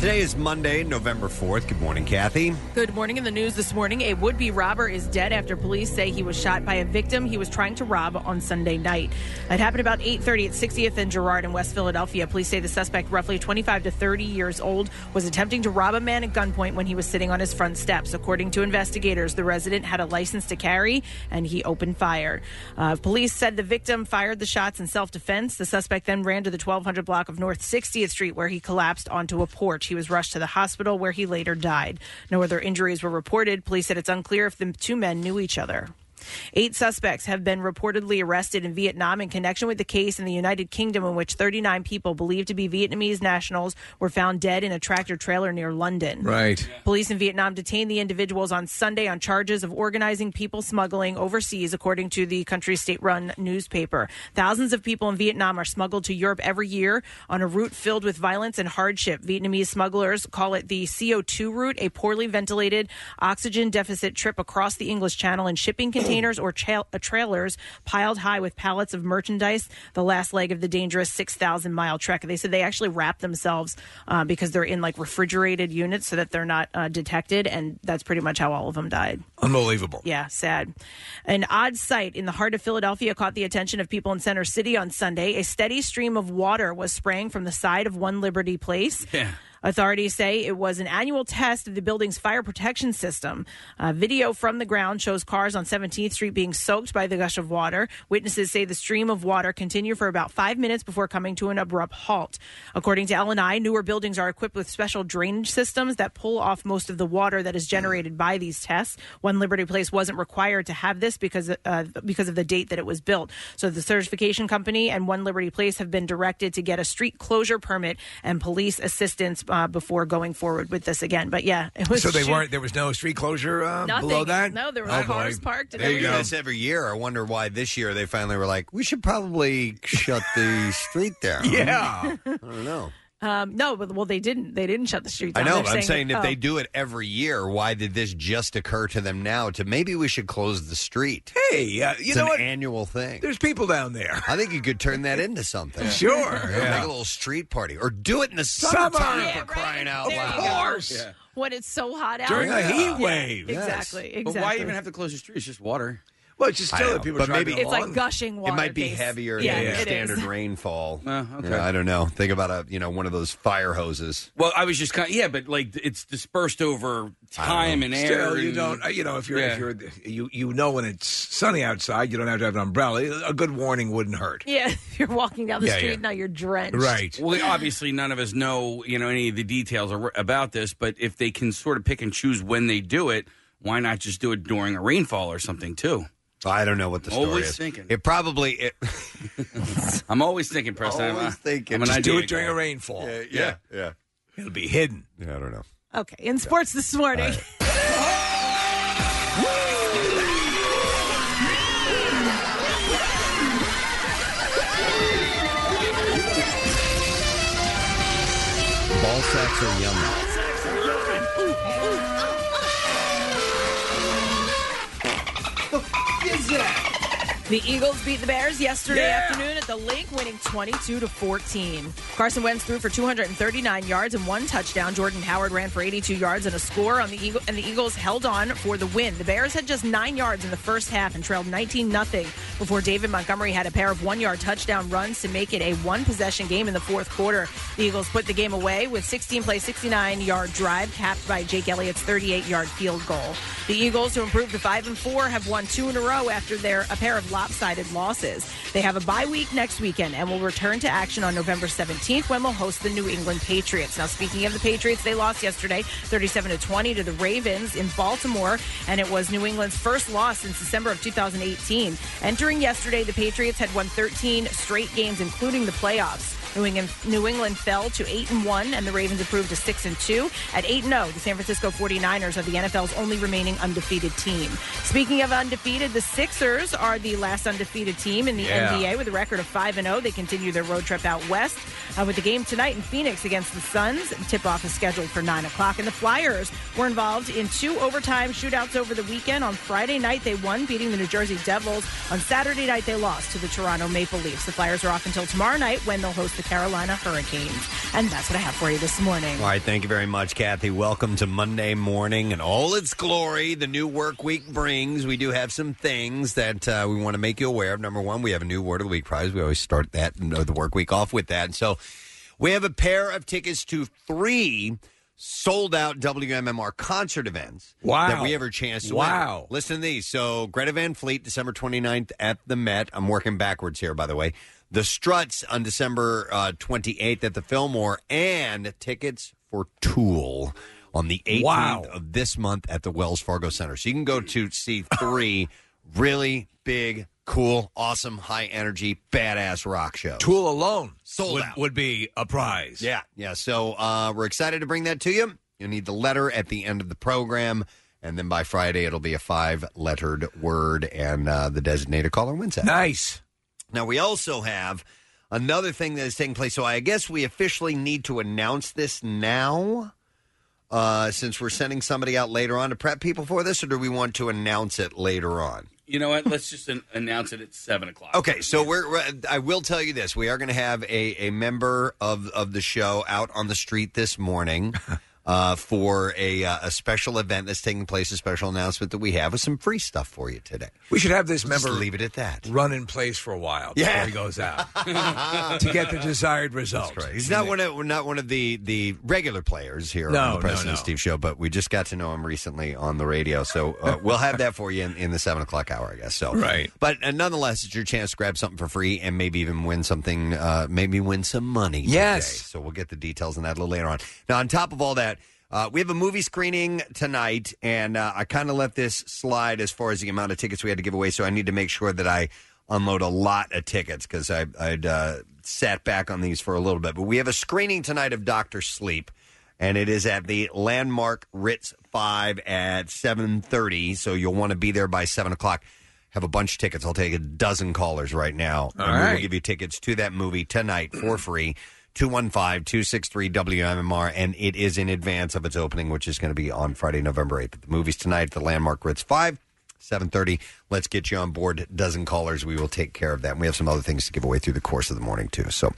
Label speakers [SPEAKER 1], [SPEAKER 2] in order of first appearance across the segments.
[SPEAKER 1] Today is Monday, November 4th. Good morning, Kathy.
[SPEAKER 2] Good morning. In the news this morning, a would be robber is dead after police say he was shot by a victim he was trying to rob on Sunday night. It happened about 8:30 at 60th and Girard in West Philadelphia. Police say the suspect, roughly 25 to 30 years old, was attempting to rob a man at gunpoint when he was sitting on his front steps. According to investigators, the resident had a license to carry and he opened fire. Uh, police said the victim fired the shots in self-defense. The suspect then ran to the 1200 block of North 60th Street where he collapsed onto a porch. He was rushed to the hospital where he later died. No other injuries were reported. Police said it's unclear if the two men knew each other. Eight suspects have been reportedly arrested in Vietnam in connection with the case in the United Kingdom in which 39 people believed to be Vietnamese nationals were found dead in a tractor trailer near London.
[SPEAKER 3] Right.
[SPEAKER 2] Police in Vietnam detained the individuals on Sunday on charges of organizing people smuggling overseas, according to the country's state run newspaper. Thousands of people in Vietnam are smuggled to Europe every year on a route filled with violence and hardship. Vietnamese smugglers call it the CO2 route, a poorly ventilated, oxygen deficit trip across the English Channel in shipping containers or tra- uh, trailers piled high with pallets of merchandise, the last leg of the dangerous 6,000 mile trek. They said they actually wrap themselves uh, because they're in like refrigerated units so that they're not uh, detected. And that's pretty much how all of them died.
[SPEAKER 3] Unbelievable.
[SPEAKER 2] Yeah, sad. An odd sight in the heart of Philadelphia caught the attention of people in Center City on Sunday. A steady stream of water was spraying from the side of One Liberty Place.
[SPEAKER 4] Yeah.
[SPEAKER 2] Authorities say it was an annual test of the building's fire protection system. Uh, video from the ground shows cars on 17th Street being soaked by the gush of water. Witnesses say the stream of water continued for about five minutes before coming to an abrupt halt. According to LNI, newer buildings are equipped with special drainage systems that pull off most of the water that is generated by these tests. One Liberty Place wasn't required to have this because uh, because of the date that it was built. So the certification company and One Liberty Place have been directed to get a street closure permit and police assistance uh, before going forward with this again. But yeah, it was
[SPEAKER 3] so they
[SPEAKER 2] shit.
[SPEAKER 3] weren't. There was no street closure uh,
[SPEAKER 2] Nothing.
[SPEAKER 3] below that.
[SPEAKER 2] No, there were
[SPEAKER 3] Oh,
[SPEAKER 2] cars
[SPEAKER 3] boy.
[SPEAKER 2] parked and
[SPEAKER 1] They do
[SPEAKER 2] everything.
[SPEAKER 1] this every year. I wonder why this year they finally were like, we should probably shut the street down.
[SPEAKER 3] Yeah.
[SPEAKER 1] I don't know.
[SPEAKER 2] Um, no, but well, they didn't. They didn't shut the street
[SPEAKER 1] I
[SPEAKER 2] down.
[SPEAKER 1] know,
[SPEAKER 2] They're
[SPEAKER 1] but I'm saying if
[SPEAKER 2] oh.
[SPEAKER 1] they do it every year, why did this just occur to them now? To maybe we should close the street.
[SPEAKER 3] Hey, uh, you
[SPEAKER 1] it's
[SPEAKER 3] know
[SPEAKER 1] an
[SPEAKER 3] what?
[SPEAKER 1] annual thing.
[SPEAKER 3] There's people down there.
[SPEAKER 1] I think you could turn that into something.
[SPEAKER 3] Sure,
[SPEAKER 1] You know,
[SPEAKER 3] yeah.
[SPEAKER 1] make a little street party or do it in the
[SPEAKER 3] Summer.
[SPEAKER 1] summertime
[SPEAKER 3] Yeah,
[SPEAKER 1] for
[SPEAKER 3] right.
[SPEAKER 1] crying
[SPEAKER 2] oh,
[SPEAKER 1] out
[SPEAKER 3] There
[SPEAKER 1] loud.
[SPEAKER 3] you go. course.
[SPEAKER 2] Yeah. When it's so hot out
[SPEAKER 3] During the
[SPEAKER 2] Yeah.
[SPEAKER 3] heat
[SPEAKER 2] Yeah,
[SPEAKER 3] wave. Yes.
[SPEAKER 2] Exactly. Exactly.
[SPEAKER 4] But why even have to close the street? It's just water.
[SPEAKER 3] Well, it's just
[SPEAKER 1] I
[SPEAKER 3] still
[SPEAKER 1] know,
[SPEAKER 3] that people
[SPEAKER 1] but
[SPEAKER 3] driving
[SPEAKER 1] maybe-
[SPEAKER 2] It's
[SPEAKER 3] along.
[SPEAKER 2] like gushing water.
[SPEAKER 1] It might be
[SPEAKER 2] Case.
[SPEAKER 1] heavier
[SPEAKER 2] Yeah,
[SPEAKER 1] than
[SPEAKER 2] it is.
[SPEAKER 1] standard rainfall.
[SPEAKER 4] Uh,
[SPEAKER 1] You know,
[SPEAKER 4] okay.
[SPEAKER 1] I don't know. Think about a you know one of those fire hoses.
[SPEAKER 4] Well, I was just kind of, yeah, but like it's dispersed over time and air.
[SPEAKER 3] Still, you
[SPEAKER 4] and-
[SPEAKER 3] don't. uh, You know, if you're
[SPEAKER 4] Yeah.
[SPEAKER 3] if you're you you know when it's sunny outside, you don't have to have an umbrella. A good warning wouldn't hurt.
[SPEAKER 2] Yeah, if you're walking down the
[SPEAKER 3] Yeah,
[SPEAKER 2] street
[SPEAKER 3] yeah.
[SPEAKER 2] now, you're drenched.
[SPEAKER 3] Right.
[SPEAKER 4] Well, obviously, none of us know you know any of the details ar- about this. But if they can sort of pick and choose when they do it, why not just do it during a rainfall or something too?
[SPEAKER 1] I don't know what the story
[SPEAKER 4] Always
[SPEAKER 1] is.
[SPEAKER 4] thinking.
[SPEAKER 1] It probably it,
[SPEAKER 4] I'm always thinking, Preston.
[SPEAKER 1] Oh, Always
[SPEAKER 4] I'm, a-
[SPEAKER 1] thinking.
[SPEAKER 4] uh, I'm an
[SPEAKER 3] Just
[SPEAKER 4] idea
[SPEAKER 3] do it during
[SPEAKER 4] guy.
[SPEAKER 3] a rainfall.
[SPEAKER 1] yeah yeah
[SPEAKER 3] It'll be hidden.
[SPEAKER 1] yeah. I don't know.
[SPEAKER 2] Okay. In sports this morning.
[SPEAKER 1] Ball sacks are yummy.
[SPEAKER 2] The Eagles beat the Bears yesterday
[SPEAKER 4] Yeah.
[SPEAKER 2] afternoon at the Link, winning 22 to 14. Carson Wentz threw for 239 yards and one touchdown. Jordan Howard ran for 82 yards and a score on the Eagle, and the Eagles held on for the win. The Bears had just nine yards in the first half and trailed 19 nothing before David Montgomery had a pair of one-yard touchdown runs to make it a one-possession game in the fourth quarter. The Eagles put the game away with 16 play, 69-yard drive capped by Jake Elliott's 38-yard field goal. The Eagles, who improved to five and four, have won two in a row after their a pair of lopsided losses. They have a bye week next weekend and will return to action on November 17th when they'll host the New England Patriots. Now, speaking of the Patriots, they lost yesterday, 37 to 20, to the Ravens in Baltimore, and it was New England's first loss since December of 2018. Entering yesterday, the Patriots had won 13 straight games, including the playoffs. New England, New England fell to 8 and 1, and the Ravens improved to 6 and 2. At 8 and 0, the San Francisco 49ers are the NFL's only remaining undefeated team. Speaking of undefeated, the Sixers are the last undefeated team in the
[SPEAKER 5] Yeah.
[SPEAKER 2] NBA with a record of 5 and 0. They continue their road trip out west uh, with the game tonight in Phoenix against the Suns. Tip off is scheduled for 9 o'clock. And the Flyers were involved in two overtime shootouts over the weekend. On Friday night, they won, beating the New Jersey Devils. On Saturday night, they lost to the Toronto Maple Leafs. The Flyers are off until tomorrow night when they'll host the Carolina Hurricanes. And that's what I have for you this morning.
[SPEAKER 1] All right, thank you very much, Kathy. Welcome to Monday morning and all its glory the new work week brings. We do have some things that uh, we want to make you aware of. Number one, we have a new word of the week prize. We always start that you know, the work week off with that. And so we have a pair of tickets to three sold out WMMR concert events
[SPEAKER 3] Wow.
[SPEAKER 1] that we have a chance to win.
[SPEAKER 3] Wow.
[SPEAKER 1] Listen to these. So Greta Van Fleet, December 29th at the Met. I'm working backwards here, by the way. The Struts on December uh, 28th at the Fillmore, and tickets for Tool on the 18th
[SPEAKER 3] Wow.
[SPEAKER 1] of this month at the Wells Fargo Center. So you can go to see three really big, cool, awesome, high energy, badass rock shows.
[SPEAKER 3] Tool alone
[SPEAKER 1] sold
[SPEAKER 3] would,
[SPEAKER 1] out.
[SPEAKER 3] would be a prize.
[SPEAKER 1] Yeah, yeah. So uh, we're excited to bring that to you. You'll need the letter at the end of the program. And then by Friday, it'll be a five lettered word, and uh, the designated caller wins that.
[SPEAKER 3] Nice.
[SPEAKER 1] Now, we also have another thing that is taking place. So I guess we officially need to announce this now uh, since we're sending somebody out later on to prep people for this, or do we want to announce it later on?
[SPEAKER 4] You know what? Let's just an- announce it at seven o'clock.
[SPEAKER 1] Okay, so we're, we're- I will tell you this: we are going to have a, a member of of the show out on the street this morning. Uh, for a uh, a special event that's taking place, a special announcement that we have with some free stuff for you today.
[SPEAKER 3] We should have this
[SPEAKER 1] Just
[SPEAKER 3] member
[SPEAKER 1] leave it at that.
[SPEAKER 3] Run in place for a while before
[SPEAKER 1] Yeah.
[SPEAKER 3] he goes out to get the desired result. That's
[SPEAKER 1] uh, He's not one of we're not one of the the regular players here
[SPEAKER 3] No,
[SPEAKER 1] on the
[SPEAKER 3] no,
[SPEAKER 1] President
[SPEAKER 3] no.
[SPEAKER 1] Steve Show, but we just got to know him recently on the radio, so uh, we'll have that for you in, in the seven o'clock hour, I guess. So
[SPEAKER 3] Right.
[SPEAKER 1] but uh, nonetheless, it's your chance to grab something for free and maybe even win something, uh, maybe win some money.
[SPEAKER 3] Yes.
[SPEAKER 1] today. so we'll get the details on that a little later on. Now, on top of all that. Uh, we have a movie screening tonight, and uh, I kind of let this slide as far as the amount of tickets we had to give away. So I need to make sure that I unload a lot of tickets because I I'd uh, sat back on these for a little bit. But we have a screening tonight of Doctor Sleep, and it is at the Landmark Ritz Five at seven thirty. So you'll want to be there by seven o'clock. Have a bunch of tickets. I'll take a dozen callers right now. and we will
[SPEAKER 3] right.
[SPEAKER 1] give you tickets to that movie tonight for free. 215 263 WMMR, and it is in advance of its opening, which is going to be on Friday, November 8th. The movie's tonight at the Landmark Ritz 5. 7.30 let's get you on board dozen callers we will take care of that and we have some other things to give away through the course of the morning too so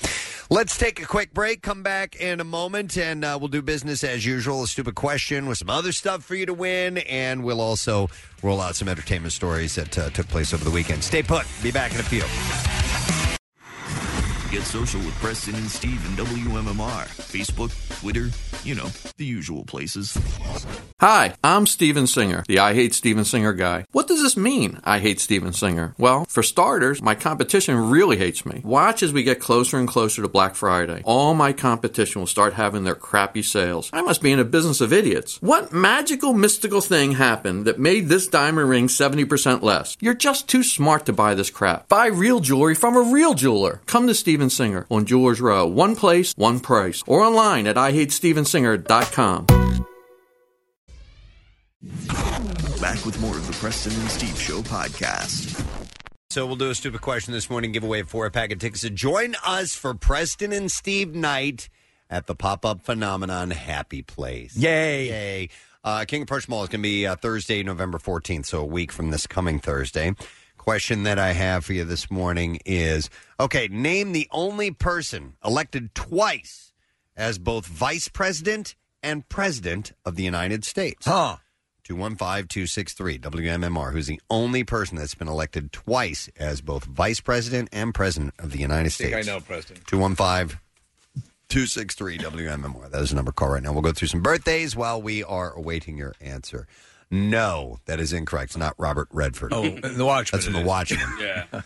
[SPEAKER 1] let's take a quick break come back in a moment and uh, we'll do business as usual a stupid question with some other stuff for you to win and we'll also roll out some entertainment stories that uh, took place over the weekend stay put be back in a few
[SPEAKER 6] Get social with Preston and Steve and WMMR. Facebook, Twitter, you know, the usual places.
[SPEAKER 7] Hi, I'm Steven Singer, the I Hate Steven Singer guy. What does this mean, I hate Steven Singer? Well, for starters, my competition really hates me. Watch as we get closer and closer to Black Friday. All my competition will start having their crappy sales. I must be in a business of idiots. What magical, mystical thing happened that made this diamond ring 70% less? You're just too smart to buy this crap. Buy real jewelry from a real jeweler. Come to Steven Singer on Jewelers Row. One place, one price. Or online at IHateStevenSinger.com.
[SPEAKER 6] Back with more of the Preston and Steve Show podcast.
[SPEAKER 1] So we'll do a stupid question this morning, give away a four pack of tickets. So join us for Preston and Steve night at the pop up phenomenon Happy Place. Yay! Yay! Uh, King of Prussia Mall is going to be uh, Thursday, November 14th, so a week from this coming Thursday. Question that I have for you this morning is okay, name the only person elected twice as both vice president and president of the United States.
[SPEAKER 3] Huh.
[SPEAKER 1] 215 263 WMMR, who's the only person that's been elected twice as both vice president and president of the United States.
[SPEAKER 3] Preston.
[SPEAKER 1] 215 263 WMMR. That is the number to call right now. We'll go through some birthdays while we are awaiting your answer. No, that is incorrect. It's not Robert Redford.
[SPEAKER 3] Oh, the Watchman.
[SPEAKER 1] That's from The
[SPEAKER 3] it is.
[SPEAKER 1] Watchman.
[SPEAKER 4] Yeah.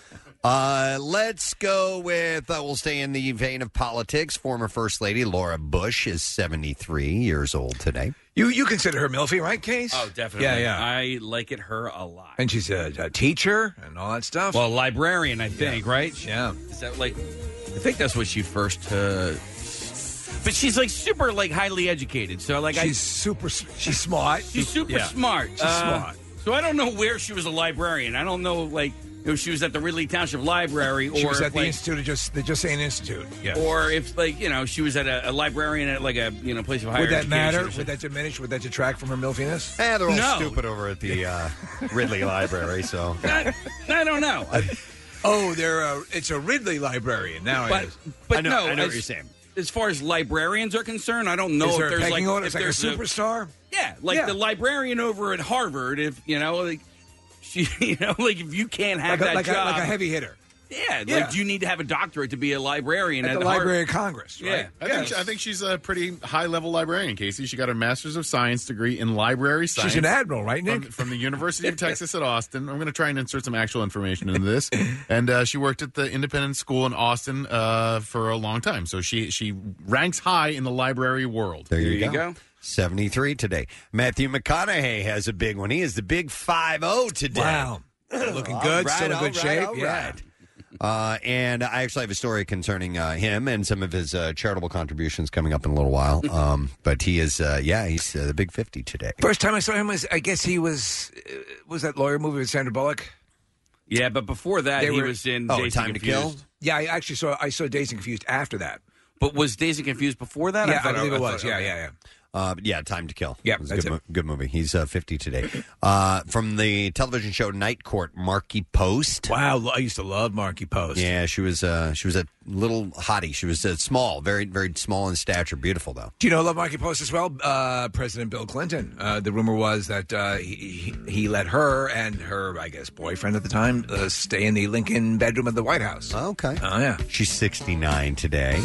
[SPEAKER 1] Uh, let's go with, uh, we'll stay in the vein of politics. Former First Lady Laura Bush is 73 years old today.
[SPEAKER 3] You you consider her milfy, right, Case?
[SPEAKER 4] Oh, definitely.
[SPEAKER 3] Yeah, yeah.
[SPEAKER 4] I like it her a lot.
[SPEAKER 3] and she's a, a teacher and all that stuff.
[SPEAKER 4] Well, librarian, I think, right?
[SPEAKER 3] yeah.
[SPEAKER 4] Is that like I think that's what she first. Uh, but she's like super, like highly educated. So like
[SPEAKER 3] she's
[SPEAKER 4] I,
[SPEAKER 3] super. s- She's smart.
[SPEAKER 4] she's super smart.
[SPEAKER 3] She's
[SPEAKER 4] Uh,
[SPEAKER 3] smart.
[SPEAKER 4] So I don't know where she was a librarian. I don't know like if she was at the Ridley Township Library or
[SPEAKER 3] She was
[SPEAKER 4] if,
[SPEAKER 3] at the
[SPEAKER 4] like,
[SPEAKER 3] institute. Of just they just say an institute. Yeah.
[SPEAKER 4] or if like you know she was at a, a librarian at like a you know place of higher
[SPEAKER 3] Would that
[SPEAKER 4] education or
[SPEAKER 3] matter?
[SPEAKER 4] something.
[SPEAKER 3] Would that diminish? Would that detract from her milfiness?
[SPEAKER 1] Eh, they're all
[SPEAKER 4] No.
[SPEAKER 1] stupid over at the uh, Ridley Library, so.
[SPEAKER 4] I don't know.
[SPEAKER 3] Oh, they're a, it's a Ridley librarian now.
[SPEAKER 4] But
[SPEAKER 3] it is.
[SPEAKER 4] but
[SPEAKER 1] I know-
[SPEAKER 4] no,
[SPEAKER 1] I know
[SPEAKER 4] as,
[SPEAKER 1] what you're saying.
[SPEAKER 4] As far as librarians are concerned, I don't know
[SPEAKER 3] is
[SPEAKER 4] if
[SPEAKER 3] there a
[SPEAKER 4] there's
[SPEAKER 3] pecking
[SPEAKER 4] like
[SPEAKER 3] order?
[SPEAKER 4] if
[SPEAKER 3] It's like a
[SPEAKER 4] there's
[SPEAKER 3] superstar.
[SPEAKER 4] Yeah, like
[SPEAKER 3] Yeah.
[SPEAKER 4] the librarian over at Harvard. If you know, like she, you know, like if you can't have
[SPEAKER 3] like, a,
[SPEAKER 4] that
[SPEAKER 3] like, a,
[SPEAKER 4] job,
[SPEAKER 3] like a heavy hitter
[SPEAKER 4] yeah,
[SPEAKER 3] Yeah.
[SPEAKER 4] like you need to have a doctorate to be a librarian
[SPEAKER 3] at the
[SPEAKER 4] Harvard.
[SPEAKER 3] Library of Congress. Right?
[SPEAKER 4] Yeah.
[SPEAKER 5] I think, she- I think she's a pretty high level librarian, Casey. She got her master's of science degree in library science.
[SPEAKER 3] She's an admiral, right,
[SPEAKER 5] from,
[SPEAKER 3] Nick?
[SPEAKER 5] from the University of Texas at Austin. I'm going to try and insert some actual information into this. And uh, she worked at the independent school in Austin uh, for a long time, so she she ranks high in the library world.
[SPEAKER 1] There
[SPEAKER 4] There you go.
[SPEAKER 1] 73 today. Matthew McConaughey has a big one. He is the big 5 0 today.
[SPEAKER 3] Wow, looking
[SPEAKER 1] All
[SPEAKER 3] good,
[SPEAKER 1] right,
[SPEAKER 3] still in
[SPEAKER 1] all
[SPEAKER 3] good
[SPEAKER 1] right,
[SPEAKER 3] shape.
[SPEAKER 1] all
[SPEAKER 3] yeah.
[SPEAKER 1] right. Uh, and I actually have a story concerning uh, him and some of his uh, charitable contributions coming up in a little while. Um, but he is, uh, yeah, he's uh, the big 50 today.
[SPEAKER 3] First time I saw him was I guess he was uh, was that lawyer movie with Sandra Bullock.
[SPEAKER 4] Yeah, but before that,
[SPEAKER 3] They
[SPEAKER 4] he
[SPEAKER 3] were-
[SPEAKER 4] was in
[SPEAKER 1] Oh,
[SPEAKER 4] Dazed and
[SPEAKER 1] Time to Kill?
[SPEAKER 4] Confused.
[SPEAKER 3] Yeah, I actually saw I saw Dazed and Confused after that.
[SPEAKER 4] But was Dazed and Confused before that?
[SPEAKER 3] yeah, I
[SPEAKER 4] thought-
[SPEAKER 3] believe it
[SPEAKER 4] thought-
[SPEAKER 3] was. yeah, yeah, yeah.
[SPEAKER 1] Uh, but yeah, Time to Kill.
[SPEAKER 3] Yep,
[SPEAKER 1] It was a
[SPEAKER 3] that's
[SPEAKER 1] good,
[SPEAKER 3] it.
[SPEAKER 1] mo- good movie. He's uh, 50 today. Uh, from the television show Night Court, Marky Post.
[SPEAKER 3] Wow, lo- I used to love Marky Post.
[SPEAKER 1] Yeah, she was uh, she was a little hottie. She was uh, small, very very small in stature, beautiful though.
[SPEAKER 3] Do you know who loved Marky Post as well? Uh, President Bill Clinton. Uh, the rumor was that uh, he, he he let her and her, I guess, boyfriend at the time uh, stay in the Lincoln bedroom of the White House. Oh,
[SPEAKER 1] Okay.
[SPEAKER 3] yeah.
[SPEAKER 1] She's 69 today.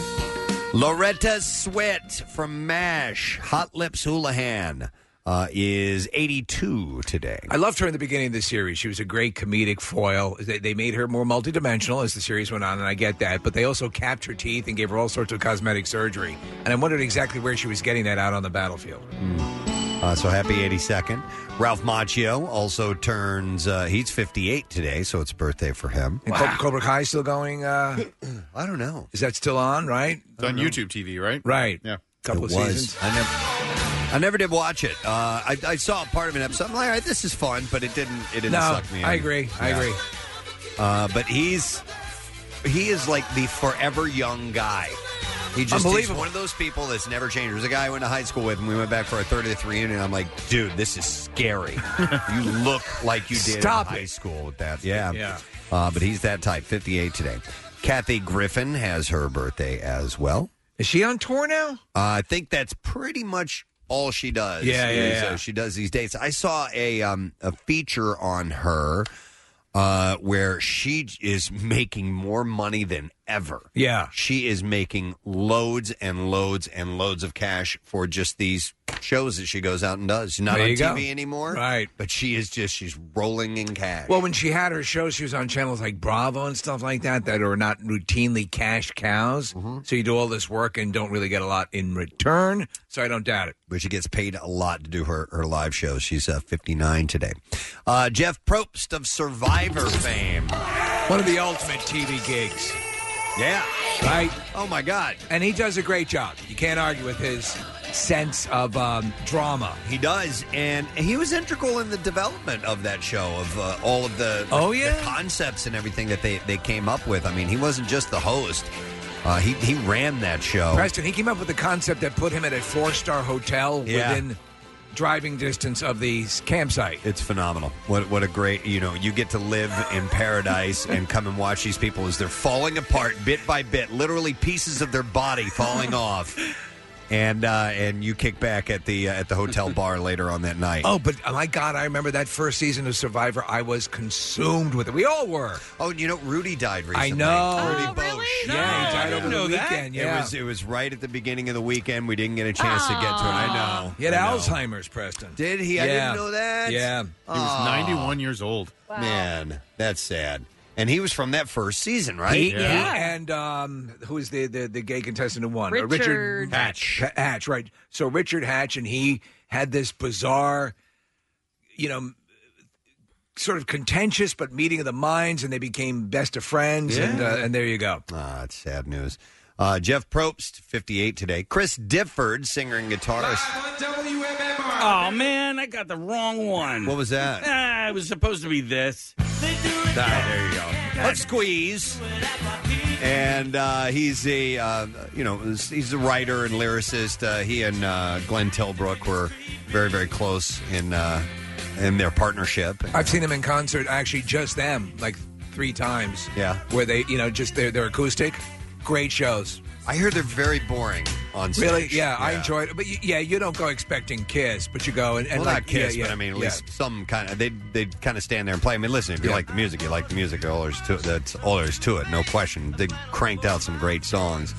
[SPEAKER 1] Loretta Swit from MASH, Hot Lips Houlihan, uh, is 82 today.
[SPEAKER 3] I loved her in the beginning of the series. She was a great comedic foil. They, they made her more multidimensional as the series went on, and I get that. But they also capped her teeth and gave her all sorts of cosmetic surgery. And I wondered exactly where she was getting that out on the battlefield.
[SPEAKER 1] Uh, so happy 82nd. Ralph Macchio also turns, uh, he's 58 today, so it's a birthday for him.
[SPEAKER 3] And Cobra, Cobra Kai still going? Uh,
[SPEAKER 1] I don't know.
[SPEAKER 3] is that still on? Right,
[SPEAKER 5] It's on YouTube TV, right?
[SPEAKER 3] right.
[SPEAKER 5] Yeah.
[SPEAKER 3] couple
[SPEAKER 1] it
[SPEAKER 3] of
[SPEAKER 1] was.
[SPEAKER 3] seasons.
[SPEAKER 1] I never. I never did watch it. Uh, I, I saw part of an episode. I'm like, all right, this is fun, but it didn't. It didn't
[SPEAKER 3] No,
[SPEAKER 1] suck me. in.
[SPEAKER 3] I agree. I
[SPEAKER 1] Yeah.
[SPEAKER 3] agree.
[SPEAKER 1] Uh, but he's he is like the forever young guy. He just he's
[SPEAKER 3] Unbelievable.
[SPEAKER 1] one of those people that's never changed. There was a guy I went to high school with, and we went back for our 30th reunion. And I'm like, dude, this is scary. you look like you did
[SPEAKER 3] Stop
[SPEAKER 1] in high
[SPEAKER 3] it.
[SPEAKER 1] school with that. Yeah,
[SPEAKER 3] Yeah.
[SPEAKER 1] Uh, but he's that type. 58 today. Kathy Griffin has her birthday as well.
[SPEAKER 3] Is she on tour now?
[SPEAKER 1] Uh, I think that's pretty much all she does.
[SPEAKER 3] Yeah, yeah,
[SPEAKER 1] is, uh,
[SPEAKER 3] yeah.
[SPEAKER 1] she does these dates. I saw a um, a feature on her uh, where she is making more money than ever.
[SPEAKER 3] Yeah.
[SPEAKER 1] She is making loads and loads and loads of cash for just these shows that she goes out and does. She's not
[SPEAKER 3] There
[SPEAKER 1] on
[SPEAKER 3] you
[SPEAKER 1] TV
[SPEAKER 3] go.
[SPEAKER 1] anymore,
[SPEAKER 3] Right.
[SPEAKER 1] But she is just she's rolling in cash.
[SPEAKER 3] Well, when she had her show, she was on channels like Bravo and stuff like that that are not routinely cash cows.
[SPEAKER 1] Mm-hmm.
[SPEAKER 3] So you do all this work and don't really get a lot in return. So I don't doubt it.
[SPEAKER 1] but she gets paid a lot to do her, her live shows. She's uh, 59 today. Uh, Jeff Probst of Survivor fame.
[SPEAKER 3] One of the ultimate TV gigs,
[SPEAKER 1] Yeah.
[SPEAKER 3] right?
[SPEAKER 1] Oh my God.
[SPEAKER 3] And he does a great job. You can't argue with his sense of um, drama.
[SPEAKER 1] He does, and he was integral in the development of that show, of uh, all of the
[SPEAKER 3] Oh,
[SPEAKER 1] the
[SPEAKER 3] yeah?
[SPEAKER 1] concepts and everything that they, they came up with. I mean, he wasn't just the host; uh, he he ran that show.
[SPEAKER 3] Preston, he came up with a concept that put him at a four star hotel
[SPEAKER 1] Yeah.
[SPEAKER 3] within driving distance of the s- campsite.
[SPEAKER 1] It's phenomenal. What what a great you know you get to live in paradise and come and watch these people as they're falling apart bit by bit, literally pieces of their body falling off, and uh, and you kick back at the uh, at the hotel bar later on that night.
[SPEAKER 3] Oh, but oh my God, I remember that first season of Survivor. I was consumed with it. We all were.
[SPEAKER 1] Oh, and you know Rudy died
[SPEAKER 3] I
[SPEAKER 1] recently.
[SPEAKER 3] know.
[SPEAKER 1] Rudy
[SPEAKER 2] Oh, really?
[SPEAKER 1] Bosch.
[SPEAKER 4] No,
[SPEAKER 3] Yeah, he
[SPEAKER 4] I
[SPEAKER 3] died
[SPEAKER 4] didn't
[SPEAKER 3] over the
[SPEAKER 4] know that.
[SPEAKER 3] weekend.
[SPEAKER 1] It
[SPEAKER 3] Yeah.
[SPEAKER 1] was it was right at the beginning of the weekend. We didn't get a chance to get to it. I know.
[SPEAKER 3] he had
[SPEAKER 1] I know.
[SPEAKER 3] Alzheimer's, Preston.
[SPEAKER 1] Did he? I
[SPEAKER 3] Yeah.
[SPEAKER 1] didn't know that.
[SPEAKER 3] Yeah.
[SPEAKER 5] He was 91 years old.
[SPEAKER 1] Man, that's sad. And he was from that first season, right?
[SPEAKER 3] He, he
[SPEAKER 4] Yeah.
[SPEAKER 3] and um, who is the, the, the gay contestant who won? Uh,
[SPEAKER 2] Richard.
[SPEAKER 3] Hatch. Ha- Hatch, right. So Richard Hatch, and he had this bizarre, you know, sort of contentious but meeting of the minds, and they became best of friends. And, uh, and there you go.
[SPEAKER 1] Ah, it's sad news. Uh, Jeff Probst, 58 today. Chris Difford, singer and guitarist.
[SPEAKER 4] WMMR. Oh man, I got the wrong one.
[SPEAKER 1] What was that?
[SPEAKER 4] Ah, it was supposed to be this.
[SPEAKER 1] Ah,
[SPEAKER 4] there you go.
[SPEAKER 1] Let's squeeze. And uh, he's a uh, you know he's a writer and lyricist. Uh, he and uh, Glenn Tilbrook were very very close in uh, in their partnership.
[SPEAKER 3] I've seen them in concert, actually, just them, like three times.
[SPEAKER 1] Yeah.
[SPEAKER 3] Where they, you know, just their, their acoustic. Great shows.
[SPEAKER 1] I hear they're very boring on stage.
[SPEAKER 3] Really? Yeah, I
[SPEAKER 1] Yeah.
[SPEAKER 3] enjoyed it. But y- yeah, you don't go expecting Kiss, but you go and, and
[SPEAKER 1] well,
[SPEAKER 3] like,
[SPEAKER 1] not Kiss,
[SPEAKER 3] yeah, yeah,
[SPEAKER 1] but I mean at
[SPEAKER 3] yeah.
[SPEAKER 1] least some kind of they they kind of stand there and play. I mean, listen, if you
[SPEAKER 3] Yeah.
[SPEAKER 1] like the music, you like the music. All there's to it. That's all there's to it. No question. They cranked out some great songs,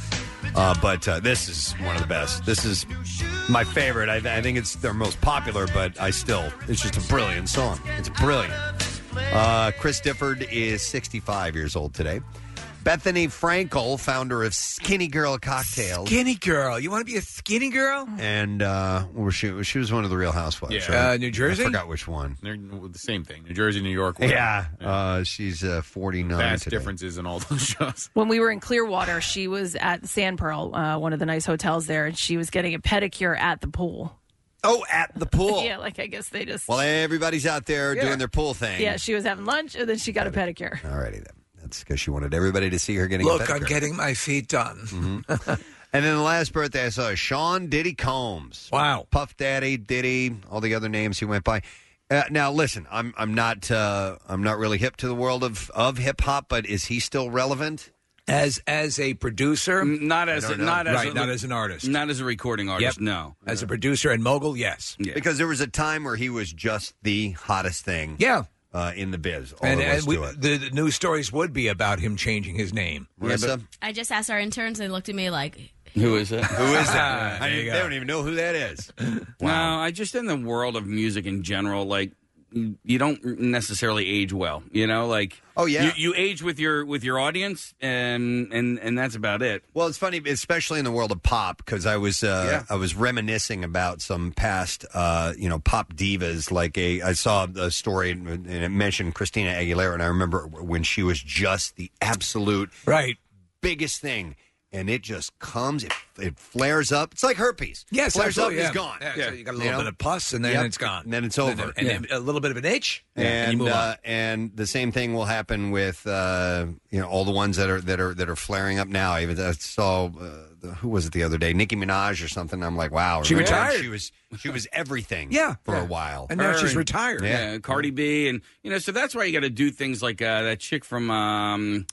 [SPEAKER 1] uh, but uh, this is one of the best. This is my favorite. I, I think it's their most popular, but I still it's just a brilliant song. It's brilliant. Uh, Chris Difford is 65 years old today. Bethany Frankel, founder of Skinny Girl Cocktails,
[SPEAKER 3] Skinny girl. You want to be a skinny girl?
[SPEAKER 1] and uh, where she she was one of the Real Housewives.
[SPEAKER 5] Yeah.
[SPEAKER 1] right?
[SPEAKER 3] Uh, New Jersey?
[SPEAKER 1] I forgot which one.
[SPEAKER 5] They're the same thing. New Jersey, New York. whatever.
[SPEAKER 1] Yeah, uh, she's uh, 49
[SPEAKER 5] Vast
[SPEAKER 1] today.
[SPEAKER 5] differences in all those shows.
[SPEAKER 2] When we were in Clearwater, she was at the Sand Pearl, uh, one of the nice hotels there, and she was getting a pedicure at the pool.
[SPEAKER 1] Oh, at the pool.
[SPEAKER 2] Yeah, like I guess they just.
[SPEAKER 1] Well, everybody's out there doing their pool thing.
[SPEAKER 2] yeah, she was having lunch, and then she got a pedicure.
[SPEAKER 1] Alrighty then. That's because she wanted everybody to see her getting a
[SPEAKER 3] Look,
[SPEAKER 1] pedicure.
[SPEAKER 3] I'm getting my feet done.
[SPEAKER 1] And then the last birthday I saw is Sean Diddy Combs.
[SPEAKER 3] Wow.
[SPEAKER 1] Puff Daddy, Diddy, all the other names he went by. Uh, now listen, I'm I'm not uh, I'm not really hip to the world of, of hip hop, but is he still relevant?
[SPEAKER 3] As as a producer,
[SPEAKER 4] Not as
[SPEAKER 1] don't
[SPEAKER 4] a,
[SPEAKER 1] know.
[SPEAKER 4] not as
[SPEAKER 3] right?
[SPEAKER 4] a,
[SPEAKER 3] not as an artist.
[SPEAKER 4] not as a recording artist.
[SPEAKER 3] Yep.
[SPEAKER 4] No.
[SPEAKER 3] As a producer and mogul, yes.
[SPEAKER 4] Yeah.
[SPEAKER 1] Because there was a time where he was just the hottest thing
[SPEAKER 3] Yeah.
[SPEAKER 1] uh, in the biz. All
[SPEAKER 3] and
[SPEAKER 1] there was
[SPEAKER 3] and we,
[SPEAKER 1] to it.
[SPEAKER 3] the, the news stories would be about him changing his name.
[SPEAKER 1] Marissa,
[SPEAKER 8] I just asked our interns, and they looked at me like,
[SPEAKER 4] Who is it?
[SPEAKER 1] who is that? I
[SPEAKER 3] There you
[SPEAKER 1] mean,
[SPEAKER 3] go.
[SPEAKER 1] they don't even know who that is.
[SPEAKER 4] No, I just in the world of music in general, like you you don't necessarily age well. You know, like
[SPEAKER 1] Oh, yeah.
[SPEAKER 4] you, you age with your with your audience, and and and that's about it.
[SPEAKER 1] Well, it's funny, especially in the world of pop, because I was uh, I was reminiscing about some past uh, you know pop divas. Like a, I saw a story and it mentioned Christina Aguilera, and I remember when she was just the absolute
[SPEAKER 3] Right.
[SPEAKER 1] biggest thing, and it just comes, it, it flares up. It's like herpes.
[SPEAKER 3] Yes,
[SPEAKER 1] flares up,
[SPEAKER 3] absolutely, yeah.
[SPEAKER 1] is gone.
[SPEAKER 3] Yeah, so you got a little
[SPEAKER 1] You know?
[SPEAKER 3] bit of pus, and then
[SPEAKER 1] Yep.
[SPEAKER 3] it's gone.
[SPEAKER 1] And then it's over.
[SPEAKER 3] And, then a little bit of an itch, and you
[SPEAKER 1] and
[SPEAKER 3] move on.
[SPEAKER 1] uh, and the same thing will happen with uh, you know all the ones that are that are that are flaring up now. Even I saw uh, the, who was it the other day, Nicki Minaj or something. I'm like, wow,
[SPEAKER 3] She
[SPEAKER 1] remember when
[SPEAKER 3] retired.
[SPEAKER 1] She was she was everything.
[SPEAKER 3] Yeah,
[SPEAKER 1] for
[SPEAKER 3] yeah.
[SPEAKER 1] a while.
[SPEAKER 3] And now
[SPEAKER 4] Her
[SPEAKER 3] she's
[SPEAKER 4] and-
[SPEAKER 3] retired.
[SPEAKER 4] Yeah, Cardi B, and you know, so that's why you got to do things like uh, that chick from um,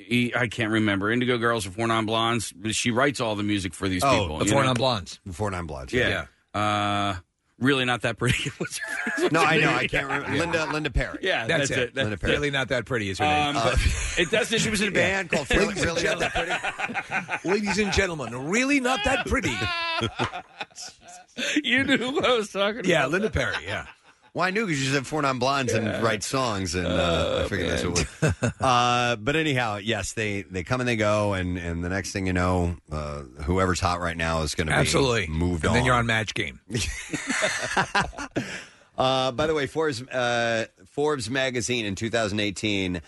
[SPEAKER 4] E- I can't remember Indigo Girls or Four Non Blondes. but She writes all the music for these
[SPEAKER 1] Oh,
[SPEAKER 4] people.
[SPEAKER 3] The
[SPEAKER 4] you
[SPEAKER 3] Four
[SPEAKER 4] know?
[SPEAKER 3] Non Blondes.
[SPEAKER 1] Before Nine Bloods.
[SPEAKER 4] Yeah. Uh, really not that pretty. What's her-
[SPEAKER 1] No, I know. I can't remember. Linda Linda Perry.
[SPEAKER 4] yeah,
[SPEAKER 3] That's, it.
[SPEAKER 4] That's
[SPEAKER 1] Linda Perry.
[SPEAKER 3] really not that pretty is her
[SPEAKER 4] Um,
[SPEAKER 3] name.
[SPEAKER 4] but it doesn't. She was in
[SPEAKER 1] A band called Really Really Really Pretty.
[SPEAKER 3] Ladies and gentlemen, really not that pretty.
[SPEAKER 4] You knew who I was talking about.
[SPEAKER 3] Yeah, Linda Perry. Yeah.
[SPEAKER 1] Well, I knew because you said four non blondes and write songs, and uh, I figured that's what. It was. uh, but anyhow, yes, they they come and they go, and and the next thing you know, uh, whoever's hot right now is going to be
[SPEAKER 3] Absolutely.
[SPEAKER 1] moved
[SPEAKER 3] and
[SPEAKER 1] on.
[SPEAKER 3] then you're on match game.
[SPEAKER 1] Uh, by the way, Forbes uh, Forbes magazine in 2018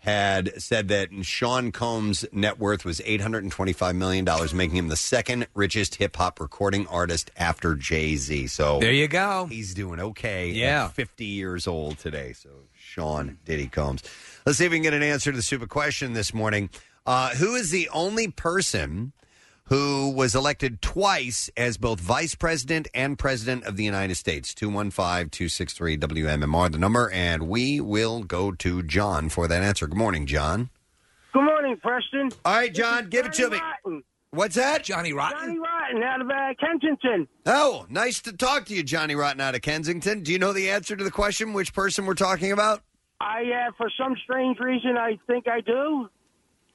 [SPEAKER 1] had said that Sean Combs' net worth was 825 million dollars, making him the second richest hip hop recording artist after Jay Z. So
[SPEAKER 3] There you go.
[SPEAKER 1] he's doing okay. at
[SPEAKER 3] Yeah.
[SPEAKER 1] 50 years old today. So Sean Diddy Combs. Let's see if we can get an answer to the super question this morning. Uh, who is the only person who was elected twice as both vice president and president of the United States? 215 263 WMMR, the number. And we will go to John for that answer. Good morning, John.
[SPEAKER 9] Good morning, Preston.
[SPEAKER 1] All right, John, give it to
[SPEAKER 9] Johnny
[SPEAKER 1] me.
[SPEAKER 9] Rotten.
[SPEAKER 1] What's that?
[SPEAKER 3] Johnny
[SPEAKER 9] Johnny
[SPEAKER 3] Rotten.
[SPEAKER 9] Rotten out of uh, Kensington.
[SPEAKER 1] Oh, nice to talk to you, Johnny Rotten out of Kensington. Do you know the answer to the question, which person we're talking about?
[SPEAKER 9] I, uh, for some strange reason, I think I do.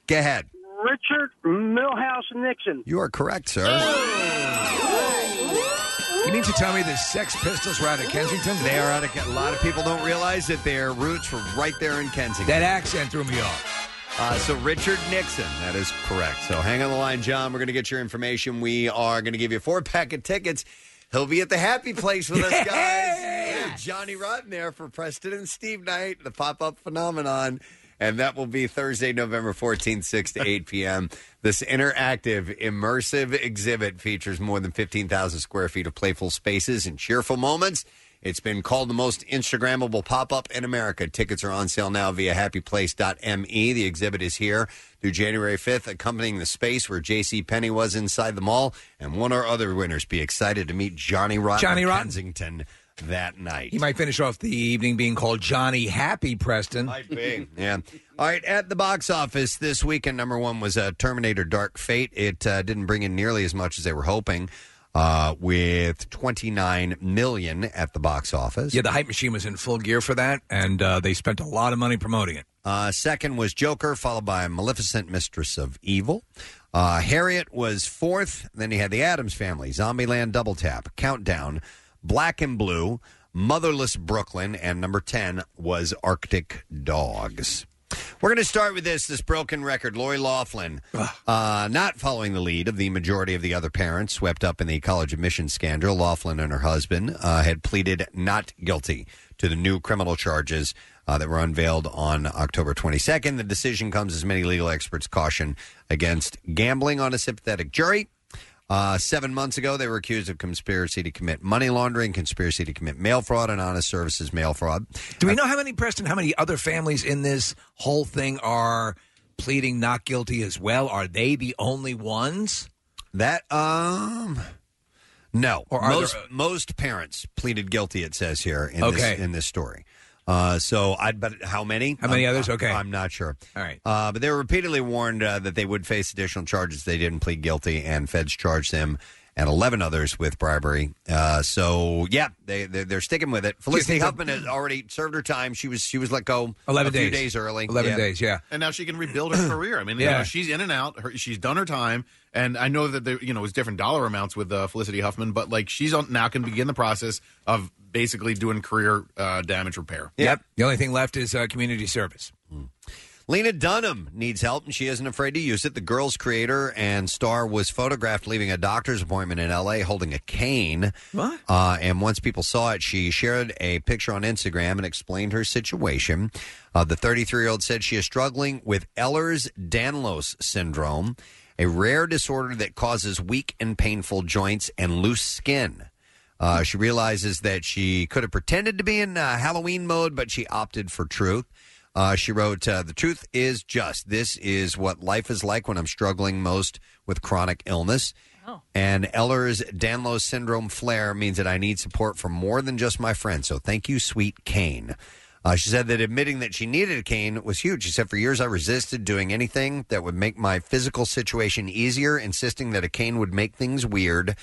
[SPEAKER 1] Go ahead.
[SPEAKER 9] Richard Milhouse Nixon.
[SPEAKER 1] You are correct, sir.
[SPEAKER 3] You mean to tell me the Sex Pistols were out of Kensington?
[SPEAKER 1] They are out of Ken- a lot of people don't realize that their roots were right there in Kensington.
[SPEAKER 3] That accent threw me off.
[SPEAKER 1] Uh, so Richard Nixon, that is correct. So hang on the line, John. We're going to get your information. We are going to give you a four pack of tickets. He'll be at the Happy Place with us, guys. Yeah, Johnny Rotten there for Preston and Steve Night, the pop up phenomenon. And that will be Thursday, November 14th, 6 to 8 p.m. This interactive, immersive exhibit features more than 15,000 square feet of playful spaces and cheerful moments. It's been called the most Instagrammable pop up in America. Tickets are on sale now via happyplace.me. E. The exhibit is here through January 5th, accompanying the space where J.C. Penney was inside the mall. And one or other winners be excited to meet Johnny Rotten
[SPEAKER 3] Johnny
[SPEAKER 1] of
[SPEAKER 3] Rotten.
[SPEAKER 1] Kensington that night.
[SPEAKER 3] He might finish off the evening being called Johnny Happy Preston. Might
[SPEAKER 1] be. Yeah. All right. At the box office this weekend, number one was uh, Terminator Dark Fate. It uh, didn't bring in nearly as much as they were hoping, uh, with 29 million at the box office.
[SPEAKER 3] Yeah, the hype machine was in full gear for that, and uh, they spent a lot of money promoting it.
[SPEAKER 1] Uh, second was Joker, followed by Maleficent, Mistress of Evil. Uh, Harriet was fourth. Then you had The Adams Family, Zombieland, Double Tap, Countdown, Black and Blue, Motherless Brooklyn, and number 10 was Arctic Dogs. We're going to start with this this broken record. Lori Laughlin,
[SPEAKER 3] Ah.
[SPEAKER 1] uh, not following the lead of the majority of the other parents swept up in the college admission scandal. Laughlin and her husband uh, had pleaded not guilty to the new criminal charges uh, that were unveiled on October 22nd. The decision comes as many legal experts caution against gambling on a sympathetic jury. Uh, seven months ago, they were accused of conspiracy to commit money laundering, conspiracy to commit mail fraud, and honest services mail fraud. Uh,
[SPEAKER 3] Do we know how many Preston, how many other families in this whole thing are pleading not guilty as well? Are they the only ones?
[SPEAKER 1] That um No,
[SPEAKER 3] Or are there
[SPEAKER 1] most
[SPEAKER 3] a-
[SPEAKER 1] most parents pleaded guilty. It says here in
[SPEAKER 3] Okay.
[SPEAKER 1] this in this story. Uh, so I'd bet how many?
[SPEAKER 3] How many others? Okay.
[SPEAKER 1] I'm not sure.
[SPEAKER 3] All right.
[SPEAKER 1] Uh, but they were repeatedly warned uh, that they would face additional charges. They didn't plead guilty, and feds charged them and 11 others with bribery. Uh, so yeah, they they're, they're sticking with it. Felicity
[SPEAKER 3] think-
[SPEAKER 1] Huffman has already served her time. She was she was let go
[SPEAKER 3] 11
[SPEAKER 1] a few
[SPEAKER 3] days.
[SPEAKER 1] days early.
[SPEAKER 3] 11 days, yeah.
[SPEAKER 5] And now she can rebuild her career. I mean, you
[SPEAKER 3] Yeah.
[SPEAKER 5] know, she's in and out. Her, she's done her time, and I know that there, you know, it was different dollar amounts with uh, Felicity Huffman, but like she's on, now can begin the process of basically doing career uh, damage repair.
[SPEAKER 3] Yep. The only thing left is uh, community service.
[SPEAKER 1] Hmm. Lena Dunham needs help and she isn't afraid to use it. The girl's creator and star was photographed leaving a doctor's appointment in LA holding a cane. What? Uh, and once people saw it, she shared a picture on Instagram and explained her situation. Uh, the 33 year old said she is struggling with Ehlers Danlos syndrome, a rare disorder that causes weak and painful joints and loose skin. Uh, she realizes that she could have pretended to be in uh, Halloween mode, but she opted for truth. Uh, she wrote, uh, The truth is just. This is what life is like when I'm struggling most with chronic illness. And Ehlers Danlos syndrome flare means that I need support from more than just my friends. So thank you, sweet Kane. Uh, she said that admitting that she needed a cane was huge. She said, For years, I resisted doing anything that would make my physical situation easier, insisting that a cane would make things weird.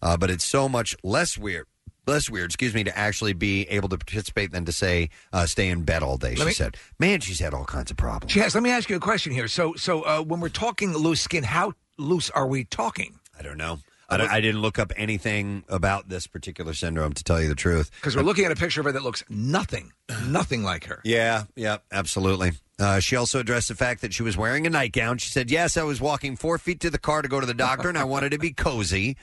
[SPEAKER 1] Uh, but it's so much less weird. Less weird, excuse me, to actually be able to participate than to say uh, stay in bed all day. she
[SPEAKER 3] me-
[SPEAKER 1] said, "Man, she's had all kinds of problems."
[SPEAKER 3] She has. Let me ask you a question here. So, so uh, when we're talking loose skin, how loose are we talking?
[SPEAKER 1] I don't know. I, don't- I didn't look up anything about this particular syndrome to tell you the truth.
[SPEAKER 3] Because we're looking at a picture of her that looks nothing, nothing like her.
[SPEAKER 1] Yeah, yeah, absolutely. Uh, she also addressed the fact that she was wearing a nightgown. She said, Yes, I was walking four feet to the car to go to the doctor, and I wanted to be cozy.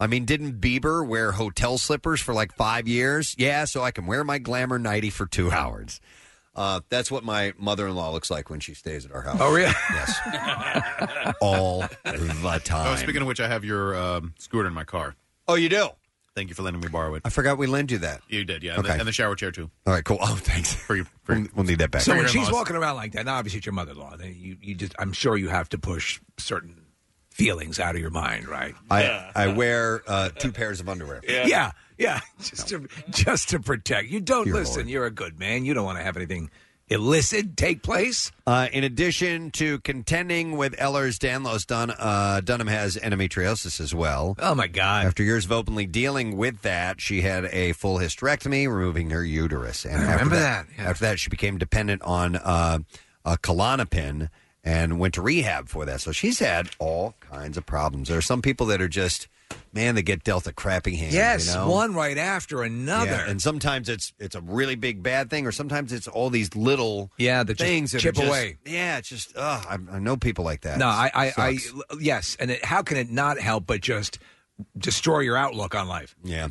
[SPEAKER 1] I mean, didn't Bieber wear hotel slippers for like five years? Yeah, so I can wear my glamour nighty for two hours. Uh, that's what my mother in law looks like when she stays at our house.
[SPEAKER 3] Oh, really?
[SPEAKER 1] Yes. All the time.
[SPEAKER 5] Oh, speaking of which, I have your um, scooter in my car.
[SPEAKER 1] Oh, you do?
[SPEAKER 5] Thank you for letting me borrow it.
[SPEAKER 1] I forgot we lent you that.
[SPEAKER 5] You did, yeah. And,
[SPEAKER 1] Okay.
[SPEAKER 5] the, and the shower chair too.
[SPEAKER 1] All right, cool. Oh, thanks. we'll, we'll need that back.
[SPEAKER 3] So when she's walking around like that, now obviously it's your mother-in-law. Then you, you just, I'm sure you have to push certain feelings out of your mind, right?
[SPEAKER 1] I, I wear uh, two pairs of underwear.
[SPEAKER 3] yeah, yeah, just to just to protect. You don't listen. You're a good man. You don't want to have anything illicit take place.
[SPEAKER 1] Uh, in addition to contending with Ehlers Danlos, Dun, uh, Dunham has endometriosis as well.
[SPEAKER 3] Oh, my God.
[SPEAKER 1] After years of openly dealing with that, she had a full hysterectomy, removing her uterus. And
[SPEAKER 3] remember
[SPEAKER 1] after After that, she became dependent on uh, a Klonopin and went to rehab for that. So she's had all kinds of problems. There are some people that are just, man, they get dealt a crappy hand.
[SPEAKER 3] yes,
[SPEAKER 1] you know?
[SPEAKER 3] one right after another.
[SPEAKER 1] Yeah, and sometimes it's it's a really big bad thing, or sometimes it's all these little
[SPEAKER 3] Yeah, that just
[SPEAKER 1] things that
[SPEAKER 3] chip
[SPEAKER 1] are just-
[SPEAKER 3] away.
[SPEAKER 1] Yeah, it's just ugh, I, I know people like that.
[SPEAKER 3] No, I, I, I
[SPEAKER 1] Sucks.
[SPEAKER 3] yes, and it, how can it not help but just destroy your outlook on life?
[SPEAKER 1] yeah.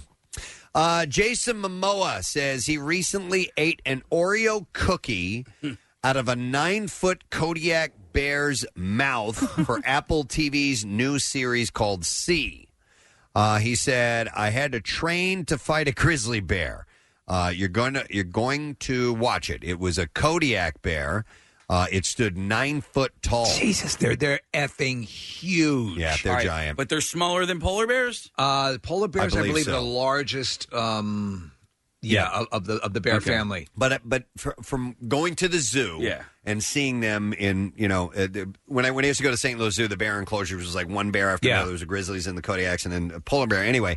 [SPEAKER 1] Uh, Jason Momoa says he recently ate an Oreo cookie out of a nine foot Kodiak bear's mouth for Apple TV's new series called C. Uh, he said, "I had to train to fight a grizzly bear. Uh, you're going to you're going to watch it. It was a Kodiak bear. Uh, it stood nine foot tall.
[SPEAKER 3] Jesus, they're they're effing huge.
[SPEAKER 1] Yeah, they're
[SPEAKER 4] All right,
[SPEAKER 1] giant.
[SPEAKER 4] But they're smaller than polar bears?
[SPEAKER 3] Uh, polar bears, I believe,
[SPEAKER 1] believe
[SPEAKER 3] are
[SPEAKER 1] so.
[SPEAKER 3] the largest. Um, yeah, of, of the of the bear family.
[SPEAKER 1] But uh, but fr- from going to the zoo,
[SPEAKER 3] Yeah.
[SPEAKER 1] and seeing them in you know uh, the- when I when I used to go to St. Louis Zoo, the bear enclosure was like one bear after
[SPEAKER 3] Yeah.
[SPEAKER 1] another. There was a grizzlies and the Kodiaks and then a polar bear. Anyway,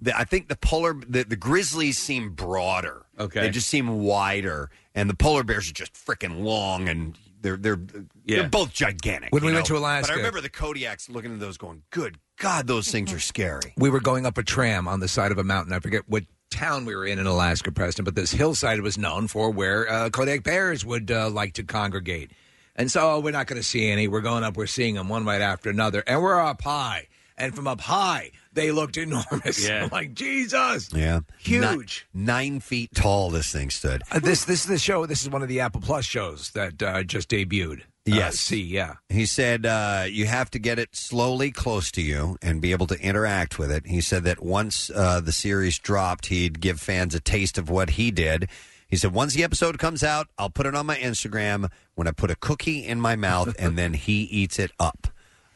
[SPEAKER 1] the, I think the polar the, the grizzlies seem broader.
[SPEAKER 4] Okay.
[SPEAKER 1] they just seem wider, and the polar bears are just freaking long and. They're they're
[SPEAKER 4] Yeah.
[SPEAKER 1] they're both gigantic.
[SPEAKER 3] When
[SPEAKER 1] you
[SPEAKER 3] we went
[SPEAKER 1] know?
[SPEAKER 3] to Alaska-
[SPEAKER 1] but I remember the Kodiaks looking at those, going, "Good God, those things are scary."
[SPEAKER 3] we were going up a tram on the side of a mountain. I forget what town we were in in Alaska, Preston, but this hillside was known for where uh, Kodak bears would uh, like to congregate. And so oh, we're not going to see any. We're going up. We're seeing them one right after another, and we're up high. And from up high, they looked enormous.
[SPEAKER 1] Yeah.
[SPEAKER 3] I'm like Jesus.
[SPEAKER 1] Yeah,
[SPEAKER 3] Huge.
[SPEAKER 1] Ni- nine feet tall. This thing stood.
[SPEAKER 3] Uh, this this is the show. This is one of the Apple Plus shows that uh, just debuted.
[SPEAKER 1] Yes.
[SPEAKER 3] uh, see, yeah.
[SPEAKER 1] He said, uh, you have to get it slowly close to you and be able to interact with it. He said that once uh, the series dropped, he'd give fans a taste of what he did. He said, once the episode comes out, I'll put it on my Instagram when I put a cookie in my mouth and then he eats it up.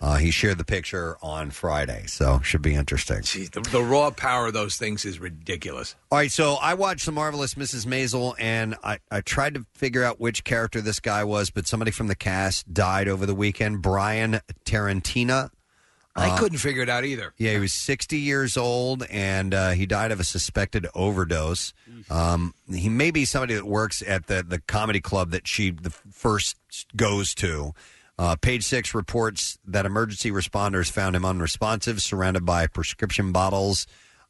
[SPEAKER 1] Uh, he shared the picture on Friday, so should be interesting.
[SPEAKER 3] Jeez, the, the raw power of those things is ridiculous.
[SPEAKER 1] All right, so I watched The Marvelous Mrs. Maisel, and I, I tried to figure out which character this guy was, but somebody from the cast died over the weekend. Brian Tarantina.
[SPEAKER 3] I
[SPEAKER 1] Uh,
[SPEAKER 3] couldn't figure it out either.
[SPEAKER 1] Yeah, he was 60 years old, and uh, he died of a suspected overdose. Um, he may be somebody that works at the, the comedy club that she the first goes to. Uh, page six reports that emergency responders found him unresponsive, surrounded by prescription bottles,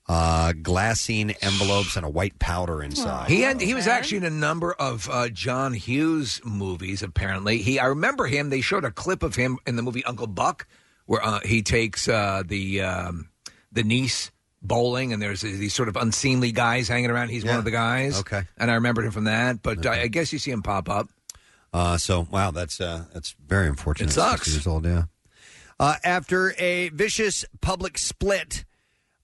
[SPEAKER 1] uh, glassine envelopes, and a white powder inside.
[SPEAKER 3] He had, he was actually in a number of uh, John Hughes movies. Apparently, he I remember him. They showed a clip of him in the movie Uncle Buck, where uh, he takes uh, the um, the niece bowling, and there's these sort of unseemly guys hanging around. He's one
[SPEAKER 1] Yeah.
[SPEAKER 3] of the guys.
[SPEAKER 1] Okay.
[SPEAKER 3] and I remembered him from that. But uh, I, I guess you see him pop up.
[SPEAKER 1] Uh, so wow, that's uh, that's very unfortunate.
[SPEAKER 3] It sucks.
[SPEAKER 1] 60 Years old, yeah. Uh, after a vicious public split,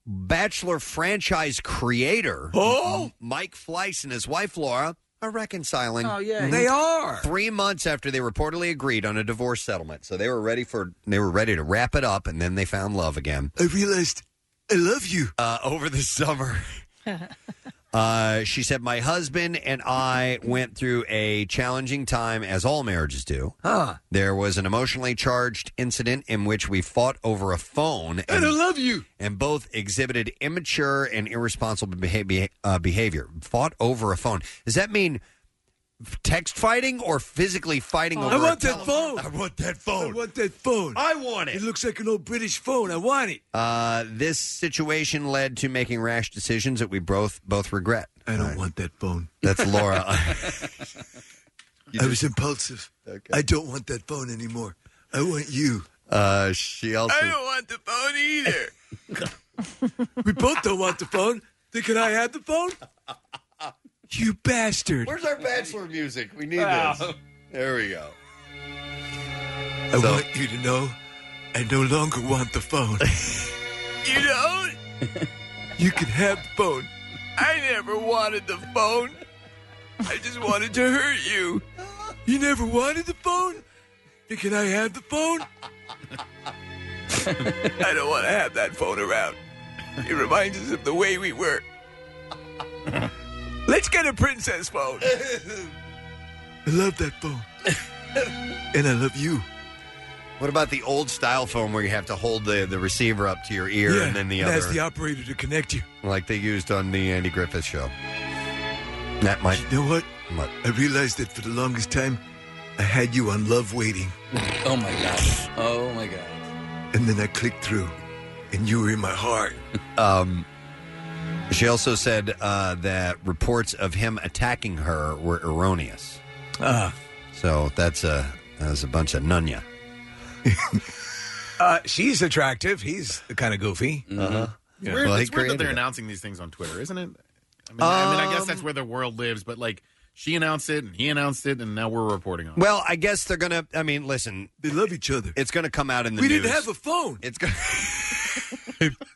[SPEAKER 1] Bachelor franchise creator M- Mike Fleiss and his wife Laura are reconciling. Mhm.
[SPEAKER 3] Oh, yeah. They are.
[SPEAKER 1] Three months after they reportedly agreed on a divorce settlement, so they were ready for they were ready to wrap it up, and then they found love again.
[SPEAKER 3] I realized I love you
[SPEAKER 1] uh, over the summer. Uh, she said, My husband and I went through a challenging time, as all marriages do.
[SPEAKER 3] Huh.
[SPEAKER 1] There was an emotionally charged incident in which we fought over a phone. And, I
[SPEAKER 3] love you.
[SPEAKER 1] And both exhibited immature and irresponsible beha- beha- uh, behavior. Fought over a phone. Does that mean text fighting or physically fighting over a tele-
[SPEAKER 3] phone.
[SPEAKER 1] I want that phone.
[SPEAKER 3] I want that phone.
[SPEAKER 1] I want it. It
[SPEAKER 3] looks like an old British phone. I want it.
[SPEAKER 1] Uh, this situation led to making rash decisions that we both both regret.
[SPEAKER 3] I don't want that phone.
[SPEAKER 1] That's Laura.
[SPEAKER 3] I was impulsive. I don't want that phone anymore. I want you.
[SPEAKER 1] Uh, she also.
[SPEAKER 3] want the phone either. we both don't want the phone. Then can I have the phone? You bastard.
[SPEAKER 1] Where's our bachelor music? We need this. There we go.
[SPEAKER 3] I want you to know I no longer want the phone. you don't? you can have the phone. I never wanted the phone. I just wanted to hurt you. You never wanted the phone? Then can I have the phone? I don't want to have that phone around. It reminds us of the way we were. Let's get a princess phone. I love that phone. and I love you.
[SPEAKER 1] What about the old style phone where you have to hold the, the receiver up to your ear and then the
[SPEAKER 3] Ask
[SPEAKER 1] other,
[SPEAKER 3] the operator to connect you.
[SPEAKER 1] like they used on the Andy Griffith show? That might.
[SPEAKER 3] You know what?
[SPEAKER 1] What?
[SPEAKER 3] I realized that for the longest time, I had you on love waiting,
[SPEAKER 4] Oh my god. Oh my god.
[SPEAKER 3] and then I clicked through, and you were in my heart.
[SPEAKER 1] Um, she also said uh, that reports of him attacking her were erroneous.
[SPEAKER 3] Uh,
[SPEAKER 1] So that's a that's a bunch of nunya.
[SPEAKER 3] uh, she's attractive. He's kind of goofy.
[SPEAKER 1] Uh-huh.
[SPEAKER 4] Mhm.
[SPEAKER 5] It's weird, it's weird that they're announcing these things on Twitter, isn't it? I mean, I, mean, I guess
[SPEAKER 1] Um,
[SPEAKER 5] that's where the world lives, but like she announced it and he announced it, and now we're reporting on it.
[SPEAKER 1] Well, I guess they're gonna. I mean, listen, they love each other. It's gonna come out in the
[SPEAKER 5] We
[SPEAKER 1] news.
[SPEAKER 5] didn't have
[SPEAKER 3] a phone.
[SPEAKER 1] It's gonna.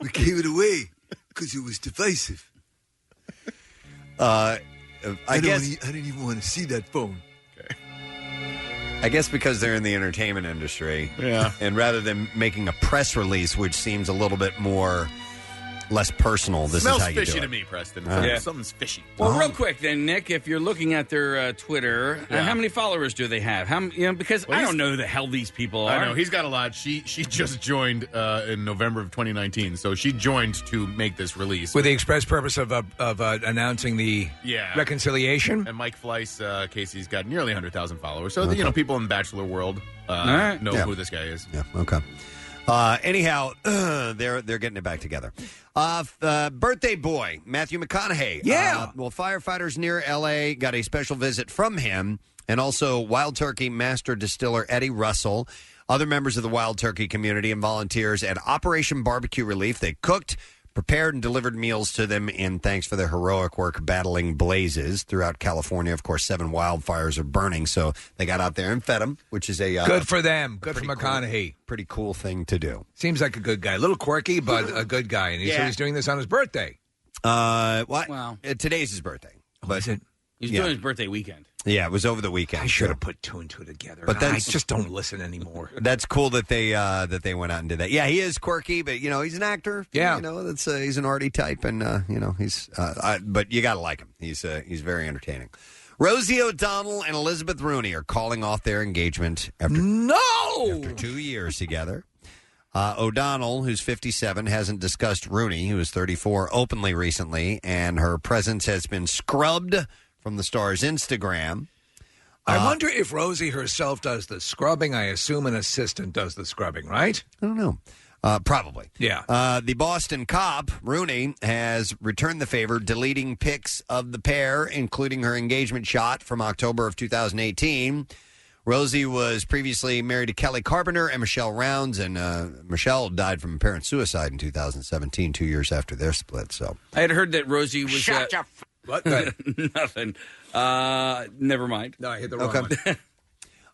[SPEAKER 10] we gave it away because it was divisive.
[SPEAKER 1] Uh, I,
[SPEAKER 10] don't
[SPEAKER 1] guess.
[SPEAKER 3] e-
[SPEAKER 10] wanna- I didn't even want to see that phone.
[SPEAKER 1] I guess because they're in the entertainment industry.
[SPEAKER 5] Yeah.
[SPEAKER 1] And rather than making a press release, which seems a little bit more less personal, this
[SPEAKER 5] Smells
[SPEAKER 1] is how you
[SPEAKER 5] fishy
[SPEAKER 1] do it. Um,
[SPEAKER 5] to me, Preston.
[SPEAKER 1] Uh,
[SPEAKER 5] Something- Something's fishy.
[SPEAKER 4] Well, real quick then, Nick, if you're looking at their uh, Twitter, uh,
[SPEAKER 5] Yeah.
[SPEAKER 4] how many followers do they have? How m- you know, because I
[SPEAKER 5] he's-
[SPEAKER 4] don't know who the hell these people are.
[SPEAKER 5] I know he's got a lot. She she just joined uh, in November of 2019, so she joined to make this release.
[SPEAKER 3] With the express purpose of uh, of uh, announcing the
[SPEAKER 5] yeah
[SPEAKER 3] reconciliation.
[SPEAKER 5] And Mike Fleiss, uh, Casey's got nearly 100,000 followers. So you know, people in Bachelor world uh,
[SPEAKER 1] All right.
[SPEAKER 5] know
[SPEAKER 1] Yeah.
[SPEAKER 5] who this guy is.
[SPEAKER 1] Yeah. Okay. Uh, anyhow, they're they're getting it back together. Uh, f- uh, birthday boy Matthew McConaughey. Yeah. well, firefighters near L.A. got a special visit from him, and also Wild Turkey master distiller Eddie Russell, other members of the Wild Turkey community, and volunteers at Operation Barbecue Relief. They cooked. Prepared and delivered meals to them in thanks for their heroic work battling blazes throughout California. Of course, seven wildfires are burning, so they got out there and fed them, which is a uh,
[SPEAKER 3] good for them. Good for McConaughey.
[SPEAKER 1] pretty cool thing to do.
[SPEAKER 3] Seems like a good guy. A little quirky, but a good guy. And he's,
[SPEAKER 1] Yeah.
[SPEAKER 3] he's doing this on his birthday.
[SPEAKER 1] Uh, what? Wow. today's his birthday. But
[SPEAKER 3] Oh, is it?
[SPEAKER 4] He's
[SPEAKER 1] yeah.
[SPEAKER 4] doing his birthday weekend.
[SPEAKER 1] Yeah, it was over the weekend. I should have
[SPEAKER 3] put two and two together.
[SPEAKER 1] But
[SPEAKER 3] But I
[SPEAKER 1] that's
[SPEAKER 3] just don't listen anymore.
[SPEAKER 1] That's cool that they uh, that they went out and did that. Yeah, he is quirky, but you know he's an actor.
[SPEAKER 3] Yeah.
[SPEAKER 1] you know that's uh, he's an arty type, and uh, you know he's. Uh, I, but you got to like him. He's uh, he's very entertaining. Rosie O'Donnell and Elizabeth Rooney are calling off their engagement after
[SPEAKER 3] no
[SPEAKER 1] after two years together. Uh, O'Donnell, who's 57, hasn't discussed Rooney, who is 34, openly recently, and her presence has been scrubbed from the star's Instagram. Uh,
[SPEAKER 3] I wonder if Rosie herself does the scrubbing. I assume an assistant does the scrubbing, right?
[SPEAKER 1] I don't know. Uh, probably.
[SPEAKER 3] Yeah.
[SPEAKER 1] Uh, the Boston cop, Rooney, has returned the favor, deleting pics of the pair, including her engagement shot from October of 2018. Rosie was previously married to Kelly Carpenter and Michelle Rounds, and uh, Michelle died from apparent suicide in 2017, two years after their split. So,
[SPEAKER 4] I had heard that Rosie was.
[SPEAKER 3] Shut
[SPEAKER 4] uh,
[SPEAKER 3] your what?
[SPEAKER 4] nothing. Uh, never mind.
[SPEAKER 3] No, I hit the
[SPEAKER 1] wrong Okay.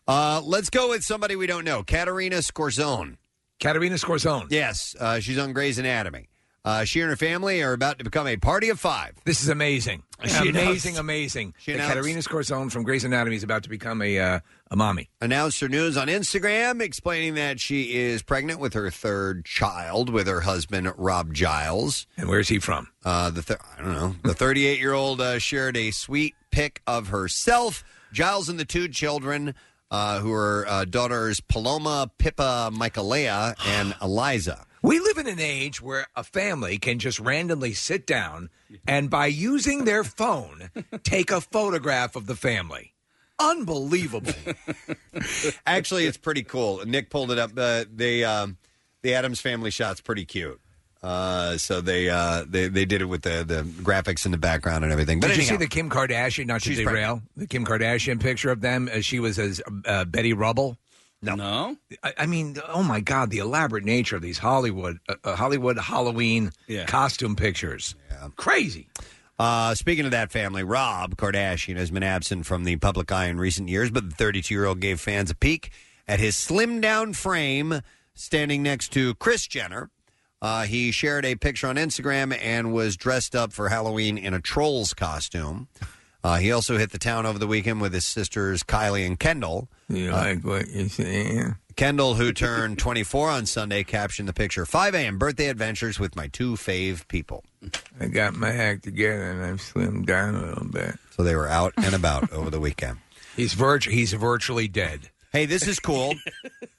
[SPEAKER 1] uh, let's go with somebody we don't know, Katerina Scorzone.
[SPEAKER 3] Katerina Scorzone.
[SPEAKER 1] Yes, uh, she's on Grey's Anatomy. Uh, she and her family are about to become a party of five.
[SPEAKER 3] This is amazing.
[SPEAKER 1] She
[SPEAKER 3] amazing,
[SPEAKER 1] announced-
[SPEAKER 3] amazing.
[SPEAKER 1] She
[SPEAKER 3] That
[SPEAKER 1] announced-
[SPEAKER 3] Katerina Scorzone from Grey's Anatomy is about to become a uh, a mommy.
[SPEAKER 1] announced her news on Instagram, explaining that she is pregnant with her third child with her husband Rob Giles.
[SPEAKER 3] And where's he from?
[SPEAKER 1] Uh, the th- I don't know. The 38 year old uh, shared a sweet pic of herself, Giles, and the two children. Uh, who are uh, daughters Paloma, Pippa, Michaela, and Eliza.
[SPEAKER 3] We live in an age where a family can just randomly sit down and by using their phone take a photograph of the family. Unbelievable.
[SPEAKER 1] Actually, it's pretty cool. Nick pulled it up. Uh, they um, the Adams family shot's pretty cute. Uh, so they uh, they they did it with the the graphics in the background and everything. But
[SPEAKER 3] Did you see
[SPEAKER 1] anyhow.
[SPEAKER 3] the Kim Kardashian? Not to
[SPEAKER 1] She's
[SPEAKER 3] derail the Kim Kardashian picture of them as she was as uh, Betty Rubble.
[SPEAKER 1] No,
[SPEAKER 4] no.
[SPEAKER 3] I, I mean, oh my God, the elaborate nature of these Hollywood uh, uh, Hollywood Halloween costume pictures. Crazy.
[SPEAKER 1] Uh, speaking of that family, Rob Kardashian has been absent from the public eye in recent years, but the 32 year old gave fans a peek at his slimmed down frame standing next to Chris Jenner. Uh, he shared a picture on Instagram and was dressed up for Halloween in a troll's costume. Uh, he also hit the town over the weekend with his sisters Kylie and Kendall.
[SPEAKER 3] You
[SPEAKER 1] like
[SPEAKER 3] what you see?
[SPEAKER 1] Kendall, who turned 24 on Sunday, captioned the picture 5 a.m. birthday adventures with my two fave people.
[SPEAKER 3] I got my act together and I've slimmed down a little bit.
[SPEAKER 1] So they were out and about over the weekend.
[SPEAKER 3] He's virtu- he's virtually dead.
[SPEAKER 1] Hey, this is cool.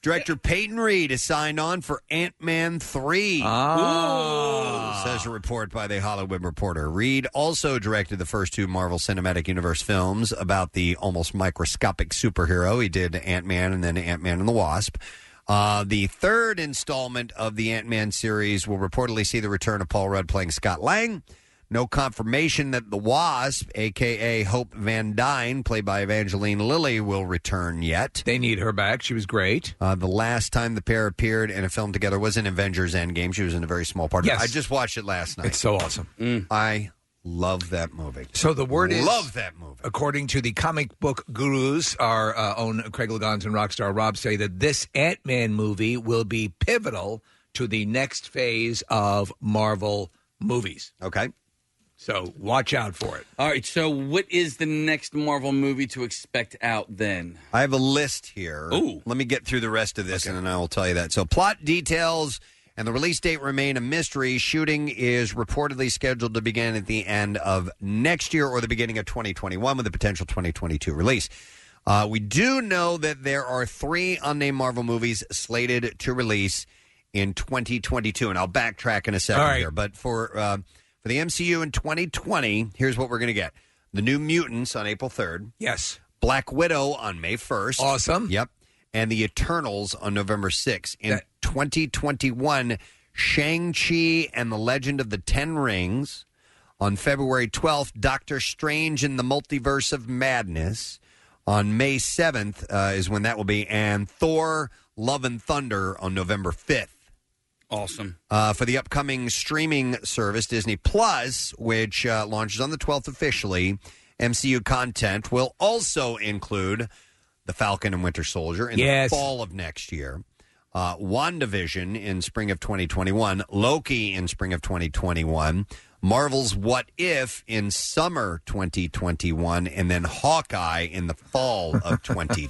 [SPEAKER 1] Director Peyton Reed is signed on for Ant Man 3.
[SPEAKER 3] Ah.
[SPEAKER 1] Ooh, Says a report by the Hollywood Reporter. Reed also directed the first two Marvel Cinematic Universe films about the almost microscopic superhero. He did Ant Man and then Ant Man and the Wasp. Uh, the third installment of the Ant Man series will reportedly see the return of Paul Rudd playing Scott Lang. No confirmation that the Wasp, aka Hope Van Dyne, played by Evangeline Lilly, will return yet.
[SPEAKER 3] They need her back. She was great.
[SPEAKER 1] Uh, the last time the pair appeared in a film together was in Avengers Endgame. She was in a very small part. of it.
[SPEAKER 3] Yes.
[SPEAKER 1] I just watched it last night.
[SPEAKER 3] It's so awesome.
[SPEAKER 1] I love that movie.
[SPEAKER 3] So the word is
[SPEAKER 1] love that movie.
[SPEAKER 3] According to the comic book gurus, our uh, own Craig Legons and Rockstar Rob say that this Ant Man movie will be pivotal to the next phase of Marvel movies.
[SPEAKER 1] Okay.
[SPEAKER 3] So watch out for it.
[SPEAKER 4] All right, so what is the next Marvel movie to expect out then?
[SPEAKER 1] I have a list here. Ooh. Let me get through the rest of this and then I will tell you that. So, plot details and the release date remain a mystery. Shooting is reportedly scheduled to begin at the end of next year or the beginning of 2021 with a potential 2022 release. Uh, we do know that there are three unnamed Marvel movies slated to release in 2022, and I'll backtrack in a second
[SPEAKER 3] All right.
[SPEAKER 1] here. But for uh, for the MCU in 2020, here's what we're going to get: The New Mutants on April 3rd.
[SPEAKER 3] Yes.
[SPEAKER 1] Black Widow on May 1st.
[SPEAKER 3] Awesome.
[SPEAKER 1] Yep. And the Eternals on November 6th. In 2021, Shang-Chi and the Legend of the Ten Rings. On February 12th, Doctor Strange in the Multiverse of Madness. On May 7th uh, is when that will be. And Thor, Love and Thunder on November 5th.
[SPEAKER 4] Awesome.
[SPEAKER 1] Uh, for the upcoming streaming service Disney Plus, which uh, launches on the 12th officially, MCU content will also include The Falcon and Winter Soldier in
[SPEAKER 3] Yes.
[SPEAKER 1] the fall of next year, uh, WandaVision in spring of 2021, Loki in spring of 2021, Marvel's What If in summer 2021, and then Hawkeye in the fall of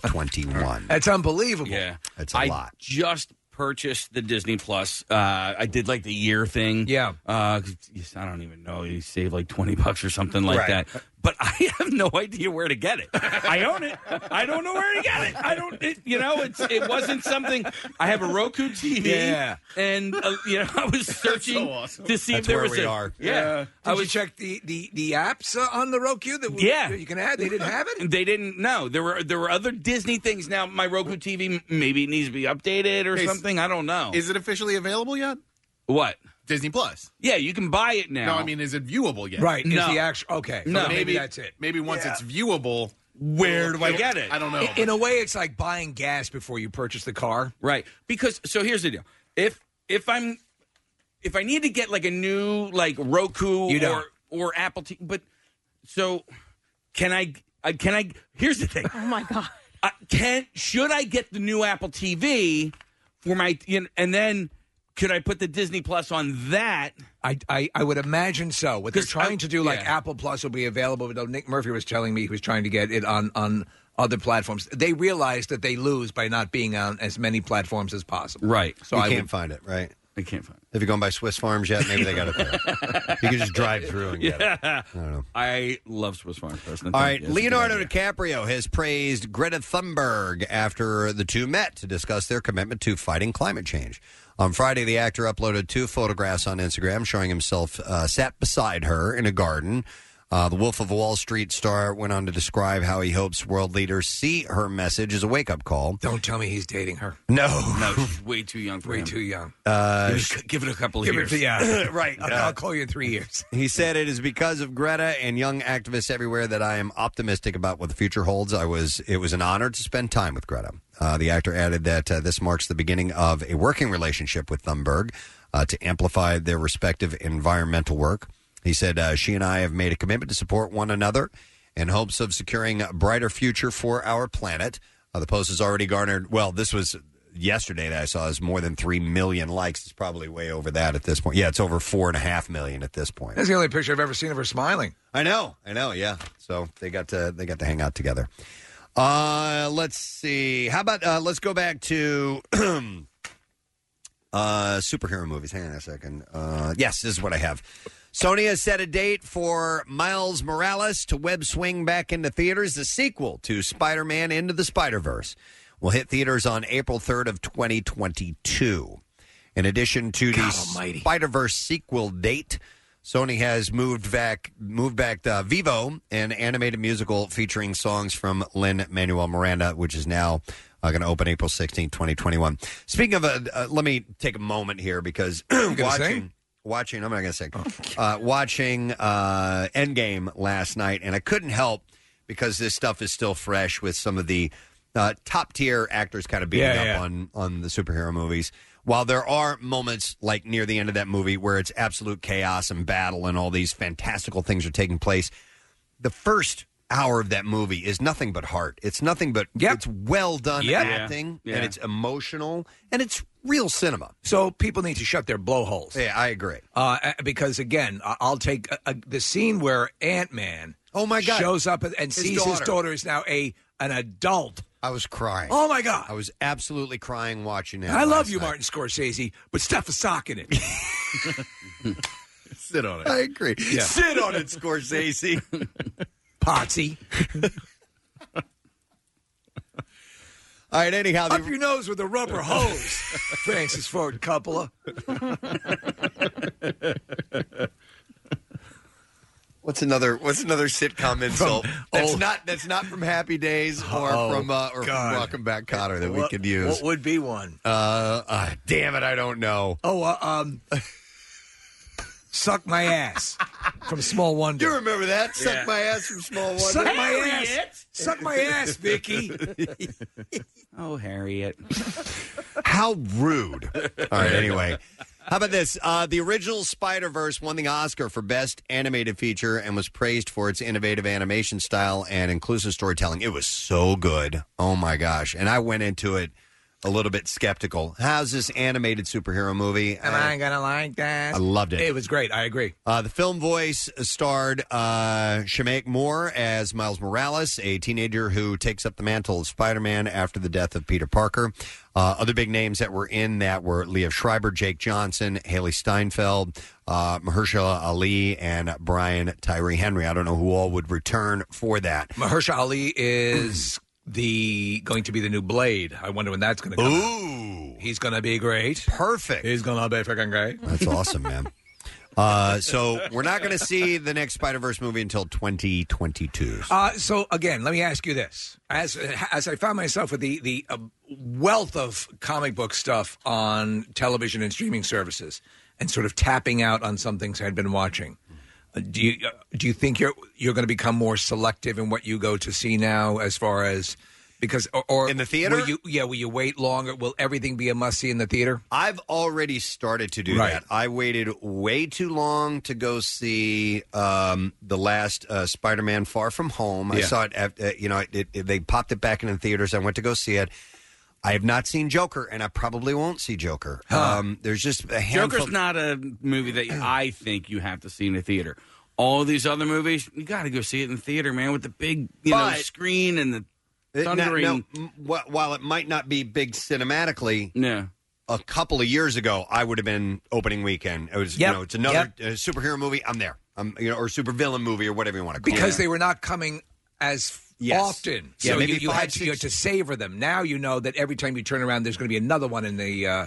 [SPEAKER 1] 2021.
[SPEAKER 3] That's unbelievable.
[SPEAKER 4] Yeah.
[SPEAKER 1] That's
[SPEAKER 4] a
[SPEAKER 1] a lot.
[SPEAKER 4] Just purchased the Disney Plus. Uh, I did like the year thing. Yeah. Uh, 'cause, yes, I don't even know. You save like 20 bucks or something like
[SPEAKER 11] Right.
[SPEAKER 4] that. But I have no idea where to get it. I own it. I don't know where to get it. I don't, it, you know, it's it wasn't something. I have a Roku TV.
[SPEAKER 3] Yeah.
[SPEAKER 4] And, uh, you know, I was searching to see if there was a. Yeah.
[SPEAKER 5] Uh,
[SPEAKER 3] I would check the the the apps uh, on the Roku that we,
[SPEAKER 4] Yeah,
[SPEAKER 3] that you can add. They didn't have it.
[SPEAKER 4] They didn't. No, there were there were other Disney things. Now my Roku TV m- maybe it needs to be updated or
[SPEAKER 5] Hey, s-
[SPEAKER 4] something. I don't know.
[SPEAKER 5] Is it officially available yet?
[SPEAKER 4] What
[SPEAKER 5] Disney Plus?
[SPEAKER 4] Yeah, you can buy it now.
[SPEAKER 5] No, I mean, is it viewable yet?
[SPEAKER 4] Right, is
[SPEAKER 5] No.
[SPEAKER 4] the actual-
[SPEAKER 3] okay,
[SPEAKER 4] so
[SPEAKER 5] No,
[SPEAKER 4] maybe
[SPEAKER 5] maybe
[SPEAKER 3] that's it.
[SPEAKER 5] Maybe once
[SPEAKER 3] Yeah.
[SPEAKER 5] it's viewable,
[SPEAKER 4] Where do I
[SPEAKER 5] don't-
[SPEAKER 4] get it?
[SPEAKER 5] I don't know.
[SPEAKER 3] In, in a way, it's like buying gas before you purchase the car.
[SPEAKER 4] Right. Because so here's the deal. If if I'm if I need to get like a new like Roku
[SPEAKER 3] You
[SPEAKER 4] or
[SPEAKER 3] don't.
[SPEAKER 4] or Apple TV, but so can I? I can I? Here's the thing.
[SPEAKER 2] Oh my god.
[SPEAKER 4] I, can should I get the new Apple TV for my you know, and then could I put the Disney Plus on that?
[SPEAKER 3] I, I, I would imagine so. What they're trying to do, like
[SPEAKER 4] yeah.
[SPEAKER 3] Apple Plus, will be available. Though Nick Murphy was telling me he was trying to get it on on other platforms. They realize that they lose by not being on as many platforms as possible.
[SPEAKER 4] Right.
[SPEAKER 3] So
[SPEAKER 1] you
[SPEAKER 3] I
[SPEAKER 1] can't
[SPEAKER 3] would-
[SPEAKER 1] find it, right?
[SPEAKER 4] I can't find it.
[SPEAKER 1] Have you gone by Swiss Farms yet? Maybe they got it there. you can just drive through and get it.
[SPEAKER 4] Yeah. I
[SPEAKER 1] don't know.
[SPEAKER 4] I love Swiss Farm President.
[SPEAKER 1] All right, Leonardo DiCaprio has praised Greta Thunberg after the two met to discuss their commitment to fighting climate change. On Friday, the actor uploaded two photographs on Instagram showing himself uh, sat beside her in a garden. Uh, the Wolf of Wall Street star went on to describe how he hopes world leaders see her message as a wake up call.
[SPEAKER 3] Don't tell me he's dating her.
[SPEAKER 1] No.
[SPEAKER 4] No, she's way too young for
[SPEAKER 3] Way
[SPEAKER 4] him.
[SPEAKER 3] too young.
[SPEAKER 1] Uh,
[SPEAKER 4] Give it- give it a couple of
[SPEAKER 3] Give
[SPEAKER 4] years.
[SPEAKER 3] it, yeah,
[SPEAKER 1] Right.
[SPEAKER 3] I'll, I'll call you in three years.
[SPEAKER 1] He said it is because of Greta and young activists everywhere that I am optimistic about what the future holds. I was it was an honor to spend time with Greta. Uh, the actor added that uh, this marks the beginning of a working relationship with Thunberg uh, to amplify their respective environmental work. He said uh, she and I have made a commitment to support one another in hopes of securing a brighter future for our planet. Uh, the post has already garnered, well, this was yesterday that I saw, is more than 3 million likes. It's probably way over that at this point. Yeah, it's over 4.5 million at this point.
[SPEAKER 3] That's the only picture I've ever seen of her smiling.
[SPEAKER 1] I know, I know, yeah. So they got to they got to hang out together. Uh, let's see. How about uh, let's go back to uh, superhero movies. Hang on a second. Uh, yes, this is what I have. Sony has set a date for Miles Morales to web swing back into theaters. The sequel to Spider Man Into the Spider Verse will hit theaters on April third of 2022. In addition to the Spider Verse sequel date, Sony has moved back moved back uh, Vivo, an animated musical featuring songs from Lin Manuel Miranda, which is now uh, going to open April 16, 2021. Speaking of, uh, uh, let me take a moment here because
[SPEAKER 3] gonna Oh.
[SPEAKER 1] watching.
[SPEAKER 3] sing?
[SPEAKER 1] watching. I'm not going to say uh, watching uh, Endgame last night, and I couldn't help because this stuff is still fresh with some of the uh, top tier actors kind of beating
[SPEAKER 11] Yeah,
[SPEAKER 1] up
[SPEAKER 11] yeah.
[SPEAKER 1] on on the superhero movies. While there are moments like near the end of that movie where it's absolute chaos and battle and all these fantastical things are taking place, the first hour of that movie is nothing but heart. It's nothing but it's well done
[SPEAKER 3] Yep. Yeah.
[SPEAKER 1] acting
[SPEAKER 3] Yeah.
[SPEAKER 1] and it's emotional and it's real cinema.
[SPEAKER 3] So people need to shut their blowholes.
[SPEAKER 1] Yeah, I agree.
[SPEAKER 3] Uh, uh, because again, I- I'll take uh, uh, the scene where Ant Man.
[SPEAKER 1] Oh my God.
[SPEAKER 3] Shows up and, and
[SPEAKER 1] His
[SPEAKER 3] sees his
[SPEAKER 1] daughter.
[SPEAKER 3] daughter is now a an adult.
[SPEAKER 1] I was crying.
[SPEAKER 3] Oh my God! I
[SPEAKER 1] was absolutely crying watching that
[SPEAKER 3] I love
[SPEAKER 1] last
[SPEAKER 3] you,
[SPEAKER 1] night.
[SPEAKER 3] Martin Scorsese, but stuff a sock in it.
[SPEAKER 5] Sit on it.
[SPEAKER 1] I agree.
[SPEAKER 3] Yeah.
[SPEAKER 1] Sit on it, Scorsese.
[SPEAKER 3] Potsy.
[SPEAKER 1] All right, anyhow.
[SPEAKER 3] Up your nose with a rubber hose, Francis Ford Coppola.
[SPEAKER 1] What's another What's another sitcom insult? that's
[SPEAKER 3] oh.
[SPEAKER 1] not that's not from Happy Days or
[SPEAKER 3] Oh,
[SPEAKER 1] from uh, or
[SPEAKER 3] God.
[SPEAKER 1] from Welcome Back Cotter that we
[SPEAKER 3] What-
[SPEAKER 1] could use.
[SPEAKER 3] What would be one?
[SPEAKER 1] uh, uh, damn it, I don't know.
[SPEAKER 3] Oh, uh, um, suck my ass from Small Wonder. You
[SPEAKER 1] remember that? Suck Yeah. my ass from Small Wonder.
[SPEAKER 3] Suck my
[SPEAKER 1] Harriet!
[SPEAKER 3] ass. Suck my ass, Vicky.
[SPEAKER 4] oh, Harriet.
[SPEAKER 1] How rude. All right, anyway. How about this? Uh, the original Spider Verse won the Oscar for Best Animated Feature and was praised for its innovative animation style and inclusive storytelling. It was so good. Oh my gosh. And I went into it a little bit skeptical. How's this animated superhero movie? Uh,
[SPEAKER 3] Am I gonna like that?
[SPEAKER 1] I loved it.
[SPEAKER 3] It was great. I agree.
[SPEAKER 1] Uh, the film voice starred uh, Shemek Moore as Miles Morales, a teenager who takes up the mantle of Spider Man after the death of Peter Parker. Uh, other big names that were in that were Leah Schreiber, Jake Johnson, Haley Steinfeld, uh, Mahershala Ali, and Brian Tyree Henry. I don't know who all would return for that.
[SPEAKER 3] Mahershala Ali is the going to be the new Blade. I wonder when that's going to come.
[SPEAKER 1] Ooh,
[SPEAKER 3] he's going to be great.
[SPEAKER 1] Perfect.
[SPEAKER 3] He's going to be freaking great.
[SPEAKER 1] That's awesome, man. Uh, so we're not going to see the next Spider Verse movie until 2022.
[SPEAKER 3] Uh, so again, let me ask you this: as as I found myself with the the uh, wealth of comic book stuff on television and streaming services, and sort of tapping out on some things I'd been watching, uh, do you uh, do you think you're you're going to become more selective in what you go to see now, as far as because or, or in the
[SPEAKER 1] theater?
[SPEAKER 3] Will you, yeah, will you wait longer? Will everything be a must see in the theater?
[SPEAKER 1] I've already started to do
[SPEAKER 3] Right.
[SPEAKER 1] that. I waited way too long to go see um, the last uh, Spider-Man: Far From Home. I
[SPEAKER 11] Yeah.
[SPEAKER 1] saw it. At, uh, you know, it, it, they popped it back into the theaters. I went to go see it. I have not seen Joker, and I probably won't see Joker. Um, there's just a handful.
[SPEAKER 4] Joker's not a movie that I think you have to see in a theater. All these other movies, you got to go see it in the theater, man, with the big, you know,
[SPEAKER 1] But-
[SPEAKER 4] screen and the
[SPEAKER 1] It- no-
[SPEAKER 4] thundering.
[SPEAKER 1] no, m- wh- while it might not be big cinematically,
[SPEAKER 4] no.
[SPEAKER 1] A couple of years ago, I would have been opening weekend. It was,
[SPEAKER 3] Yep.
[SPEAKER 1] you know, it's another uh, superhero movie. I'm there. I'm, you know, or supervillain movie or whatever you want to call it.
[SPEAKER 3] Because they were not coming as
[SPEAKER 1] Yes.
[SPEAKER 3] often,
[SPEAKER 1] Yeah,
[SPEAKER 3] so
[SPEAKER 1] maybe
[SPEAKER 3] you, you
[SPEAKER 1] five,
[SPEAKER 3] had to, you had to savor them. Now you know that every time you turn around, there's going to be another one in the uh,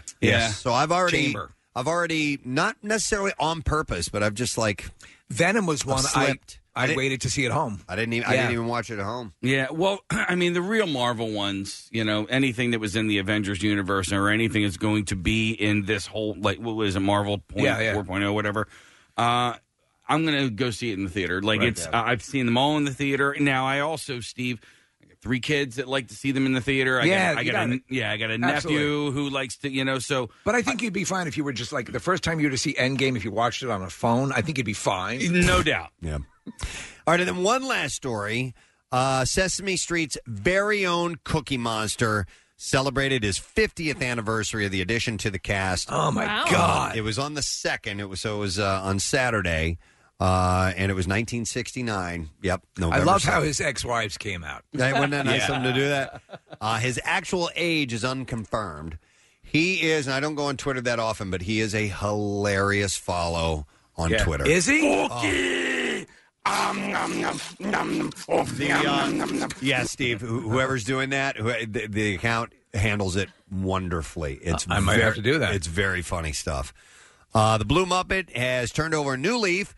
[SPEAKER 1] So I've already
[SPEAKER 3] chamber.
[SPEAKER 1] I've already not necessarily on purpose, but I've just like
[SPEAKER 3] Venom was one I- I
[SPEAKER 1] didn't-
[SPEAKER 3] waited to see at home.
[SPEAKER 1] I didn't even I
[SPEAKER 4] Yeah.
[SPEAKER 1] didn't even watch it at home.
[SPEAKER 4] Yeah, well, I mean, the real Marvel ones, you know, anything that was in the Avengers universe or anything is going to be in this whole, like, what was it, Marvel point,
[SPEAKER 3] Yeah, yeah.
[SPEAKER 4] 4.0, whatever. Uh, I'm going to go see it in the theater. Like,
[SPEAKER 3] Right,
[SPEAKER 4] it's,
[SPEAKER 3] yeah.
[SPEAKER 4] I- I've seen them all in the theater. Now, I also, Steve, I got three kids that like to see them in the theater. I
[SPEAKER 3] Yeah,
[SPEAKER 4] got, I
[SPEAKER 3] you
[SPEAKER 4] got,
[SPEAKER 3] got
[SPEAKER 4] a,
[SPEAKER 3] it.
[SPEAKER 4] yeah, I got a
[SPEAKER 3] Absolutely.
[SPEAKER 4] nephew who likes to, you know, so.
[SPEAKER 3] But I think you'd be fine if you were just like the first time you were to see Endgame. If you watched it on a phone, I think you'd be fine.
[SPEAKER 4] No doubt.
[SPEAKER 1] Yeah. All right, and then one last story. Uh, Sesame Street's very own Cookie Monster celebrated his 50th anniversary of the addition to the cast.
[SPEAKER 3] Oh my Wow. God.
[SPEAKER 1] It was on the second. It was so it was uh, on Saturday, uh, and it was 1969. Yep, November.
[SPEAKER 3] I love how
[SPEAKER 1] 2nd.
[SPEAKER 3] his ex-wives came out.
[SPEAKER 1] Right, wasn't that nice of him to do that? Uh, his actual age is unconfirmed. He is, and I don't go on Twitter that often, but he is a hilarious follow on
[SPEAKER 3] Yeah.
[SPEAKER 1] Twitter. Oh.
[SPEAKER 3] Is he?
[SPEAKER 1] The, uh, yeah, Steve, wh- whoever's doing that, who, the, the account handles it wonderfully. It's
[SPEAKER 3] I might have to do that.
[SPEAKER 1] It's very funny stuff. Uh, the Blue Muppet has turned over a new leaf.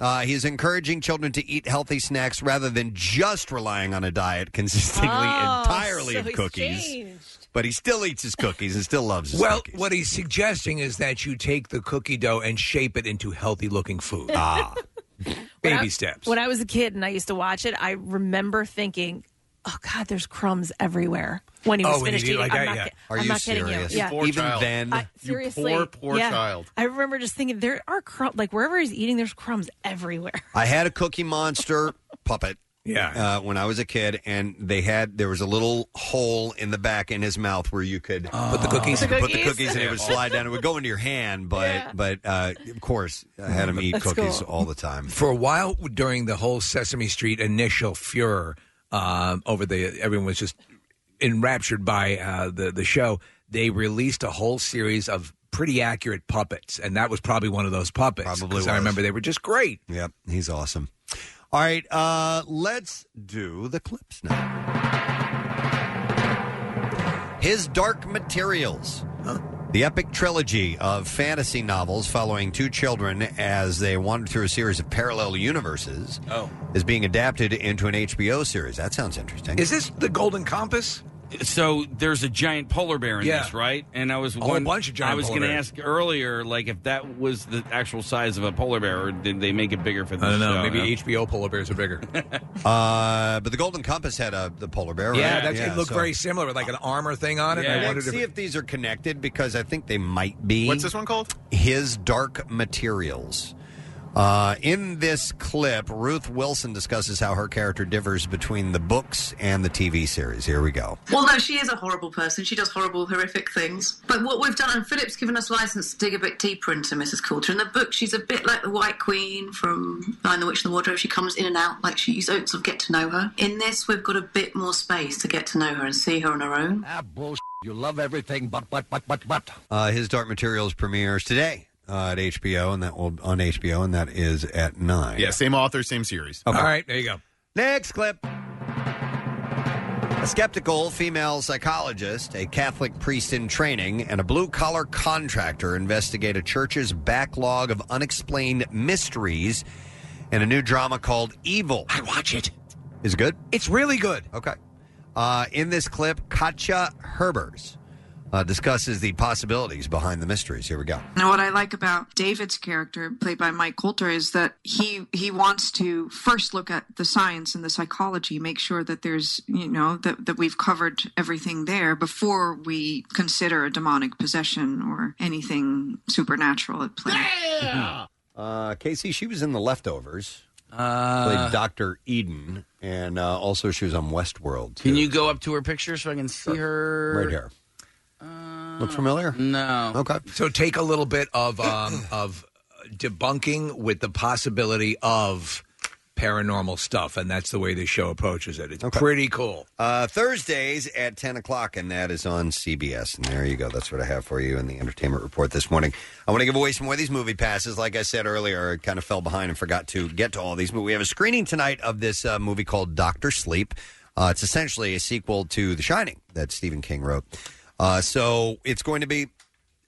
[SPEAKER 1] Uh, he is encouraging children to eat healthy snacks rather than just relying on a diet consisting
[SPEAKER 11] Oh,
[SPEAKER 1] entirely
[SPEAKER 11] so
[SPEAKER 1] of
[SPEAKER 11] he's
[SPEAKER 1] cookies. but he still eats his cookies and still loves his
[SPEAKER 3] Well, what he's suggesting is that you take the cookie dough and shape it into healthy looking food.
[SPEAKER 1] Ah.
[SPEAKER 2] When I-
[SPEAKER 3] Baby steps.
[SPEAKER 2] When I was a kid and I used to watch it, I remember thinking, "Oh God, there's crumbs everywhere." When he was
[SPEAKER 3] Oh, when you
[SPEAKER 2] finished
[SPEAKER 3] do it
[SPEAKER 2] eating,
[SPEAKER 3] like
[SPEAKER 2] I'm
[SPEAKER 3] that,
[SPEAKER 2] not,
[SPEAKER 3] yeah.
[SPEAKER 2] ki-
[SPEAKER 3] Are
[SPEAKER 2] I'm
[SPEAKER 3] you
[SPEAKER 2] not kidding
[SPEAKER 3] serious?
[SPEAKER 2] you. Yeah.
[SPEAKER 3] You poor Even child. then?
[SPEAKER 2] I-
[SPEAKER 3] You
[SPEAKER 2] seriously,
[SPEAKER 3] poor, poor
[SPEAKER 2] yeah.
[SPEAKER 1] child.
[SPEAKER 2] I remember just thinking there are crumbs. Like wherever he's eating, there's crumbs everywhere.
[SPEAKER 1] I had a Cookie Monster puppet. Yeah. Uh, when I was a kid, and they had there was a little hole in the back in his mouth where you could put the
[SPEAKER 3] cookies- The
[SPEAKER 1] put the
[SPEAKER 3] cookies?
[SPEAKER 1] cookies, and it would slide down. It would go into your hand, but but uh, of course, I had him eat
[SPEAKER 3] That's
[SPEAKER 1] cookies
[SPEAKER 3] cool.
[SPEAKER 1] all the time.
[SPEAKER 3] For a while during the whole Sesame Street initial furor um, over the everyone was just enraptured by uh, the the show. They released a whole series of pretty accurate puppets, and that was probably one of those puppets. Probably, I
[SPEAKER 1] was.
[SPEAKER 3] remember they were just great.
[SPEAKER 1] Yep, he's awesome. All right, uh, let's do the clips now. His Dark Materials. The epic trilogy of fantasy novels following two children as they wander through a series of parallel universes
[SPEAKER 3] Oh.
[SPEAKER 1] is being adapted into an HBO series. That sounds interesting.
[SPEAKER 3] Is this the Golden Compass?
[SPEAKER 4] So there's a giant polar bear in
[SPEAKER 3] Yeah.
[SPEAKER 4] this, right? And I was
[SPEAKER 3] A whole
[SPEAKER 4] one
[SPEAKER 3] bunch of giant
[SPEAKER 4] I was
[SPEAKER 3] polar
[SPEAKER 4] going to
[SPEAKER 3] bears.
[SPEAKER 4] ask earlier, like if that was the actual size of a polar bear, or did they make it bigger for this?
[SPEAKER 3] I don't know.
[SPEAKER 4] show?
[SPEAKER 3] maybe
[SPEAKER 4] No.
[SPEAKER 3] HBO polar bears are bigger.
[SPEAKER 1] Uh, but the Golden Compass had a the polar bear.
[SPEAKER 3] Yeah,
[SPEAKER 1] right?
[SPEAKER 3] that's, it looked
[SPEAKER 1] so-
[SPEAKER 3] very similar with like an armor thing on it.
[SPEAKER 1] Yeah.
[SPEAKER 3] and I
[SPEAKER 1] Let's
[SPEAKER 3] wondered
[SPEAKER 1] see if these are connected because I think they might be.
[SPEAKER 3] What's this one
[SPEAKER 5] called?
[SPEAKER 1] His Dark Materials. Uh, in this clip, Ruth Wilson discusses how her character differs between the books and the TV series. Here we go.
[SPEAKER 11] Well, no, she is a horrible person. She does horrible, horrific things. But what we've done, and Philip's given us license to dig a bit deeper into Mrs. Coulter. In the book, she's a bit like the White Queen from Nine the Witch in the Wardrobe. She comes in and out, like she, you don't sort of get to know her. In this, we've got a bit more space to get to know her and see her on her own. Ah, bullshit. You love everything, but, but, but, but, but.
[SPEAKER 1] Uh, His Dark Materials premieres today uh, at HBO, and that will on HBO, and that is at nine.
[SPEAKER 5] Yeah, same author, same series.
[SPEAKER 1] Okay.
[SPEAKER 3] All right, there you go.
[SPEAKER 1] Next clip. A skeptical female psychologist, a Catholic priest in training, and a blue collar contractor investigate a church's backlog of unexplained mysteries in a new drama called Evil. I
[SPEAKER 3] watch it.
[SPEAKER 1] Is it good?
[SPEAKER 3] It's really good.
[SPEAKER 1] Okay. Uh, in this clip, Katja Herbers uh, discusses the possibilities behind the mysteries. Here we go.
[SPEAKER 12] Now, what I like about David's character, played by Mike Coulter, is that he he wants to first look at the science and the psychology, make sure that there's you know that that we've covered everything there before we consider a demonic possession or anything supernatural at play.
[SPEAKER 1] Uh, Casey, she was in The Leftovers. Uh, played Dr. Eden, and uh, also she was on Westworld.
[SPEAKER 4] Can you go up to her picture so I can see her?
[SPEAKER 1] Right here. Look familiar?
[SPEAKER 4] No.
[SPEAKER 1] Okay.
[SPEAKER 3] So take a little bit of um, of debunking with the possibility of paranormal stuff, and that's the way this show approaches it. It's pretty cool.
[SPEAKER 1] Uh, Thursdays at 10 o'clock, and that is on CBS. And there you go. That's what I have for you in the entertainment report this morning. I want to give away some more of these movie passes. Like I said earlier, I kind of fell behind and forgot to get to all these, but we have a screening tonight of this uh, movie called Doctor Sleep. Uh, it's essentially a sequel to The Shining that Stephen King wrote. Uh, so it's going to be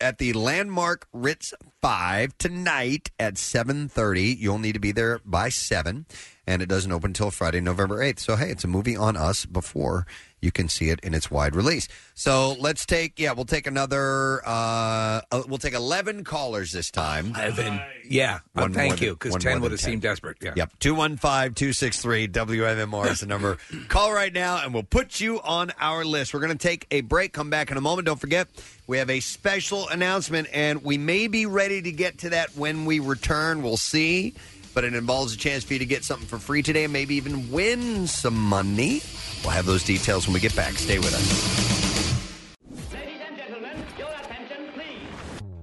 [SPEAKER 1] at the landmark Ritz 5 tonight at 7:30. You'll need to be there by 7 and it doesn't open until Friday, November 8th. So hey, it's a movie on us before you can see it in its wide release. So let's take yeah, we'll take another uh uh, we'll take 11 callers this time.
[SPEAKER 3] 11. Yeah. Uh,
[SPEAKER 1] One more
[SPEAKER 3] thank
[SPEAKER 1] than-
[SPEAKER 3] you, because
[SPEAKER 1] one
[SPEAKER 3] 10
[SPEAKER 1] more
[SPEAKER 3] would
[SPEAKER 1] than
[SPEAKER 3] have seemed desperate. Yeah.
[SPEAKER 1] Yep. 215 263 WMMR is the number. Call right now and we'll put you on our list. We're going to take a break, come back in a moment. Don't forget, we have a special announcement and we may be ready to get to that when we return. We'll see. But it involves a chance for you to get something for free today and maybe even win some money. We'll have those details when we get back. Stay with us.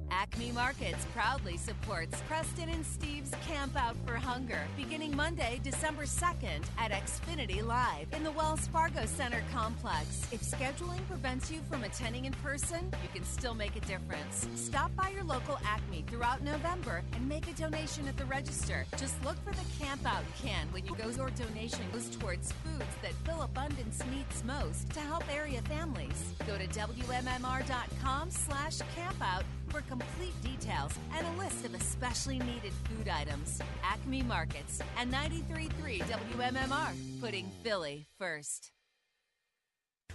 [SPEAKER 13] Acme Markets proudly supports Preston and Steve's Camp Out for Hunger beginning Monday, December 2nd at Xfinity Live in the Wells Fargo Center complex. If scheduling prevents you from attending in person, you can still make a difference. Stop by your local Acme throughout November and make a donation at the register. Just look for the Camp Out can when you go. Your donation goes towards foods that Phil Abundance needs most to help area families. Go to WMMR.com slash campout for complete details and a list of especially needed food items. Acme Markets and 93.3 WMMR, putting Philly first.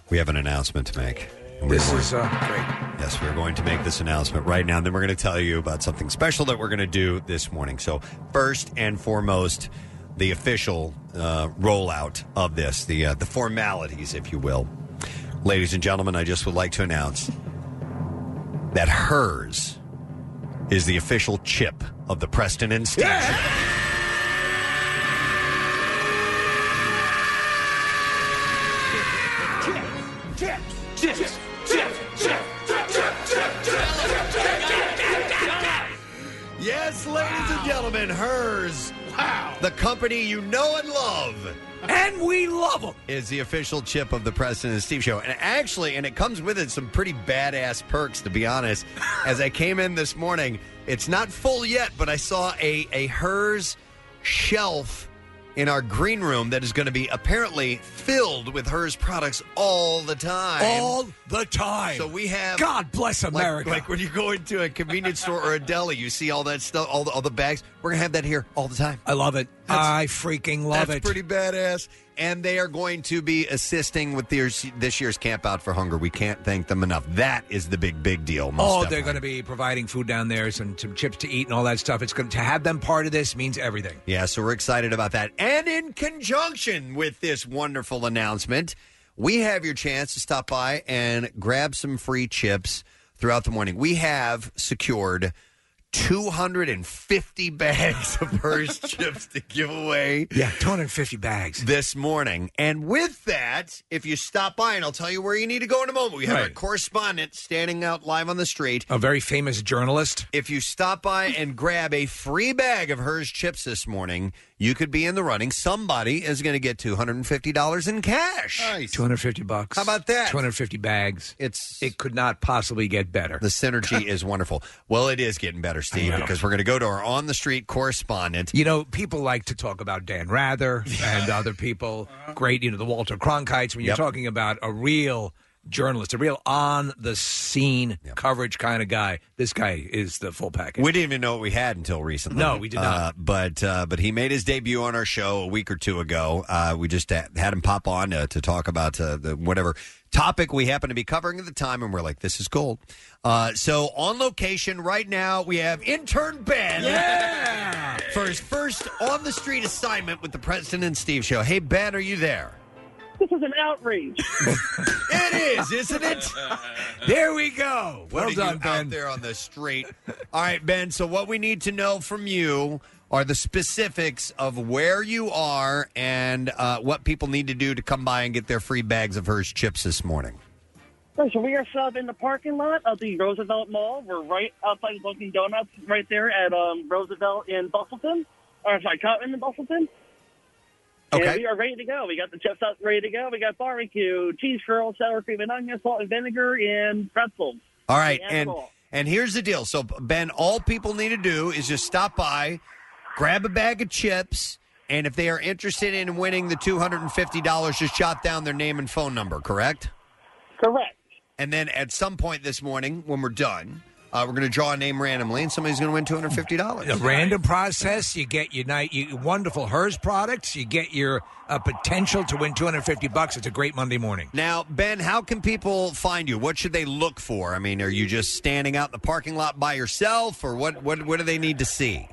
[SPEAKER 1] We have an announcement to make. And we're
[SPEAKER 3] This
[SPEAKER 1] going-
[SPEAKER 3] is uh, great.
[SPEAKER 1] Yes, we're going to make this announcement right now. Then we're going to tell you about something special that we're going to do this morning. So, first and foremost, the official uh, rollout of this, the uh, the formalities, if you will. Ladies and gentlemen, I just would like to announce that hers is the official chip of the Preston and Steve. Yes, ladies and gentlemen, hers. Wow. The company you know and love.
[SPEAKER 3] And we love them.
[SPEAKER 1] Is the official chip of the Preston and Steve Show. And actually, and it comes with it some pretty badass perks, to be honest. As I came in this morning, it's not full yet, but I saw a, a hers shelf in our green room that is going to be apparently filled with hers products all the time.
[SPEAKER 3] All the time.
[SPEAKER 1] So we have.
[SPEAKER 3] God bless
[SPEAKER 1] Like-
[SPEAKER 3] America.
[SPEAKER 1] Like, when you go into a convenience store or a deli, you see all that stuff, all the, all the bags. We're gonna have that here all the time.
[SPEAKER 3] I love it. I freaking love
[SPEAKER 1] that's
[SPEAKER 3] it.
[SPEAKER 1] pretty badass. And they are going to be assisting with their, this year's Camp Out for Hunger. We can't thank them enough. That is the big, big deal. most
[SPEAKER 3] Oh,
[SPEAKER 1] definitely.
[SPEAKER 3] they're going to be providing food down there, some some chips to eat, and all that stuff. It's going to have them part of this means everything.
[SPEAKER 1] Yeah, so we're excited about that. And in conjunction with this wonderful announcement, we have your chance to stop by and grab some free chips throughout the morning. We have secured 250 bags of Hers chips to give away.
[SPEAKER 3] Yeah, 250 bags
[SPEAKER 1] this morning. And with that, if you stop by, and I'll tell you where you need to go in a moment, we have our
[SPEAKER 3] Right.
[SPEAKER 1] correspondent standing out live on the street.
[SPEAKER 3] A very famous journalist.
[SPEAKER 1] If you stop by and grab a free bag of Hers chips this morning, you could be in the running. Somebody is going to get $250 in cash.
[SPEAKER 3] Nice. 250 bucks.
[SPEAKER 1] How about that?
[SPEAKER 3] 250 bags.
[SPEAKER 1] It's
[SPEAKER 3] it could not possibly get better.
[SPEAKER 1] The synergy is wonderful. Well, it is getting better, Steve, because we're going to go to our on the street correspondent.
[SPEAKER 3] You know, people like to talk about Dan Rather and other people. Great, you know, the Walter Cronkites. When
[SPEAKER 1] Uh-huh.
[SPEAKER 3] you're
[SPEAKER 1] Yep.
[SPEAKER 3] talking about a real journalist, a real on the scene coverage kind of guy, this guy is the full package.
[SPEAKER 1] We didn't even know what we had until recently.
[SPEAKER 3] No, we did not.
[SPEAKER 1] Uh, but uh, but he made his debut on our show a week or two ago. Uh, we just ha- had him pop on uh, to talk about uh, the, whatever topic we happen to be covering at the time, and we're like, this is gold. Uh, so on location right now, we have intern Ben. For his first on the street assignment with the President and Steve show. Hey Ben, are you there?
[SPEAKER 9] This is an outrage.
[SPEAKER 1] it is, isn't it?
[SPEAKER 3] There we go. Well
[SPEAKER 1] Putting
[SPEAKER 3] done,
[SPEAKER 1] you
[SPEAKER 3] Ben.
[SPEAKER 1] Out there on the street. All right, Ben. So what we need to know from you are the specifics of where you are and uh, what people need to do to come by and get their free bags of Hers chips this morning.
[SPEAKER 9] So we are set up in the parking lot of the Roosevelt Mall. We're right outside of Dunkin' Donuts, right there at um, Roosevelt in Bustleton. Or sorry, Cotton in Bustleton.
[SPEAKER 1] Okay.
[SPEAKER 9] And we are ready to go. We got the chips out ready to go. We got barbecue, cheese curls, sour cream and onion, salt and vinegar, and pretzels.
[SPEAKER 1] All right,
[SPEAKER 9] And
[SPEAKER 1] and
[SPEAKER 9] salt.
[SPEAKER 1] and here's the deal. So Ben, all people need to do is just stop by, grab a bag of chips, and if they are interested in winning the two hundred and fifty dollars, just jot down their name and phone number. Correct.
[SPEAKER 9] Correct.
[SPEAKER 1] And then at some point this morning, when we're done, uh, we're going to draw a name randomly, and somebody's going to win two hundred fifty dollars.
[SPEAKER 3] A random process. You get your night, you, wonderful hers products. You get your uh, potential to win 250 bucks. It's a great Monday morning.
[SPEAKER 1] Now, Ben, how can people find you? What should they look for? I mean, are you just standing out in the parking lot by yourself, or what? What, what do they need to see?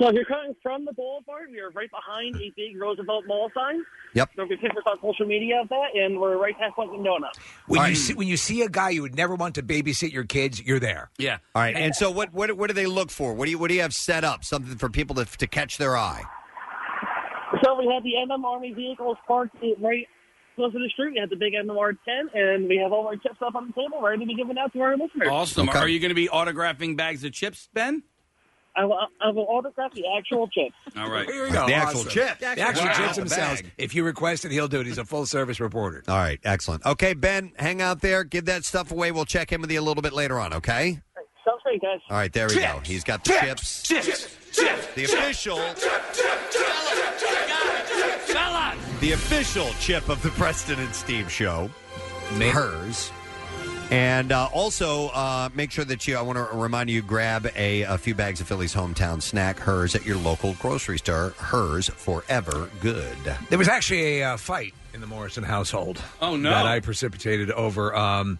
[SPEAKER 9] So if you're coming from the boulevard, we are right behind a big Roosevelt Mall sign.
[SPEAKER 1] Yep.
[SPEAKER 9] So we pictures on social media of that, and we're right past Dunkin' Donuts.
[SPEAKER 3] When you see when you see a guy you would never want to babysit your kids, you're there.
[SPEAKER 4] Yeah.
[SPEAKER 1] All right. And so, what what what do they look for? What do you what do you have set up? Something for people to to catch their eye.
[SPEAKER 9] So we have the MM Army vehicles parked right close to the street. We have the big MMR 10, and we have all our chips up on the table ready to be given out to our listeners.
[SPEAKER 4] Awesome. Are you going to be autographing bags of chips, Ben?
[SPEAKER 9] I will, I will autograph the actual chips.
[SPEAKER 4] All right.
[SPEAKER 3] Here we go.
[SPEAKER 1] The actual
[SPEAKER 3] Awesome.
[SPEAKER 1] chips.
[SPEAKER 3] The
[SPEAKER 1] Wow.
[SPEAKER 3] actual chips
[SPEAKER 1] The
[SPEAKER 3] themselves.
[SPEAKER 1] bag.
[SPEAKER 3] If you request it, he'll do it. He's a full service reporter.
[SPEAKER 1] All right. Excellent. Okay, Ben, hang out there. Give that stuff away. We'll check in with you a little bit later on. Okay.
[SPEAKER 9] Sounds great, guys.
[SPEAKER 1] All right. There we go. He's got the chips. The official. the official chip of the Preston and Steve show. Hers. And uh, also, uh, make sure that you, I want to remind you, grab a, a few bags of Philly's hometown snack, hers, at your local grocery store. Hers, forever good.
[SPEAKER 3] There was actually a uh, fight in the Morrison household.
[SPEAKER 4] Oh, no.
[SPEAKER 3] That I precipitated over. Um,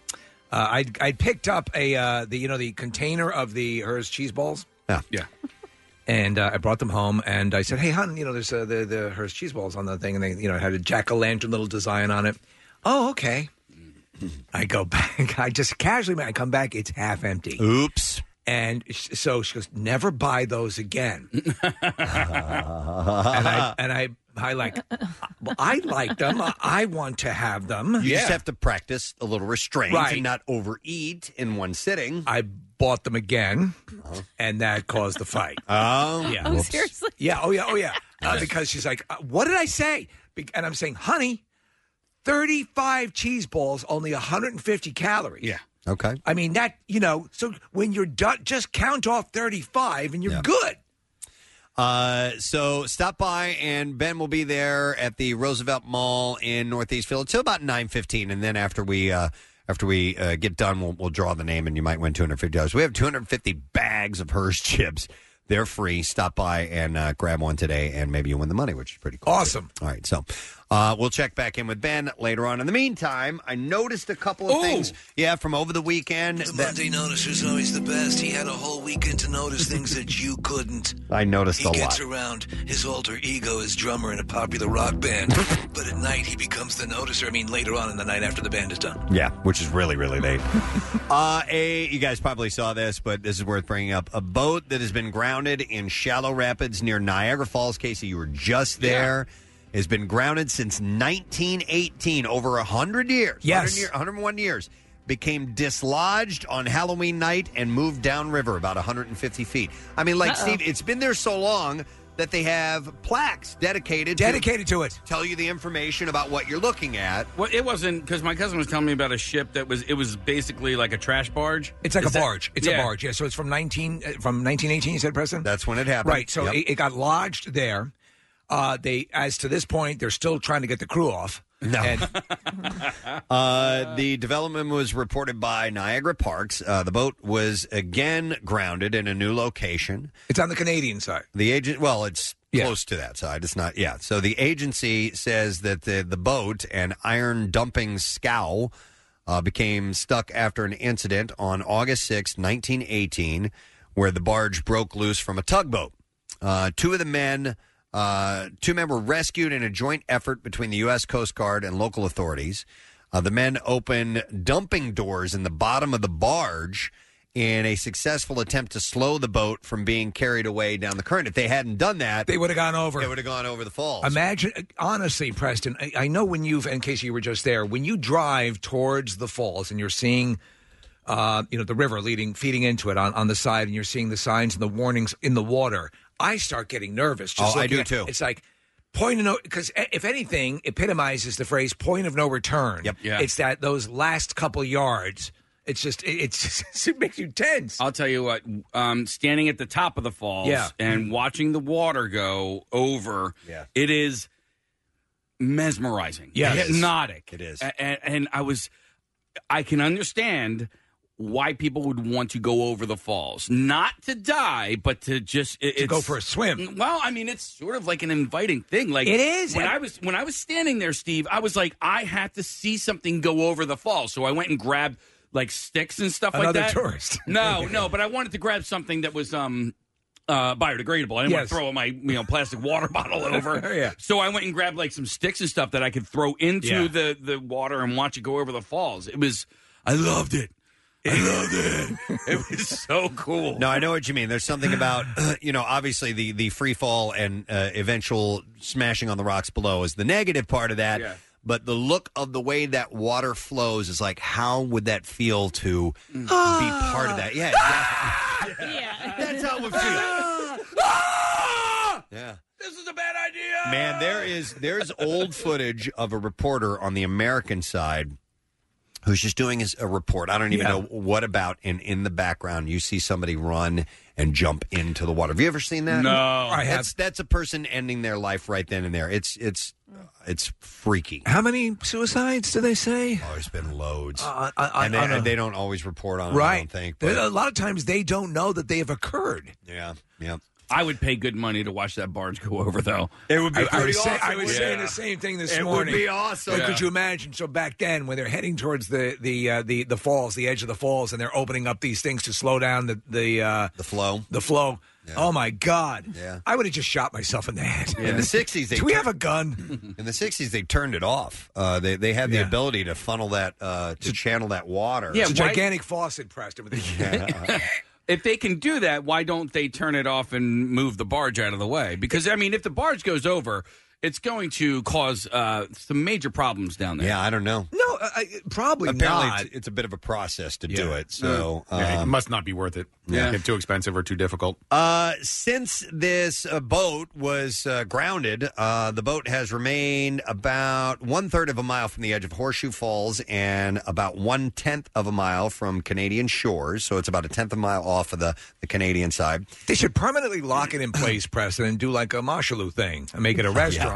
[SPEAKER 3] uh, I I picked up a uh, the you know the container of the hers cheese balls.
[SPEAKER 1] Yeah,
[SPEAKER 3] yeah. And uh, I brought them home, and I said, "Hey, hon, you know, there's uh, the the hers cheese balls on the thing, and they, you know, it had a jack o' lantern little design on it." Oh, okay. I go back. I just casually, I come back. It's half empty.
[SPEAKER 1] Oops.
[SPEAKER 3] And sh- so she goes, "Never buy those again." and I and I I like well, I like them. I, I want to have them.
[SPEAKER 1] You just have to practice a little restraint
[SPEAKER 3] Right.
[SPEAKER 1] and not overeat in one sitting.
[SPEAKER 3] I bought them again, and that caused the fight.
[SPEAKER 1] Oh,
[SPEAKER 3] yeah.
[SPEAKER 1] Oh, Whoops.
[SPEAKER 2] seriously?
[SPEAKER 3] Yeah. Oh, yeah. Oh, yeah. Uh,
[SPEAKER 1] Nice.
[SPEAKER 3] because she's like, uh, "What did I say?" Be- and I'm saying, "Honey, 35 cheese balls, only 150 calories." Yeah.
[SPEAKER 1] Okay.
[SPEAKER 3] I mean that. You know. So when you're done, just count off 35, and you're good.
[SPEAKER 1] Uh, so stop by, and Ben will be there at the Roosevelt Mall in Northeast Philly till about nine fifteen, and then after we uh, after we uh, get done, we'll, we'll draw the name, and you might win two hundred fifty dollars. We have two hundred fifty bags of Hers chips. They're free. Stop by and uh, grab one today, and maybe you win the money, which is pretty cool. Awesome. All right, so uh, we'll check back in with Ben later on. In the meantime, I noticed a couple of things, yeah, from over the weekend.
[SPEAKER 14] The
[SPEAKER 1] that-
[SPEAKER 14] Monday noticer's always the best. He had a whole weekend to notice things that you couldn't.
[SPEAKER 1] I noticed
[SPEAKER 14] He
[SPEAKER 1] a
[SPEAKER 14] gets
[SPEAKER 1] lot.
[SPEAKER 14] around his alter ego as drummer in a popular rock band, but at night he becomes the noticer. I mean, later on in the night after the band is done.
[SPEAKER 1] Yeah, which is really, really late. uh, a, you guys probably saw this, but this is worth bringing up. A boat that has been grounded in shallow rapids near Niagara Falls, Casey, you were just there, has been grounded since 1918, over 100 years.
[SPEAKER 3] Yes.
[SPEAKER 1] 100 year- 101 years. Became dislodged on Halloween night and moved downriver about 150 feet. I mean, like,
[SPEAKER 3] Uh-oh.
[SPEAKER 1] Steve, it's been there so long that they have plaques dedicated
[SPEAKER 3] Dedicated to it.
[SPEAKER 1] Tell you the information about what you're looking at.
[SPEAKER 4] Well, it wasn't because my cousin was telling me about a ship that was. It was basically like a trash barge.
[SPEAKER 3] It's like
[SPEAKER 4] Is
[SPEAKER 3] a
[SPEAKER 4] that-
[SPEAKER 3] barge. It's
[SPEAKER 4] Yeah.
[SPEAKER 3] a barge. Yeah. So it's from nineteen uh, from nineteen eighteen. You said, Preston.
[SPEAKER 1] That's when it happened.
[SPEAKER 3] Right. So
[SPEAKER 1] Yep.
[SPEAKER 3] it, it got lodged there. Uh, they, as to this point, they're still trying to get the crew off.
[SPEAKER 1] No.
[SPEAKER 3] And-
[SPEAKER 1] Uh, the development was reported by Niagara Parks. Uh, the boat was again grounded in a new location.
[SPEAKER 3] It's on the Canadian side.
[SPEAKER 1] The agent, well, it's close to that side. It's not, yeah. So the agency says that the, the boat, an iron dumping scow, uh, became stuck after an incident on August sixth, 1918, where the barge broke loose from a tugboat. Uh, two of the men, uh, two men were rescued in a joint effort between the U.S. Coast Guard and local authorities. Uh, the men opened dumping doors in the bottom of the barge in a successful attempt to slow the boat from being carried away down the current. If they hadn't done that,
[SPEAKER 3] They would have gone over.
[SPEAKER 1] They would have gone over the falls.
[SPEAKER 3] Imagine, honestly, Preston. I, I know when you've, in case you were just there, when you drive towards the falls and you're seeing, uh, you know, the river leading, feeding into it on, on the side, and you're seeing the signs and the warnings in the water. I start getting nervous. Just
[SPEAKER 1] Oh, I
[SPEAKER 3] looking
[SPEAKER 1] do,
[SPEAKER 3] at-
[SPEAKER 1] too.
[SPEAKER 3] It's like point of no, because if anything epitomizes the phrase "point of no return." Yep.
[SPEAKER 4] Yeah.
[SPEAKER 3] It's that those last couple yards. It's just it, it's it makes you tense.
[SPEAKER 4] I'll tell you what. Um, standing at the top of the falls
[SPEAKER 3] Yeah.
[SPEAKER 4] and watching the water go over,
[SPEAKER 1] Yeah.
[SPEAKER 4] it is mesmerizing.
[SPEAKER 3] Yes. It is.
[SPEAKER 4] hypnotic.
[SPEAKER 1] It is.
[SPEAKER 4] A- And, and I was, I can understand why people would want to go over the falls, not to die, but to just it,
[SPEAKER 3] To go
[SPEAKER 4] it's- Mm,
[SPEAKER 3] for a swim.
[SPEAKER 4] Well, I mean, it's sort of like an inviting thing. Like
[SPEAKER 3] It is.
[SPEAKER 4] When I was when I was standing there, Steve, I was like, I have to see something go over the falls. So I went and grabbed like sticks and stuff
[SPEAKER 3] Another
[SPEAKER 4] like that.
[SPEAKER 3] tourist.
[SPEAKER 4] no, no, but I wanted to grab something that was um uh biodegradable. I didn't want
[SPEAKER 3] Yes. Oh,
[SPEAKER 4] to throw my you know plastic water bottle over.
[SPEAKER 3] Yeah.
[SPEAKER 4] So I went and grabbed like some sticks and stuff that I could throw into
[SPEAKER 3] Yeah.
[SPEAKER 4] the the water and watch it go over the falls. It was I loved it. I loved it. It was so cool.
[SPEAKER 1] No, I know what you mean. There's something about uh, you know, obviously the the free fall and uh, eventual smashing on the rocks below is the negative part of that.
[SPEAKER 4] Yeah.
[SPEAKER 1] But the look of the way that water flows is like, how would that feel to
[SPEAKER 4] Mm.
[SPEAKER 1] be part of that? Ah. Yeah,
[SPEAKER 2] yeah.
[SPEAKER 1] That's how it feels. yeah.
[SPEAKER 4] This is a bad idea.
[SPEAKER 1] Man, there is there's old footage of a reporter on the American side who's just doing his, a report. I don't even
[SPEAKER 3] Yeah.
[SPEAKER 1] know what about. And in the background, you see somebody run and jump into the water. Have you ever seen that?
[SPEAKER 4] No.
[SPEAKER 3] I have.
[SPEAKER 1] That's that's a person ending their life right then and there. It's it's it's freaky.
[SPEAKER 3] How many suicides do they say?
[SPEAKER 1] Oh, there's been loads,
[SPEAKER 3] Uh, on- on-
[SPEAKER 1] and they,
[SPEAKER 3] on a-
[SPEAKER 1] they don't always report on it. I
[SPEAKER 3] right.
[SPEAKER 1] don't think.
[SPEAKER 3] There-
[SPEAKER 1] but-
[SPEAKER 3] a lot of times they don't know that they have occurred.
[SPEAKER 1] yeah, yeah.
[SPEAKER 4] I would pay good money to watch that barge go over, though.
[SPEAKER 3] It would be I, I was, say, I was saying the same thing this morning. But
[SPEAKER 4] Yeah.
[SPEAKER 3] could you imagine? So back then, when they're heading towards the the uh, the the falls, the edge of the falls, and they're opening up these things to slow down the the uh, the
[SPEAKER 1] flow,
[SPEAKER 3] the flow. Oh my God!
[SPEAKER 1] Yeah.
[SPEAKER 3] I would have just shot myself in the head.
[SPEAKER 1] In the 60s, they
[SPEAKER 3] do we
[SPEAKER 1] tur-
[SPEAKER 3] have a gun?
[SPEAKER 1] In the 60s, they turned it off. Uh, they they had the
[SPEAKER 3] Yeah.
[SPEAKER 1] ability to funnel that uh, to channel that water.
[SPEAKER 3] it's a gigantic faucet, Preston. With a,
[SPEAKER 4] If they can do that, why don't they turn it off and move the barge out of the way? Because I mean, if the barge goes over, it's going to cause uh, some major problems down there.
[SPEAKER 1] Yeah, I don't know.
[SPEAKER 3] No, I, I- probably
[SPEAKER 1] Apparently,
[SPEAKER 3] not.
[SPEAKER 1] it's, it's a bit of a process to do it. So
[SPEAKER 5] So it
[SPEAKER 1] um,
[SPEAKER 5] must not be worth it.
[SPEAKER 1] Yeah.
[SPEAKER 5] They're too expensive or too difficult.
[SPEAKER 1] Uh, since this uh, boat was uh, grounded, uh, the boat has remained about one third of a mile from the edge of Horseshoe Falls and about one tenth of a mile from Canadian shores. So it's about a tenth of a mile off of the, the Canadian side.
[SPEAKER 3] They should permanently lock it in place, Preston, and do like a Marshallu thing and make it a restaurant.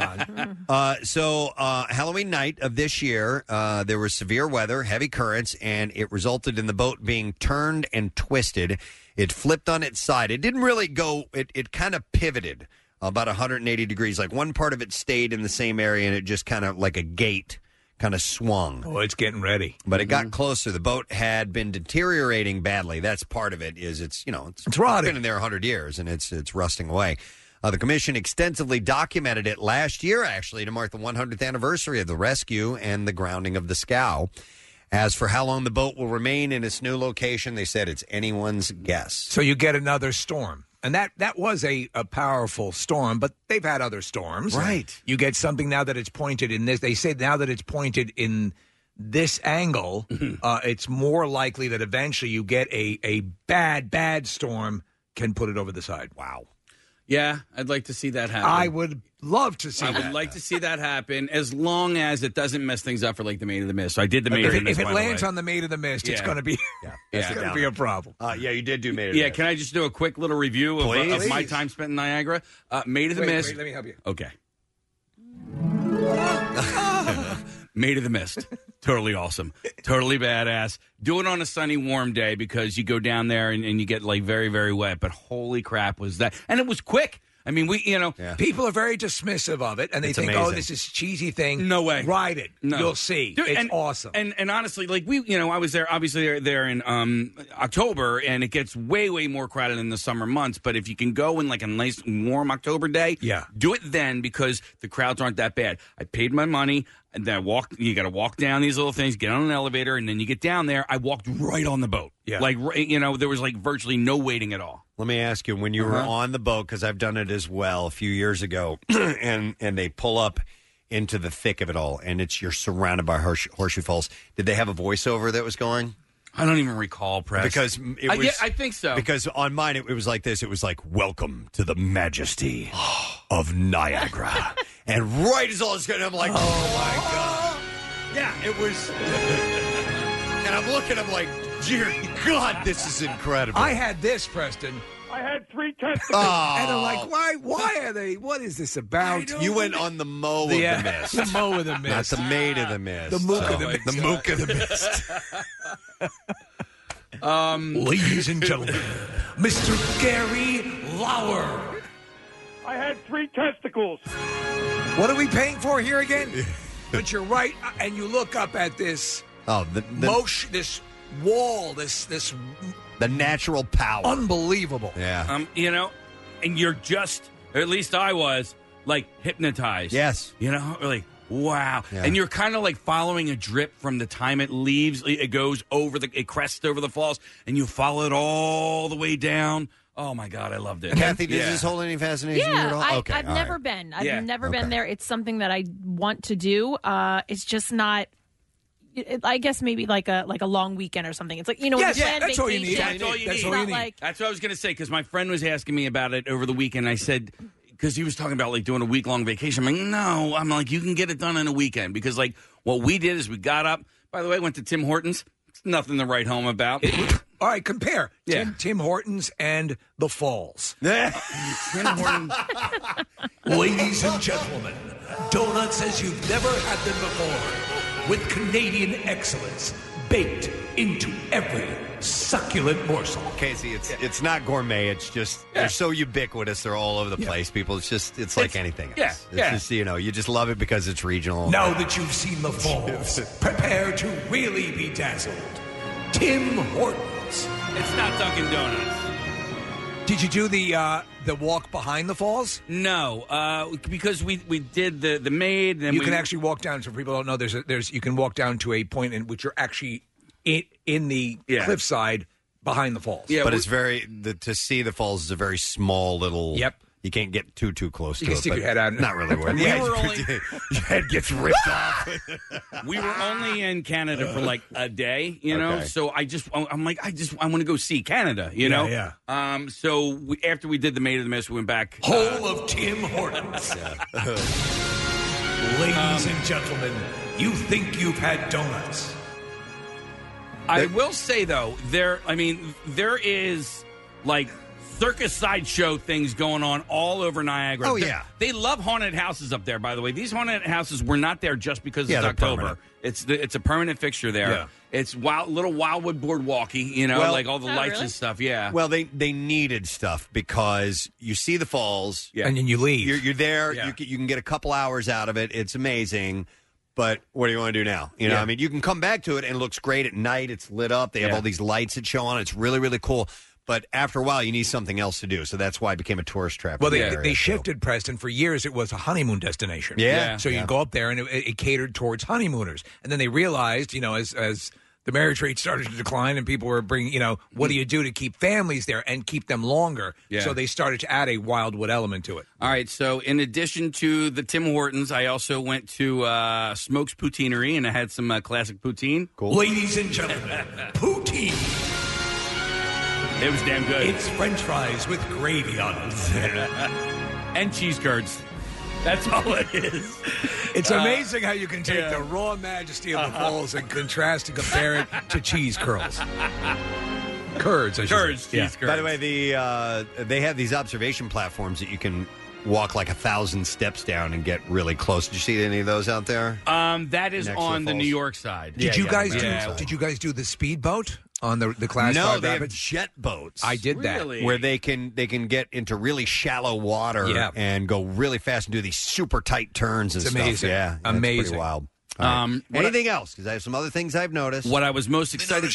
[SPEAKER 1] Oh, Uh, so, uh, Halloween night of this year, uh, there was severe weather, heavy currents, and it resulted in the boat being turned and twisted. It flipped on its side. It didn't really go, it, it kind of pivoted about 180 degrees. Like one part of it stayed in the same area, and it just kind of like a gate kind of swung.
[SPEAKER 3] Oh, it's getting ready.
[SPEAKER 1] But it got closer. The boat had been deteriorating badly. That's part of it. Is it's you know it's,
[SPEAKER 3] It's rotting.
[SPEAKER 1] Been in there hundred years and it's it's rusting away. Uh, the commission extensively documented it last year, actually, to mark the 100th anniversary of the rescue and the grounding of the scow. As for how long the boat will remain in its new location, they said it's anyone's guess.
[SPEAKER 3] So you get another storm. And that, that was a, a powerful storm, but they've had other storms.
[SPEAKER 1] Right.
[SPEAKER 3] You get something now that it's pointed in this. They say now that it's pointed in this angle,
[SPEAKER 1] Mm-hmm.
[SPEAKER 3] uh, it's more likely that eventually you get a, a bad, bad storm can put it over the side.
[SPEAKER 1] Wow.
[SPEAKER 4] Yeah, I'd like to see that happen.
[SPEAKER 3] I would love to see
[SPEAKER 4] I would
[SPEAKER 3] that.
[SPEAKER 4] like to see that happen as long as it doesn't mess things up for like the Maid of the Mist. So I did the Maid
[SPEAKER 3] if
[SPEAKER 4] of the
[SPEAKER 3] it, if
[SPEAKER 4] Mist.
[SPEAKER 3] it
[SPEAKER 4] by the
[SPEAKER 3] lands
[SPEAKER 4] way.
[SPEAKER 3] on the Maid of the Mist, it's
[SPEAKER 4] Yeah.
[SPEAKER 3] going to be, it's going to be a problem.
[SPEAKER 1] Uh, yeah, you did do Maid
[SPEAKER 4] Yeah, can I just do a quick little review of, uh, of
[SPEAKER 3] Please.
[SPEAKER 4] my time spent in Niagara? Uh, Maid of the
[SPEAKER 3] Wait,
[SPEAKER 4] Mist.
[SPEAKER 3] wait, let me help you.
[SPEAKER 4] Okay. Maid of the Mist. Totally awesome. Totally badass. Do it on a sunny, warm day because you go down there and, and you get like very, very wet. But holy crap, was that. And it was quick. I mean, we, you know,
[SPEAKER 3] People are very dismissive of it, and they
[SPEAKER 4] It's
[SPEAKER 3] think, "Oh,
[SPEAKER 4] amazing.
[SPEAKER 3] this is a cheesy thing."
[SPEAKER 4] No way.
[SPEAKER 3] Ride it.
[SPEAKER 4] No.
[SPEAKER 3] You'll see.
[SPEAKER 4] Dude,
[SPEAKER 3] it's
[SPEAKER 4] and-
[SPEAKER 3] awesome.
[SPEAKER 4] And and honestly, like we, you know, I was there obviously there, there in um, October, and it gets way way more crowded in the summer months. But if you can go in like a nice warm October day,
[SPEAKER 3] Yeah.
[SPEAKER 4] do it then because the crowds aren't that bad. I paid my money. And then I walked. You got to walk down these little things, get on an elevator, and then you get down there. I walked right on the boat.
[SPEAKER 1] Yeah.
[SPEAKER 4] like right- you know, there was like virtually no waiting at all.
[SPEAKER 1] Let me ask you: When you were
[SPEAKER 4] Uh-huh.
[SPEAKER 1] on the boat, because I've done it as well a few years ago, and and they pull up into the thick of it all, and it's you're surrounded by horse, horseshoe falls. Did they have a voiceover that was going?
[SPEAKER 4] I don't even recall, Press.
[SPEAKER 1] Because m- it
[SPEAKER 4] I-
[SPEAKER 1] was,
[SPEAKER 4] yeah, I think so.
[SPEAKER 1] Because on mine, it, it was like this. It was like, "Welcome to the majesty of Niagara," and right as all is going, I'm like, "Oh my god!" Yeah, it was. and I'm looking, I'm like, "Dear God, this is incredible."
[SPEAKER 3] I had this, Preston.
[SPEAKER 9] I had three tenths.
[SPEAKER 1] Ah.
[SPEAKER 3] And I'm like, why? Why are they? What is this about?
[SPEAKER 1] You went on the mo of
[SPEAKER 3] Yeah,
[SPEAKER 1] the mist.
[SPEAKER 3] the mo of the
[SPEAKER 1] Not
[SPEAKER 3] mist.
[SPEAKER 1] the maid of the mist.
[SPEAKER 3] The mook of the mist.
[SPEAKER 1] The mook of the mist.
[SPEAKER 4] Um,
[SPEAKER 3] Ladies and gentlemen, Mr. Gary Lauer.
[SPEAKER 9] I had three testicles.
[SPEAKER 3] What are we paying for here again? but you're right, uh, and you look up at this
[SPEAKER 1] Oh, the, the,
[SPEAKER 3] motion, this wall, this this
[SPEAKER 1] the natural power.
[SPEAKER 3] unbelievable.
[SPEAKER 1] Yeah.
[SPEAKER 4] Um, you know, and you're just, or at least I was, like hypnotized.
[SPEAKER 1] Yes.
[SPEAKER 4] You know, Or like wow,
[SPEAKER 1] Yeah.
[SPEAKER 4] and you're kind of like following a drip from the time it leaves, it goes over the, it crests over the falls, and you follow it all the way down. Oh my God, I loved it.
[SPEAKER 1] Kathy, does
[SPEAKER 4] Yeah.
[SPEAKER 1] this hold any fascination to you
[SPEAKER 2] Yeah,
[SPEAKER 1] at all?
[SPEAKER 2] I,
[SPEAKER 1] okay,
[SPEAKER 2] I've
[SPEAKER 1] all
[SPEAKER 2] never
[SPEAKER 1] right.
[SPEAKER 2] been. I've
[SPEAKER 1] Yeah.
[SPEAKER 2] never
[SPEAKER 1] Okay.
[SPEAKER 2] been there. It's something that I want to do. Uh, it's just not. It, I guess maybe like a like a long weekend or something. It's like you know,
[SPEAKER 4] Yes,
[SPEAKER 2] when
[SPEAKER 4] yeah,
[SPEAKER 2] you plan
[SPEAKER 4] that's all you need.
[SPEAKER 2] vacation,
[SPEAKER 4] That's all you
[SPEAKER 2] it's
[SPEAKER 4] need.
[SPEAKER 2] not like
[SPEAKER 4] That's what I was going to say because my friend was asking me about it over the weekend. I said because he was talking about like doing a week long vacation. I'm like, no, I'm like, you can get it done in a weekend because like what we did is we got up. By the way, went to Tim Hortons. It's nothing to write home about.
[SPEAKER 3] All right, compare Tim, Tim Hortons and the Falls.
[SPEAKER 4] Tim Hortons.
[SPEAKER 3] Ladies and gentlemen, donuts as you've never had them before, with Canadian excellence.
[SPEAKER 14] baked into every succulent morsel.
[SPEAKER 1] Casey, it's it's not gourmet. It's just they're so ubiquitous. They're all over the place. People, it's just it's like anything else.
[SPEAKER 14] yeah,
[SPEAKER 1] it's
[SPEAKER 14] yeah.
[SPEAKER 1] just you know you just love it because it's regional.
[SPEAKER 14] Now that you've seen the falls, prepare to really be dazzled. Tim Hortons.
[SPEAKER 4] It's not Dunkin' Donuts.
[SPEAKER 3] Did you do the uh, the walk behind the falls?
[SPEAKER 4] No, uh, because we we did the the maid. Then
[SPEAKER 3] you
[SPEAKER 4] we,
[SPEAKER 3] can actually walk down. So people don't know there's a, there's you can walk down to a point in which you're actually in in the
[SPEAKER 1] Yeah.
[SPEAKER 3] cliffside behind the falls.
[SPEAKER 1] but it's very the, to see the falls is a very small little. Yep. You can't get too too close
[SPEAKER 3] You
[SPEAKER 1] to
[SPEAKER 3] can
[SPEAKER 1] it.
[SPEAKER 3] stick
[SPEAKER 1] but
[SPEAKER 3] your head out.
[SPEAKER 1] Not really worth. it.
[SPEAKER 4] We
[SPEAKER 1] Yeah,
[SPEAKER 4] were
[SPEAKER 1] it's
[SPEAKER 4] only-
[SPEAKER 1] pretty- your head gets ripped off.
[SPEAKER 4] we were only in Canada for like a day, you know.
[SPEAKER 1] Okay.
[SPEAKER 4] So I just I'm like I just I want to go see Canada, you
[SPEAKER 14] Yeah,
[SPEAKER 4] know.
[SPEAKER 14] yeah.
[SPEAKER 4] Um. So we, after we did the maid of the mist, we went back. uh,
[SPEAKER 14] Whole of Tim Hortons. Ladies
[SPEAKER 4] Um,
[SPEAKER 14] and gentlemen, you think you've had donuts.
[SPEAKER 4] I will say though, there. I mean, there is like circus sideshow things going on all over Niagara.
[SPEAKER 1] Oh,
[SPEAKER 4] They-
[SPEAKER 1] yeah.
[SPEAKER 4] they love haunted houses up there. By the way, these haunted houses were not there just because
[SPEAKER 1] Yeah,
[SPEAKER 4] it's
[SPEAKER 1] they're
[SPEAKER 4] October.
[SPEAKER 1] permanent.
[SPEAKER 4] It's the, it's a permanent fixture there.
[SPEAKER 1] Yeah.
[SPEAKER 4] It's wild, little Wildwood boardwalky, you know,
[SPEAKER 1] Well-
[SPEAKER 4] like all the
[SPEAKER 1] Oh,
[SPEAKER 4] lights
[SPEAKER 1] really?
[SPEAKER 4] and stuff. Yeah.
[SPEAKER 1] Well, they they needed stuff because you see the falls,
[SPEAKER 3] and then you leave.
[SPEAKER 1] You're, you're there. You You, you can get a couple hours out of it. It's amazing. But what do you want to do now? You know,
[SPEAKER 3] Yeah.
[SPEAKER 1] I mean, you can come back to it and it looks great at night. It's lit up. They have
[SPEAKER 3] Yeah.
[SPEAKER 1] all these lights that show on. It's really really cool. But after a while, you need something else to do. So that's why it became a tourist trap.
[SPEAKER 3] Well,
[SPEAKER 1] in
[SPEAKER 3] they,
[SPEAKER 1] the area.
[SPEAKER 3] they shifted Preston. For years, it was a honeymoon destination.
[SPEAKER 1] Yeah. Yeah.
[SPEAKER 3] So
[SPEAKER 1] Yeah.
[SPEAKER 3] you'd go up there, and it, it catered towards honeymooners. And then they realized, you know, as as the marriage rate started to decline, and people were bringing, you know, what do you do to keep families there and keep them longer?
[SPEAKER 4] Yeah.
[SPEAKER 3] So they started to add a wildwood element to it.
[SPEAKER 4] All right. So, in addition to the Tim Hortons, I also went to uh, Smokes Poutineery and I had some uh, classic poutine.
[SPEAKER 1] Cool.
[SPEAKER 14] Ladies and gentlemen, poutine.
[SPEAKER 4] It was damn good.
[SPEAKER 14] It's French fries with gravy on it.
[SPEAKER 4] and cheese curds. That's all it is.
[SPEAKER 3] It's
[SPEAKER 4] Uh, Uh-huh.
[SPEAKER 3] amazing how you can take the raw majesty of the falls and contrast and compare it to cheese curls. Curds, I should
[SPEAKER 4] Curds,
[SPEAKER 3] say.
[SPEAKER 4] cheese
[SPEAKER 3] Yeah.
[SPEAKER 1] By the way, the uh, they have these observation platforms that you can walk like a thousand steps down and get really close. Did you see any of those out there?
[SPEAKER 4] Um, that is
[SPEAKER 1] Next to
[SPEAKER 4] on the
[SPEAKER 1] falls.
[SPEAKER 4] New York side.
[SPEAKER 3] Did you guys do?
[SPEAKER 4] Yeah.
[SPEAKER 3] Did you guys do the speedboat on the the class?
[SPEAKER 1] no,
[SPEAKER 3] five
[SPEAKER 1] they have
[SPEAKER 3] rapids?
[SPEAKER 1] jet boats.
[SPEAKER 3] I did that. Really?
[SPEAKER 1] where they can they can get into really shallow water
[SPEAKER 3] Yeah.
[SPEAKER 1] and go really fast and do these super tight turns and
[SPEAKER 3] It's
[SPEAKER 1] stuff.
[SPEAKER 3] amazing.
[SPEAKER 1] Yeah, that's
[SPEAKER 3] Amazing.
[SPEAKER 1] pretty wild.
[SPEAKER 4] Um, what I-
[SPEAKER 1] Anything else? Because I have some other things I've noticed.
[SPEAKER 4] What I was most excited,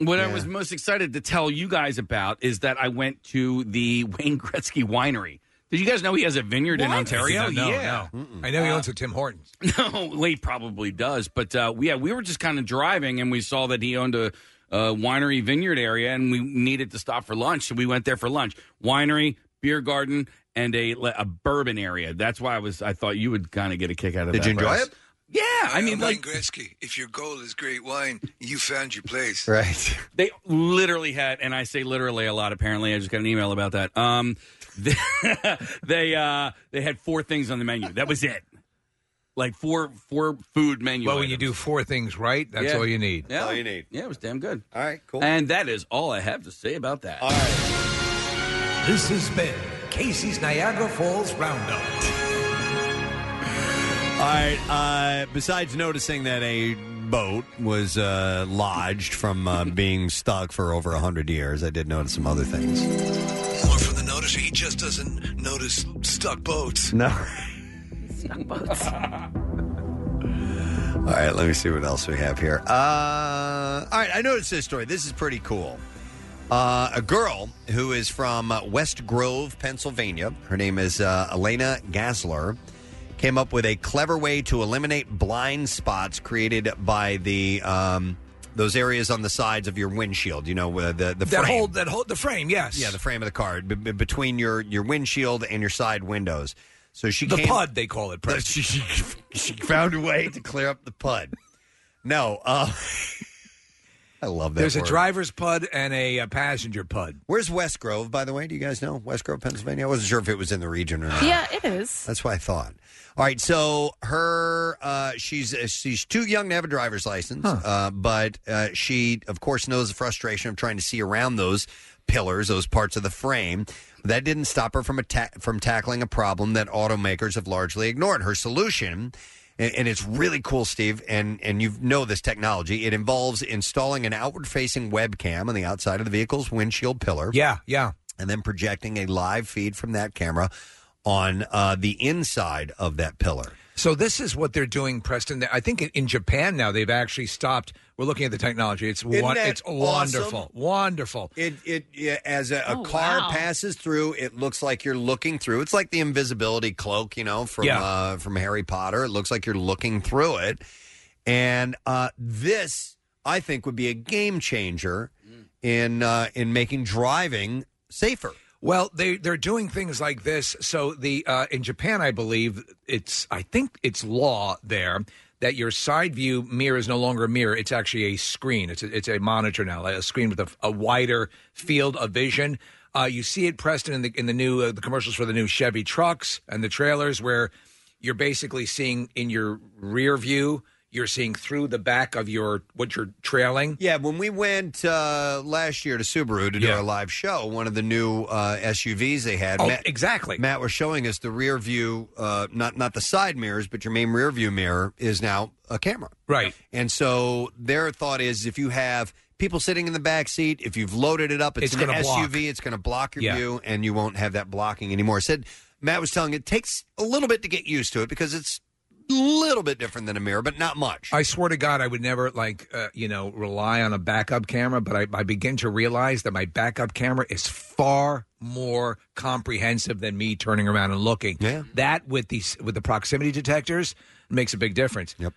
[SPEAKER 4] what I was most excited to tell you guys about is that I went to the Wayne Gretzky Winery. Did you guys know he has a vineyard in
[SPEAKER 3] What?
[SPEAKER 4] Ontario?
[SPEAKER 3] No, no,
[SPEAKER 4] yeah, Uh,
[SPEAKER 3] no. I know he owns a Tim Hortons.
[SPEAKER 4] No, Lee probably does. But uh, yeah, we were just kind of driving and we saw that he owned a, a winery vineyard area and we needed to stop for lunch. So we went there for lunch. Winery, beer garden, and a, a bourbon area. That's why I was. I thought you would kind of get a kick out of
[SPEAKER 1] Did
[SPEAKER 4] that.
[SPEAKER 1] you enjoy
[SPEAKER 4] Russ.
[SPEAKER 1] it?
[SPEAKER 4] Yeah, I mean,
[SPEAKER 14] I'm
[SPEAKER 4] like
[SPEAKER 14] Gretzky, if your goal is great wine, you found your place.
[SPEAKER 1] Right.
[SPEAKER 4] They literally had, and I say literally a lot. Apparently, I just got an email about that. Um, they they, uh, they had four things on the menu. That was it. Like four four food menu.
[SPEAKER 3] Well, when you do four things right, that's all you need.
[SPEAKER 4] Yeah. all you need. Yeah, it was damn good.
[SPEAKER 1] All right, cool.
[SPEAKER 4] And that is all I have to say about that. All
[SPEAKER 1] right.
[SPEAKER 3] This has been Casey's Niagara Falls Roundup.
[SPEAKER 1] All right. Uh, besides noticing that a boat was uh, lodged from uh, being stuck for over hundred years, I did notice some other things.
[SPEAKER 14] More from the noticer, he just doesn't notice stuck boats.
[SPEAKER 1] No. All right, let me see what else we have here. Uh, all right, I noticed this story. This is pretty cool. Uh, a girl who is from uh, West Grove, Pennsylvania, her name is uh, Elena Gasler, came up with a clever way to eliminate blind spots created by the um, those areas on the sides of your windshield. You know, where the the
[SPEAKER 3] That
[SPEAKER 1] frame.
[SPEAKER 3] hold, that hold, the frame. Yes.
[SPEAKER 1] Yeah, the frame of the car b- b- between your your windshield and your side windows. So she
[SPEAKER 3] The
[SPEAKER 1] came-
[SPEAKER 3] pud, they call it.
[SPEAKER 1] She, she, she found a way to clear up the pud. No, uh, I love that.
[SPEAKER 3] There's
[SPEAKER 1] word.
[SPEAKER 3] a driver's pud and a, uh passenger pud.
[SPEAKER 1] Where's West Grove, by the way? Do you guys know West Grove, Pennsylvania? I wasn't sure if it was in the region or not.
[SPEAKER 2] Yeah, it is.
[SPEAKER 1] That's what I thought. All right, so her uh, she's uh, she's too young to have a driver's license, uh, but uh, she of course knows the frustration of trying to see around those pillars, those parts of the frame. That didn't stop her from atta- from tackling a problem that automakers have largely ignored. Her solution and, and it's really cool, Steve. And and you know this technology. It involves installing an outward-facing webcam on the outside of the vehicle's windshield pillar.
[SPEAKER 3] Yeah, yeah.
[SPEAKER 1] And then projecting a live feed from that camera on uh, the inside of that pillar.
[SPEAKER 3] So this is what they're doing, Preston. I think in- in Japan now they've actually stopped. We're looking at the technology. It's
[SPEAKER 1] Isn't
[SPEAKER 3] won-
[SPEAKER 1] that
[SPEAKER 3] it's wonderful,
[SPEAKER 1] awesome?
[SPEAKER 3] wonderful.
[SPEAKER 1] It it yeah, as a, a car
[SPEAKER 3] wow.
[SPEAKER 1] passes through, it looks like you're looking through. It's like the invisibility cloak, you know, from
[SPEAKER 3] Yeah.
[SPEAKER 1] uh, from Harry Potter. It looks like you're looking through it, and uh, this I think would be a game changer in uh, in making driving safer.
[SPEAKER 3] Well, they they're doing things like this. So the uh, in Japan, I believe it's I think it's law there that your side view mirror is no longer a mirror; it's actually a screen. It's a, it's a monitor now, like a screen with a, a wider field of vision. Uh, you see it, Preston, in the in the new uh, the commercials for the new Chevy trucks and the trailers, where you're basically seeing in your rear view. You're seeing through the back of your what you're trailing.
[SPEAKER 1] Yeah, when we went uh, last year to Subaru to do our live show, one of the new uh, SUVs they had.
[SPEAKER 3] Oh, exactly.
[SPEAKER 1] Matt was showing us the rear view, uh, not not the side mirrors, but your main rear view mirror is now a camera.
[SPEAKER 3] Right.
[SPEAKER 1] And so their thought is, if you have people sitting in the back seat, if you've loaded it up, it's,
[SPEAKER 3] It's
[SPEAKER 1] an
[SPEAKER 3] gonna
[SPEAKER 1] SUV,
[SPEAKER 3] block.
[SPEAKER 1] it's going to block your
[SPEAKER 3] Yeah.
[SPEAKER 1] view, and you won't have that blocking anymore. Said Matt was telling it takes a little bit to get used to it because it's a little bit different than a mirror, but not much.
[SPEAKER 3] I swear to God, I would never like uh, you know rely on a backup camera, but I, I begin to realize that my backup camera is far more comprehensive than me turning around and looking. Yeah, that with these with the proximity detectors makes a big difference.
[SPEAKER 1] Yep.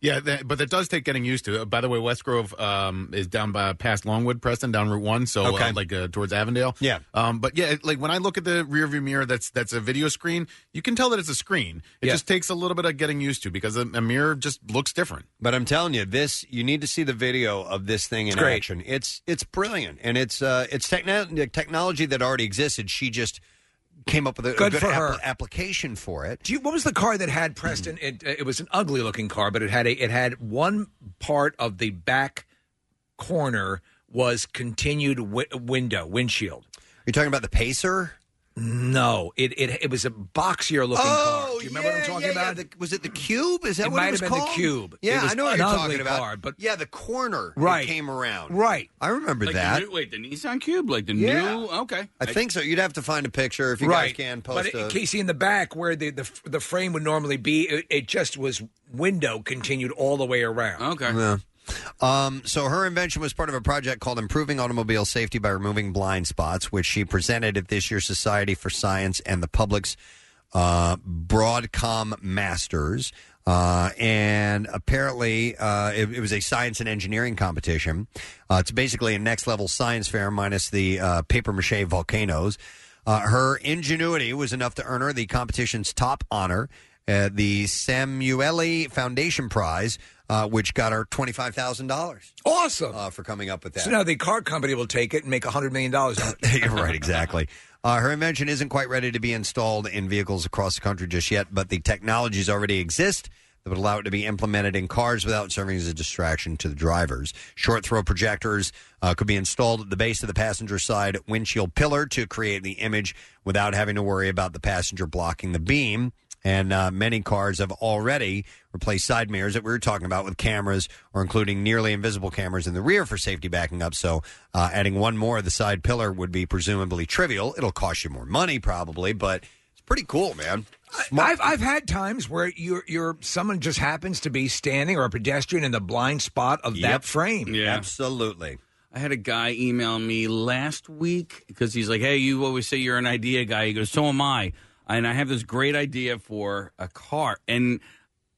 [SPEAKER 5] Yeah, that, but that does take getting used to. Uh, By the way, West Grove um, is down by past Longwood, Preston, down Route One, so
[SPEAKER 1] Okay.
[SPEAKER 5] uh, like uh, towards Avondale.
[SPEAKER 1] Yeah.
[SPEAKER 5] Um, but yeah, it- like when I look at the rearview mirror, that's that's a video screen. You can tell that it's a screen. It
[SPEAKER 1] Yeah.
[SPEAKER 5] just takes a little bit of getting used to because a, a mirror just looks different.
[SPEAKER 1] But I'm telling you, this you need to see the video of this thing in
[SPEAKER 5] great.
[SPEAKER 1] action. It's it's brilliant, and it's uh, it's techno- technology that already existed. She just came up with a, a
[SPEAKER 3] Good for
[SPEAKER 1] app-
[SPEAKER 3] her.
[SPEAKER 1] application for it.
[SPEAKER 3] Do you, what was the car that had Preston? It, it was an ugly looking car, but it had a it had one part of the back corner was continued wi- window windshield.
[SPEAKER 1] You're talking about the Pacer?
[SPEAKER 3] No, it it, it was a boxier looking car.
[SPEAKER 1] Oh,
[SPEAKER 3] Do you remember what I'm talking about?
[SPEAKER 1] The- was it the Cube? Is that
[SPEAKER 3] It
[SPEAKER 1] what
[SPEAKER 3] might
[SPEAKER 1] it was
[SPEAKER 3] have been the
[SPEAKER 1] called?
[SPEAKER 3] Cube. It
[SPEAKER 1] Yeah,
[SPEAKER 3] was
[SPEAKER 1] I know what
[SPEAKER 3] an
[SPEAKER 1] you're
[SPEAKER 3] ugly
[SPEAKER 1] talking
[SPEAKER 3] car,
[SPEAKER 1] about.
[SPEAKER 3] but-
[SPEAKER 1] yeah, the corner that
[SPEAKER 3] Right.
[SPEAKER 1] came around.
[SPEAKER 3] Right.
[SPEAKER 1] I remember
[SPEAKER 4] Like the
[SPEAKER 1] that.
[SPEAKER 4] new- wait, the Nissan Cube, like the
[SPEAKER 1] Yeah.
[SPEAKER 4] new? Okay,
[SPEAKER 1] I think so. You'd have to find a picture if you guys can post
[SPEAKER 3] but
[SPEAKER 1] a-
[SPEAKER 3] Casey in the back where the, the the frame would normally be, it, it just was window continued all the way around.
[SPEAKER 4] Okay.
[SPEAKER 1] Yeah. Um, so her invention was part of a project called Improving Automobile Safety by Removing Blind Spots, which she presented at this year's Society for Science and the Public's uh, Broadcom Masters. Uh, and apparently, uh, it, it was a science and engineering competition. Uh, it's basically a next level science fair minus the uh, paper mache volcanoes. Uh, her ingenuity was enough to earn her the competition's top honor, uh, the Samueli Foundation Prize, uh, which got her twenty five thousand dollars.
[SPEAKER 3] Awesome
[SPEAKER 1] uh, for coming up with that.
[SPEAKER 3] So now the car company will take it and make hundred million dollars.
[SPEAKER 1] You're right, exactly. Uh, her invention isn't quite ready to be installed in vehicles across the country just yet, but the technologies already exist that would allow it to be implemented in cars without serving as a distraction to the drivers. Short throw projectors uh, could be installed at the base of the passenger side windshield pillar to create the image without having to worry about the passenger blocking the beam. And uh, many cars have already replaced side mirrors that we were talking about with cameras or including nearly invisible cameras in the rear for safety backing up. So uh, adding one more of the side pillar would be presumably trivial. It'll cost you more money probably, but it's pretty cool, man.
[SPEAKER 3] I've I've had times where you're you're someone just happens to be standing or a pedestrian in the blind spot of that frame.
[SPEAKER 4] Yeah,
[SPEAKER 1] absolutely.
[SPEAKER 4] I had a guy email me last week because he's like, "Hey, you always say you're an idea guy." He goes, "So am I," and I have this great idea for a car, and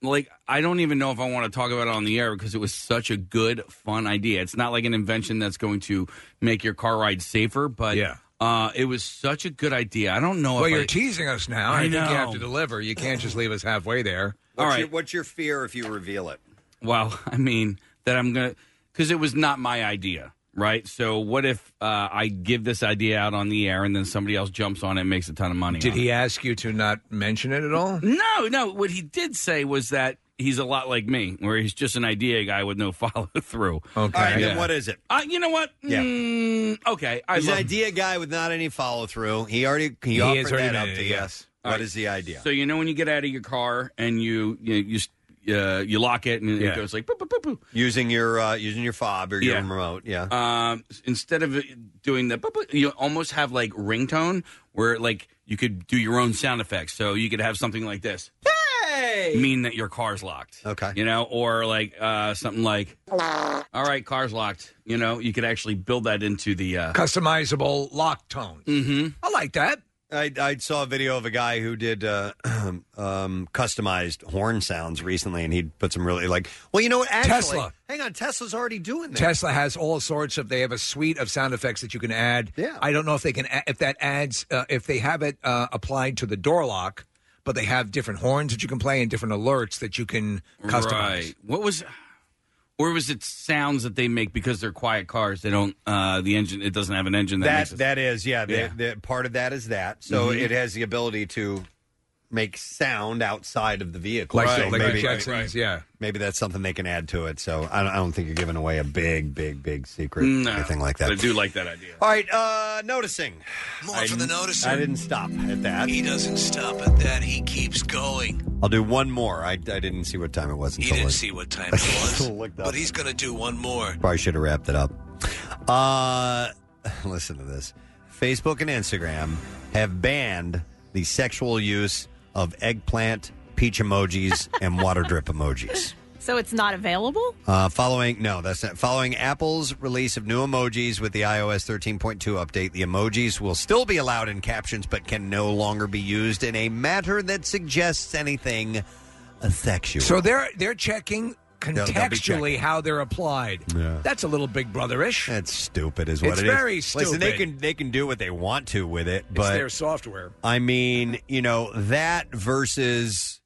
[SPEAKER 4] like I don't even know if I want to talk about it on the air because it was such a good, fun idea. It's not like an invention that's going to make your car ride safer, but
[SPEAKER 3] Yeah.
[SPEAKER 4] uh, it was such a good idea. I don't know.
[SPEAKER 3] Well,
[SPEAKER 4] if
[SPEAKER 3] you're
[SPEAKER 4] I-
[SPEAKER 3] teasing us now.
[SPEAKER 4] I
[SPEAKER 3] I, think you have
[SPEAKER 4] know.
[SPEAKER 3] to deliver. You can't just leave us halfway there.
[SPEAKER 4] All right.
[SPEAKER 1] what's your fear if you reveal it?
[SPEAKER 4] Well, I mean that I'm gonna because it was not my idea, right? So what if uh, I give this idea out on the air and then somebody else jumps on it and makes a ton of money?
[SPEAKER 3] Did
[SPEAKER 4] on
[SPEAKER 3] he
[SPEAKER 4] It?
[SPEAKER 3] ask you to not mention it at all?
[SPEAKER 4] No, no. What he did say was that he's a lot like me, where he's just an idea guy with no follow through. Okay.
[SPEAKER 1] All right, then what is it?
[SPEAKER 4] Uh, you know what?
[SPEAKER 1] Yeah.
[SPEAKER 4] Mm, okay. I
[SPEAKER 1] He's an
[SPEAKER 4] love-
[SPEAKER 1] idea guy with not any follow through. He already he,
[SPEAKER 4] He
[SPEAKER 1] offered
[SPEAKER 4] has already
[SPEAKER 1] that
[SPEAKER 4] made
[SPEAKER 1] up
[SPEAKER 4] it,
[SPEAKER 1] to you.
[SPEAKER 4] yes. All
[SPEAKER 1] What
[SPEAKER 4] right.
[SPEAKER 1] is the idea?
[SPEAKER 4] So you know when you get out of your car and you you you you, uh, you lock it and it goes like boop boop boop boop.
[SPEAKER 1] Using your uh, using your fob or your
[SPEAKER 4] Yeah.
[SPEAKER 1] remote, yeah.
[SPEAKER 4] Um, s- instead of it doing the boop, boop, you almost have like ringtone where like you could do your own sound effects. So you could have something like this. Hey! Mean that your car's locked. Okay. You know, or like uh, something like, all right, car's locked. You know, you could actually build that into the uh,
[SPEAKER 3] Customizable lock tone.
[SPEAKER 4] Mm-hmm.
[SPEAKER 3] I like that.
[SPEAKER 1] I, I saw a video of a guy who did uh, um, customized horn sounds recently, and he put some really like. Well, you know what? Actually,
[SPEAKER 3] Tesla.
[SPEAKER 1] Hang on, Tesla's already doing that.
[SPEAKER 3] Tesla has all sorts of. They have a suite of sound effects that you can add. Yeah. I don't know if they can a- if that adds uh, if they have it uh, applied to the door lock, but they have different horns that you can play and different alerts that you can customize.
[SPEAKER 4] Right. What was, or was it sounds that they make because they're quiet cars? They don't. Uh, the engine. It doesn't have an engine. That,
[SPEAKER 1] That
[SPEAKER 4] makes it-
[SPEAKER 1] that is yeah. The,
[SPEAKER 4] Yeah.
[SPEAKER 1] the- part of that is that. So
[SPEAKER 4] Mhm.
[SPEAKER 1] it has the ability to make sound outside of the vehicle.
[SPEAKER 3] Like
[SPEAKER 1] So
[SPEAKER 3] the- like the Jetsons, yeah.
[SPEAKER 1] Maybe that's something they can add to it. So I don't, I don't think you're giving away a big, big, big secret,
[SPEAKER 4] No.
[SPEAKER 1] anything like
[SPEAKER 4] But I
[SPEAKER 1] that.
[SPEAKER 4] do like that idea.
[SPEAKER 1] All right, uh, noticing.
[SPEAKER 14] More for the noticer.
[SPEAKER 1] I didn't stop at that.
[SPEAKER 14] He doesn't stop at that. He keeps going.
[SPEAKER 1] I'll do one more. I, I didn't see what time it was.
[SPEAKER 14] He
[SPEAKER 1] until
[SPEAKER 14] didn't
[SPEAKER 1] I-
[SPEAKER 14] see what time it was,
[SPEAKER 1] Looked up.
[SPEAKER 14] but he's going to do one more.
[SPEAKER 1] Probably should have wrapped it up. Uh, listen to this. Facebook and Instagram have banned the sexual use of eggplant, peach emojis, and water drip emojis.
[SPEAKER 2] So it's not available?
[SPEAKER 1] Uh, following no, that's not, following Apple's release of new emojis with the iOS 13.2 update. The emojis will still be allowed in captions, but can no longer be used in a matter that suggests anything sexual.
[SPEAKER 3] So they're they're checking
[SPEAKER 1] they'll be
[SPEAKER 3] contextually how they're applied.
[SPEAKER 1] Yeah.
[SPEAKER 3] That's a little big brotherish.
[SPEAKER 1] That's stupid, is what
[SPEAKER 3] it's
[SPEAKER 1] it is.
[SPEAKER 3] very stupid.
[SPEAKER 1] Listen, they can they can do what they want to with it,
[SPEAKER 3] it's
[SPEAKER 1] but
[SPEAKER 3] their software.
[SPEAKER 1] I mean, you know, that versus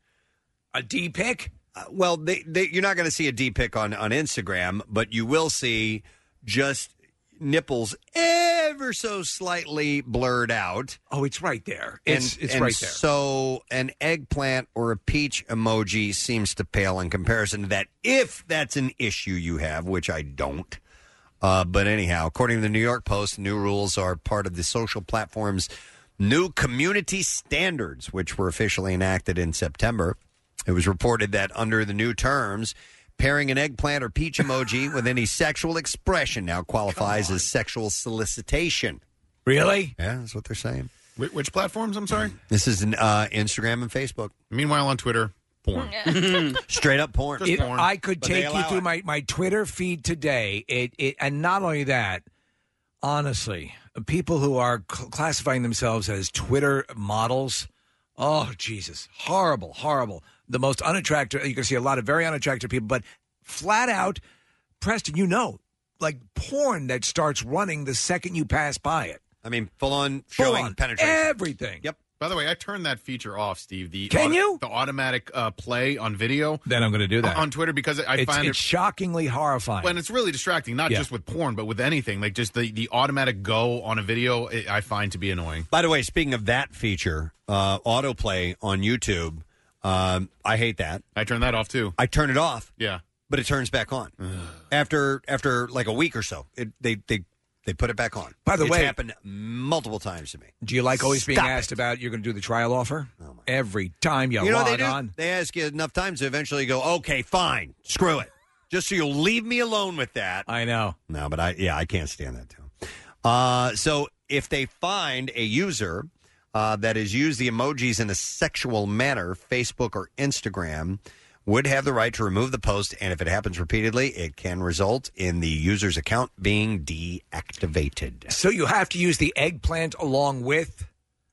[SPEAKER 1] Uh,
[SPEAKER 3] a D pick.
[SPEAKER 1] well, they, they, you're not going to see a D pick on on Instagram, but you will see just nipples ever so slightly blurred out.
[SPEAKER 3] Oh, it's right there.
[SPEAKER 1] And-
[SPEAKER 3] It's it's
[SPEAKER 1] and
[SPEAKER 3] right there.
[SPEAKER 1] So an eggplant or a peach emoji seems to pale in comparison to that. If that's an issue you have, which I don't. Uh, but anyhow, according to the New York Post, new rules are part of the social platform's new community standards, which were officially enacted in September. It was reported that under the new terms, pairing an eggplant or peach emoji with any sexual expression now qualifies as sexual solicitation.
[SPEAKER 3] Really?
[SPEAKER 1] Yeah, that's what they're saying.
[SPEAKER 5] Wh- Which platforms? I'm sorry.
[SPEAKER 1] This is an, uh, Instagram and Facebook.
[SPEAKER 5] Meanwhile, on Twitter, porn.
[SPEAKER 1] Straight up porn.
[SPEAKER 3] If I could take you through my, my Twitter feed today. It, it and not only that, honestly, people who are cl- classifying themselves as Twitter models. Oh Jesus, horrible, horrible. The most unattractive. You can see a lot of very unattractive people, but flat out, Preston, you know, like porn that starts running the second you pass by it.
[SPEAKER 1] I mean, full on
[SPEAKER 5] showing penetration.
[SPEAKER 3] Everything.
[SPEAKER 1] Yep.
[SPEAKER 5] By the way, I turned that feature off, Steve. The
[SPEAKER 3] Can
[SPEAKER 5] auto-
[SPEAKER 3] you?
[SPEAKER 5] the automatic uh, play on video?
[SPEAKER 3] Then I'm going to do that.
[SPEAKER 5] on Twitter because I
[SPEAKER 3] it's,
[SPEAKER 5] find
[SPEAKER 3] it's
[SPEAKER 5] it
[SPEAKER 3] shockingly horrifying.
[SPEAKER 5] When it's really distracting, not
[SPEAKER 3] Yeah.
[SPEAKER 5] just with porn, but with anything. Like just the, the automatic go on a video, i I find to be annoying.
[SPEAKER 1] By the way, speaking of that feature, uh, autoplay on YouTube, um, I hate that.
[SPEAKER 5] I turn that off too.
[SPEAKER 1] I turn it off,
[SPEAKER 5] Yeah.
[SPEAKER 1] but it turns back on after after like a week or so. It, they they they put it back on.
[SPEAKER 3] By the
[SPEAKER 1] It's
[SPEAKER 3] way-
[SPEAKER 1] happened multiple times to me.
[SPEAKER 3] Do you like always being
[SPEAKER 1] Stop
[SPEAKER 3] asked about you're going to do the trial offer? Every time you,
[SPEAKER 1] Oh, you know what
[SPEAKER 3] log
[SPEAKER 1] they do?
[SPEAKER 3] on.
[SPEAKER 1] They ask you enough times to eventually go, okay, fine, screw it, just so you'll leave me alone with that.
[SPEAKER 3] I know.
[SPEAKER 1] No, but I yeah, I can't stand that too. Uh, so if they find a user uh, that has used the emojis in a sexual manner, Facebook or Instagram would have the right to remove the post, and if it happens repeatedly, it can result in the user's account being deactivated.
[SPEAKER 3] So you have to use the eggplant along with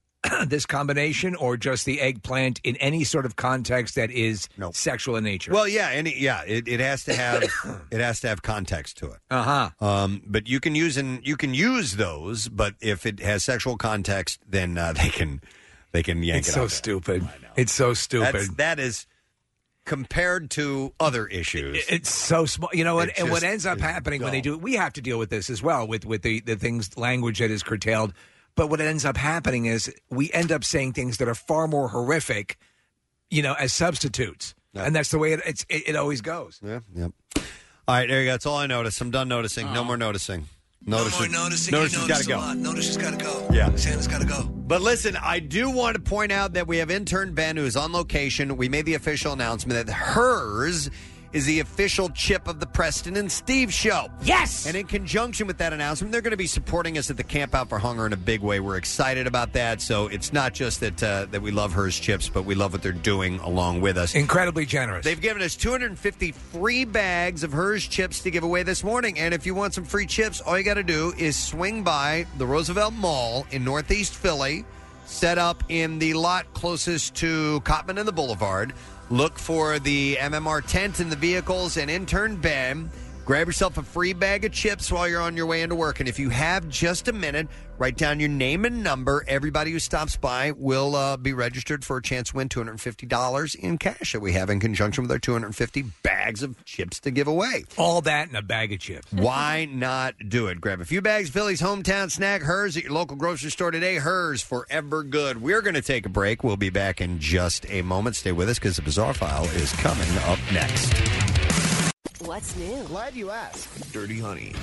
[SPEAKER 3] this combination, or just the eggplant in any sort of context that is sexual in nature.
[SPEAKER 1] Well, yeah, and it- yeah, it, it has to have it has to have context to it.
[SPEAKER 3] Uh
[SPEAKER 1] huh. Um, but you can use and you can use those, but if it has sexual context, then uh, they can they can yank
[SPEAKER 3] it's
[SPEAKER 1] it.
[SPEAKER 3] so
[SPEAKER 1] off.
[SPEAKER 3] stupid. It's so stupid.
[SPEAKER 1] That's, that is compared to other issues.
[SPEAKER 3] it's so small. You know what?
[SPEAKER 1] It
[SPEAKER 3] and what
[SPEAKER 1] just
[SPEAKER 3] ends up
[SPEAKER 1] is
[SPEAKER 3] happening when they
[SPEAKER 1] dumb.
[SPEAKER 3] do it, we have to deal with this as well with with the the things language that is curtailed. But what ends up happening is we end up saying things that are far more horrific, you know, as substitutes, and that's the way it it's, it, it always goes.
[SPEAKER 1] Yeah. Yep. All right, there you go. That's all I noticed. I'm done noticing. No more noticing. Noticing.
[SPEAKER 14] Noticing,
[SPEAKER 1] Noticing
[SPEAKER 14] you
[SPEAKER 1] got to
[SPEAKER 14] notice a
[SPEAKER 1] go.
[SPEAKER 14] lot. Notice has got to go.
[SPEAKER 1] Yeah.
[SPEAKER 14] Santa's got to go.
[SPEAKER 1] But listen, I do want to point out that we have intern Ben who's on location. We made the official announcement that hers is the official chip of the Preston and Steve show. Yes! And in conjunction with that announcement, they're going to be supporting us at the Camp Out for Hunger in a big way. We're excited about that. So it's not just that uh, that we love hers chips, but we love what they're doing along with us.
[SPEAKER 3] Incredibly generous.
[SPEAKER 1] They've given us 250 free bags of Hers chips to give away this morning. And if you want some free chips, all you got to do is swing by the Roosevelt Mall in Northeast Philly, set up in the lot closest to Cotman and the Boulevard. Look for the MMR tent and the vehicles and intern Ben. Grab yourself a free bag of chips while you're on your way into work. And if you have just a minute, write down your name and number. Everybody who stops by will uh, be registered for a chance to win $250 in cash that we have in conjunction with our 250 bags of chips to give away.
[SPEAKER 3] All that and a bag of chips.
[SPEAKER 1] Why not do it? Grab a few bags, Philly's hometown snack, hers at your local grocery store today, hers forever good. We're going to take a break. We'll be back in just a moment. Stay with us because the Bizarre File is coming up next.
[SPEAKER 15] What's new? Glad you asked.
[SPEAKER 6] Dirty Honey.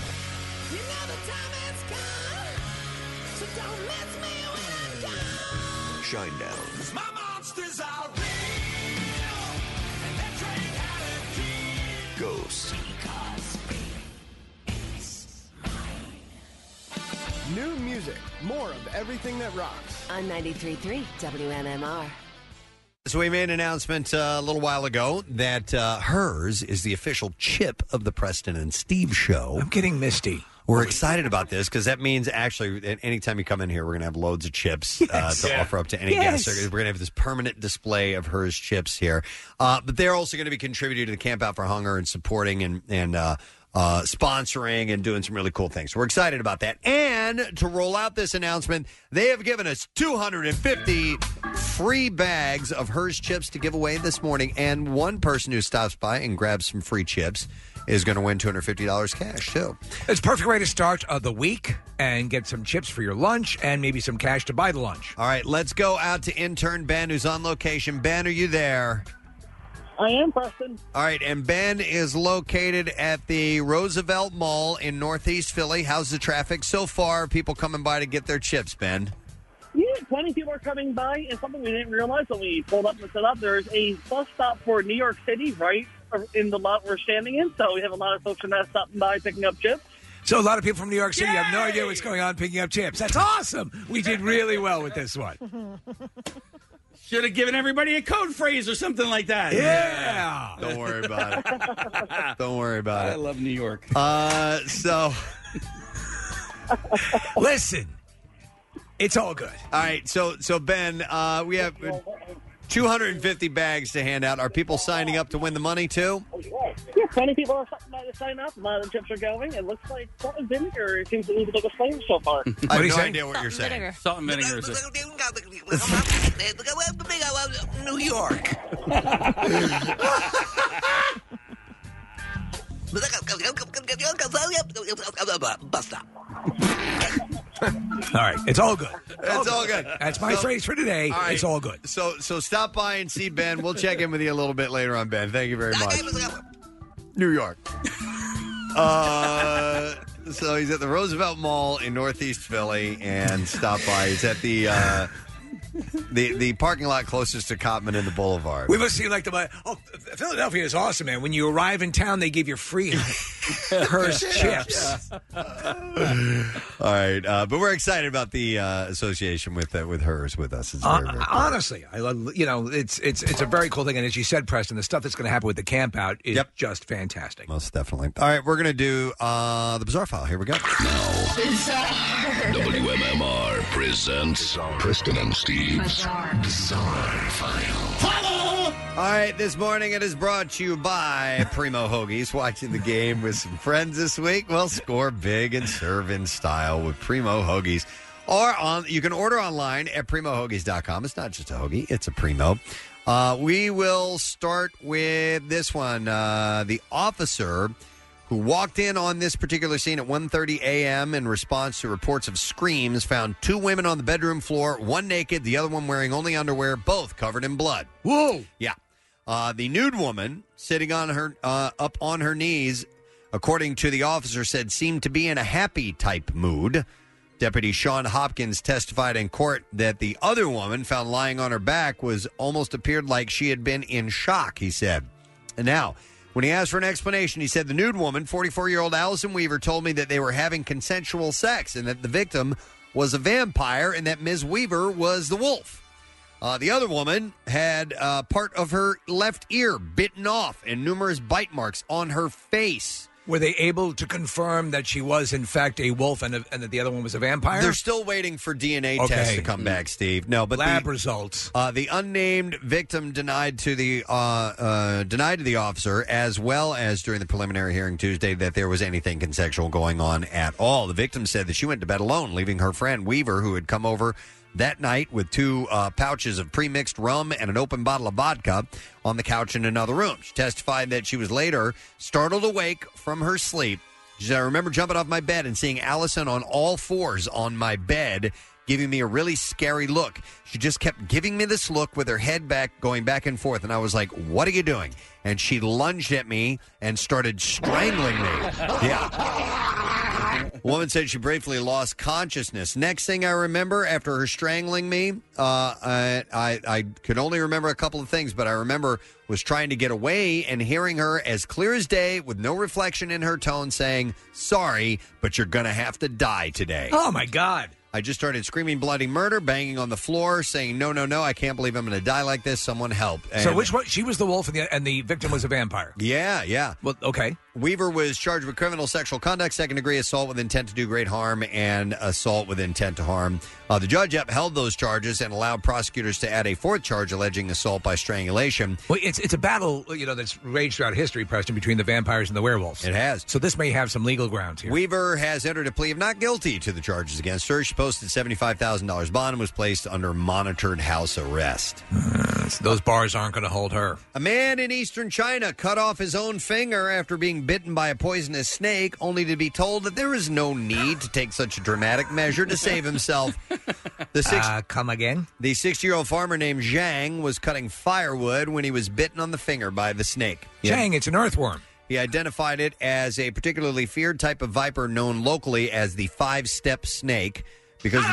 [SPEAKER 6] Shine Down.
[SPEAKER 15] My monsters are
[SPEAKER 6] Ghost.
[SPEAKER 15] New music. More of everything that rocks. On 93.3 WMMR.
[SPEAKER 1] So we made an announcement uh, a little while ago that uh, hers is the official chip of the Preston and Steve show. I'm
[SPEAKER 3] getting misty.
[SPEAKER 1] We're excited about this because that means actually, a- anytime you come in here, we're going to have loads of chips uh,
[SPEAKER 3] Yes.
[SPEAKER 1] to
[SPEAKER 3] Yeah.
[SPEAKER 1] offer up to any
[SPEAKER 3] Yes.
[SPEAKER 1] guest. We're going to have this permanent display of hers chips here, uh, but they're also going to be contributing to the Camp Out for Hunger and supporting and and uh, uh, sponsoring and doing some really cool things. We're excited about that. And to roll out this announcement, they have given us 250 free bags of hers chips to give away this morning. And one person who stops by and grabs some free chips is going to win $250 cash too.
[SPEAKER 3] It's a perfect way to start uh, the week and get some chips for your lunch and maybe some cash to buy the lunch.
[SPEAKER 1] All right, let's go out to intern Ben, who's on location. Ben, are you there?
[SPEAKER 9] I am Preston.
[SPEAKER 1] All right, and Ben is located at the Roosevelt Mall in Northeast Philly. How's the traffic so far? People coming by to get their chips, Ben.
[SPEAKER 9] Yeah, plenty of people are coming by, and something we didn't realize when we pulled up and set up, there's a bus stop for New York City right in the lot we're standing in, so we have a lot of folks from that stopping by picking up chips.
[SPEAKER 3] So a lot of people from New York City have no idea what's going on picking up chips. That's awesome. We did really well with this one.
[SPEAKER 4] Should have given everybody a code phrase or something like that.
[SPEAKER 3] Yeah.
[SPEAKER 1] Don't worry about it. Don't worry about it. I
[SPEAKER 4] love New York.
[SPEAKER 1] Uh, so
[SPEAKER 3] listen, it's all good.
[SPEAKER 1] All right, so so Ben, uh, we have 250 bags to hand out. Are people signing up to win the money too?
[SPEAKER 9] Yeah, plenty people are stopping by to sign up. A lot of the chips are going. It looks like salt and vinegar seems to be the biggest flavor so far.
[SPEAKER 1] I have no idea what you're saying.
[SPEAKER 4] Salt and vinegar is a
[SPEAKER 15] New York.
[SPEAKER 6] Bust up.
[SPEAKER 3] All right. It's all good.
[SPEAKER 1] It's all good.
[SPEAKER 3] That's my
[SPEAKER 1] So-
[SPEAKER 3] phrase for today.
[SPEAKER 1] All right.
[SPEAKER 3] It's all good.
[SPEAKER 1] So so stop by and see Ben. We'll check in with you a little bit later on, Ben. Thank you very much. New York. Uh, so he's at the Roosevelt Mall in Northeast Philly, and stop by. He's at the uh, the the parking lot closest to Cotman and the Boulevard.
[SPEAKER 3] We must see like the oh Philadelphia is awesome, man. When you arrive in town, they give you free hearse chips.
[SPEAKER 1] All right, uh, but we're excited about the uh, association with uh, with hers with us. It's very, very
[SPEAKER 3] Uh, honestly, I love you know it's it's it's a very cool thing, and as you said, Preston, the stuff that's going to happen with the camp out is just fantastic.
[SPEAKER 1] Most definitely. All right, we're going to do uh, the bizarre file. Here we go.
[SPEAKER 16] WMMR presents Preston and Steve's Bizarre, File.
[SPEAKER 1] All right, this morning it is brought to you by Primo Hoagies. Watching the game with some friends this week? Well, score big and serve in style with Primo Hoagies. Or on, you can order online at primohoagies.com. It's not just a hoagie, it's a primo. Uh, we will start with this one. Uh, the officer who walked in on this particular scene at 1.30 a.m. in response to reports of screams found two women on the bedroom floor, one naked, the other one wearing only underwear, both covered in blood. Whoa! Yeah. Uh, the nude woman sitting on her uh, up on her knees, according to the officer, said seemed to be in a happy type mood. Deputy Sean Hopkins testified in court that the other woman found lying on her back was almost appeared like she had been in shock, he said. And now, when he asked for an explanation, he said the nude woman, 44 year old Allison Weaver, told me that they were having consensual sex and that the victim was a vampire and that Ms. Weaver was the wolf. Uh, the other woman had uh, part of her left ear bitten off and numerous bite marks on her face.
[SPEAKER 3] Were they able to confirm that she was, in fact, a wolf and, a, and that the other one was a vampire?
[SPEAKER 1] They're still waiting for DNA tests to come back, Steve. No, but
[SPEAKER 3] lab
[SPEAKER 1] the-
[SPEAKER 3] results.
[SPEAKER 1] Uh, the unnamed victim denied to the uh, uh, denied to the officer, as well as during the preliminary hearing Tuesday, that there was anything consensual going on at all. The victim said that she went to bed alone, leaving her friend Weaver, who had come over that night with two uh, pouches of pre-mixed rum and an open bottle of vodka on the couch in another room. She testified that she was later startled awake from her sleep. She said, "I remember jumping off my bed and seeing Allison on all fours on my bed." giving me a really scary look. She just kept giving me this look with her head back, going back and forth. And I was like, What are you doing? And she lunged at me and started strangling me. Yeah. Woman said she briefly lost consciousness. Next thing I remember after her strangling me, uh, I, I, I could only remember a couple of things, but I remember was trying to get away and hearing her as clear as day with no reflection in her tone saying, Sorry, but you're going to have to die today.
[SPEAKER 3] Oh, my God.
[SPEAKER 1] I just started screaming bloody murder, banging on the floor, saying, No, no, no, I can't believe I'm going to die like this. Someone help.
[SPEAKER 3] so
[SPEAKER 1] And-
[SPEAKER 3] which one? She was the wolf, and the, and the victim was a vampire.
[SPEAKER 1] yeah, yeah.
[SPEAKER 3] Well, okay.
[SPEAKER 1] Weaver was charged with criminal sexual conduct, second degree assault with intent to do great harm, and assault with intent to harm. Uh, the judge upheld those charges and allowed prosecutors to add a fourth charge alleging assault by strangulation.
[SPEAKER 3] Well, it's it's a battle, you know, that's raged throughout history, Preston, between the vampires and the werewolves. It
[SPEAKER 1] has.
[SPEAKER 3] So this may have some legal grounds here.
[SPEAKER 1] Weaver has entered a plea of not guilty to the charges against her. She posted $75,000 bond and was placed under monitored house arrest.
[SPEAKER 3] Those bars aren't going to hold her.
[SPEAKER 1] A man in eastern China cut off his own finger after being bitten by a poisonous snake, only to be told that there is no need to take such a dramatic measure to save himself. The six,
[SPEAKER 3] Uh, come again?
[SPEAKER 1] the 60 year old farmer named Zhang was cutting firewood when he was bitten on the finger by the snake.
[SPEAKER 3] Chang, it's an earthworm.
[SPEAKER 1] He identified it as a particularly feared type of viper known locally as the five step snake because,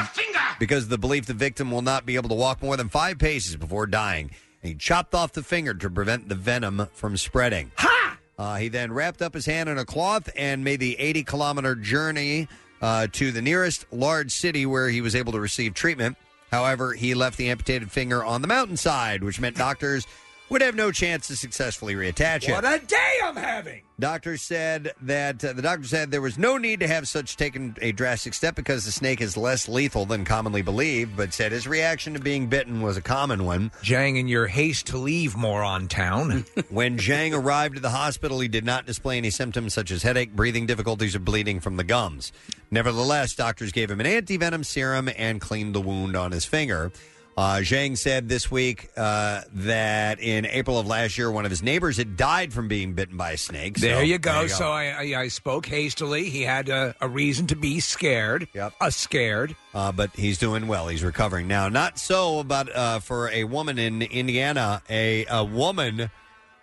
[SPEAKER 1] because of the belief the victim will not be able to walk more than five paces before dying. And he chopped off the finger to prevent the venom from spreading. Ha! Uh, he then wrapped up his hand in a cloth and made the 80 kilometer journey uh, to the nearest large city where he was able to receive treatment. However, he left the amputated finger on the mountainside, which meant doctors would have no chance to successfully reattach it.
[SPEAKER 3] What a day I'm having!
[SPEAKER 1] Doctor said that uh, the doctor said there was no need to have such taken a drastic step because the snake is less lethal than commonly believed, but said his reaction to being bitten was a common one.
[SPEAKER 3] Zhang, in your haste to leave moron town.
[SPEAKER 1] when Zhang arrived at the hospital, he did not display any symptoms such as headache, breathing difficulties, or bleeding from the gums. Nevertheless, doctors gave him an antivenom serum and cleaned the wound on his finger. Uh, Zhang said this week uh, that in April of last year, one of his neighbors had died from being bitten by a snake. So,
[SPEAKER 3] There you go. So I, I, I spoke hastily. He had a, a reason to be scared. Yep. A scared.
[SPEAKER 1] Uh, but he's doing well. He's recovering now. Not so about uh, for a woman in Indiana. A, a woman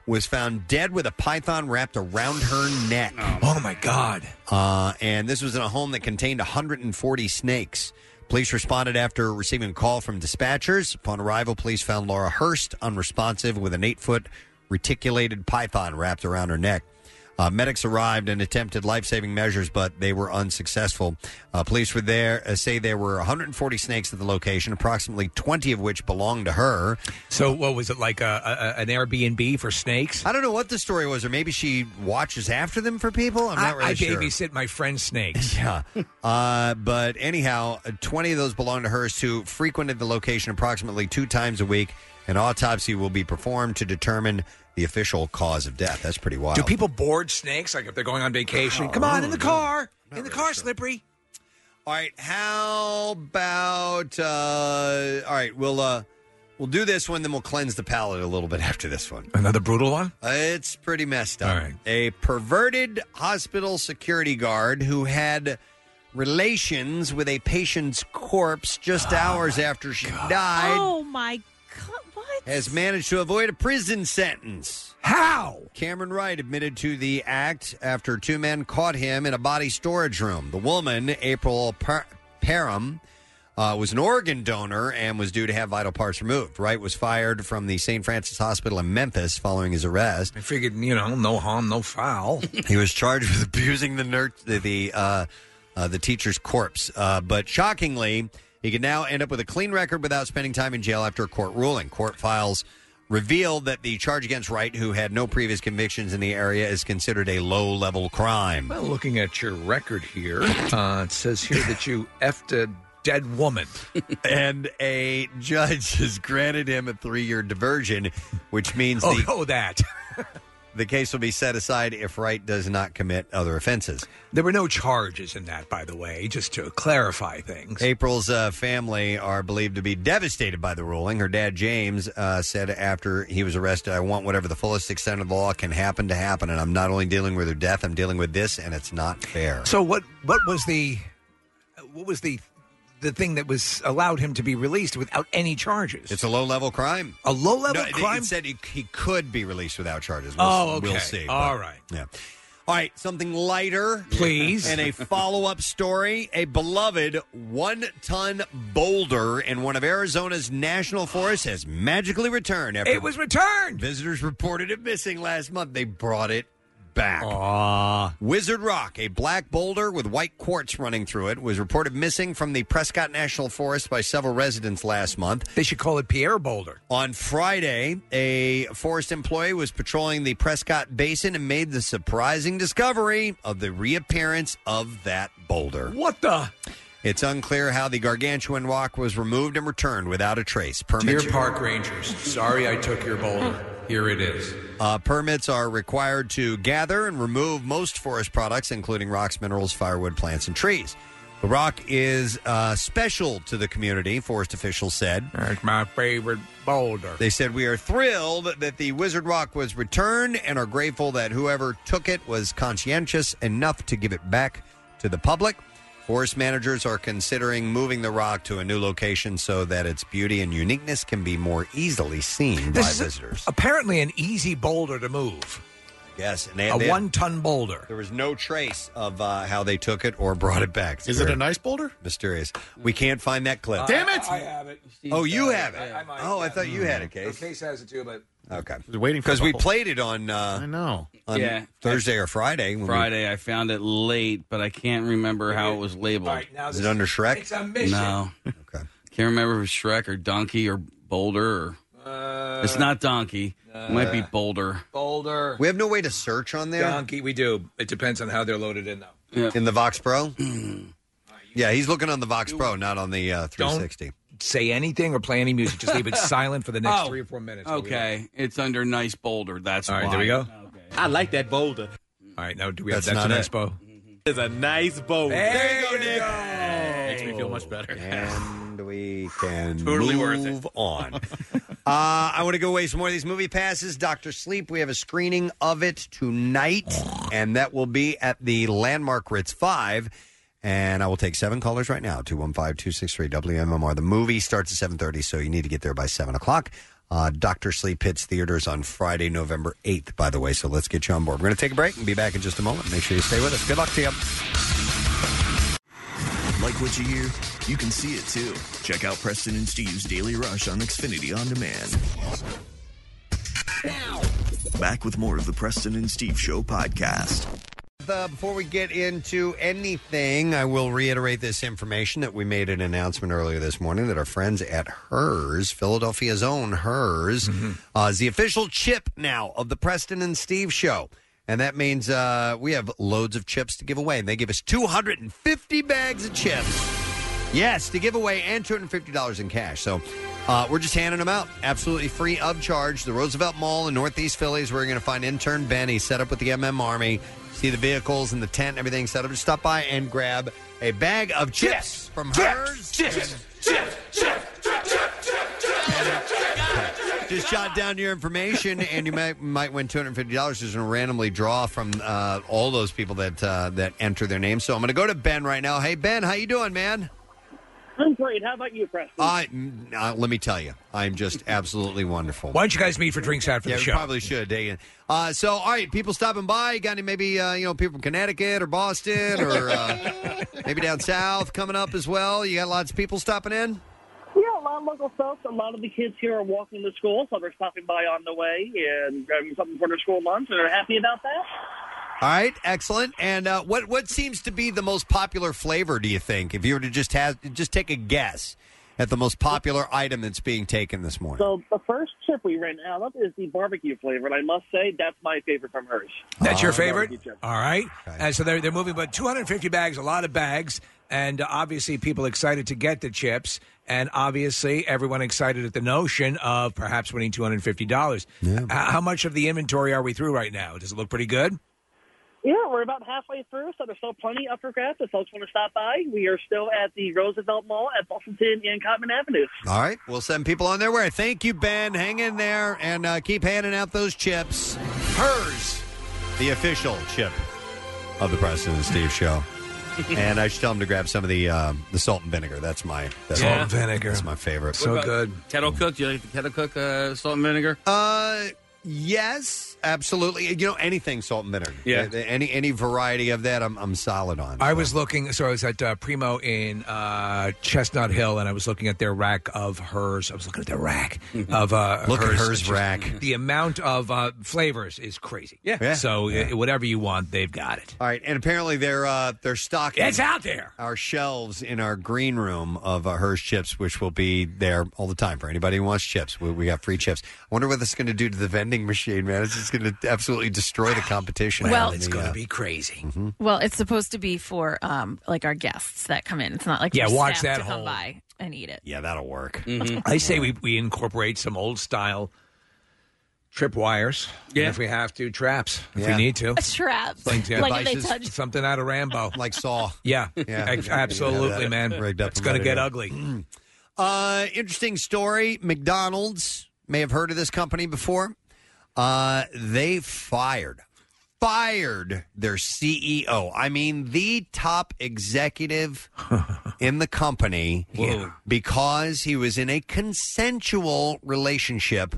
[SPEAKER 1] was found dead with a python wrapped around her neck.
[SPEAKER 3] Oh my God!
[SPEAKER 1] Uh, and this was in a home that contained 140 snakes. Police responded after receiving a call from dispatchers. Upon arrival, police found Laura Hurst unresponsive with an eight-foot reticulated python wrapped around her neck. Uh, medics arrived and attempted life saving measures, but they were unsuccessful. Uh, police were there uh, say there were 140 snakes at the location, approximately 20 of which belonged to her.
[SPEAKER 3] So what was it like? A, a, an Airbnb for snakes?
[SPEAKER 1] I don't know what the story was, or maybe she watches after them for people. I'm not really
[SPEAKER 3] I, I
[SPEAKER 1] sure.
[SPEAKER 3] babysit my friend's snakes.
[SPEAKER 1] Yeah. Uh, but anyhow, 20 of those belong to Hearst, who frequented the location approximately two times a week. An autopsy will be performed to determine the official cause of death. That's pretty wild.
[SPEAKER 3] Do people board snakes? Like if they're going on vacation? Come on, in the car. In the car, slippery.
[SPEAKER 1] All right. How about? Uh, all right, we'll uh, we'll do this one, then we'll cleanse the palate a little bit after this one.
[SPEAKER 3] Another brutal one.
[SPEAKER 1] It's pretty messed up.
[SPEAKER 3] All right.
[SPEAKER 1] A perverted hospital security guard who had relations with a patient's corpse
[SPEAKER 3] Oh
[SPEAKER 1] just hours after she died
[SPEAKER 2] Oh my god! What?
[SPEAKER 1] has managed to avoid a prison sentence.
[SPEAKER 3] How?
[SPEAKER 1] Cameron Wright admitted to the act after two men caught him in a body storage room. The woman, April Par- Parham uh, was an organ donor and was due to have vital parts removed. Wright was fired from the St. Francis Hospital in Memphis following his arrest.
[SPEAKER 3] I figured, you know, no harm, no foul.
[SPEAKER 1] he was charged with abusing the nur- the the, uh, uh, the teacher's corpse, uh, but shockingly, he could now end up with a clean record without spending time in jail after a court ruling. Court files revealed that the charge against Wright, who had no previous convictions in the area, is considered a low-level crime.
[SPEAKER 3] Well, looking at your record here, uh, it says here that you effed a dead woman.
[SPEAKER 1] and a judge has granted him a three-year diversion, which means
[SPEAKER 3] Oh,
[SPEAKER 1] the,
[SPEAKER 3] oh, that.
[SPEAKER 1] the case will be set aside if Wright does not commit other offenses.
[SPEAKER 3] There were no charges in that, by the way, just to clarify things.
[SPEAKER 1] April's uh, family are believed to be devastated by the ruling. Her dad, James, uh, said after he was arrested, I want whatever the fullest extent of the law can happen to happen. And I'm not only dealing with her death, I'm dealing with this, and it's not fair.
[SPEAKER 3] So what what was the what was the the thing that was allowed him to be released without any charges?
[SPEAKER 1] It's a low level crime.
[SPEAKER 3] A low level
[SPEAKER 1] No, it-
[SPEAKER 3] crime.
[SPEAKER 1] It said he, he could be released without charges. We'll,
[SPEAKER 3] oh, okay.
[SPEAKER 1] We'll see. but-
[SPEAKER 3] All right.
[SPEAKER 1] Yeah. All right, something lighter,
[SPEAKER 3] Please.
[SPEAKER 1] And a follow up story. A beloved one ton boulder in one of Arizona's national forests has magically returned after
[SPEAKER 3] It was returned.
[SPEAKER 1] Visitors reported it missing last month. They brought it back. Wizard Rock, a black boulder with white quartz running through it, was reported missing from the Prescott National Forest by several residents last month.
[SPEAKER 3] They should call it Pierre Boulder.
[SPEAKER 1] On Friday, a forest employee was patrolling the Prescott Basin and made the surprising discovery of the reappearance of that boulder.
[SPEAKER 3] What the?
[SPEAKER 1] It's unclear how the gargantuan rock was removed and returned without a trace.
[SPEAKER 3] Dear
[SPEAKER 1] Permits
[SPEAKER 3] Park Rangers, sorry I took your boulder. Here it is.
[SPEAKER 1] Uh, permits are required to gather and remove most forest products, including rocks, minerals, firewood, plants, and trees. The rock is uh, special to the community, forest officials said.
[SPEAKER 3] That's my favorite boulder.
[SPEAKER 1] They said, We are thrilled that the Wizard Rock was returned and are grateful that whoever took it was conscientious enough to give it back to the public. Forest managers are considering moving the rock to a new location so that its beauty and uniqueness can be more easily seen by
[SPEAKER 3] This is
[SPEAKER 1] visitors.
[SPEAKER 3] apparently an easy boulder to move.
[SPEAKER 1] Yes, and
[SPEAKER 3] a one-ton boulder.
[SPEAKER 1] There was no trace of uh, how they took it or brought it back.
[SPEAKER 5] Is it a nice boulder?
[SPEAKER 1] Mysterious. We can't find that clip.
[SPEAKER 5] Damn it!
[SPEAKER 3] have it.
[SPEAKER 1] Oh, you have it. oh, I thought you had
[SPEAKER 3] Hmm.
[SPEAKER 1] a case.
[SPEAKER 3] Case has it too, but
[SPEAKER 1] Okay,
[SPEAKER 5] waiting for
[SPEAKER 1] because we
[SPEAKER 5] the whole-
[SPEAKER 1] played it on. Uh, I
[SPEAKER 5] know
[SPEAKER 1] on
[SPEAKER 4] Yeah.
[SPEAKER 1] Thursday or Friday. when we-
[SPEAKER 4] Friday, I found it late, but I can't remember how it was labeled.
[SPEAKER 3] now
[SPEAKER 1] Is it under Shrek? it's a mission.
[SPEAKER 4] No.
[SPEAKER 1] okay.
[SPEAKER 4] Can't remember if it was Shrek or Donkey or Boulder or.
[SPEAKER 1] Uh,
[SPEAKER 4] it's not Donkey. it might be
[SPEAKER 3] uh,
[SPEAKER 4] Boulder.
[SPEAKER 3] boulder.
[SPEAKER 1] We have no way to search on there.
[SPEAKER 3] Donkey, we do. It depends on how they're loaded in, though.
[SPEAKER 1] In the Vox Pro. yeah, he's looking on the Vox Pro, not on the uh, 360.
[SPEAKER 3] Say anything or play any music. Just leave it silent for the next
[SPEAKER 4] Oh,
[SPEAKER 3] three or four minutes.
[SPEAKER 4] Okay, it's under Nice Boulder. That's
[SPEAKER 3] All right,
[SPEAKER 4] why.
[SPEAKER 3] there we go.
[SPEAKER 4] I like that boulder.
[SPEAKER 3] All right, now do we have that's, an expo?
[SPEAKER 4] It's a nice boulder.
[SPEAKER 3] There
[SPEAKER 4] you go, Nick.
[SPEAKER 5] Makes me feel much better.
[SPEAKER 1] And we can
[SPEAKER 5] Totally worth it.
[SPEAKER 1] move on. uh, I want to go away some more of these movie passes. Doctor Sleep, we have a screening of it tonight, and that will be at the Landmark Ritz 5. And I will take seven callers right now, 215-263-WMMR. The movie starts at 7.30, so you need to get there by 7 o'clock. Uh, Dr. Sleep hits theaters on Friday, November 8th, by the way, so let's get you on board. We're going to take a break and be back in just a moment. Make sure you stay with us. Good luck to you.
[SPEAKER 6] Like what you hear? You can see it too. Check out Preston and Steve's Daily Rush on Xfinity On Demand. Back with more of the Preston and Steve Show podcast.
[SPEAKER 1] Uh, before we get into anything, I will reiterate this information that we made an announcement earlier this morning that our friends at HERS, Philadelphia's own HERS, uh, is the official chip now of the Preston and Steve show. And that means uh, we have loads of chips to give away. And they give us 250 bags of chips. Yes, to give away and $250 in cash. So uh, we're just handing them out absolutely free of charge. The Roosevelt Mall in Northeast Phillies, where you're going to find intern Ben. He's set up with the MM Army. See the vehicles and the tent and everything set up. Just stop by and grab a bag of chips, from hers. Chips, chips, chips. Just jot down your information, and you might might win two hundred fifty dollars. Just gonna randomly draw from uh, all those people that uh, that enter their name. So I'm going to go to Ben right now. Hey Ben, how you doing, man?
[SPEAKER 9] I'm great. How about you, Preston?
[SPEAKER 1] I, mm, uh, let me tell you, I'm just absolutely wonderful.
[SPEAKER 3] Why don't you guys meet for drinks after
[SPEAKER 1] yeah,
[SPEAKER 3] the
[SPEAKER 1] we
[SPEAKER 3] show?
[SPEAKER 1] probably should. Day in. Uh, so, all right, people stopping by. You got any maybe uh, you know people from Connecticut or Boston or uh, maybe down south coming up as well. You got lots of people stopping in.
[SPEAKER 9] Yeah, a lot of local folks. A lot of the kids here are walking to school, so they're stopping by on the way and grabbing something for their school lunch, and they're happy about that.
[SPEAKER 1] All right, excellent. And uh, what what seems to be the most popular flavor? Do you think? If you were to just have just take a guess at the most popular item that's being taken this morning.
[SPEAKER 9] So the first chip we ran out of is the barbecue flavor, and I must say that's my favorite from hers.
[SPEAKER 3] That's
[SPEAKER 17] Ah,
[SPEAKER 3] your
[SPEAKER 9] Uh,
[SPEAKER 3] favorite?
[SPEAKER 9] barbecue chip.
[SPEAKER 3] All right. And so they're, they're moving about 250 bags, a lot of bags. And uh, obviously, people excited to get the chips. And obviously, everyone excited at the notion of perhaps winning $250. H- How much of the inventory are we through right now? Does it look pretty good?
[SPEAKER 9] Yeah, we're about halfway through, so there's still plenty up for grabs. If folks want to stop by, we are still at the Roosevelt Mall at Buffington and Cotman Avenues.
[SPEAKER 1] All right, we'll send people on their way. Thank you, Ben. Hang in there and uh, keep handing out those chips. Hers, the official chip of the Preston and Steve show. and I should tell them to grab some of the um, the salt and vinegar. That's my that's
[SPEAKER 4] Salt
[SPEAKER 1] my-
[SPEAKER 4] and vinegar.
[SPEAKER 1] That's my favorite.
[SPEAKER 4] What about Kettle cook. Do you like the kettle cook uh, salt and vinegar?
[SPEAKER 1] Uh, yes, absolutely. You know anything salt and vinegar.
[SPEAKER 3] Yeah.
[SPEAKER 1] Uh, any any variety of that, I'm I'm solid on.
[SPEAKER 3] I was looking, so I was at uh, Primo in uh, Chestnut Hill, and I was looking at their rack of hers. I was looking at their rack of uh,
[SPEAKER 1] Mm-hmm. Look at
[SPEAKER 3] hers.
[SPEAKER 1] hers
[SPEAKER 3] It's just-
[SPEAKER 1] rack.
[SPEAKER 3] The amount of uh, flavors is crazy.
[SPEAKER 1] Yeah. Yeah.
[SPEAKER 3] So uh, whatever you want, they've got it.
[SPEAKER 1] All right, and apparently they're uh, they're stocking.
[SPEAKER 3] It's out there.
[SPEAKER 1] Our shelves in our green room of uh, Hers chips, which will be there all the time for anybody who wants chips. We, we got free chips. I wonder what this is going to do to the vending machine, man. It's just going to absolutely destroy the competition.
[SPEAKER 2] Well,
[SPEAKER 1] And
[SPEAKER 2] it's
[SPEAKER 1] the,
[SPEAKER 2] gonna
[SPEAKER 1] uh,
[SPEAKER 3] be crazy.
[SPEAKER 2] Well, it's supposed to be for um like our guests that come in. It's not like
[SPEAKER 3] Yeah,
[SPEAKER 2] for
[SPEAKER 3] watch
[SPEAKER 2] staff
[SPEAKER 3] that
[SPEAKER 2] to
[SPEAKER 3] whole-
[SPEAKER 2] come by and eat it.
[SPEAKER 1] Yeah, that'll work.
[SPEAKER 2] Mm-hmm.
[SPEAKER 3] I say we, we incorporate some old style trip wires. Yeah. if we have to, traps. If
[SPEAKER 1] Yeah.
[SPEAKER 3] we need to.
[SPEAKER 2] Traps.
[SPEAKER 3] Like, uh,
[SPEAKER 2] like if they
[SPEAKER 3] devices,
[SPEAKER 2] touch
[SPEAKER 3] something out of Rambo.
[SPEAKER 1] Like Saw.
[SPEAKER 3] Yeah.
[SPEAKER 1] Yeah.
[SPEAKER 3] Ex- Absolutely,
[SPEAKER 1] Yeah, that
[SPEAKER 3] man.
[SPEAKER 1] rigged up
[SPEAKER 3] It's going to
[SPEAKER 1] and
[SPEAKER 3] get
[SPEAKER 1] ready
[SPEAKER 3] ugly.
[SPEAKER 1] Uh, interesting story. McDonald's may have heard of this company before. Uh, they fired, fired their CEO. I mean, the top executive in the company
[SPEAKER 3] Whoa.
[SPEAKER 1] because he was in a consensual relationship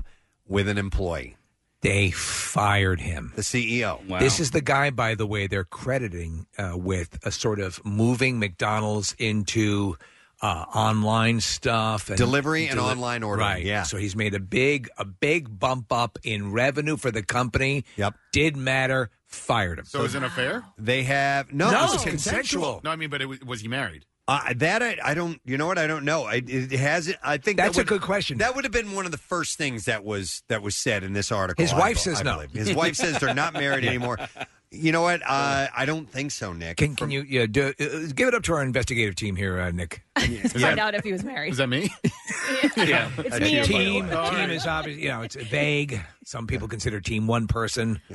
[SPEAKER 1] with an employee.
[SPEAKER 3] They fired him.
[SPEAKER 1] The E CEO.
[SPEAKER 3] This is the guy, by the way, they're crediting uh, with a sort of moving McDonald's into uh, online stuff,
[SPEAKER 1] Delivery and online ordering,
[SPEAKER 3] Right. Yeah. So he's made a big, a big bump up in revenue for the company. Yep. Did matter. Fired him.
[SPEAKER 5] So is it an affair?
[SPEAKER 1] They have no, it was
[SPEAKER 5] No, I mean, but it was, was he married?
[SPEAKER 1] Uh, that I, I don't. You know what? I don't know. I, it hasn't. I think
[SPEAKER 3] That's a good
[SPEAKER 1] question. That would have been one of the first things that was that was said in this article.
[SPEAKER 3] His
[SPEAKER 1] I
[SPEAKER 3] wife
[SPEAKER 1] be-
[SPEAKER 3] says
[SPEAKER 1] I
[SPEAKER 3] no.
[SPEAKER 1] believe. His wife says they're not married anymore. You know what? Uh, I don't think so, Nick.
[SPEAKER 3] Can, can you yeah, do, uh, give it up to our investigative team here, uh, Nick?
[SPEAKER 2] to find out if he was married.
[SPEAKER 3] me?
[SPEAKER 2] Yeah. It's
[SPEAKER 3] That's
[SPEAKER 2] me
[SPEAKER 3] you.
[SPEAKER 2] and you.
[SPEAKER 3] team.
[SPEAKER 2] All
[SPEAKER 3] Team
[SPEAKER 2] right.
[SPEAKER 3] is obvious. You know, it's vague. Some people consider team one person.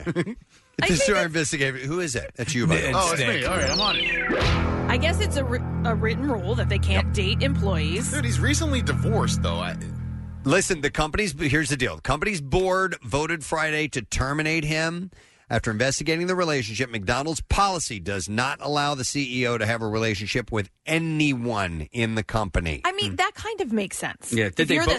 [SPEAKER 1] This is our investigator. Who is it? That's you, by the way.
[SPEAKER 3] Oh, it's me. All right, I'm
[SPEAKER 5] on it.
[SPEAKER 2] I guess it's a, ri- a written rule that they can't date employees.
[SPEAKER 5] Dude, he's recently divorced, though. I,
[SPEAKER 1] Listen, the company's here's the deal. The company's board voted Friday to terminate him after investigating the relationship. McDonald's policy does not allow the CEO to have a relationship with anyone in the company.
[SPEAKER 2] I
[SPEAKER 3] Hmm.
[SPEAKER 2] mean, that kind of makes sense.
[SPEAKER 1] Yeah, did
[SPEAKER 2] if
[SPEAKER 1] they
[SPEAKER 2] you're the E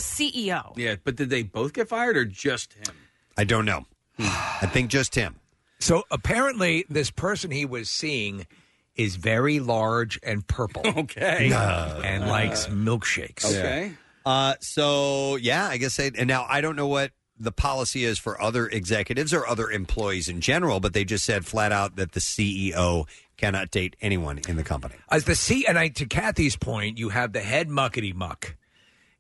[SPEAKER 1] both-
[SPEAKER 2] CEO.
[SPEAKER 4] Yeah, but did they both get fired or just him?
[SPEAKER 1] I don't know. I think just him.
[SPEAKER 3] So apparently, this person he was seeing is very large and purple.
[SPEAKER 4] Okay.
[SPEAKER 3] and likes milkshakes.
[SPEAKER 1] Uh, so yeah, I guess they. And now I don't know what the policy is for other executives or other employees in general, but they just said flat out that the CEO cannot date anyone in the company.
[SPEAKER 3] As the C, and I, to Kathy's point, you have the head muckety muck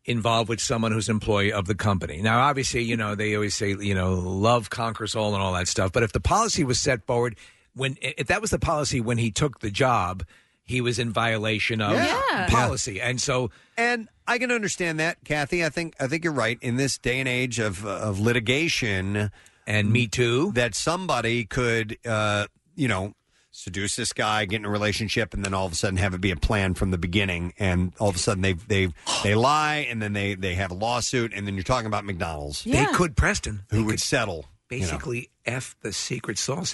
[SPEAKER 3] involved with someone who's an employee of the company. Now, obviously, you know, they always say, you know, love conquers all and all that stuff. But if the policy was set forward, when if that was the policy when he took the job, he was in violation of
[SPEAKER 1] Yeah. Yeah.
[SPEAKER 3] policy. And so
[SPEAKER 1] And I can understand that, Kathy. I think I think you're right. In this day and age of uh, of litigation
[SPEAKER 3] and Me Too,
[SPEAKER 1] that somebody could, uh, you know, seduce this guy, get in a relationship, and then all of a sudden have it be a plan from the beginning. And all of a sudden they they they lie, and then they they have a lawsuit, and then you're talking about McDonald's.
[SPEAKER 3] They could Preston,
[SPEAKER 1] who would settle
[SPEAKER 3] basically f the secret sauce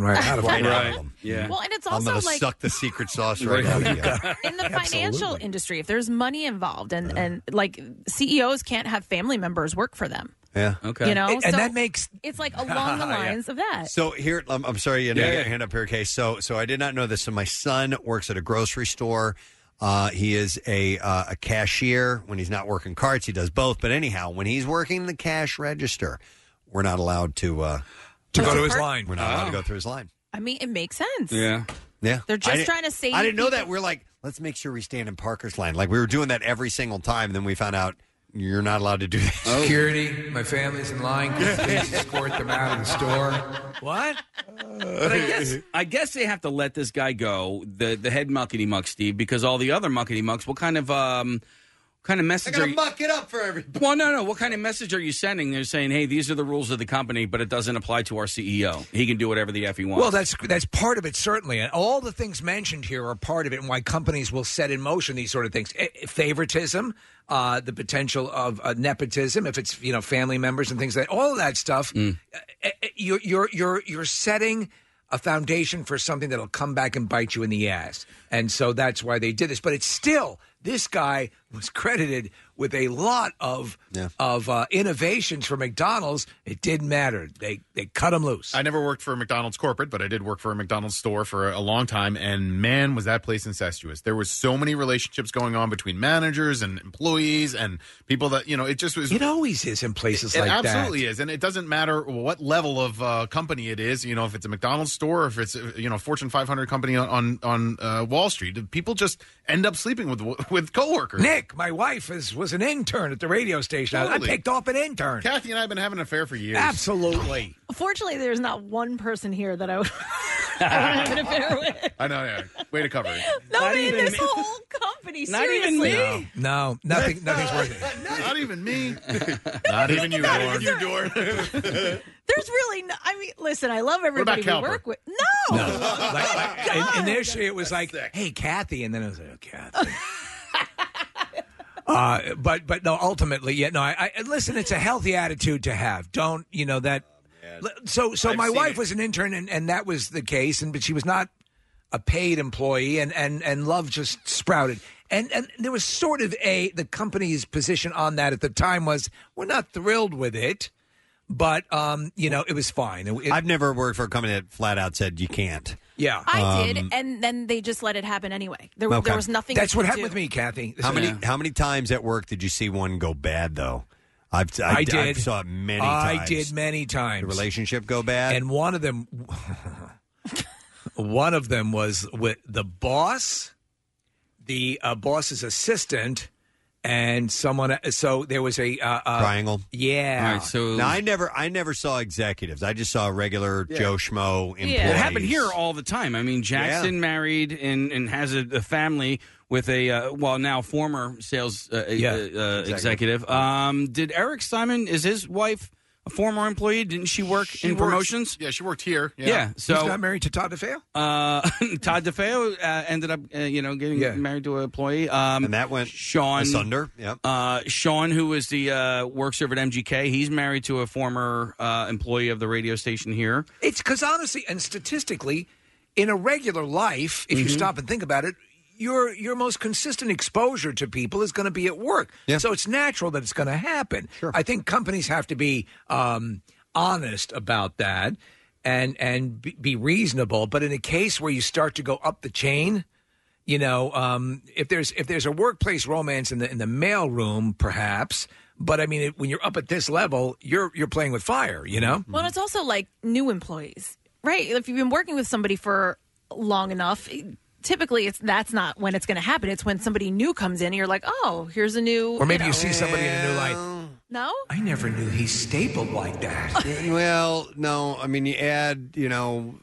[SPEAKER 3] right out of
[SPEAKER 1] Right
[SPEAKER 3] them.
[SPEAKER 1] out of them.
[SPEAKER 3] Yeah.
[SPEAKER 2] Well, and it's
[SPEAKER 1] I'm
[SPEAKER 2] also
[SPEAKER 1] going
[SPEAKER 2] like
[SPEAKER 1] to suck the secret sauce
[SPEAKER 3] Right.
[SPEAKER 1] right out of
[SPEAKER 3] You
[SPEAKER 1] you.
[SPEAKER 3] got
[SPEAKER 2] in the financial industry, if there's money involved and, and like CEOs can't have family members work for them,
[SPEAKER 1] Yeah.
[SPEAKER 4] Okay.
[SPEAKER 2] you know,
[SPEAKER 1] And,
[SPEAKER 2] so
[SPEAKER 1] that makes.
[SPEAKER 2] it's like along the
[SPEAKER 1] Yeah.
[SPEAKER 2] lines of that.
[SPEAKER 1] So here, I'm, I'm sorry, you
[SPEAKER 2] Yeah,
[SPEAKER 1] know,
[SPEAKER 2] yeah.
[SPEAKER 1] your hand up here, Case. So, so I did not know this. So my son works at a grocery store. Uh, he is a uh, a cashier. When he's not working carts, he does both. But anyhow, when he's working the cash register, we're not allowed to uh,
[SPEAKER 3] To go to his line.
[SPEAKER 1] We're not allowed to
[SPEAKER 3] Oh.
[SPEAKER 1] go through his line.
[SPEAKER 2] I mean, it makes sense.
[SPEAKER 1] Yeah.
[SPEAKER 2] They're
[SPEAKER 1] I
[SPEAKER 2] just
[SPEAKER 1] didn't-
[SPEAKER 2] trying to save
[SPEAKER 1] I didn't know
[SPEAKER 2] people.
[SPEAKER 1] that. We're like, let's make sure we stand in Parker's line. Like we were doing that every single time. Then we found out you're not allowed to do that.
[SPEAKER 3] Oh. Security, my family's in line. Can you please escort them out of the store. What?
[SPEAKER 4] But I guess I guess they have to let this guy go, the the head muckety muck Steve, because all the other muckety mucks. What kind of um, kind of message are you?
[SPEAKER 1] muck it up for everybody.
[SPEAKER 4] Well, no, no. What kind of message are you sending? They're saying, "Hey, these are the rules of the company, but it doesn't apply to our CEO. He can do whatever the f he wants."
[SPEAKER 3] Well, that's that's part of it certainly, and all the things mentioned here are part of it, and why companies will set in motion these sort of things: Eh, eh, favoritism, uh, the potential of uh, nepotism, if it's you know family members and things like all of that stuff. eh, eh, You're you're you're you're setting a foundation for something that'll come back and bite you in the ass, and so that's why they did this. But it's still this guy was credited with a lot of of uh, innovations for McDonald's. It didn't matter; they they cut him loose.
[SPEAKER 5] I never worked for a McDonald's corporate, but I did work for a McDonald's store for a long time, and man, was that place incestuous. There was so many relationships going on between managers and employees and people that you know. It just was. It
[SPEAKER 3] always is in places
[SPEAKER 5] it,
[SPEAKER 3] like that.
[SPEAKER 5] absolutely is, and it doesn't matter what level of uh, company it is. You know, if it's a McDonald's store, or if it's you know a Fortune 500 company on on, on uh, Wall Street, people just end up sleeping with with coworkers.
[SPEAKER 3] Nick, my wife is was an intern at the radio station. I-
[SPEAKER 5] Totally.
[SPEAKER 3] I picked off an intern.
[SPEAKER 5] Kathy and I have been having an affair for years.
[SPEAKER 3] Absolutely.
[SPEAKER 2] Fortunately, there's not one person here that I would, I would have an affair with.
[SPEAKER 5] I know. Yeah. Way to cover it.
[SPEAKER 2] No, man, this whole company.
[SPEAKER 5] Not even
[SPEAKER 2] seriously.
[SPEAKER 5] me.
[SPEAKER 3] No, nothing, nothing's worth it.
[SPEAKER 1] e-,
[SPEAKER 5] Not even me. Not even you,
[SPEAKER 2] Not
[SPEAKER 5] Dorn.
[SPEAKER 2] even There's really, no, I mean, listen, I love
[SPEAKER 3] about
[SPEAKER 2] everybody we
[SPEAKER 3] Cowper?
[SPEAKER 2] work with. No,
[SPEAKER 3] No. Like- like- and- initially, it was like, "Hey, Kathy," and then it was like, "Oh, Kathy." uh, but but no, ultimately, yeah, no. I, I listen. It's a healthy attitude to have. Don't you know that? so so
[SPEAKER 14] I've
[SPEAKER 3] my
[SPEAKER 14] seen
[SPEAKER 3] wife
[SPEAKER 14] it.
[SPEAKER 3] was an intern, and, and that was the case, and but she was not a paid employee, and and and love just sprouted. And, and there was sort of a the company's position on that at the time was we're not thrilled with it, but um you know it was fine. It- it-
[SPEAKER 1] I've never worked for a company that flat out said you can't.
[SPEAKER 3] yeah,
[SPEAKER 2] I did,
[SPEAKER 1] Um,
[SPEAKER 2] and then they just let it happen anyway. There,
[SPEAKER 1] Okay.
[SPEAKER 2] there was nothing.
[SPEAKER 3] That's
[SPEAKER 2] you
[SPEAKER 3] what
[SPEAKER 2] could
[SPEAKER 3] happened with
[SPEAKER 2] do.
[SPEAKER 3] me, Kathy.
[SPEAKER 1] How many how many times at work did you see one go bad though? I've I,
[SPEAKER 3] I did.
[SPEAKER 1] I saw it many
[SPEAKER 3] I
[SPEAKER 1] times.
[SPEAKER 3] did many times.
[SPEAKER 1] The relationship go bad.
[SPEAKER 3] And one of them, one of them was with the boss, the uh, boss's assistant, and someone. So there was a uh, uh,
[SPEAKER 1] triangle.
[SPEAKER 3] Yeah.
[SPEAKER 1] now I never I never saw executives. I just saw regular
[SPEAKER 4] Yeah.
[SPEAKER 1] Joe Schmo employees.
[SPEAKER 4] It happened here all the time. I mean, Jackson married and, and has a, a family with a uh, well now former sales uh,
[SPEAKER 3] Yeah.
[SPEAKER 4] uh, uh, executive. Um, did Eric Simon is his wife a former employee? Didn't she work
[SPEAKER 5] She
[SPEAKER 4] in
[SPEAKER 5] works-
[SPEAKER 4] promotions?
[SPEAKER 5] Yeah, she worked here.
[SPEAKER 4] Yeah. so
[SPEAKER 3] He's not married to Todd DeFeo.
[SPEAKER 4] uh, Todd DeFeo uh, ended up, uh, you know, getting married to an employee. Um, and
[SPEAKER 1] that went
[SPEAKER 4] Sean
[SPEAKER 1] asunder, yep.
[SPEAKER 4] Uh, Sean, who was the uh, work server at MGK, he's married to a former uh, employee of the radio station here.
[SPEAKER 3] It's because honestly and statistically, in a regular life, if you stop and think about it, your your most consistent exposure to people is going to be at work. So it's natural that it's going to happen. I think companies have to be um, honest about that and and be, be reasonable. But in a case where you start to go up the chain. You know, um, if there's if there's a workplace romance in the in the mail room, perhaps. But I mean, it, when you're up at this level, you're you're playing with fire. You know.
[SPEAKER 2] Well, and it's also like new employees, right? If you've been working with somebody for long enough, typically it's that's not when it's going to happen. It's when somebody new comes in, and you're like, oh, here's a new.
[SPEAKER 3] Or maybe
[SPEAKER 2] know.
[SPEAKER 3] you see somebody in a new light.
[SPEAKER 2] No,
[SPEAKER 3] I never knew he stapled like that.
[SPEAKER 1] well, no, I mean you add, you know,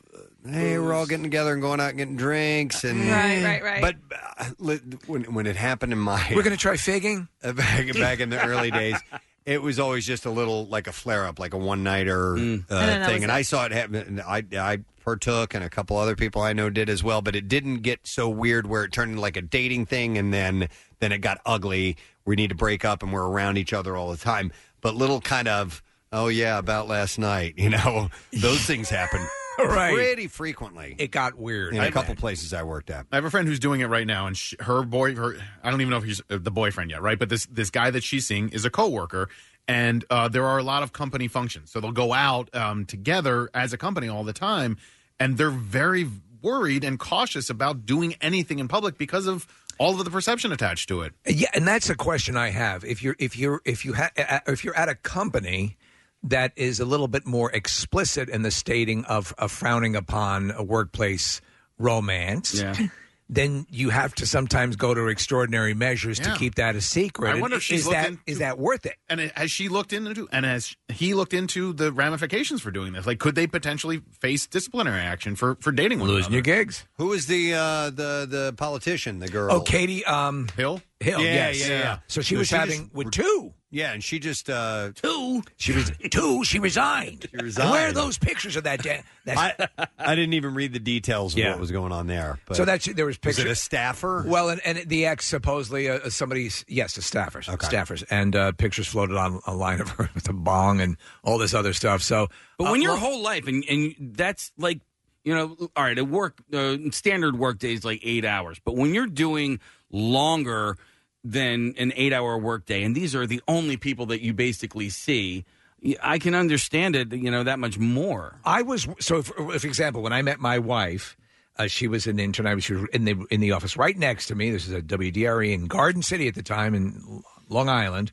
[SPEAKER 1] hey, we're all getting together and going out and getting drinks and
[SPEAKER 2] Right, right, right.
[SPEAKER 1] But uh, li- when when it happened in my
[SPEAKER 3] We're going to try figging.
[SPEAKER 1] Uh, back back in the early days. It was always just a little like a flare up, like a one nighter
[SPEAKER 3] Mm.
[SPEAKER 1] uh,
[SPEAKER 14] And then that was
[SPEAKER 1] thing, and
[SPEAKER 14] it.
[SPEAKER 1] I saw it happen. And I I partook, and a couple other people I know did as well. But it didn't get so weird where it turned into like a dating thing, and then then it got ugly. We need to break up, and we're around each other all the time. But little kind of oh yeah, about last night. You know, those things happen
[SPEAKER 3] Right.
[SPEAKER 1] pretty frequently.
[SPEAKER 3] It got weird.
[SPEAKER 1] in a couple places I worked at.
[SPEAKER 5] I have a friend who's doing it right now, and she, her boy, her I don't even know if he's uh, the boyfriend yet, right? But this this guy that she's seeing is a coworker, and uh, there are a lot of company functions, so they'll go out um, together as a company all the time, and they're very worried and cautious about doing anything in public because of all of the perception attached to it.
[SPEAKER 3] Yeah, and that's a question I have. If you're if you're if you ha- a- if you're at a company that is a little bit more explicit in the stating of, of frowning upon a workplace romance, then you have to sometimes go to extraordinary measures
[SPEAKER 5] Yeah.
[SPEAKER 3] to keep that a secret.
[SPEAKER 5] I wonder if she's
[SPEAKER 3] is that
[SPEAKER 5] looked
[SPEAKER 3] is that worth it?
[SPEAKER 5] And has she looked into and has he looked into the ramifications for doing this? Like, could they potentially face disciplinary action for for dating one
[SPEAKER 3] Losing your gigs?
[SPEAKER 1] Who is the uh, the the politician? The girl?
[SPEAKER 3] Oh, Katie um,
[SPEAKER 5] Hill.
[SPEAKER 3] Hill.
[SPEAKER 1] Yeah,
[SPEAKER 3] yes.
[SPEAKER 1] yeah, yeah.
[SPEAKER 3] So she
[SPEAKER 1] No,
[SPEAKER 3] was
[SPEAKER 1] she
[SPEAKER 3] having
[SPEAKER 1] just-
[SPEAKER 3] with two.
[SPEAKER 1] Yeah, and she just uh,
[SPEAKER 3] two. She was two. She resigned. She
[SPEAKER 1] resigned.
[SPEAKER 3] Where are those pictures of that? Da- that
[SPEAKER 1] I, I didn't even read the details of
[SPEAKER 3] Yeah.
[SPEAKER 1] what was going on there. But
[SPEAKER 3] so that's there was
[SPEAKER 1] Was
[SPEAKER 3] pictures.
[SPEAKER 1] it a staffer?
[SPEAKER 3] Well, and, and the ex supposedly uh, somebody's yes, a staffers, staffers, and uh, pictures floated on online of her with a bong and all this other stuff. So,
[SPEAKER 4] But
[SPEAKER 3] uh,
[SPEAKER 4] when your
[SPEAKER 3] well-
[SPEAKER 4] whole life and and that's like you know, all right, a work uh, standard work day is like eight hours, but when you're doing longer than an eight hour work day, and these are the only people that you basically see, y- I can understand it. You know that much more.
[SPEAKER 3] I was so. For, for example, when I met my wife, uh, she was an intern. I was she was in the in the office right next to me. This is a WDRE E in Garden City at the time in L- Long Island,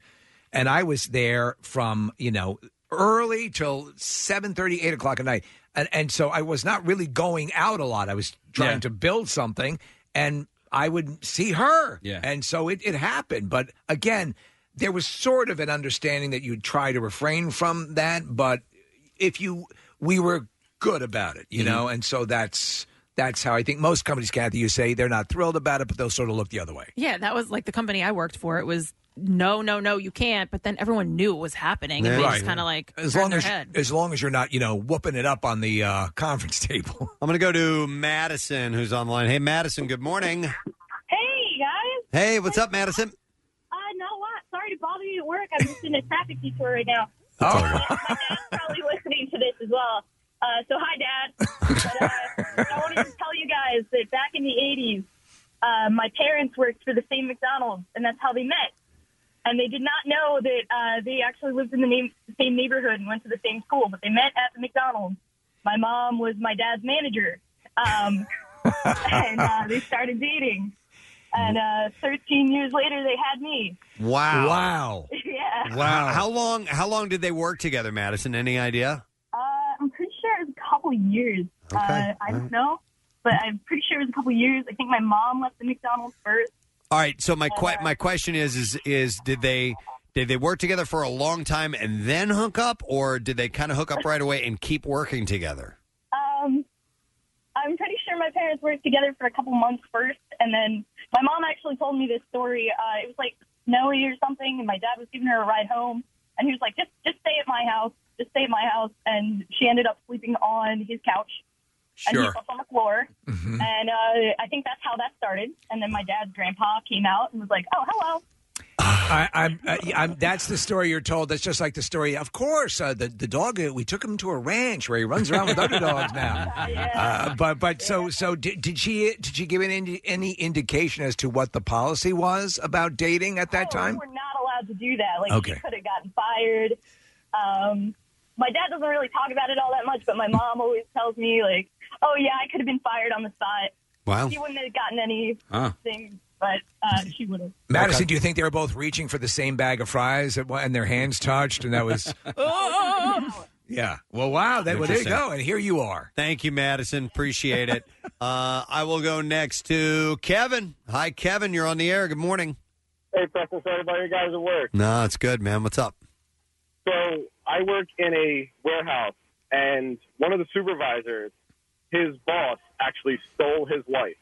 [SPEAKER 3] and I was there from you know early till 7 8 o'clock at night and, and so i was not really going out a lot i was trying
[SPEAKER 4] Yeah.
[SPEAKER 3] to build something and i would see her
[SPEAKER 4] Yeah.
[SPEAKER 3] and so it, it happened but again there was sort of an understanding that you'd try to refrain from that but if you we were good about it,
[SPEAKER 4] Mm-hmm.
[SPEAKER 3] you know, and so that's that's how I think most companies, Kathy, you say they're not thrilled about it, but they'll sort of look the other way.
[SPEAKER 2] Yeah, that was like the company I worked for. It was no, no, no, you can't. But then everyone knew it was happening, and they just kind of like
[SPEAKER 3] as
[SPEAKER 2] turned
[SPEAKER 3] long
[SPEAKER 2] their
[SPEAKER 3] as
[SPEAKER 2] head.
[SPEAKER 3] as long as you're not, you know, whooping it up on the uh, conference table.
[SPEAKER 1] I'm going to go to Madison, who's online. Hey, Madison. Good morning.
[SPEAKER 18] Hey guys,
[SPEAKER 1] Hey, what's up, Madison?
[SPEAKER 18] uh, not what? Sorry to bother you at work. I'm just in a traffic detour right now. Oh, my dad's probably listening to this as well. Uh, so hi, Dad. But, uh, I wanted to tell you guys that back in the '80s, uh, my parents worked for the same McDonald's, and that's how they met. And they did not know that uh, they actually lived in the name, same neighborhood and went to the same school, but they met at the McDonald's. My mom was my dad's manager, um, and uh, they started dating. And uh, 13 years later, they had me.
[SPEAKER 1] Wow.
[SPEAKER 3] Wow.
[SPEAKER 18] yeah.
[SPEAKER 1] Wow. How long? How long did they work together, Madison? Any idea?
[SPEAKER 18] Uh, I'm pretty sure it was a couple years. uh, I don't know, but I'm pretty sure it was a couple years. I think my mom left the McDonald's first.
[SPEAKER 1] All right. So my que- my question is is is did they did they work together for a long time and then hook up, or did they kind of hook up right away and keep working together?
[SPEAKER 18] Um, I'm pretty sure my parents worked together for a couple months first, and then my mom actually told me this story. Uh, it was like snowy or something, and my dad was giving her a ride home, and he was like, "Just, just stay at my house. Just stay at my house." And she ended up sleeping on his couch. And he
[SPEAKER 3] Sure. Mm-hmm.
[SPEAKER 18] slept on the floor,
[SPEAKER 1] Mm-hmm.
[SPEAKER 18] and uh, I think that's how that started. And then my dad's grandpa came out and was like, "Oh, hello."
[SPEAKER 3] I, I'm, I, I'm. That's the story you're told. That's just like the story. Of course, uh, the the dog. Uh, we took him to a ranch where he runs around with other dogs now. Uh, but but so so did, did she did she give any any indication as to what the policy was about dating at that
[SPEAKER 18] Oh,
[SPEAKER 3] time?
[SPEAKER 18] We were not allowed to do that. Like,
[SPEAKER 3] Okay.
[SPEAKER 18] she could have gotten fired. Um, my dad doesn't really talk about it all that much, but my mom always tells me, like, oh, yeah, I could have been fired on the spot.
[SPEAKER 1] Wow.
[SPEAKER 18] She wouldn't have gotten anything,
[SPEAKER 3] Huh.
[SPEAKER 18] but uh, she would have.
[SPEAKER 3] Madison, do you think they were both reaching for the same bag of fries at one- and their hands touched? And that was, yeah. Well, wow. That, well, there you
[SPEAKER 1] Interesting.
[SPEAKER 3] go. And here you are.
[SPEAKER 1] Thank you, Madison. Appreciate it. uh, I will go next to Kevin. Hi, Kevin. You're on the air. Good morning.
[SPEAKER 19] Hey, Preston, sorry about your guys at work.
[SPEAKER 1] No, it's good, man. What's up?
[SPEAKER 19] So I work in a warehouse, and one of the supervisors, his boss, actually stole his wife.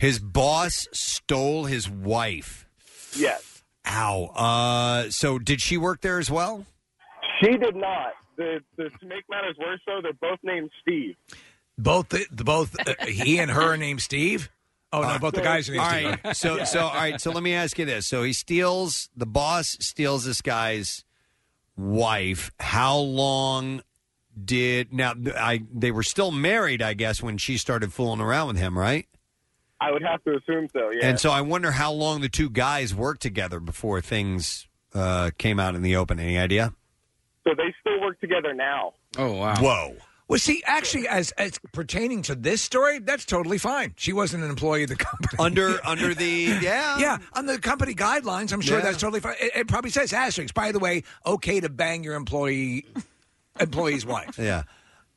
[SPEAKER 1] his boss stole his wife.
[SPEAKER 19] Yes.
[SPEAKER 1] Ow. Uh, so did she work there as well?
[SPEAKER 19] She did not. The, the, to make matters worse, though, they're both named Steve.
[SPEAKER 3] Both, the, the- both uh, he and her are named Steve. Oh, no, both the guys are named
[SPEAKER 1] Uh, All
[SPEAKER 3] Steve.
[SPEAKER 1] right. So so all right. So let me ask you this. So he steals the boss steals this guy's wife, how long did now? I they were still married, I guess, when she started fooling around with him, right?
[SPEAKER 19] I would have to assume so. Yeah.
[SPEAKER 1] And so I wonder how long the two guys worked together before things uh, came out in the open. Any idea?
[SPEAKER 19] so they still work together now.
[SPEAKER 3] Oh wow!
[SPEAKER 1] Whoa.
[SPEAKER 3] Well, see, actually, as as pertaining to this story, that's totally fine. She wasn't an employee of the company.
[SPEAKER 1] Under under the yeah
[SPEAKER 3] yeah under the company guidelines, I'm sure
[SPEAKER 1] Yeah.
[SPEAKER 3] that's totally fine. It, it probably says asterisks. By the way, okay to bang your employee employee's wife.
[SPEAKER 1] Yeah.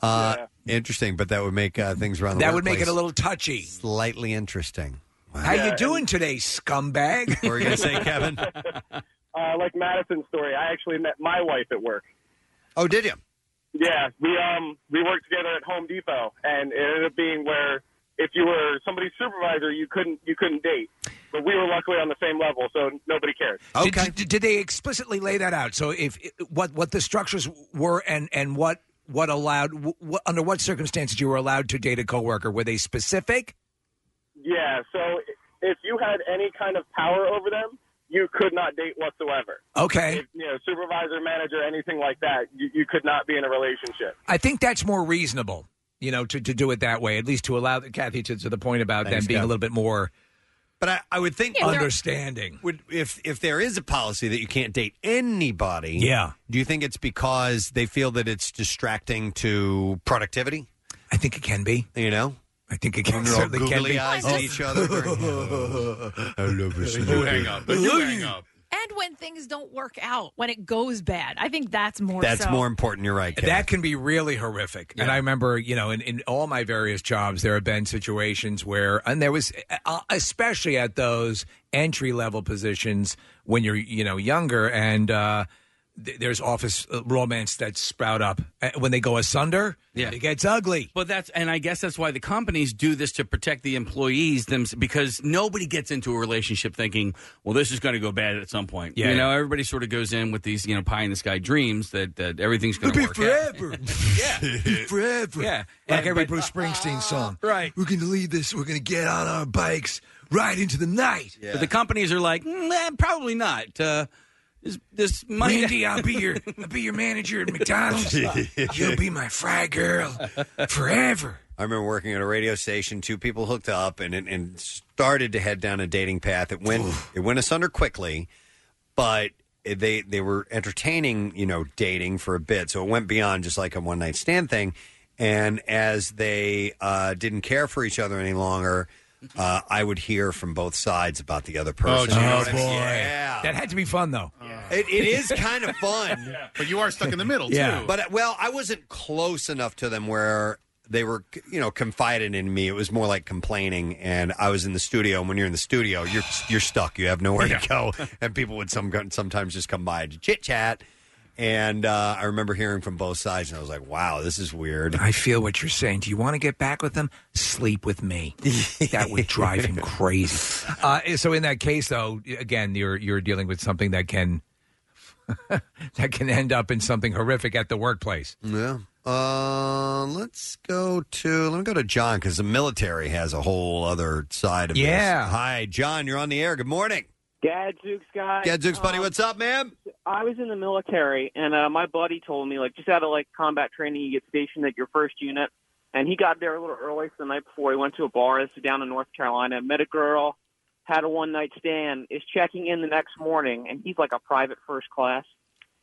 [SPEAKER 1] Uh, Interesting, but that would make uh, things around the
[SPEAKER 3] That would make it
[SPEAKER 1] workplace
[SPEAKER 3] a little touchy.
[SPEAKER 1] slightly interesting.
[SPEAKER 3] How you doing today, scumbag?
[SPEAKER 1] What were you gonna say, Kevin?
[SPEAKER 19] Uh, like Madison's story, I actually met my wife at work.
[SPEAKER 1] Oh, did you?
[SPEAKER 19] Yeah, we um we worked together at Home Depot, and it ended up being where if you were somebody's supervisor, you couldn't you couldn't date. But we were luckily on the same level, so nobody cared.
[SPEAKER 3] Okay. Did, did they explicitly lay that out? So if what what the structures were and and what what allowed what, under what circumstances you were allowed to date a coworker? Were they specific?
[SPEAKER 19] Yeah, so if you had any kind of power over them, you could not date whatsoever.
[SPEAKER 3] Okay.
[SPEAKER 19] If, you know, supervisor, manager, anything like that, you, you could not be in a relationship.
[SPEAKER 3] I think that's more reasonable. You know, to, to do it that way, at least to allow Kathy to, to the point about
[SPEAKER 1] Thanks,
[SPEAKER 3] them being
[SPEAKER 1] Kathy.
[SPEAKER 3] a little bit more.
[SPEAKER 1] But I, I would think
[SPEAKER 3] Yeah, they're- Understanding.
[SPEAKER 1] Would if if there is a policy that you can't date anybody?
[SPEAKER 3] Yeah.
[SPEAKER 1] Do you think it's because they feel that it's distracting to productivity?
[SPEAKER 3] I think it can be.
[SPEAKER 1] You know.
[SPEAKER 3] I think it
[SPEAKER 1] When
[SPEAKER 3] can
[SPEAKER 1] they're all
[SPEAKER 3] certainly can
[SPEAKER 1] googly
[SPEAKER 3] be.
[SPEAKER 1] eyes at each other. I love this.
[SPEAKER 3] Oh,
[SPEAKER 5] You hang up. You hang up.
[SPEAKER 2] And when things don't work out, when it goes bad, I think that's more.
[SPEAKER 1] That's
[SPEAKER 2] so.
[SPEAKER 1] more important. You're right. Kevin.
[SPEAKER 3] That can be really horrific. And I remember, you know, in, in all my various jobs, there have been situations where, and there was, uh, especially at those entry level positions when you're, you know, younger, and uh, th- there's office uh, romance that sprout up Uh, when they go asunder.
[SPEAKER 4] Yeah.
[SPEAKER 3] It gets ugly.
[SPEAKER 4] But that's and I guess that's why the companies do this to protect the employees them because nobody gets into a relationship thinking, well, this is going to go bad at some point.
[SPEAKER 3] Yeah,
[SPEAKER 4] you know,
[SPEAKER 3] yeah.
[SPEAKER 4] everybody sort of goes in with these you know pie in the sky dreams that, that everything's going to work out.
[SPEAKER 14] yeah.
[SPEAKER 3] Forever. Yeah.
[SPEAKER 14] Like every Bruce Springsteen song. Right. We're going to lead this. We're going to get on our bikes right into the night.
[SPEAKER 4] But the companies are like, "Mm, eh, probably not. Uh, this, this money,
[SPEAKER 14] Randy, I'll be your I'll be your manager at McDonald's. You'll be my fry girl forever.
[SPEAKER 1] I remember working at a radio station. Two people hooked up and and- and started to head down a dating path. It went it went asunder quickly, but they they were entertaining, you know, dating for a bit. So it went beyond just like a one night stand thing. And as they uh, didn't care for each other any longer, uh, I would hear from both sides about the other person.
[SPEAKER 3] boy.
[SPEAKER 1] Yeah.
[SPEAKER 3] That had to be fun, though.
[SPEAKER 1] It, it is kind of fun.
[SPEAKER 5] But you are stuck in the middle, too.
[SPEAKER 1] But well, I wasn't close enough to them where they were, you know, confided in me. It was more like complaining, and I was in the studio. And when you're in the studio, you're you're stuck. You have nowhere
[SPEAKER 14] Yeah.
[SPEAKER 1] to go, and people would some sometimes just come by to chit chat. And uh, I remember hearing from both sides, and I was like, "Wow, this is weird."
[SPEAKER 3] I feel what you're saying. Do you want to get back with them? Sleep with me. That would drive him crazy. Uh, so in that case, though, again, you're you're dealing with something that can that can end up in something horrific at the workplace.
[SPEAKER 1] Yeah. Uh, let's go to let me go to John because the military has a whole other side of this.
[SPEAKER 17] Yeah.
[SPEAKER 1] Hi, John. You're on the air. Good morning.
[SPEAKER 17] Gadzooks guy.
[SPEAKER 1] Gadzooks, buddy, what's up, man?
[SPEAKER 17] I was in the military, and uh, my buddy told me, like, just out of like combat training, you get stationed at your first unit, and he got there a little early so the night before. He went to a bar. This is down in North Carolina. Met a girl, had a one night stand. Is checking in the next morning, and he's like a private first class,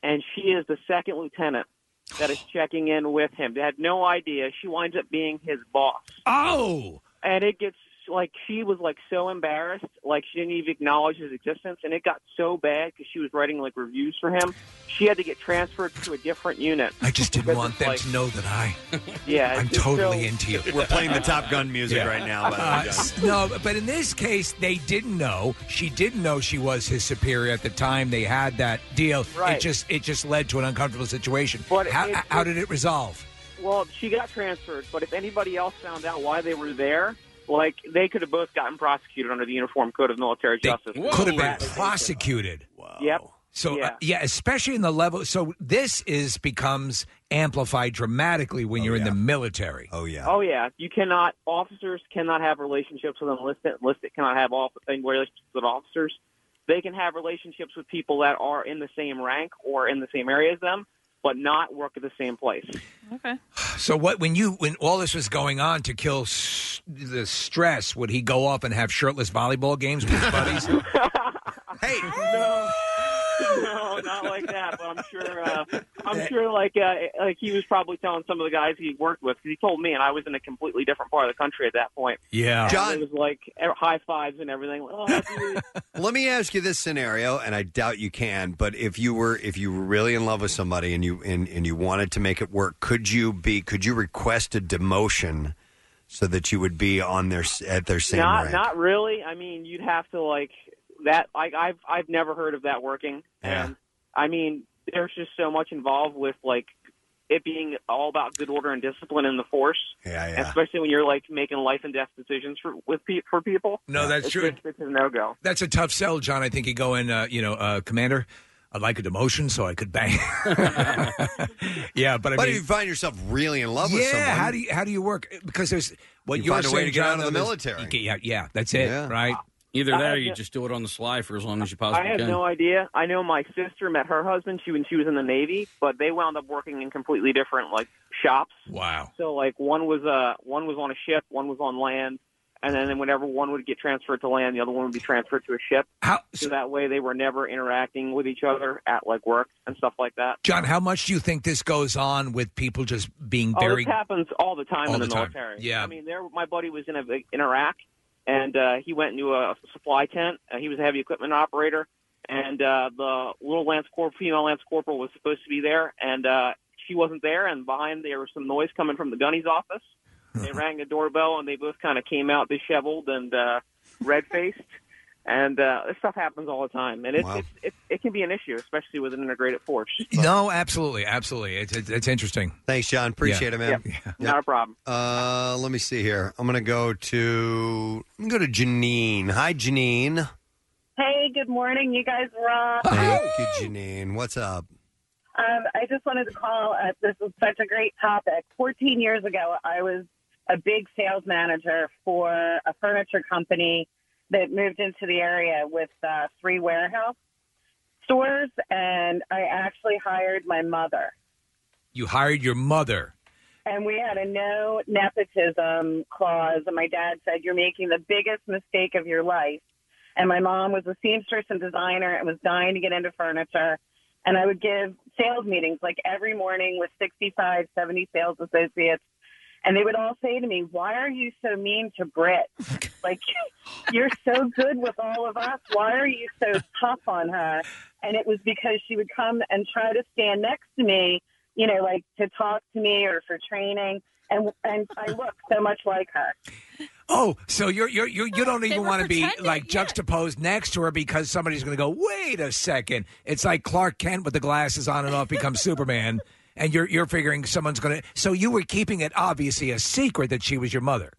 [SPEAKER 17] and she is the second lieutenant that is checking in with him. They had no idea. She winds up being his boss.
[SPEAKER 3] Oh.
[SPEAKER 17] and it gets like she was like so embarrassed, like she didn't even acknowledge his existence, and it got so bad because she was writing like reviews for him. She had to get transferred to a different unit.
[SPEAKER 3] I just didn't
[SPEAKER 17] Because
[SPEAKER 3] want
[SPEAKER 17] it's
[SPEAKER 3] them
[SPEAKER 17] like-
[SPEAKER 3] to know that I
[SPEAKER 17] Yeah,
[SPEAKER 3] I'm
[SPEAKER 17] it's just
[SPEAKER 3] totally
[SPEAKER 17] so-
[SPEAKER 3] into you.
[SPEAKER 1] We're playing the Top Gun music right now, by the way,
[SPEAKER 3] Uh,
[SPEAKER 1] John.
[SPEAKER 3] s- no, but in this case, they didn't know. She didn't know she was his superior at the time they had that deal. It
[SPEAKER 17] Right.
[SPEAKER 3] just it just led to an uncomfortable situation.
[SPEAKER 17] But
[SPEAKER 3] how,
[SPEAKER 17] it-
[SPEAKER 3] how did it resolve?
[SPEAKER 17] Well, she got transferred, but if anybody else found out why they were there, like they could have both gotten prosecuted under the Uniform Code of Military Justice.
[SPEAKER 3] could have been prosecuted.
[SPEAKER 17] Yep.
[SPEAKER 3] So yeah. Uh, yeah, especially in the level. So this is becomes amplified dramatically when you're in the military.
[SPEAKER 1] Oh yeah.
[SPEAKER 17] Oh yeah, you cannot. Officers cannot have relationships with enlisted. Enlisted cannot have off, relationships with officers. They can have relationships with people that are in the same rank or in the same area as them, but not work at the same place.
[SPEAKER 20] Okay.
[SPEAKER 3] So what when you when all this was going on to kill s- the stress, would he go up and have shirtless volleyball games with his buddies?
[SPEAKER 1] hey,
[SPEAKER 17] no. No, not like that. But I'm sure. Uh, I'm sure, like, uh, like he was probably telling some of the guys he worked with because he told me, and I was in a completely different part of the country at that point.
[SPEAKER 1] Yeah.
[SPEAKER 17] And
[SPEAKER 1] John-
[SPEAKER 17] It was like e- high fives and everything. Like, oh, dude.
[SPEAKER 1] Let me ask you this scenario, and I doubt you can, but if you were if you were really in love with somebody and you and, and you wanted to make it work, could you be could you request a demotion so that you would be on their s- at their same
[SPEAKER 17] not,
[SPEAKER 1] rank?
[SPEAKER 17] not really. I mean, you'd have to like that. I, I've I've never heard of that working.
[SPEAKER 1] Yeah.
[SPEAKER 17] I mean, there's just so much involved with like it being all about good order and discipline in the force.
[SPEAKER 1] Yeah,
[SPEAKER 17] yeah. Especially when you're like making life and death decisions for with pe- for people.
[SPEAKER 3] No, that's
[SPEAKER 17] it's
[SPEAKER 3] true.
[SPEAKER 17] just- it's a no go.
[SPEAKER 3] That's a tough sell, John. I think he'd go in, uh, you know, uh, Commander. I'd like a demotion so I could bang. yeah, but I
[SPEAKER 1] but
[SPEAKER 3] mean,
[SPEAKER 1] if you find yourself really in love
[SPEAKER 3] yeah,
[SPEAKER 1] with someone,
[SPEAKER 3] how do you how do you work? Because there's what
[SPEAKER 1] You
[SPEAKER 3] are
[SPEAKER 1] find a way
[SPEAKER 3] saying,
[SPEAKER 1] to get
[SPEAKER 3] John,
[SPEAKER 1] out of the
[SPEAKER 3] though, there's-
[SPEAKER 1] military.
[SPEAKER 3] you can- yeah, yeah, that's it,
[SPEAKER 1] Yeah.
[SPEAKER 3] right?
[SPEAKER 4] Either
[SPEAKER 17] I
[SPEAKER 4] that, or
[SPEAKER 17] have
[SPEAKER 4] you
[SPEAKER 17] no-
[SPEAKER 4] just do it on the sly for as long as you
[SPEAKER 17] I
[SPEAKER 4] possibly
[SPEAKER 17] have
[SPEAKER 4] can.
[SPEAKER 17] no idea. I know my sister met her husband. She when she was in the Navy, but they wound up working in completely different like shops.
[SPEAKER 3] Wow.
[SPEAKER 17] So like one was uh one was on a ship, one was on land, and then whenever one would get transferred to land, the other one would be transferred to a ship.
[SPEAKER 3] How,
[SPEAKER 17] so, that way they were never interacting with each other at like work and stuff like that.
[SPEAKER 3] John, how much do you think this goes on with people just being
[SPEAKER 17] Oh,
[SPEAKER 3] buried?
[SPEAKER 17] this happens all the time
[SPEAKER 3] All
[SPEAKER 17] in the,
[SPEAKER 3] the time.
[SPEAKER 17] military.
[SPEAKER 3] Yeah.
[SPEAKER 17] I mean, there my buddy was in a, in Iraq, and uh, he went into a supply tent. Uh, he was a heavy equipment operator, and uh, the little lance corporal, female lance corporal, was supposed to be there, and uh, she wasn't there. And behind there was some noise coming from the gunny's office. They rang the doorbell, and they both kind of came out disheveled and uh, red faced. And uh, this stuff happens all the time, and it's,
[SPEAKER 3] Wow.
[SPEAKER 17] it's, it's, it can be an issue, especially with an integrated force.
[SPEAKER 3] no, absolutely, absolutely. It's, it's, it's interesting.
[SPEAKER 1] Thanks, John. Appreciate it, man.
[SPEAKER 17] Yeah. Not a problem.
[SPEAKER 1] Uh, let me see here. I'm gonna go to I'm gonna go to Janine. Hi, Janine.
[SPEAKER 21] Hey, good morning. You guys rock.
[SPEAKER 1] Thank you, Janine. What's up?
[SPEAKER 21] Um, I just wanted to call. Uh, this is such a great topic. 14 years ago, I was a big sales manager for a furniture company that moved into the area with uh, three warehouse stores, and I actually hired my mother.
[SPEAKER 3] You hired your mother.
[SPEAKER 21] And we had a no nepotism clause, and my dad said, You're making the biggest mistake of your life. And my mom was a seamstress and designer and was dying to get into furniture. And I would give sales meetings like every morning with 65, 70 sales associates. And they would all say to me, Why are you so mean to Brit? Like, you're so good with all of us. Why are you so tough on her? And it was because she would come and try to stand next to me, you know, like to talk to me or for training. And, and I look so much like her.
[SPEAKER 3] Oh, so you're you're, you're you don't even
[SPEAKER 21] were
[SPEAKER 3] want to be
[SPEAKER 21] pretending,
[SPEAKER 3] like juxtaposed next to her because somebody's going to go, wait a second. It's like Clark Kent with the glasses on and off becomes Superman, and you're you're figuring someone's going to. So you were keeping it obviously a secret that she was your mother.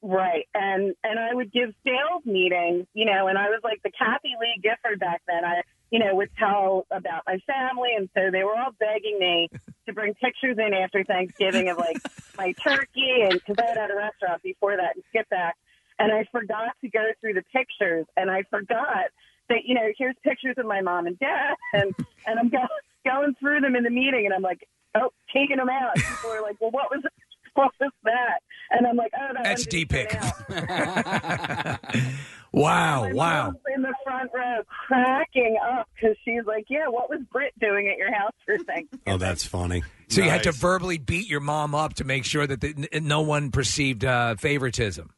[SPEAKER 21] Right. And and I would give sales meetings, you know, and I was like the Kathy Lee Gifford back then. I, you know, would tell about my family and so they were all begging me to bring pictures in after Thanksgiving of like my turkey and because I had had a restaurant before that and skip back. And I forgot to go through the pictures and I forgot that, you know, here's pictures of my mom and dad and, and I'm go, going through them in the meeting and I'm like, oh, taking them out. People are like, well, what was what was that? And I'm like, oh, that
[SPEAKER 3] That's
[SPEAKER 21] one
[SPEAKER 3] D
[SPEAKER 21] didn't
[SPEAKER 3] pick. wow, wow.
[SPEAKER 21] Mom's in the front row cracking up because she's like, "Yeah, what was Brit doing at your house for Thanksgiving?"
[SPEAKER 1] Oh, that's funny.
[SPEAKER 3] So you had to verbally beat your mom up to make sure that the, n- no one perceived uh, favoritism.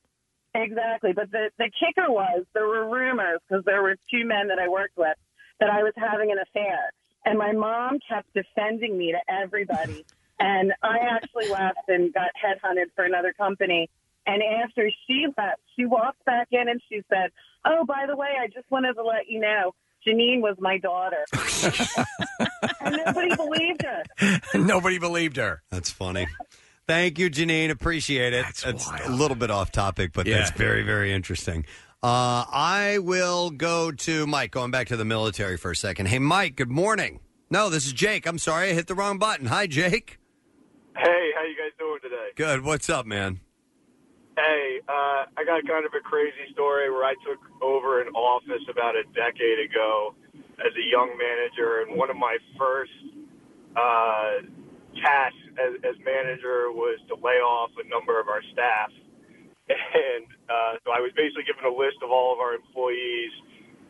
[SPEAKER 21] Exactly. But the the kicker was there were rumors because there were two men that I worked with that I was having an affair, and my mom kept defending me to everybody, and I actually left and got headhunted for another company. And after she left, she walked back in and she said, "Oh, by the way, I just wanted to let you know." Janine was my daughter. and nobody believed her.
[SPEAKER 3] Nobody believed her.
[SPEAKER 1] That's funny. Thank you, Janine. Appreciate it. That's, a little bit off topic, but
[SPEAKER 3] Yeah.
[SPEAKER 1] that's very, very interesting. Uh, I will go to Mike, going back to the military for a second. Hey, Mike, good morning. No, this is Jake. I'm sorry. I hit the wrong button. Hi, Jake.
[SPEAKER 22] Hey, how you guys doing today?
[SPEAKER 1] Good. What's up, man?
[SPEAKER 22] Hey, uh, I got kind of a crazy story where I took over an office about a decade ago as a young manager, and one of my first uh, tasks as, as manager was to lay off a number of our staff. And uh, so I was basically given a list of all of our employees,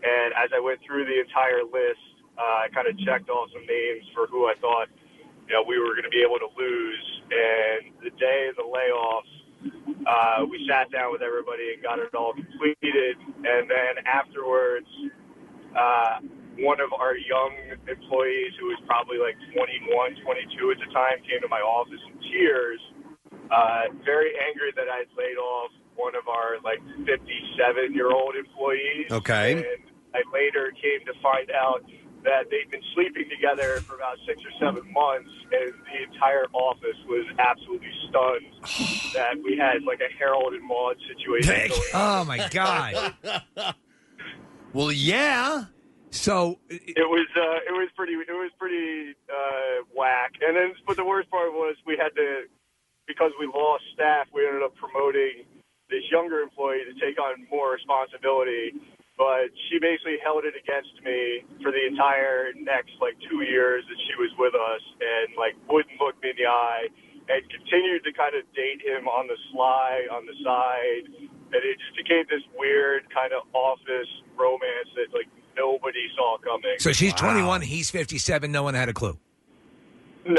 [SPEAKER 22] and as I went through the entire list, uh, I kind of checked off some names for who I thought you know we were going to be able to lose. And the day of the layoffs, uh, we sat down with everybody and got it all completed. And then afterwards, uh, one of our young employees, who was probably like 21, 22 at the time, came to my office in tears, uh, very angry that I had laid off one of our like 57 year old employees.
[SPEAKER 1] Okay.
[SPEAKER 22] And I later came to find out that they'd been sleeping together for about six or seven months, and the entire office was absolutely stunned that we had like a Harold and Maude situation. Going on.
[SPEAKER 3] Oh my god.
[SPEAKER 1] well, yeah.
[SPEAKER 3] So
[SPEAKER 22] It was uh, it was pretty it was pretty uh, whack. And then, but the worst part was we had to because we lost staff, we ended up promoting this younger employee to take on more responsibility. But she basically held it against me for the entire next like two years that she was with us, and like wouldn't look me in the eye, and continued to kind of date him on the sly, on the side, and it just became this weird kind of office romance that like nobody saw coming.
[SPEAKER 3] so she's 21, he's 57. No one had a clue.
[SPEAKER 22] No,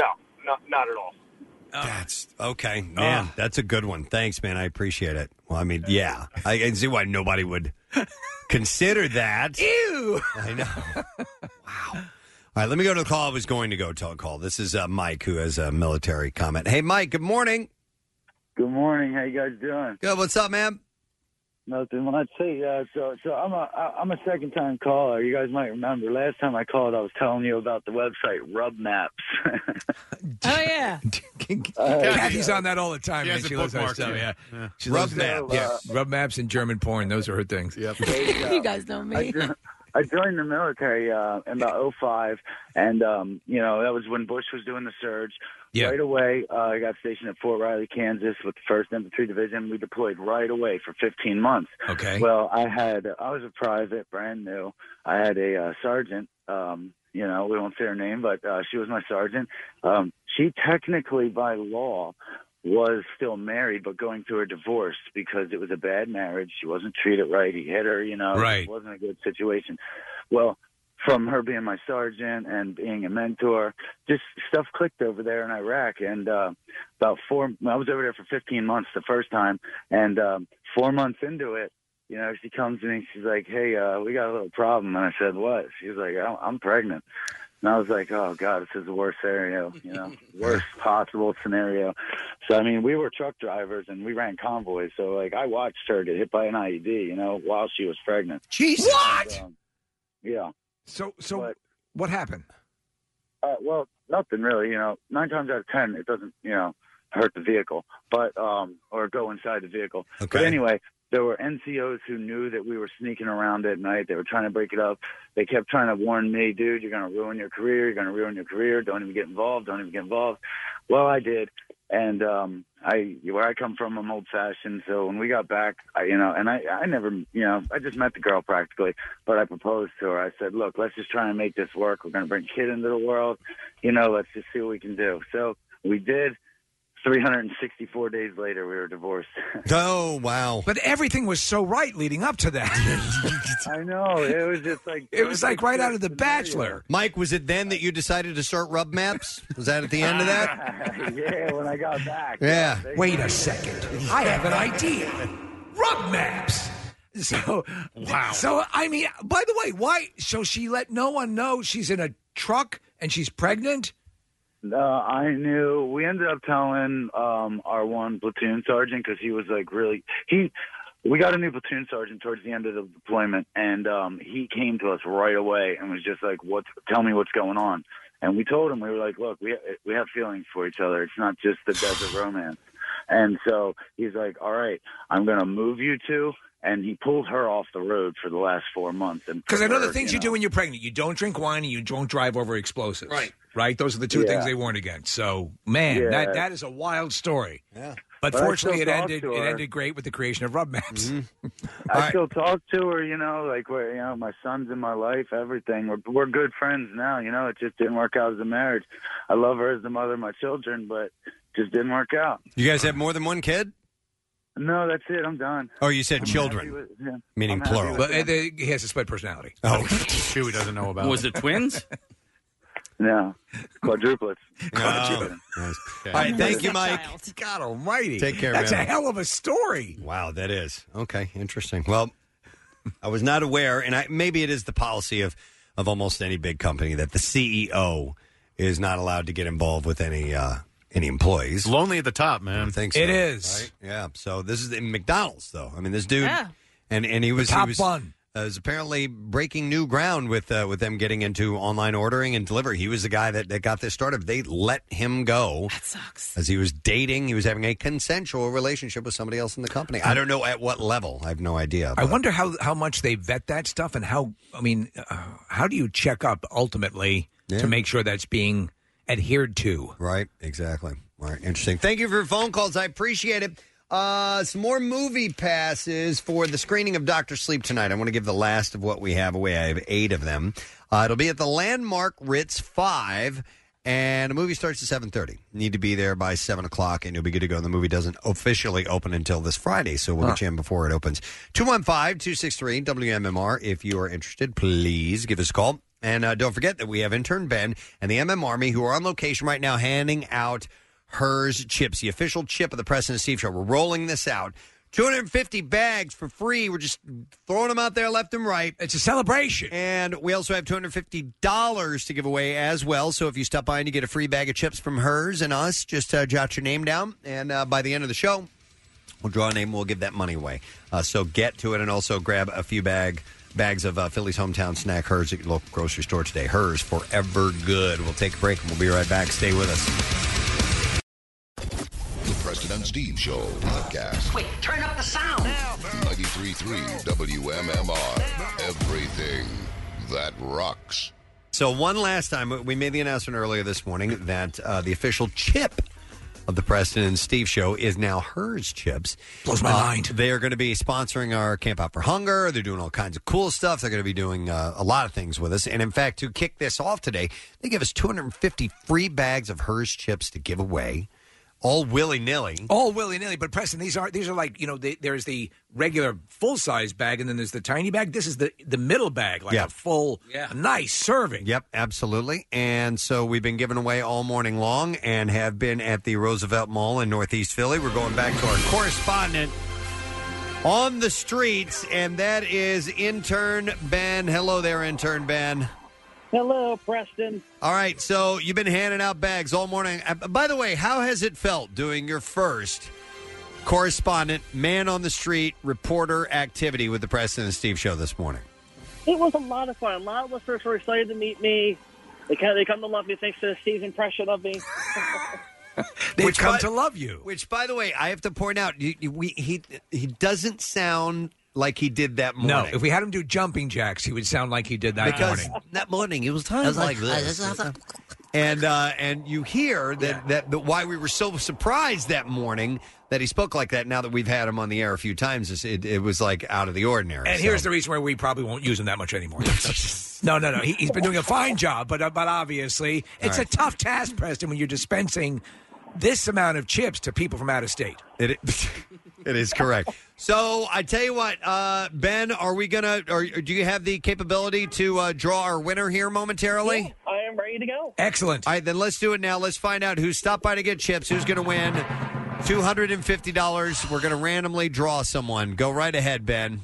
[SPEAKER 22] not not at all.
[SPEAKER 23] Oh.
[SPEAKER 1] That's okay, man. That's a good one. Thanks, man. I appreciate it. Well, I mean, yeah, I can see why nobody would consider that.
[SPEAKER 3] Ew.
[SPEAKER 1] I know. wow. All right, let me go to the call I was going to go to call. This is uh, Mike, who has a military comment. Hey, Mike. Good morning.
[SPEAKER 23] Good morning. How you guys doing?
[SPEAKER 1] Good. What's up, man?
[SPEAKER 23] Nothing. Well, let's see. Uh, so, so I'm a I- I'm a second time caller. You guys might remember last time I called, I was telling you about the website Rub Maps.
[SPEAKER 2] Oh yeah.
[SPEAKER 3] Kathy's on that all the time.
[SPEAKER 23] She
[SPEAKER 3] man.
[SPEAKER 23] has it
[SPEAKER 3] She loves that
[SPEAKER 23] bookmarked,
[SPEAKER 3] stuff.
[SPEAKER 23] yeah.
[SPEAKER 3] Yeah.
[SPEAKER 23] Yeah.
[SPEAKER 3] She
[SPEAKER 23] Rub
[SPEAKER 3] loves that.
[SPEAKER 23] maps.
[SPEAKER 3] Yeah. Rub maps and German porn. Those are her things. Yep.
[SPEAKER 23] You
[SPEAKER 2] guys know
[SPEAKER 23] I, jo- I joined the military uh, in about 05, and um, you know that was when Bush was doing the surge.
[SPEAKER 3] Yeah.
[SPEAKER 23] Right away, uh, I got stationed at Fort Riley, Kansas, with the First Infantry Division. We deployed right away for 15 months.
[SPEAKER 3] Okay.
[SPEAKER 23] Well, I had I was a private, brand new. I had a uh, sergeant. Um, you know, we won't say her name, but uh, she was my sergeant. Um, she technically, by law, was still married, but going through a divorce because it was a bad marriage. She wasn't treated right. He hit her. You know,
[SPEAKER 24] Right.
[SPEAKER 23] It wasn't a good situation. Well, from her being my sergeant and being a mentor, just stuff clicked over there in Iraq. And uh, about four, I was over there for 15 months the first time, and um, four months into it, you know, she comes to me. She's like, "Hey, uh, we got a little problem." And I said, "What?" She was like, "I'm I'm pregnant." And I was like, "Oh God, this is the worst scenario, you know, worst possible scenario." So I mean, we were truck drivers and we ran convoys. So like, I watched her get hit by an IED, you know, while she was pregnant.
[SPEAKER 3] Jesus. What?
[SPEAKER 23] Yeah.
[SPEAKER 3] So so what happened?
[SPEAKER 23] Uh, well, nothing really. You know, nine times out of ten, it doesn't. You know, hurt the vehicle, but um, or go inside the vehicle. But anyway, there were NCOs who knew that we were sneaking around at night. They were trying to break it up. They kept trying to warn me, dude, you're going to ruin your career. You're going to ruin your career. Don't even get involved. Don't even get involved. Well, I did. And um, I, where I come from, I'm old fashioned. So when we got back, I, you know, and I, I never, you know, I just met the girl practically, but I proposed to her. I said, look, let's just try and make this work. We're going to bring a kid into the world. You know, let's just see what we can do. So we did. 364 days later, we were divorced.
[SPEAKER 1] Oh wow!
[SPEAKER 3] But everything was so right leading up to that.
[SPEAKER 23] I know. It was just like
[SPEAKER 3] it was like right out of The Bachelor.
[SPEAKER 1] Mike, was it then that you decided to start Rub Maps? Was that at the end of that?
[SPEAKER 23] yeah, when I got back.
[SPEAKER 1] Yeah.
[SPEAKER 3] Wait a second. I have an idea. Rub maps. So wow. So I mean, by the way, why? So she let no one know she's in a truck and she's pregnant.
[SPEAKER 23] No, Uh, I knew. We ended up telling um, our one platoon sergeant because he was like really he. We got a new platoon sergeant towards the end of the deployment, and um, he came to us right away and was just like, "What? Tell me what's going on." And we told him we were like, "Look, we we have feelings for each other. It's not just the desert romance." And so he's like, "All right, I'm going to move you two." And he pulled her off the road for the last four months. And
[SPEAKER 3] Because I know the
[SPEAKER 23] her,
[SPEAKER 3] things you, do when you're pregnant. You don't drink wine and you don't drive over explosives. Right. Right. Those are the two
[SPEAKER 23] Yeah.
[SPEAKER 3] things they warned against. So man,
[SPEAKER 23] Yeah.
[SPEAKER 3] that that is a wild story.
[SPEAKER 1] Yeah.
[SPEAKER 3] But,
[SPEAKER 23] I
[SPEAKER 3] fortunately, it
[SPEAKER 23] still talk
[SPEAKER 3] ended.
[SPEAKER 23] to
[SPEAKER 3] It
[SPEAKER 23] her.
[SPEAKER 3] ended great with the creation of Rub Maps.
[SPEAKER 23] I still talk to her, you know, like we're, you know, my son's in my life, everything. We're we're good friends now, you know. It just didn't work out as a marriage. I love her as the mother of my children, but just didn't work out.
[SPEAKER 1] You guys have more than one kid?
[SPEAKER 23] No, that's it. I'm done.
[SPEAKER 1] Oh, you said
[SPEAKER 23] I'm
[SPEAKER 1] children.
[SPEAKER 23] happy with- yeah.
[SPEAKER 1] Meaning
[SPEAKER 23] I'm happy
[SPEAKER 1] plural.
[SPEAKER 23] with
[SPEAKER 3] But
[SPEAKER 23] that.
[SPEAKER 3] uh, they- he has a split personality.
[SPEAKER 1] Oh,
[SPEAKER 3] Chewy doesn't know about.
[SPEAKER 23] Was
[SPEAKER 3] it twins?
[SPEAKER 23] no, quadruplets.
[SPEAKER 1] Quadruplets.
[SPEAKER 3] Okay.
[SPEAKER 1] All right, thank you, Mike.
[SPEAKER 3] God Almighty!
[SPEAKER 1] Take care,
[SPEAKER 3] That's
[SPEAKER 1] man.
[SPEAKER 3] a hell of a story.
[SPEAKER 1] Wow, that is okay. Interesting. Well, I was not aware, and I, maybe it is the policy of of almost any big company that the CEO is not allowed to get involved with any uh, any employees.
[SPEAKER 5] Lonely at the top, man.
[SPEAKER 1] Thanks.
[SPEAKER 5] It is.
[SPEAKER 1] Yeah. So this is in McDonald's, though. I mean, this dude,
[SPEAKER 5] Yeah.
[SPEAKER 1] and and he was
[SPEAKER 3] top
[SPEAKER 1] he was,
[SPEAKER 3] bun.
[SPEAKER 1] uh, was apparently breaking new ground with uh, with them getting into online ordering and delivery. He was the guy that, that got this started. They let him go. That
[SPEAKER 2] sucks.
[SPEAKER 1] As he was dating, he was having a consensual relationship with somebody else in the company. I don't know at what level. I have no idea.
[SPEAKER 3] I wonder how how much they vet that stuff and how. I mean, uh, how do you check up ultimately
[SPEAKER 1] Yeah.
[SPEAKER 3] to make sure that's being adhered to?
[SPEAKER 1] Right. Exactly. All right. Interesting. Thank you for your phone calls. I appreciate it. Uh, some more movie passes for the screening of Doctor Sleep tonight. I want to give the last of what we have away. I have eight of them. Uh, it'll be at the Landmark Ritz Five, and the movie starts at seven thirty. Need to be there by seven o'clock, and you'll be good to go. The movie doesn't officially open until this Friday, so we'll get
[SPEAKER 7] Huh.
[SPEAKER 1] you in before it opens. 215-263 WMMR. If you are interested, please give us a call. And uh, don't forget that we have intern Ben and the MM Army who are on location right now handing out HERS chips, the official chip of the President Steve Show. We're rolling this out. 250 bags for free. We're just throwing them out there left and right.
[SPEAKER 3] It's a celebration.
[SPEAKER 1] And we also have $250 to give away as well. So if you stop by and you get a free bag of chips from HERS and us, just uh, jot your name down. And uh, by the end of the show, We'll draw a name. We'll give that money away. Uh, so get to it and also grab a few bag bags of uh, Philly's hometown snack hers at your local grocery store today. Hers forever good. We'll take a break and we'll be right back. Stay with us.
[SPEAKER 16] The Preston and Steve Show podcast.
[SPEAKER 15] Wait, turn up the sound.
[SPEAKER 16] 93.3 WMMR. Everything that rocks.
[SPEAKER 1] So one last time, we made the announcement earlier this morning that uh, the official chip of the Preston and Steve show is now hers chips.
[SPEAKER 3] Blows my
[SPEAKER 1] Uh,
[SPEAKER 3] mind.
[SPEAKER 1] They are going to be sponsoring our Camp Out for Hunger. They're doing all kinds of cool stuff. They're going to be doing uh, a lot of things with us. And in fact, to kick this off today, they give us 250 free bags of hers chips to give away, all willy nilly.
[SPEAKER 3] All willy nilly, but Preston, these are these are like you know the, there's the regular full size bag, and then there's the tiny bag. This is the the middle bag, like
[SPEAKER 1] Yeah.
[SPEAKER 3] a full, nice serving.
[SPEAKER 1] Yep, absolutely. And so we've been giving away all morning long and have been at the Roosevelt Mall in Northeast Philly. We're going back to our correspondent on the streets, and that is intern Ben. Hello there, intern Ben.
[SPEAKER 8] Hello, Preston.
[SPEAKER 1] All right, so you've been handing out bags all morning. Uh, By the way, how has it felt doing your first correspondent, man on the street, reporter activity with the Preston and Steve show this morning?
[SPEAKER 8] It was a lot of fun. A lot of listeners were excited to meet me. They kind of, they come to love me thanks to Steve's impression of me.
[SPEAKER 3] They've come to love you.
[SPEAKER 1] Which, by the way, I have to point out, you, you- we, he he doesn't sound like he did that morning.
[SPEAKER 3] No, if we had him do jumping jacks, he would sound like he did that
[SPEAKER 1] because
[SPEAKER 3] morning.
[SPEAKER 1] that morning it was time like, this. And uh, and you hear that, that that why we were so surprised that morning that he spoke like that. Now that we've had him on the air a few times, it's- it, it was like out of the ordinary.
[SPEAKER 3] And
[SPEAKER 1] so.
[SPEAKER 3] here's the reason why we probably won't use him that much anymore. no, no, no. He, he's been doing a fine job, but uh, but obviously
[SPEAKER 1] All
[SPEAKER 3] it's
[SPEAKER 1] right.
[SPEAKER 3] a tough task, Preston, when you're dispensing this amount of chips to people from out of state.
[SPEAKER 1] It, it is correct. So I tell you what, uh, Ben, are we gonna? Or do you have the capability to uh, draw our winner here momentarily?
[SPEAKER 8] I am ready to go.
[SPEAKER 3] Excellent.
[SPEAKER 1] All right, then let's do it now. Let's find out who stopped by to get chips, who's going to win $250. We're going to randomly draw someone. Go right ahead, Ben.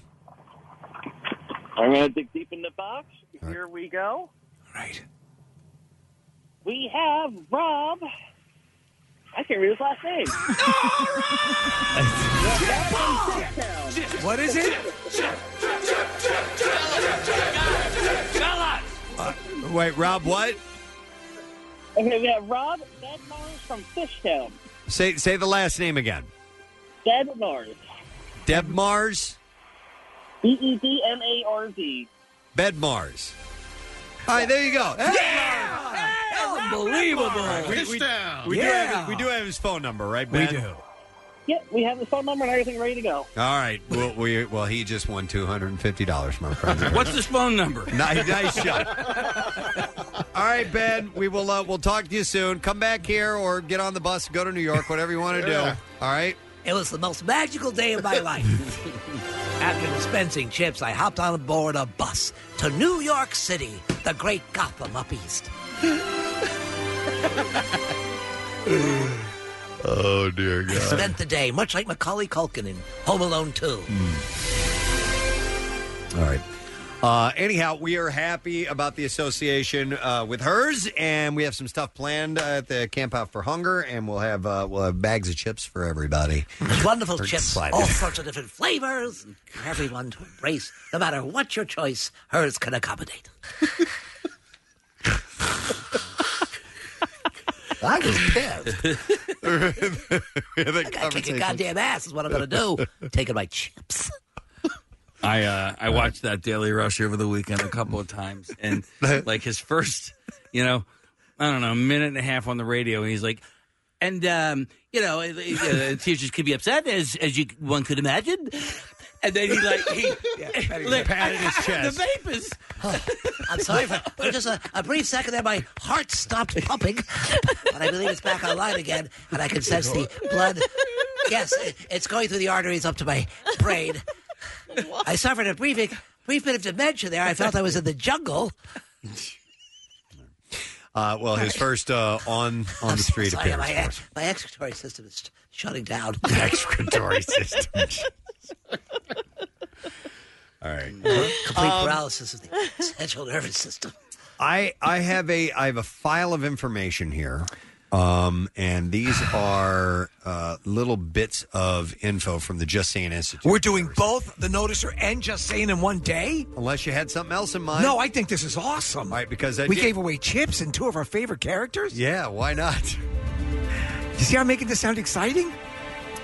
[SPEAKER 8] I'm going to dig deep in the box. Here we go. All right. We have Rob. I can't read his last name.
[SPEAKER 3] What is it?
[SPEAKER 1] Uh, Wait, Rob, what?
[SPEAKER 8] Okay, we have Rob Bednarz from Fishtown.
[SPEAKER 1] Say say the last name again.
[SPEAKER 8] Bednarz.
[SPEAKER 1] Deb Mars,
[SPEAKER 8] B E D M A R Z.
[SPEAKER 1] Bed Mars. All right, there you go. Unbelievable.
[SPEAKER 8] All right, we-
[SPEAKER 1] we,
[SPEAKER 8] we-
[SPEAKER 1] we do
[SPEAKER 8] Yeah.
[SPEAKER 1] have, we do have his phone number, right,
[SPEAKER 3] We
[SPEAKER 1] Ben?
[SPEAKER 3] do.
[SPEAKER 8] Yeah, we have the phone number and everything ready to go.
[SPEAKER 1] All right. Well, we, well he just won $250, my friend.
[SPEAKER 4] What's this phone number?
[SPEAKER 1] nice, nice shot. All right, Ben. We will uh, we'll talk to you soon. Come back here or get on the bus, go to New York, whatever you want to
[SPEAKER 14] Yeah.
[SPEAKER 1] do. All right.
[SPEAKER 14] It was the most magical day of my life. After dispensing chips, I hopped on board a bus to New York City, the great Gotham up east.
[SPEAKER 16] Oh, dear
[SPEAKER 14] I spent the day, much like Macaulay Culkin in Home Alone 2.
[SPEAKER 1] All right. Uh, anyhow, we are happy about the association uh, with hers, and we have some stuff planned uh, at the Camp Out for Hunger, and we'll have uh, we'll have bags of chips for everybody.
[SPEAKER 14] Wonderful
[SPEAKER 1] We're
[SPEAKER 14] chips,
[SPEAKER 1] excited.
[SPEAKER 14] all sorts of different flavors, for everyone to embrace. No matter what your choice, hers can accommodate. I was pissed. I gotta kick your goddamn ass is what I'm gonna do. Taking my chips.
[SPEAKER 4] I uh, I watched that Daily Rush over the weekend a couple of times, and like his first, you know, I don't know, minute and a half on the radio, and he's like, and um, you know, uh, uh, teachers could be upset as as you one could imagine, and then he like he look,
[SPEAKER 14] patted his
[SPEAKER 4] I- I-
[SPEAKER 14] chest.
[SPEAKER 4] The vapors.
[SPEAKER 14] I'm sorry for, for just a, a brief second there. My heart stopped pumping, but I believe it's back online again, and I can sense the blood. Yes, it- it's going through the arteries up to my brain. I suffered a brief, brief bit of dementia there. I felt I was in the jungle.
[SPEAKER 1] Uh, well, his first uh, on on the street
[SPEAKER 14] Sorry,
[SPEAKER 1] appearance.
[SPEAKER 14] my,
[SPEAKER 1] for us.
[SPEAKER 14] ex- my excretory system is shutting down.
[SPEAKER 1] excretory system. All right.
[SPEAKER 14] Complete
[SPEAKER 1] Um,
[SPEAKER 14] paralysis of the central nervous system.
[SPEAKER 1] I I have a I have a file of information here, um, and these are uh, little bits of info from the Just Saying Institute.
[SPEAKER 14] We're doing both the noticer and just saying in one day.
[SPEAKER 1] Unless you had something else in mind.
[SPEAKER 14] No, I think this is awesome.
[SPEAKER 1] All right, because I
[SPEAKER 14] we
[SPEAKER 1] did-
[SPEAKER 14] gave away chips and two of our favorite characters.
[SPEAKER 1] Yeah, why not?
[SPEAKER 14] You see, I'm making this sound exciting.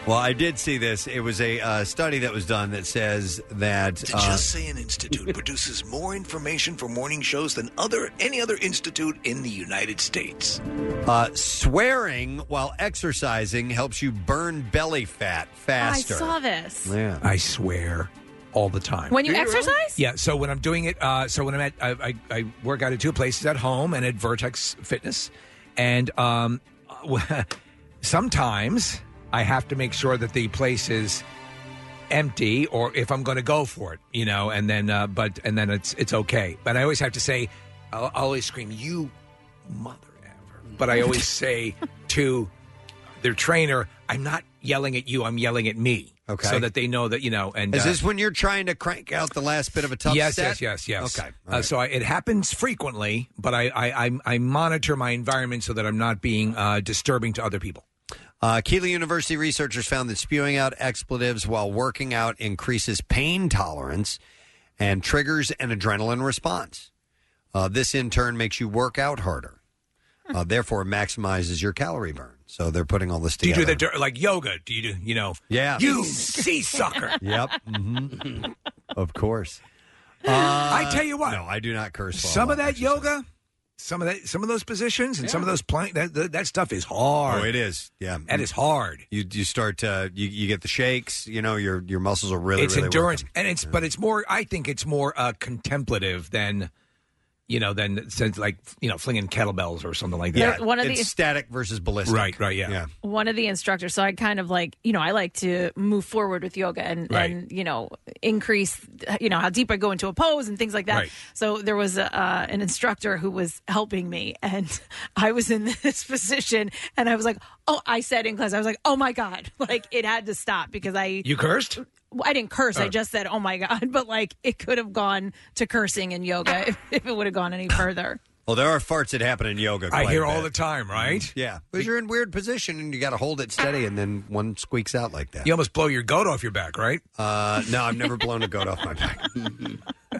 [SPEAKER 1] Well, I did see this. It was a uh, study that was done that says that
[SPEAKER 14] The
[SPEAKER 1] uh,
[SPEAKER 14] Just Saying Institute produces more information for morning shows than other any other institute in the United States.
[SPEAKER 2] Oh,
[SPEAKER 1] uh, swearing while exercising helps you burn belly fat faster.
[SPEAKER 2] I saw this.
[SPEAKER 1] Yeah.
[SPEAKER 3] I swear all the time.
[SPEAKER 2] When you Do you really? exercise?
[SPEAKER 3] Yeah. So when I'm doing it, uh, so when I'm at, I, I, I work out at two places at home and at Vertex Fitness, and um, sometimes I have to make sure that the place is empty or if I'm going to go for it, you know, and then uh, but and then it's it's okay. But I always have to say, I'll, I'll always scream, "You mother ever!" But I always say to their trainer, "I'm not yelling at you. I'm yelling at me."
[SPEAKER 1] Okay.
[SPEAKER 3] so that they know that you know. And
[SPEAKER 1] Is
[SPEAKER 3] uh,
[SPEAKER 1] this when you're trying to crank out the last bit of a tough
[SPEAKER 3] yes,
[SPEAKER 1] set?
[SPEAKER 3] yes, yes, yes.
[SPEAKER 1] Okay.
[SPEAKER 3] Uh, So I, it happens frequently, but I, I I I monitor my environment so that I'm not being uh, disturbing to other people.
[SPEAKER 1] Uh, Keele University researchers found that spewing out expletives while working out increases pain tolerance and triggers an adrenaline response. Uh, this in turn makes you work out harder, uh, therefore maximizes your calorie burn. So they're putting all this
[SPEAKER 3] Do you
[SPEAKER 1] together.
[SPEAKER 3] do that dur- like yoga? Do you do you know?
[SPEAKER 1] Yeah.
[SPEAKER 3] You sea sucker.
[SPEAKER 1] Yep. hmm of course.
[SPEAKER 3] I tell you what.
[SPEAKER 1] Uh, No, I do not curse. while
[SPEAKER 3] some
[SPEAKER 1] I'm
[SPEAKER 3] of that yoga, some of that, some of those positions, and some of those plank. That, that that stuff is hard.
[SPEAKER 1] Oh, it is. Yeah,
[SPEAKER 3] That is hard.
[SPEAKER 1] You you start uh, you you get the shakes. You know your your muscles are really
[SPEAKER 3] it's
[SPEAKER 1] really working.
[SPEAKER 3] endurance, and it's but it's more. I think it's more uh, contemplative than. You know, than since like you know, flinging kettlebells or something like that.
[SPEAKER 2] Yeah, one of it's the-
[SPEAKER 1] static versus ballistic.
[SPEAKER 3] Right, right, yeah. yeah.
[SPEAKER 2] one of the instructors. So I kind of like, you know, I like to move forward with yoga and,
[SPEAKER 3] Right.
[SPEAKER 2] and you know, increase, you know, how deep I go into a pose and things like that.
[SPEAKER 3] Right.
[SPEAKER 2] So there was a, uh, an instructor who was helping me and I was in this position and I was like, oh, I said in class, I was like, oh my God, like it had to stop because I.
[SPEAKER 3] You cursed?
[SPEAKER 2] Well, I didn't curse.
[SPEAKER 3] Oh.
[SPEAKER 2] I just said, oh my God. But like it could have gone to cursing in yoga if, if it would have gone any further.
[SPEAKER 1] Well, there are farts that happen in yoga.
[SPEAKER 3] I
[SPEAKER 1] quite
[SPEAKER 3] hear
[SPEAKER 1] a bit.
[SPEAKER 3] all the time, right?
[SPEAKER 1] Yeah, because you're in weird position and you got to hold it steady, and then one squeaks out like that.
[SPEAKER 3] You almost blow your goat off your back, right?
[SPEAKER 1] Uh, no, I've never blown a goat off my back.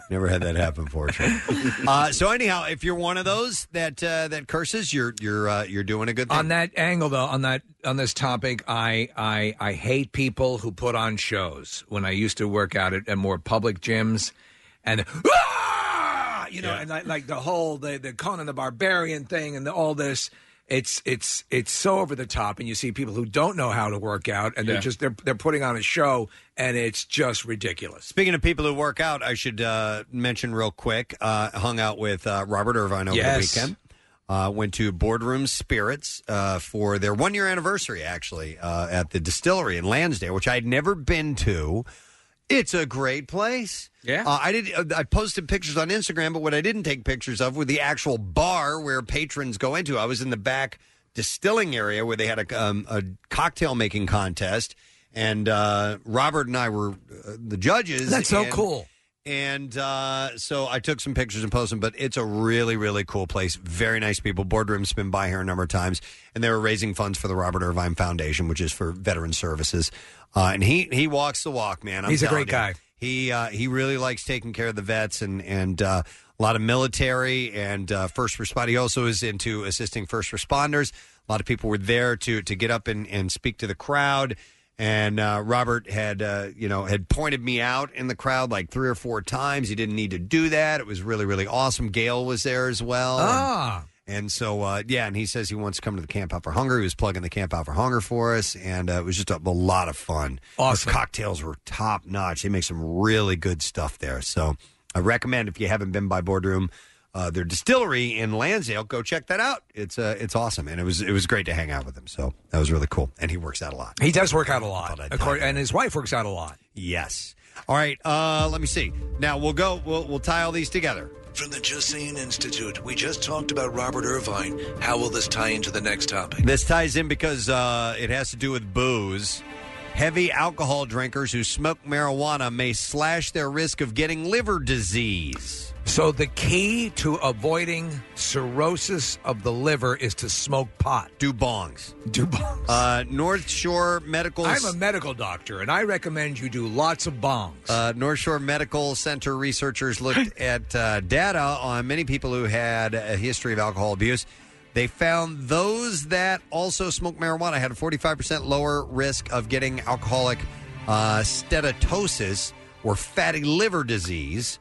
[SPEAKER 1] Never had that happen, fortunately. Uh, so anyhow, if you're one of those that uh, that curses, you're you're uh, you're doing a good thing.
[SPEAKER 3] on that angle though on that on this topic i i i hate people who put on shows when i used to work out at, at more public gyms and "Ah!" you know and like, like the whole the the conan the barbarian thing and the, all this It's it's it's so over the top, and you see people who don't know how to work out, and
[SPEAKER 1] Yeah.
[SPEAKER 3] they're just they're they're putting on a show, and it's just ridiculous.
[SPEAKER 1] Speaking of people who work out, I should uh, mention real quick. Uh, hung out with uh, Robert Irvine over
[SPEAKER 3] Yes.
[SPEAKER 1] the weekend. Uh, went to Boardroom Spirits uh, for their one year anniversary, actually, uh, at the distillery in Lansdale, which I'd never been to. It's a great place. Yeah, uh, I did. uh, I posted pictures on Instagram, but what I didn't take pictures of were the actual bar where patrons go into. I was in the back distilling area where they had a, um, a cocktail making contest, and uh, Robert and I were uh, the judges.
[SPEAKER 3] That's so
[SPEAKER 1] and-
[SPEAKER 3] cool.
[SPEAKER 1] and uh, so I took some pictures and posted them, but it's a really, really cool place. Very nice people. Boardroom's been by here a number of times, and they were raising funds for the Robert Irvine Foundation, which is for veteran services. Uh, and he he walks the walk, man. I'm
[SPEAKER 3] He's a
[SPEAKER 1] telling
[SPEAKER 3] great
[SPEAKER 1] you.
[SPEAKER 3] guy.
[SPEAKER 1] He uh, he really likes taking care of the vets and and uh, a lot of military and uh, first respond. He also is into assisting first responders. A lot of people were there to to get up and, and speak to the crowd. And uh, Robert had uh, you know had pointed me out in the crowd like three or four times. He didn't need to do that. It was really really awesome. Gail was there as well. And-
[SPEAKER 3] Ah.
[SPEAKER 1] and so, uh, yeah, and he says he wants to come to the Camp Out for Hunger. He was plugging the Camp Out for Hunger for us, and uh, it was just a, a lot of fun. Awesome. cocktails were top notch. They make some really good stuff there. So I recommend if you haven't been by Boardroom, uh, their distillery in Lansdale, go check that out. It's uh, it's awesome, and it was it was great to hang out with him. So that was really cool, and he works out a lot.
[SPEAKER 3] He does work out a lot, of course, and his wife works out a lot.
[SPEAKER 1] Yes. All right, uh, let me see. Now we'll go. We'll we'll tie all these together.
[SPEAKER 7] From the Just Saying Institute, we just talked about Robert Irvine. How will this tie into the next topic?
[SPEAKER 1] This ties in because uh, it has to do with booze. Heavy alcohol drinkers who smoke marijuana may slash their risk of getting liver disease.
[SPEAKER 3] So the key to avoiding cirrhosis of the liver is to smoke pot.
[SPEAKER 1] Do bongs.
[SPEAKER 3] Do bongs.
[SPEAKER 1] Uh, North Shore Medical.
[SPEAKER 3] I'm a medical doctor, and I recommend you do lots of bongs.
[SPEAKER 1] Uh, North Shore Medical Center researchers looked at uh, data on many people who had a history of alcohol abuse. They found those that also smoked marijuana had a 45% lower risk of getting alcoholic uh, steatosis or fatty liver disease,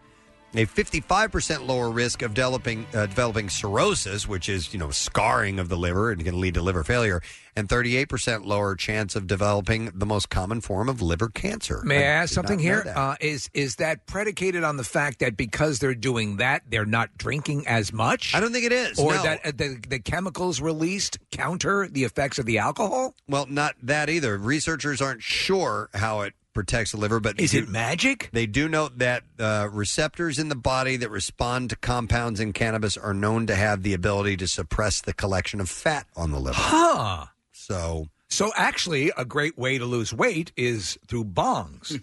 [SPEAKER 1] a 55% lower risk of developing, uh, developing cirrhosis, which is, you know, scarring of the liver and can lead to liver failure, and 38% lower chance of developing the most common form of liver cancer.
[SPEAKER 3] May I ask
[SPEAKER 1] did
[SPEAKER 3] something
[SPEAKER 1] not know
[SPEAKER 3] here?
[SPEAKER 1] that.
[SPEAKER 3] Uh, is is that predicated on the fact that because they're doing that, they're not drinking as much? I
[SPEAKER 1] don't think it is,
[SPEAKER 3] Or
[SPEAKER 1] no.
[SPEAKER 3] that uh, the, the chemicals released counter the effects of the alcohol?
[SPEAKER 1] Well, not that either. Researchers aren't sure how it protects the liver, but
[SPEAKER 3] Is it
[SPEAKER 1] magic? They do note that uh, receptors in the body that respond to compounds in cannabis are known to have the ability to suppress the collection of fat on the liver.
[SPEAKER 3] Huh.
[SPEAKER 1] So.
[SPEAKER 3] So actually, a great way to lose weight is through bongs.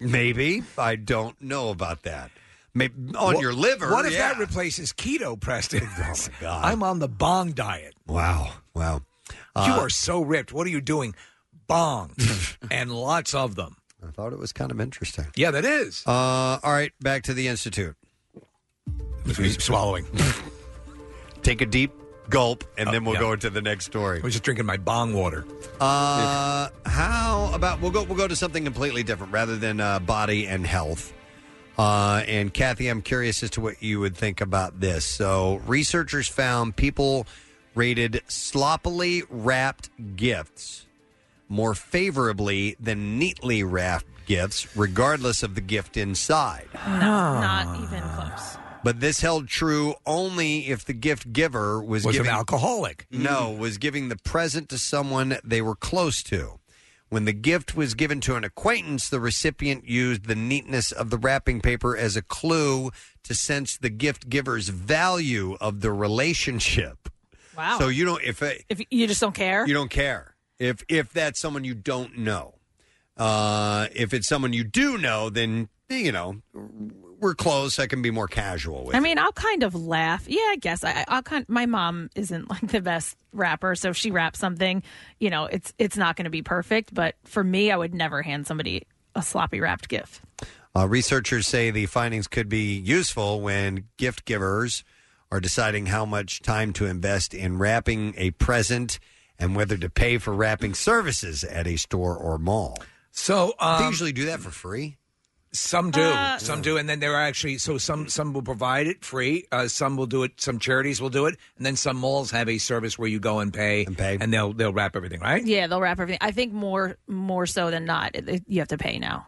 [SPEAKER 1] Maybe I don't know about that. Maybe on your liver.
[SPEAKER 3] What if
[SPEAKER 1] yeah.
[SPEAKER 3] that replaces keto, Preston? Oh my
[SPEAKER 1] God.
[SPEAKER 3] I'm on the bong diet.
[SPEAKER 1] Wow, wow.
[SPEAKER 3] you
[SPEAKER 1] Uh,
[SPEAKER 3] are so ripped. What are you doing? Bongs and lots of them.
[SPEAKER 1] I thought it was kind of interesting.
[SPEAKER 3] Yeah, that is.
[SPEAKER 1] Uh, all right, back to the institute.
[SPEAKER 3] swallowing.
[SPEAKER 1] Take a deep gulp, and
[SPEAKER 3] Oh,
[SPEAKER 1] then we'll
[SPEAKER 3] yeah.
[SPEAKER 1] go into the next story.
[SPEAKER 3] I was just drinking my bong water.
[SPEAKER 1] Uh, how about we'll go we'll go to something completely different rather than uh, body and health. Uh, and Kathy, I'm curious as to what you would think about this. So researchers found people rated sloppily wrapped gifts more favorably than neatly wrapped gifts, regardless of the gift inside.
[SPEAKER 2] Not even close.
[SPEAKER 1] But this held true only if the gift giver was,
[SPEAKER 3] Was an
[SPEAKER 1] giving,
[SPEAKER 3] alcoholic. Mm-hmm.
[SPEAKER 1] No, was giving the present to someone they were close to. When the gift was given to an acquaintance, the recipient used the neatness of the wrapping paper as a clue to sense the gift giver's value of the relationship.
[SPEAKER 2] Wow.
[SPEAKER 1] So you don't if a,
[SPEAKER 2] if you just don't care,
[SPEAKER 1] you don't care if if that's someone you don't know. Uh, if it's someone you do know, then you know we're close. I can be more casual with.
[SPEAKER 2] I mean, I'll kind of laugh. Yeah, I guess I, I- I'll kind. My mom isn't like the best rapper, so if she raps something, you know, it's it's not going to be perfect. But for me, I would never hand somebody a sloppy wrapped gift.
[SPEAKER 1] Uh, researchers say the findings could be useful when gift givers are deciding how much time to invest in wrapping a present and whether to pay for wrapping services at a store or mall.
[SPEAKER 3] So um,
[SPEAKER 1] they usually do that for free.
[SPEAKER 3] Some do,
[SPEAKER 4] Uh,
[SPEAKER 3] some do, and then there are actually so some some will provide it free. Uh, some will do it. Some charities will do it, and then some malls have a service where you go and pay, and pay, and they'll they'll wrap everything right.
[SPEAKER 2] Yeah, they'll wrap everything. I think more more so than not, it- it- you have to pay now.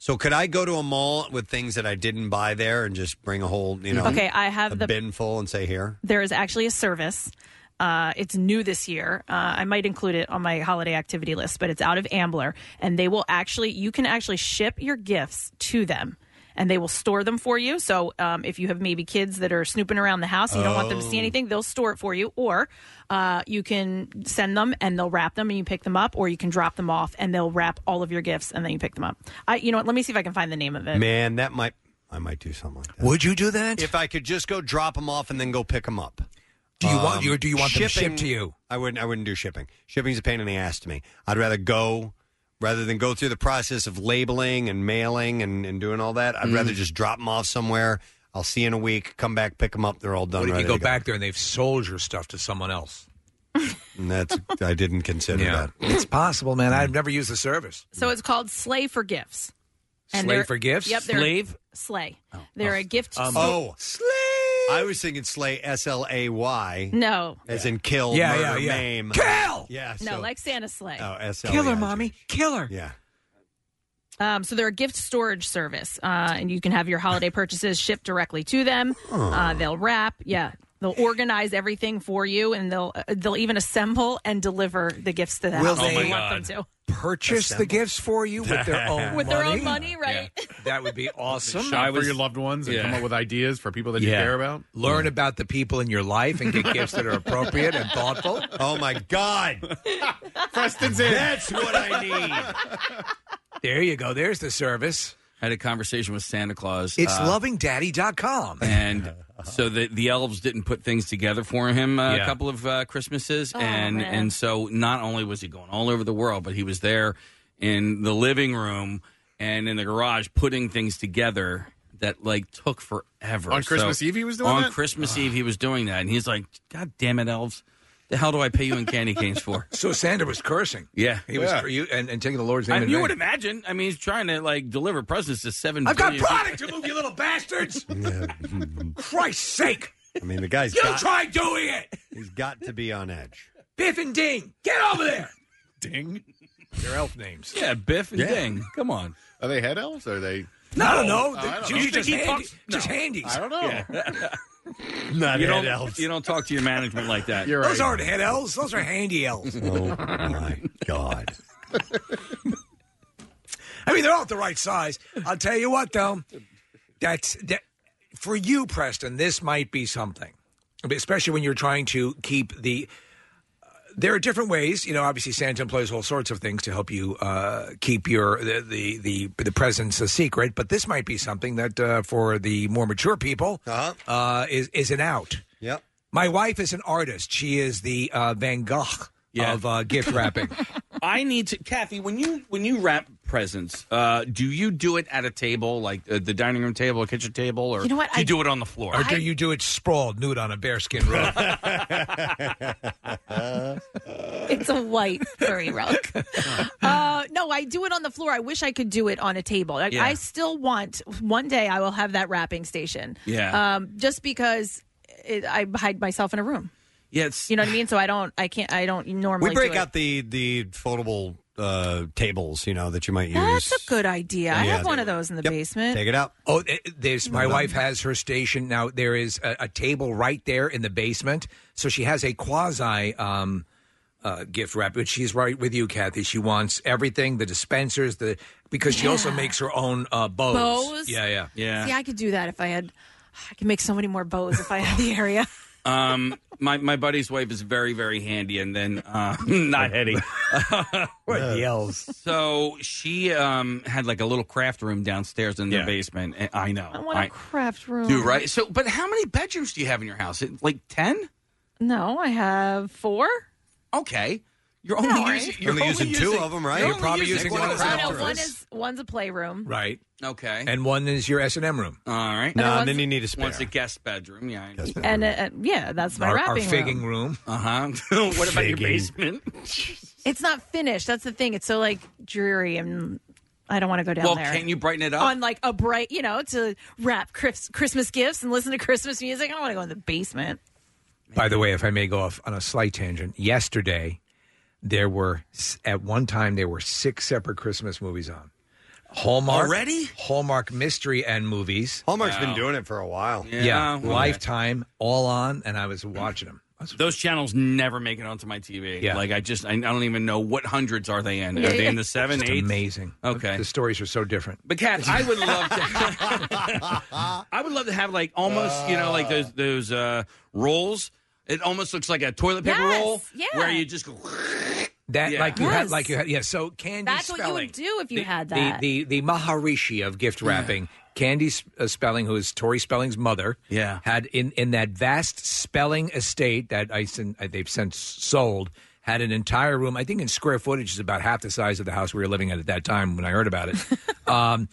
[SPEAKER 1] So could I go to a mall with things that I didn't buy there and just bring a whole, you know,
[SPEAKER 2] Okay, I have
[SPEAKER 1] a
[SPEAKER 2] the-
[SPEAKER 1] bin full and say here?
[SPEAKER 2] There is actually a service. Uh, it's new this year. Uh, I might include it on my holiday activity list, but it's out of Ambler, and they will actually you can actually ship your gifts to them. And they will store them for you. So um, if you have maybe kids that are snooping around the house and you don't want them to see
[SPEAKER 10] Oh.
[SPEAKER 2] anything, they'll store it for you. Or uh, you can send them and they'll wrap them and you pick them up, or you can drop them off and they'll wrap all of your gifts and then you pick them up. I, you know what? Let me see if I can find the name of it.
[SPEAKER 1] Man, that might I might do something like that.
[SPEAKER 3] Would you do that?
[SPEAKER 1] If I could just go drop them off and then go pick them up. Um,
[SPEAKER 3] Do you want- or do you want them shipped
[SPEAKER 1] shipping-
[SPEAKER 3] to you?
[SPEAKER 1] I wouldn't I wouldn't do shipping. Shipping's a pain in the ass to me. I'd rather go rather than go through the process of labeling and mailing and, and doing all that. I'd
[SPEAKER 3] Mm.
[SPEAKER 1] rather just drop them off somewhere. I'll see you in a week, come back, pick them up, they're all done.
[SPEAKER 3] What if you
[SPEAKER 1] ready
[SPEAKER 3] go
[SPEAKER 1] to go.
[SPEAKER 3] back there and they've sold your stuff to someone else?
[SPEAKER 1] And that's I didn't consider that.
[SPEAKER 3] It's possible, man. I've never used the service.
[SPEAKER 2] So it's called Slay for Gifts.
[SPEAKER 3] Slay
[SPEAKER 2] they're-
[SPEAKER 3] for Gifts?
[SPEAKER 2] Yep. they're-
[SPEAKER 3] Slave? Oh.
[SPEAKER 2] Slay. They're a gift.
[SPEAKER 1] Um,
[SPEAKER 2] so-
[SPEAKER 1] oh, slay! I was thinking slay, S L A Y.
[SPEAKER 2] No.
[SPEAKER 1] as in kill,
[SPEAKER 3] Yeah,
[SPEAKER 1] murder,
[SPEAKER 3] yeah, yeah.
[SPEAKER 1] maim.
[SPEAKER 3] Kill!
[SPEAKER 1] Yeah,
[SPEAKER 2] no,
[SPEAKER 1] so-
[SPEAKER 2] like Santa Slay.
[SPEAKER 1] E oh, S L A Y.
[SPEAKER 3] Killer, mommy. Killer.
[SPEAKER 1] Yeah.
[SPEAKER 2] Um, so they're a gift storage service, uh, and you can have your holiday purchases shipped directly to them. Uh, they'll wrap. Yeah. They'll organize everything for you, and they'll uh, they'll even assemble and deliver the gifts to the
[SPEAKER 3] Will
[SPEAKER 2] house
[SPEAKER 3] they-
[SPEAKER 2] if you
[SPEAKER 3] Oh my
[SPEAKER 2] want them
[SPEAKER 3] God.
[SPEAKER 2] to.
[SPEAKER 3] Purchase the
[SPEAKER 2] Assemble.
[SPEAKER 3] gifts for you with their own
[SPEAKER 2] With their own money, right?
[SPEAKER 3] That would be awesome.
[SPEAKER 5] Shop for your loved ones and come up with ideas for people that you
[SPEAKER 3] Yeah.
[SPEAKER 5] care about.
[SPEAKER 3] Learn about the people in your life and get gifts that are appropriate and thoughtful.
[SPEAKER 1] Oh my God,
[SPEAKER 5] Preston's in.
[SPEAKER 1] That's what I need.
[SPEAKER 3] There you go. There's the service.
[SPEAKER 4] Had a conversation with Santa Claus.
[SPEAKER 3] It's
[SPEAKER 4] uh,
[SPEAKER 3] lovingdaddy.com.
[SPEAKER 4] and so the the elves didn't put things together for him uh,
[SPEAKER 3] Yeah.
[SPEAKER 4] a couple of uh, Christmases,
[SPEAKER 3] Oh,
[SPEAKER 4] and
[SPEAKER 3] man.
[SPEAKER 4] and so not only was he going all over the world, but he was there in the living room and in the garage putting things together that like took forever.
[SPEAKER 5] On
[SPEAKER 4] So
[SPEAKER 5] Christmas Eve he was doing
[SPEAKER 4] on
[SPEAKER 5] that?
[SPEAKER 4] Christmas Eve he was doing that, and he's like, "God damn it, elves! The hell do I pay you in candy canes for?"
[SPEAKER 3] So Santa was cursing.
[SPEAKER 4] Yeah,
[SPEAKER 3] He was you and, and taking the Lord's name.
[SPEAKER 4] I
[SPEAKER 3] in
[SPEAKER 4] mean, you
[SPEAKER 3] vain.
[SPEAKER 4] would imagine. I mean, he's trying to like deliver presents to seven.
[SPEAKER 3] I've got
[SPEAKER 4] billion-
[SPEAKER 3] product to move, you little bastards. Christ's sake.
[SPEAKER 1] I mean, the guy's
[SPEAKER 3] You
[SPEAKER 1] got,
[SPEAKER 3] try doing it.
[SPEAKER 1] he's got to be on edge.
[SPEAKER 3] Biff and Ding, get over there.
[SPEAKER 5] Ding.
[SPEAKER 3] Their elf names.
[SPEAKER 4] Yeah, Biff and Ding. Come on.
[SPEAKER 5] Are they head elves? Or are they?
[SPEAKER 3] No, I don't know.
[SPEAKER 5] Oh, I don't
[SPEAKER 3] You
[SPEAKER 5] know.
[SPEAKER 3] think just he handy- talks- just no. handies.
[SPEAKER 5] I don't know.
[SPEAKER 1] Not
[SPEAKER 4] you
[SPEAKER 1] head
[SPEAKER 4] don't, elves. You don't talk to your management like that.
[SPEAKER 3] Those aren't head elves. Those are handy elves.
[SPEAKER 1] Oh my God.
[SPEAKER 3] I mean, they're all the right size. I'll tell you what, though, that's that, for you, Preston. This might be something, especially when you're trying to keep the. uh, There are different ways, you know. Obviously, Santa employs all sorts of things to help you uh, keep your the, the the the presence a secret. But this might be something that uh, for the more mature people uh is is an out.
[SPEAKER 1] Yep.
[SPEAKER 3] My wife is an artist. She is the uh, Van Gogh of uh, gift wrapping.
[SPEAKER 4] I need to, Kathy. When you when you wrap presents, uh, do you do it at a table, like uh, the dining room table, kitchen table, or
[SPEAKER 3] You know what?
[SPEAKER 4] do you
[SPEAKER 3] I-
[SPEAKER 4] do it on the floor?
[SPEAKER 3] Or do you do it sprawled nude on a bearskin rug?
[SPEAKER 2] It's a white furry rug. Uh, no, I do it on the floor. I wish I could do it on a table. Like,
[SPEAKER 10] Yeah.
[SPEAKER 2] I still want one day I will have that wrapping station.
[SPEAKER 4] Yeah.
[SPEAKER 2] Um, just because it, I hide myself in a room.
[SPEAKER 4] Yes.
[SPEAKER 2] You know what I mean? So I don't. I can't. I don't normally.
[SPEAKER 1] we break
[SPEAKER 2] do it.
[SPEAKER 1] out the the foldable uh, tables, you know, that you might use.
[SPEAKER 2] That's a good idea. I
[SPEAKER 1] Yeah.
[SPEAKER 2] have one of those in the basement.
[SPEAKER 1] Take it out.
[SPEAKER 3] Oh, th- there's my wife has her station now. There is a, a table right there in the basement, so she has a quasi um, uh, gift wrap. But she's right with you, Kathy. She wants everything, the dispensers, the because she also
[SPEAKER 2] Yeah.
[SPEAKER 3] makes her own uh, bows.
[SPEAKER 2] Bows?
[SPEAKER 3] Yeah, yeah,
[SPEAKER 4] yeah.
[SPEAKER 2] See, I could do that if I had. I could make so many more bows if I had the area.
[SPEAKER 4] Um, my my buddy's wife is very very handy, and then uh, not handy.
[SPEAKER 3] what yells?
[SPEAKER 4] So she um had like a little craft room downstairs in the basement. and- I know.
[SPEAKER 2] I want a craft room.
[SPEAKER 4] do right. So, but how many bedrooms do you have in your house? It- Like ten?
[SPEAKER 2] No, I have four.
[SPEAKER 4] Okay. You're only using you're
[SPEAKER 1] Only using two
[SPEAKER 4] using-
[SPEAKER 1] of 'em, right?
[SPEAKER 4] You're,
[SPEAKER 3] You're
[SPEAKER 4] only
[SPEAKER 3] probably
[SPEAKER 4] using,
[SPEAKER 3] using
[SPEAKER 4] one
[SPEAKER 3] one
[SPEAKER 4] of
[SPEAKER 3] as a
[SPEAKER 4] them.
[SPEAKER 2] No,
[SPEAKER 3] Outdoors.
[SPEAKER 2] one is one's a playroom.
[SPEAKER 3] right.
[SPEAKER 4] Okay.
[SPEAKER 3] And one is your S and M room.
[SPEAKER 4] All right.
[SPEAKER 3] No, And then one's- you need a
[SPEAKER 4] Once a guest bedroom, yeah.
[SPEAKER 2] And uh, uh, yeah, that's my
[SPEAKER 3] our, our
[SPEAKER 2] wrapping
[SPEAKER 3] figging
[SPEAKER 2] room.
[SPEAKER 3] room.
[SPEAKER 4] Uh huh. what about your
[SPEAKER 3] Figging.
[SPEAKER 4] basement?
[SPEAKER 2] It's not finished. That's the thing. It's so like dreary and I don't want to go down
[SPEAKER 4] well,
[SPEAKER 2] there.
[SPEAKER 4] can you brighten it up?
[SPEAKER 2] on like a bright, you know, to wrap Chris- Christmas gifts and listen to Christmas music. I don't want to go in the basement.
[SPEAKER 3] By the way, if I may go off on a slight tangent, yesterday there were s- at one time there were six separate Christmas movies on Hallmark
[SPEAKER 1] Already?
[SPEAKER 3] Hallmark mystery and movies.
[SPEAKER 1] Hallmark's
[SPEAKER 3] Hallmark's
[SPEAKER 1] been doing it for a while.
[SPEAKER 3] Yeah, Lifetime all on, and I was
[SPEAKER 4] Mm.
[SPEAKER 3] watching them.
[SPEAKER 4] Those channels never make it onto my TV.
[SPEAKER 3] Yeah.
[SPEAKER 4] Like I just I, I don't even know what hundreds are they in. Are they in the seven,
[SPEAKER 3] Just
[SPEAKER 4] eight?
[SPEAKER 3] Amazing.
[SPEAKER 4] Okay.
[SPEAKER 3] the stories are so different.
[SPEAKER 4] But Kat, I would love to. I would love to have like almost you know like those those uh, rolls. It almost looks like a toilet paper
[SPEAKER 2] Yes,
[SPEAKER 4] roll
[SPEAKER 2] yeah.
[SPEAKER 4] where you just go.
[SPEAKER 3] That
[SPEAKER 4] Yeah.
[SPEAKER 3] like you had
[SPEAKER 4] Yes.
[SPEAKER 3] like you had yeah. So Candy
[SPEAKER 2] That's what you
[SPEAKER 3] Spelling.
[SPEAKER 2] would do if you had
[SPEAKER 3] the,
[SPEAKER 2] that.
[SPEAKER 3] the the Maharishi of gift wrapping, Candy S- uh, Spelling, who is Tori Spelling's mother, yeah, had in in that vast spelling estate that I sen- uh, they've since sold had an entire room. I think in square footage is about half the size of the house we were living at at that time when I heard about it. um,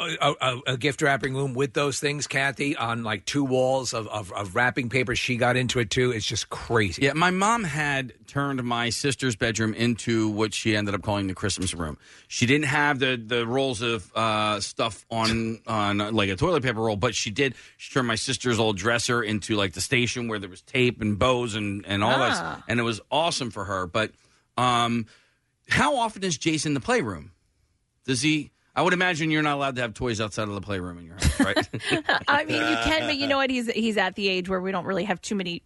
[SPEAKER 3] a, a, a gift wrapping room with those things, Kathy, on like two walls of, of, of wrapping paper. She got into it too. It's just crazy.
[SPEAKER 4] Yeah, my mom had turned my sister's bedroom into what she ended up calling the Christmas room. She didn't have the the rolls of uh, stuff on on uh, like a toilet paper roll, but she did. She turned my sister's old dresser into like the station where there was tape and bows and and all that,
[SPEAKER 10] Ah.
[SPEAKER 4] s- and it was awesome for her. But um, how often is Jason in the playroom? Does he? I would imagine you're not allowed to have toys outside of the playroom in your house, right?
[SPEAKER 2] I mean, you can, but you know what? He's he's at the age where we don't really have too many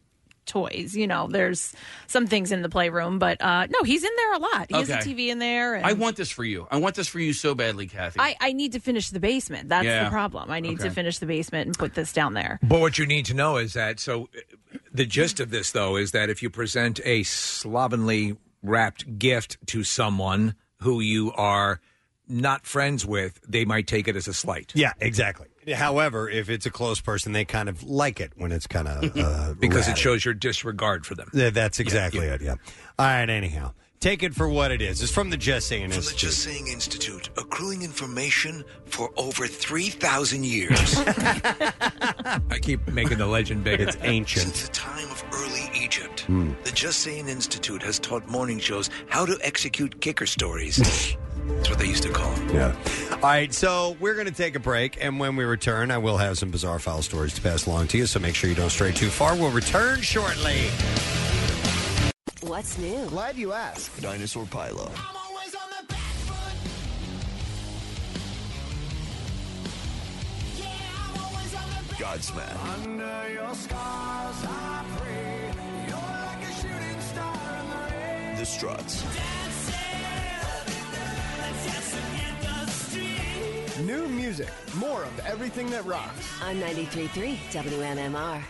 [SPEAKER 2] toys. You know, there's some things in the playroom, but uh, no, he's in there a lot. He has
[SPEAKER 4] Okay.
[SPEAKER 2] a TV in there. And
[SPEAKER 4] I want this for you. I want this for you so badly, Kathy.
[SPEAKER 2] I, I need to finish the basement. That's
[SPEAKER 3] Yeah.
[SPEAKER 2] the problem. I need to
[SPEAKER 3] Okay.
[SPEAKER 2] finish the basement and put this down there.
[SPEAKER 3] But what you need to know is that so uh, the gist of this though is that if you present a slovenly wrapped gift to someone who you are not friends with, they might take it as a slight.
[SPEAKER 1] Yeah, exactly. However, if it's a close person, they kind of like it when it's kind of uh,
[SPEAKER 3] Because
[SPEAKER 1] ratty.
[SPEAKER 3] it shows your disregard for them.
[SPEAKER 1] Yeah, that's exactly it. Yeah. All right. Anyhow, take it for what it is. It's from the Just Saying
[SPEAKER 7] From the
[SPEAKER 1] Institute.
[SPEAKER 7] Just Saying Institute, accruing information for over 3,000 years.
[SPEAKER 3] I keep making the legend big.
[SPEAKER 1] It's ancient.
[SPEAKER 7] the time of early Egypt.
[SPEAKER 3] Hmm.
[SPEAKER 7] The Just Saying Institute has taught morning shows how to execute kicker stories. That's what they used to call them.
[SPEAKER 1] Yeah. All right. So we're going to take a break, and when we return, I will have some bizarre file stories to pass along to you. So make sure you don't stray too far. We'll return shortly.
[SPEAKER 15] What's new? Glad you asked.
[SPEAKER 6] Dinosaur pileup. Godsmack. The Struts.
[SPEAKER 15] New music, more of everything that rocks.
[SPEAKER 10] On 93.3 WMMR.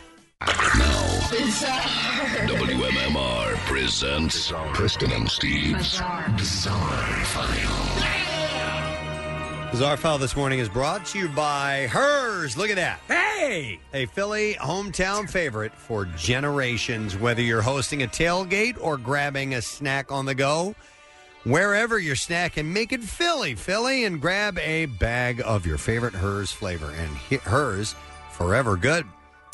[SPEAKER 16] WMMR presents Preston and Steve's Bizarre, File.
[SPEAKER 1] Bizarre File this morning is brought to you by Hers. Look at that.
[SPEAKER 3] Hey!
[SPEAKER 1] A Philly hometown favorite for generations. Whether you're hosting a tailgate or grabbing a snack on the go, wherever you're snacking, make it Philly, Philly, and grab a bag of your favorite Hers flavor. And he- Hers, forever good.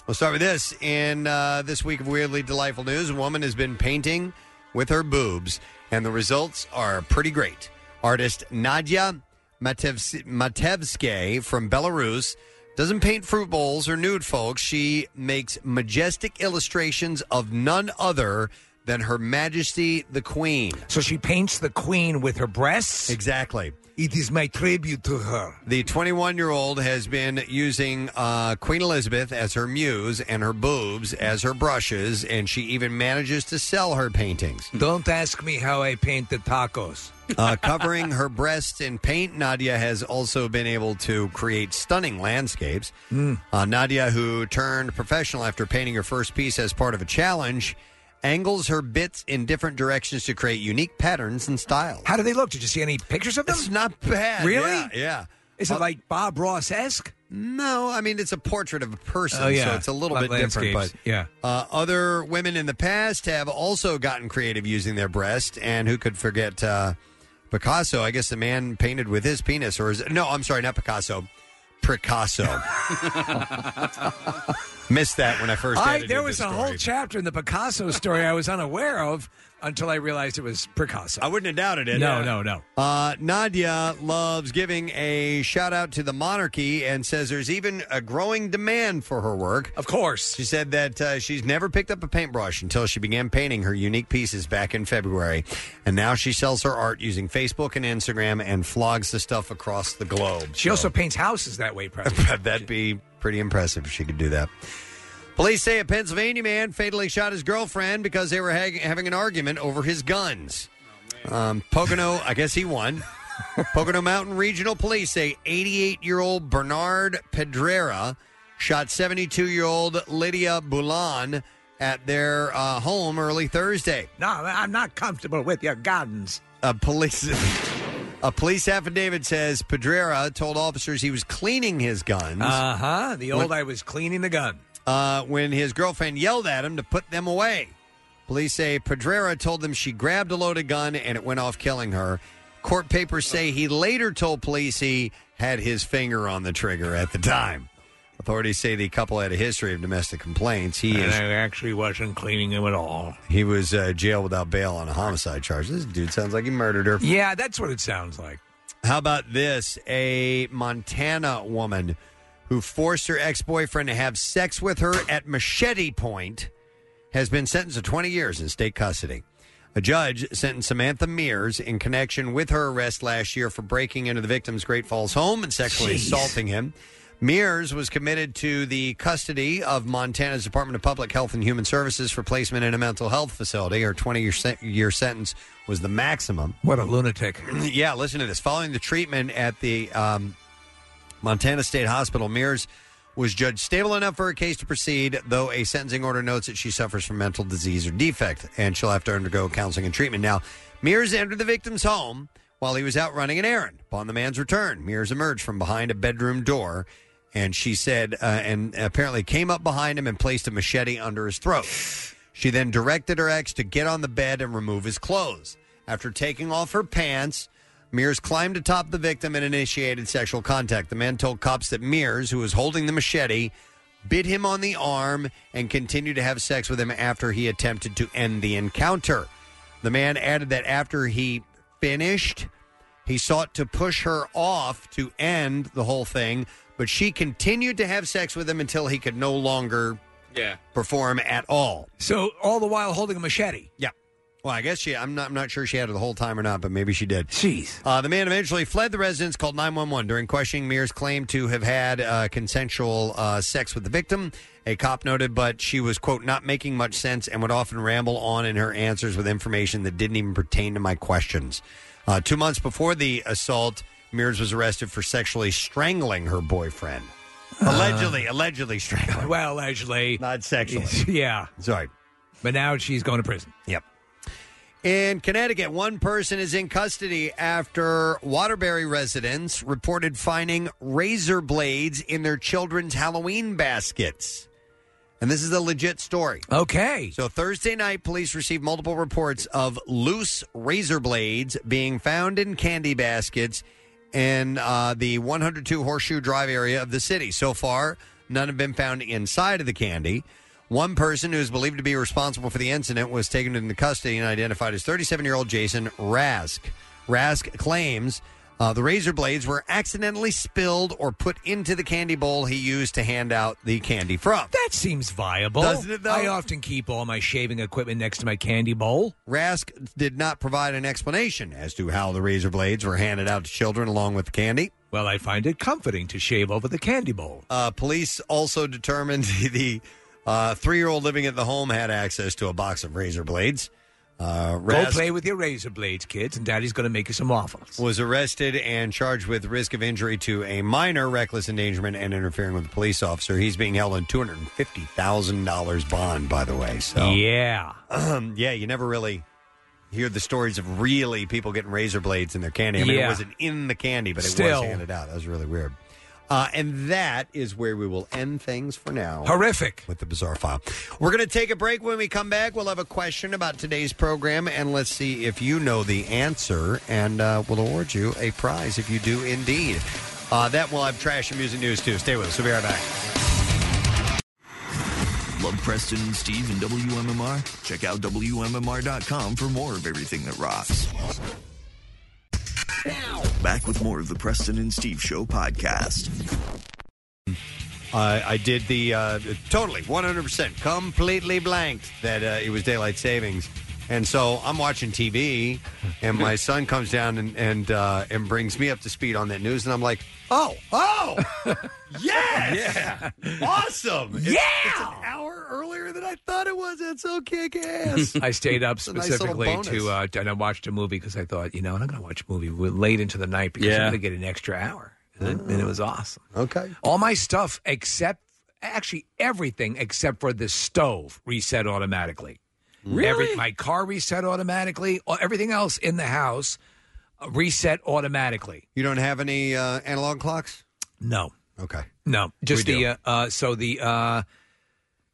[SPEAKER 1] We'll start with this. In uh, this week of Weirdly Delightful News, a woman has been painting with her boobs, and the results are pretty great. Artist Nadia Matev- Matevske from Belarus doesn't paint fruit bowls or nude folks. She makes majestic illustrations of none other than Her Majesty the Queen.
[SPEAKER 3] So she paints the Queen with her breasts?
[SPEAKER 1] Exactly.
[SPEAKER 3] It is my tribute to her.
[SPEAKER 1] The 21 year old has been using uh, Queen Elizabeth as her muse and her boobs as her brushes, and she even manages to sell her paintings.
[SPEAKER 3] Don't ask me how I paint the tacos.
[SPEAKER 1] Uh, covering her breasts in paint, Nadia has also been able to create stunning landscapes.
[SPEAKER 3] Hmm.
[SPEAKER 1] Uh, Nadia, who turned professional after painting her first piece as part of a challenge, angles her bits in different directions to create unique patterns and styles.
[SPEAKER 3] How do they look? Did you see any pictures of them?
[SPEAKER 1] It's not bad.
[SPEAKER 3] Really?
[SPEAKER 1] Yeah. yeah.
[SPEAKER 3] Is it like Bob Ross esque?
[SPEAKER 1] Uh, No, I mean it's a portrait of a person,
[SPEAKER 3] Oh, yeah.
[SPEAKER 1] so it's a little
[SPEAKER 3] Lot
[SPEAKER 1] bit
[SPEAKER 3] of
[SPEAKER 1] different. But
[SPEAKER 3] landscapes. Yeah.
[SPEAKER 1] uh, other women in the past have also gotten creative using their breast, and who could forget uh, Picasso? I guess the man painted with his penis, or is no? I'm sorry, not Picasso. Picasso. Missed that when I first.
[SPEAKER 3] I,
[SPEAKER 1] edited
[SPEAKER 3] there was
[SPEAKER 1] this
[SPEAKER 3] a
[SPEAKER 1] story.
[SPEAKER 3] whole chapter in the Picasso story I was unaware of until I realized it was Picasso. I
[SPEAKER 1] wouldn't have doubted it.
[SPEAKER 3] No,
[SPEAKER 1] Yeah.
[SPEAKER 3] no, no.
[SPEAKER 1] Uh, Nadia loves giving a shout out to the monarchy and says there's even a growing demand for her work.
[SPEAKER 3] Of course.
[SPEAKER 1] She said that uh, she's never picked up a paintbrush until she began painting her unique pieces back in February. And now she sells her art using Facebook and Instagram and flogs the stuff across the globe.
[SPEAKER 3] She also paints houses that way, probably.
[SPEAKER 1] That'd be pretty impressive if she could do that. Police say a Pennsylvania man fatally shot his girlfriend because they were ha- having an argument over his guns. um, Pocono, I guess he won. Pocono Mountain Regional Police say 88 year old Bernard Pedrera shot 72 year old Lydia Boulan at their uh, home early Thursday.
[SPEAKER 3] No, I'm not comfortable with your guns.
[SPEAKER 1] A police. A police affidavit says Pedrera told officers he was cleaning his guns.
[SPEAKER 3] Uh huh. The
[SPEAKER 1] When-
[SPEAKER 3] old I was cleaning the gun.
[SPEAKER 1] uh, when his girlfriend yelled at him to put them away. Police say Pedrera told them she grabbed a loaded gun and it went off killing her. Court papers say he later told police he had his finger on the trigger at the time. Authorities say the couple had a history of domestic complaints. He
[SPEAKER 3] And
[SPEAKER 1] is,
[SPEAKER 3] I actually wasn't cleaning him at all.
[SPEAKER 1] he was uh, jailed without bail on a homicide charge. This dude sounds like he murdered her.
[SPEAKER 3] Yeah, that's what it sounds like.
[SPEAKER 1] How about this? A Montana woman who forced her ex boyfriend to have sex with her at machete point has been sentenced to 20 years in state custody. A judge sentenced Samantha Mears in connection with her arrest last year for breaking into the victim's Great Falls home and sexually
[SPEAKER 11] Jeez.
[SPEAKER 1] assaulting him. Mears was committed to the custody of Montana's Department of Public Health and Human Services for placement in a mental health facility. Her 20 year, sen- year sentence was the maximum.
[SPEAKER 3] What a lunatic.
[SPEAKER 1] yeah, listen to this. Following the treatment at the um, Montana State Hospital, Mears was judged stable enough for her case to proceed, though a sentencing order notes that she suffers from mental disease or defect, and she'll have to undergo counseling and treatment. Now, Mears entered the victim's home while he was out running an errand. Upon the man's return, Mears emerged from behind a bedroom door, and she said, uh, and apparently came up behind him and placed a machete under his throat. She then directed her ex to get on the bed and remove his clothes. After taking off her pants, Mears climbed atop the victim and initiated sexual contact. The man told cops that Mears, who was holding the machete, bit him on the arm and continued to have sex with him after he attempted to end the encounter. The man added that after he finished, he sought to push her off to end the whole thing, but she continued to have sex with him until he could no longer
[SPEAKER 3] Yeah.
[SPEAKER 1] perform at all.
[SPEAKER 3] So all the while holding a machete.
[SPEAKER 1] Yeah. Well, I guess she. I'm not. I'm not sure she had it the whole time or not, but maybe she did.
[SPEAKER 3] Jeez.
[SPEAKER 1] Uh, the man eventually fled the residence, called 911. During questioning, Mears claimed to have had uh, consensual uh, sex with the victim. A cop noted, but she was quote not making much sense and would often ramble on in her answers with information that didn't even pertain to my questions. Uh, two months before the assault, Mears was arrested for sexually strangling her boyfriend. Allegedly, allegedly strangling.
[SPEAKER 3] Well, allegedly.
[SPEAKER 1] Not sexually.
[SPEAKER 3] yeah.
[SPEAKER 1] Sorry.
[SPEAKER 3] But now she's going to prison.
[SPEAKER 1] Yep. In Connecticut, one person is in custody after Waterbury residents reported finding razor blades in their children's Halloween baskets. And this is a legit story.
[SPEAKER 3] Okay.
[SPEAKER 1] So Thursday night, police received multiple reports of loose razor blades being found in candy baskets in uh, the 102 Horseshoe Drive area of the city. So far, none have been found inside of the candy. One person who is believed to be responsible for the incident was taken into custody and identified as 37 year old Jason Rask. Rask claims uh, the razor blades were accidentally spilled or put into the candy bowl he used to hand out the candy from.
[SPEAKER 3] That seems viable.
[SPEAKER 1] Doesn't it, though?
[SPEAKER 3] I often keep all my shaving equipment next to my candy bowl.
[SPEAKER 1] Rask did not provide an explanation as to how the razor blades were handed out to children along with the candy.
[SPEAKER 3] Well, I find it comforting to shave over the candy bowl.
[SPEAKER 1] Uh, police also determined the uh, three year old living at the home had access to a box of razor blades. Uh,
[SPEAKER 3] Go
[SPEAKER 1] Rask
[SPEAKER 3] play with your razor blades, kids, and Daddy's going to make you some waffles.
[SPEAKER 1] was arrested and charged with risk of injury to a minor, reckless endangerment, and interfering with a police officer. He's being held on $250,000 bond, by the way. So
[SPEAKER 3] Yeah.
[SPEAKER 1] Um, yeah, you never really hear the stories of really people getting razor blades in their candy. I mean, it
[SPEAKER 3] Yeah.
[SPEAKER 1] wasn't in the candy, but it
[SPEAKER 3] Still.
[SPEAKER 1] was handed out. That was really weird. Uh, and that is where we will end things for now.
[SPEAKER 3] Horrific.
[SPEAKER 1] With the bizarre file. We're going to take a break. When we come back, we'll have a question about today's program, and let's see if you know the answer, and uh, we'll award you a prize if you do indeed. Uh, that will have trash and music news, too. Stay with us. We'll be right back.
[SPEAKER 6] Love Preston and Steve and WMMR? Check out WMMR.com for more of everything that rocks. Back with more of the Preston and Steve Show podcast.
[SPEAKER 1] I I did the uh, totally 100% completely blanked that uh, it was daylight savings. And so I'm watching TV, and my son comes down and and, uh, and brings me up to speed on that news, and I'm like, oh, oh, yes, awesome, It's- it's an hour earlier than I thought it was. That's so kick ass.
[SPEAKER 3] I stayed up
[SPEAKER 1] It's a nice little
[SPEAKER 3] specifically
[SPEAKER 1] bonus.
[SPEAKER 3] to uh, and I watched a movie because I thought, you know, what, I'm going to watch a movie w- late into the night because
[SPEAKER 4] Yeah.
[SPEAKER 3] I'm going to get an extra hour, and, then-
[SPEAKER 1] Oh.
[SPEAKER 3] and it was awesome.
[SPEAKER 1] Okay,
[SPEAKER 3] all my stuff except actually everything except for the stove reset automatically.
[SPEAKER 4] Really?
[SPEAKER 3] my car reset automatically. all- Everything else in the house uh, reset automatically.
[SPEAKER 1] You don't have any uh, analog clocks?
[SPEAKER 3] No.
[SPEAKER 1] Okay.
[SPEAKER 3] No, just
[SPEAKER 1] We
[SPEAKER 3] the
[SPEAKER 1] do.
[SPEAKER 3] uh, uh, so the uh,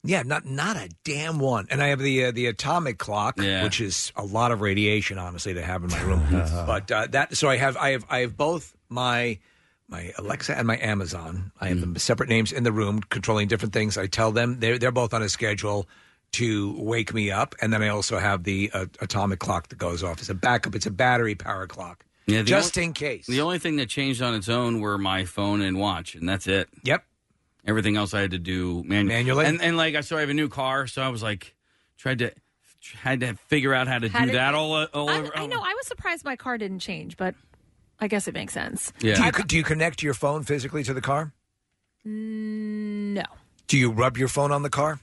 [SPEAKER 3] yeah, not not a damn one. And I have the uh, the atomic clock,
[SPEAKER 4] Yeah. Uh-huh.
[SPEAKER 3] which is a lot of radiation, honestly, to have in my room. but uh, that so I have I have I have both my my Alexa and my Amazon. I
[SPEAKER 4] Mm.
[SPEAKER 3] have them separate names in the room, controlling different things. I tell them they're they're both on a schedule to wake me up, and then I also have the uh, atomic clock that goes off. It's a backup. It's a battery power clock.
[SPEAKER 4] Yeah, the
[SPEAKER 3] just
[SPEAKER 4] only-
[SPEAKER 3] in case.
[SPEAKER 4] The only thing that changed on its own were my phone and watch, and that's it.
[SPEAKER 3] Yep.
[SPEAKER 4] Everything else I had to do manually.
[SPEAKER 3] Manually?
[SPEAKER 4] And, and like I so I have a new car, so I was like tried to had to figure out how to
[SPEAKER 2] How
[SPEAKER 4] do
[SPEAKER 2] did-
[SPEAKER 4] that all uh, all
[SPEAKER 2] I'm-
[SPEAKER 4] over.
[SPEAKER 2] I know. I was surprised my car didn't change, but I guess it makes sense.
[SPEAKER 3] Do you, do you connect your phone physically to the car?
[SPEAKER 2] No.
[SPEAKER 3] Do you rub your phone on the car?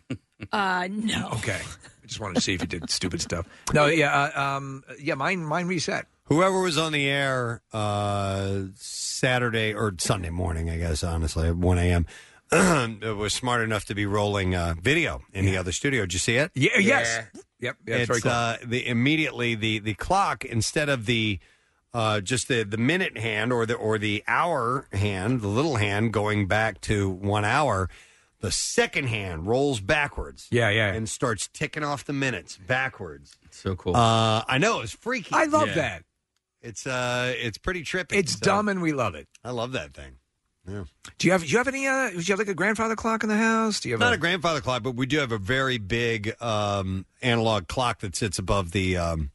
[SPEAKER 2] Uh, no.
[SPEAKER 3] Okay. I just wanted to see if you did stupid stuff. No, yeah, uh, um, yeah, mine, mine reset.
[SPEAKER 1] Whoever was on the air uh, Saturday or Sunday morning, I guess, honestly, at 1 a.m., was smart enough to be rolling uh, video in the other studio. Did you see it?
[SPEAKER 3] Yeah, yes. Yep. Yeah, it's
[SPEAKER 1] it's
[SPEAKER 3] very cool.
[SPEAKER 1] uh, the immediately the the clock instead of the uh, just the the minute hand or the or the hour hand, the little hand going back to one hour. The second hand rolls backwards.
[SPEAKER 3] Yeah, yeah.
[SPEAKER 1] And starts ticking off the minutes backwards.
[SPEAKER 4] So cool.
[SPEAKER 1] Uh, I know it was freaky.
[SPEAKER 3] I love Yeah. that.
[SPEAKER 1] It's uh, it's pretty trippy.
[SPEAKER 3] It's dumb, and we love it.
[SPEAKER 1] I love that thing. Yeah.
[SPEAKER 3] Do you have? Do you have any? Uh, do you have like a grandfather clock in the house? Do you have
[SPEAKER 1] not
[SPEAKER 3] a-
[SPEAKER 1] a grandfather clock, but we do have a very big um, analog clock that sits above the um,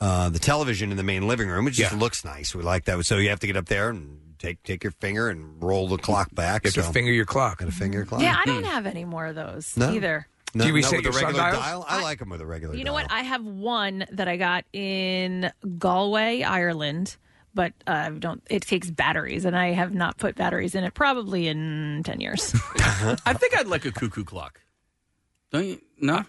[SPEAKER 1] uh, the television in the main living room. It just looks nice. We like that. So you have to get up there and take take your finger and roll the clock back.
[SPEAKER 3] You have to
[SPEAKER 1] So-
[SPEAKER 3] finger your clock.
[SPEAKER 1] Got to finger your clock.
[SPEAKER 2] Yeah, I
[SPEAKER 4] Hmm.
[SPEAKER 2] don't have any more of those
[SPEAKER 1] No.
[SPEAKER 2] either.
[SPEAKER 1] No,
[SPEAKER 3] Do you
[SPEAKER 1] not
[SPEAKER 3] reset
[SPEAKER 1] with
[SPEAKER 3] your
[SPEAKER 1] the regular
[SPEAKER 3] sundials?
[SPEAKER 1] dial? I like them with a regular.
[SPEAKER 2] You know what? I have one that I got in Galway, Ireland, but uh, I don't. It takes batteries, and I have not put batteries in it probably in ten years.
[SPEAKER 4] I think I'd like a cuckoo clock. Don't you? No.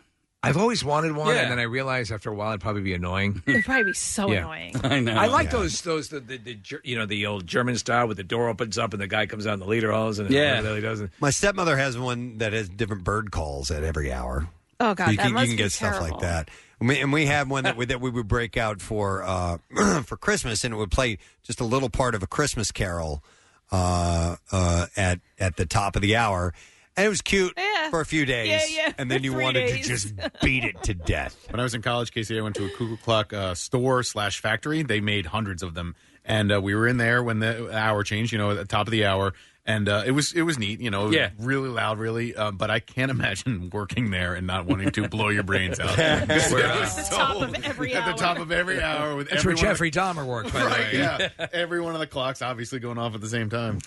[SPEAKER 3] I've always wanted one,
[SPEAKER 4] Yeah.
[SPEAKER 3] and then I realized after a while it'd probably be annoying.
[SPEAKER 2] It'd probably be so
[SPEAKER 3] Yeah.
[SPEAKER 2] annoying.
[SPEAKER 3] I like those those the, the, the Ger- you know the old German style with the door opens up and the guy comes out and the leader holds and
[SPEAKER 1] Yeah.
[SPEAKER 3] it really doesn't.
[SPEAKER 1] My stepmother has one that has different bird calls at every hour.
[SPEAKER 2] Oh God,
[SPEAKER 1] you
[SPEAKER 2] that
[SPEAKER 1] can,
[SPEAKER 2] must
[SPEAKER 1] you can
[SPEAKER 2] be
[SPEAKER 1] get stuff
[SPEAKER 2] terrible.
[SPEAKER 1] like that. And we- And we have one that we, that we would break out for uh, for Christmas, and it would play just a little part of a Christmas carol uh, uh, at at the top of the hour, and it was cute for a few days,
[SPEAKER 5] yeah.
[SPEAKER 1] and then you
[SPEAKER 5] Three
[SPEAKER 1] wanted
[SPEAKER 5] days.
[SPEAKER 1] to just beat it to death.
[SPEAKER 5] When I was in college, Casey, I went to a cuckoo clock uh, store slash factory. They made hundreds of them, and uh, we were in there when the hour changed. You know, at the top of the hour, and uh, it was it was neat. You know, it was
[SPEAKER 4] Yeah.
[SPEAKER 5] really loud, really. Uh, but I can't imagine working there and not wanting to blow your brains out. Where, uh,
[SPEAKER 2] At the top of every
[SPEAKER 5] at
[SPEAKER 2] hour.
[SPEAKER 5] the top of every hour with
[SPEAKER 3] That's where
[SPEAKER 5] every one of the-
[SPEAKER 3] Jeffrey Dahmer worked. By
[SPEAKER 5] Right,
[SPEAKER 3] the way.
[SPEAKER 5] yeah. Every one of the clocks obviously going off at the same time.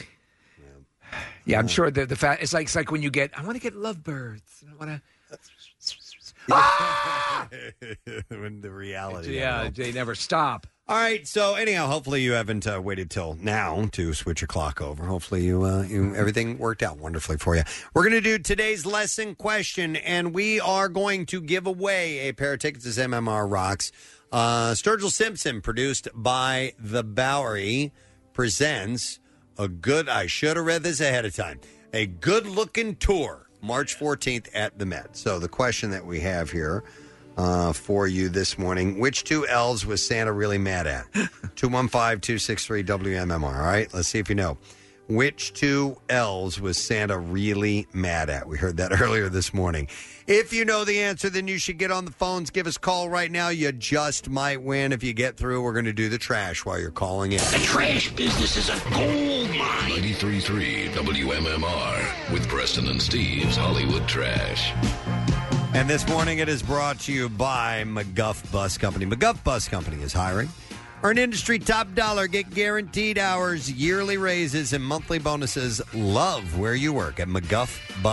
[SPEAKER 3] Yeah, I'm sure the the fact it's like it's like when you get I want to get lovebirds. I Ah! want to.
[SPEAKER 1] when the reality.
[SPEAKER 3] Yeah, they never stop.
[SPEAKER 1] All right. So anyhow, hopefully you haven't uh, waited till now to switch your clock over. Hopefully you, uh, you everything worked out wonderfully for you. We're going to do today's lesson question, and we are going to give away a pair of tickets to MMR Rocks. Uh, Sturgill Simpson, produced by the Bowery, presents a good. I should have read this ahead of time. A good looking tour, March 14th at the Met. So the question that we have here uh, for you this morning. Which two L's was Santa really mad at? 215 263 WMMR. All right, let's see if you know. Which two L's was Santa really mad at? We heard that earlier this morning. If you know the answer, then you should get on the phones. Give us a call right now. You just might win. If you get through, we're going to do the trash while you're calling in.
[SPEAKER 16] The trash business is a gold mine. 93.3 WMMR with Preston and Steve's Hollywood Trash.
[SPEAKER 1] And this morning it is brought to you by McGuff Bus Company. McGuff Bus Company is hiring. Earn industry top dollar, get guaranteed hours, yearly raises, and monthly bonuses. Love where you work at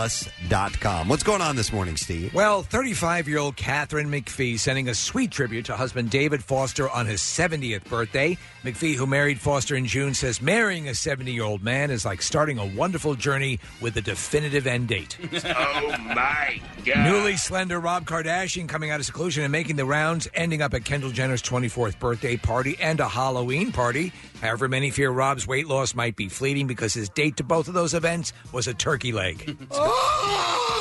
[SPEAKER 1] McGuffBus.com. What's going on this morning, Steve?
[SPEAKER 3] Well, 35 year old Catherine McPhee sending a sweet tribute to husband David Foster on his 70th birthday. McPhee, who married Foster in June, says marrying a 70 year old man is like starting a wonderful journey with a definitive end date.
[SPEAKER 16] oh my
[SPEAKER 3] Newly slender Rob Kardashian coming out of seclusion and making the rounds, ending up at Kendall Jenner's 24th birthday party and a Halloween party. However, many fear Rob's weight loss might be fleeting because his date to both of those events was a turkey leg.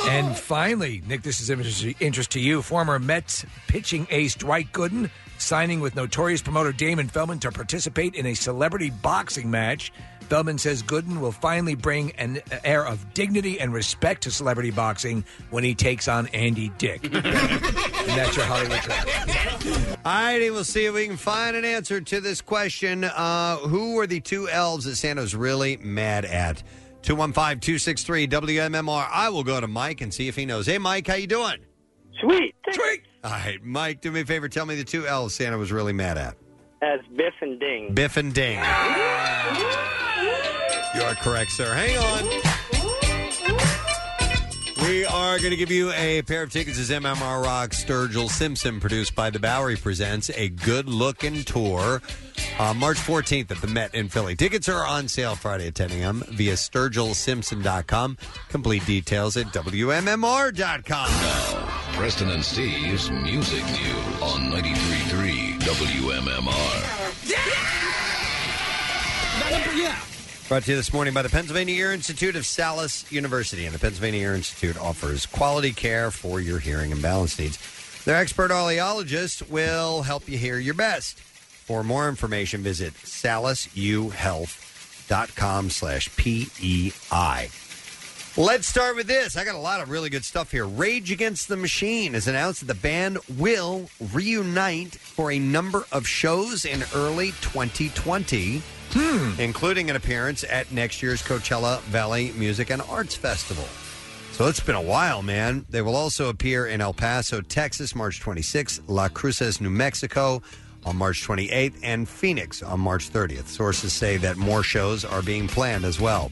[SPEAKER 3] and finally, Nick, this is of interest- interest to you. Former Mets pitching ace Dwight Gooden signing with notorious promoter Damon Feldman to participate in a celebrity boxing match. Feldman says Gooden will finally bring an air of dignity and respect to celebrity boxing when he takes on Andy Dick. and that's your Hollywood trash.
[SPEAKER 1] All righty, we'll see if we can find an answer to this question. Uh, who were the two elves that Santa's really mad at? 215 263 WMMR. I will go to Mike and see if he knows. Hey, Mike, how you doing?
[SPEAKER 11] Sweet.
[SPEAKER 1] Sweet. All right, Mike, do me a favor. Tell me the two elves Santa was really mad at.
[SPEAKER 11] As Biff and Ding.
[SPEAKER 1] Biff and Ding. You are correct, sir. Hang on. We are going to give you a pair of tickets as MMR Rock Sturgill Simpson, produced by The Bowery, presents a good looking tour uh, March 14th at the Met in Philly. Tickets are on sale Friday at 10 a.m. via sturgillsimpson.com. Complete details at WMMR.com.
[SPEAKER 16] Preston and Steve's Music News on 93.3 WMMR.
[SPEAKER 1] Yeah. Brought to you this morning by the Pennsylvania Ear Institute of Salis University. And the Pennsylvania Ear Institute offers quality care for your hearing and balance needs. Their expert audiologist will help you hear your best. For more information, visit salisuhealth.com slash E PEI. Let's start with this. I got a lot of really good stuff here. Rage Against the Machine has announced that the band will reunite for a number of shows in early 2020, including an appearance at next year's Coachella Valley Music and Arts Festival. So it's been a while, man. They will also appear in El Paso, Texas, March 26th, La Cruces, New Mexico on March 28th, and Phoenix on March 30th. Sources say that more shows are being planned as well.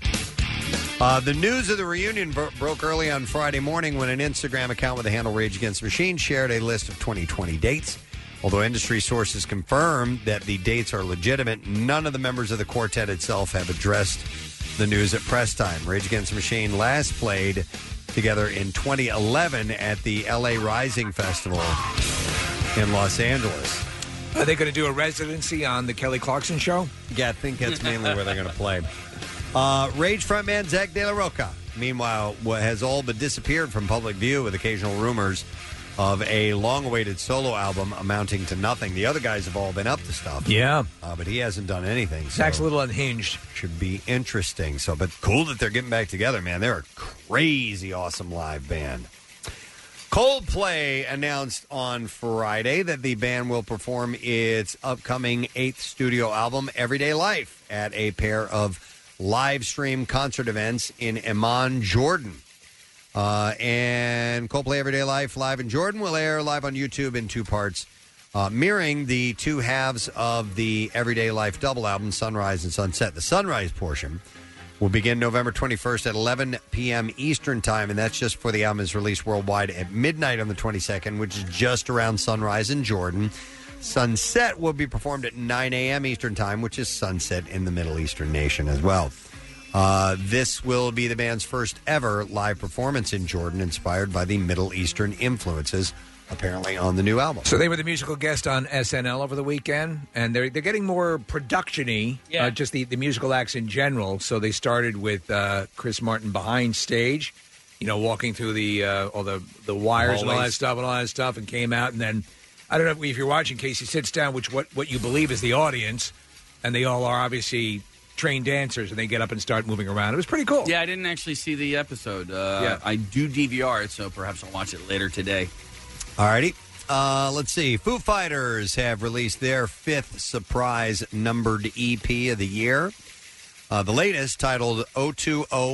[SPEAKER 1] Uh, the news of the reunion bro- broke early on Friday morning when an Instagram account with the handle Rage Against the Machine shared a list of 2020 dates. Although industry sources confirm that the dates are legitimate, none of the members of the quartet itself have addressed the news at press time. Rage Against the Machine last played together in 2011 at the LA Rising Festival in Los Angeles.
[SPEAKER 3] Are they going to do a residency on the Kelly Clarkson show?
[SPEAKER 1] Yeah, I think that's mainly where they're going to play. Uh, Rage frontman Zach De La Roca, meanwhile, wa- has all but disappeared from public view with occasional rumors of a long awaited solo album amounting to nothing. The other guys have all been up to stuff.
[SPEAKER 3] Yeah.
[SPEAKER 1] Uh, but he hasn't done anything. So
[SPEAKER 3] Zach's a little unhinged.
[SPEAKER 1] Should be interesting. So, but cool that they're getting back together, man. They're a crazy awesome live band. Coldplay announced on Friday that the band will perform its upcoming eighth studio album, Everyday Life, at a pair of live stream concert events in Amman, Jordan. Uh, and Coldplay Everyday Life Live in Jordan will air live on YouTube in two parts, uh, mirroring the two halves of the Everyday Life double album, Sunrise and Sunset. The Sunrise portion will begin November 21st at 11 p.m. Eastern Time, and that's just for the album is released worldwide at midnight on the 22nd, which is just around sunrise in Jordan. Sunset will be performed at 9 a.m. Eastern Time, which is sunset in the Middle Eastern nation as well. Uh, this will be the band's first ever live performance in Jordan, inspired by the Middle Eastern influences, apparently on the new album.
[SPEAKER 3] So they were the musical guest on SNL over the weekend, and they're they're getting more production-y, uh, just the, the musical acts in general. So they started with uh, Chris Martin behind stage, you know, walking through the uh, all the the wires and all that
[SPEAKER 7] Hallways.
[SPEAKER 3] stuff and all that stuff, and came out, and then I don't know if you're watching. Casey sits down, which what what you believe is the audience, and they all are obviously trained dancers and they get up and start moving around. It was pretty cool.
[SPEAKER 4] Yeah, I didn't actually see the episode. Uh,
[SPEAKER 3] Yeah.
[SPEAKER 4] I do DVR it, so perhaps I'll watch it later today.
[SPEAKER 1] All righty. Uh, let's see. Foo Fighters have released their fifth surprise numbered EP of the year. Uh, the latest, titled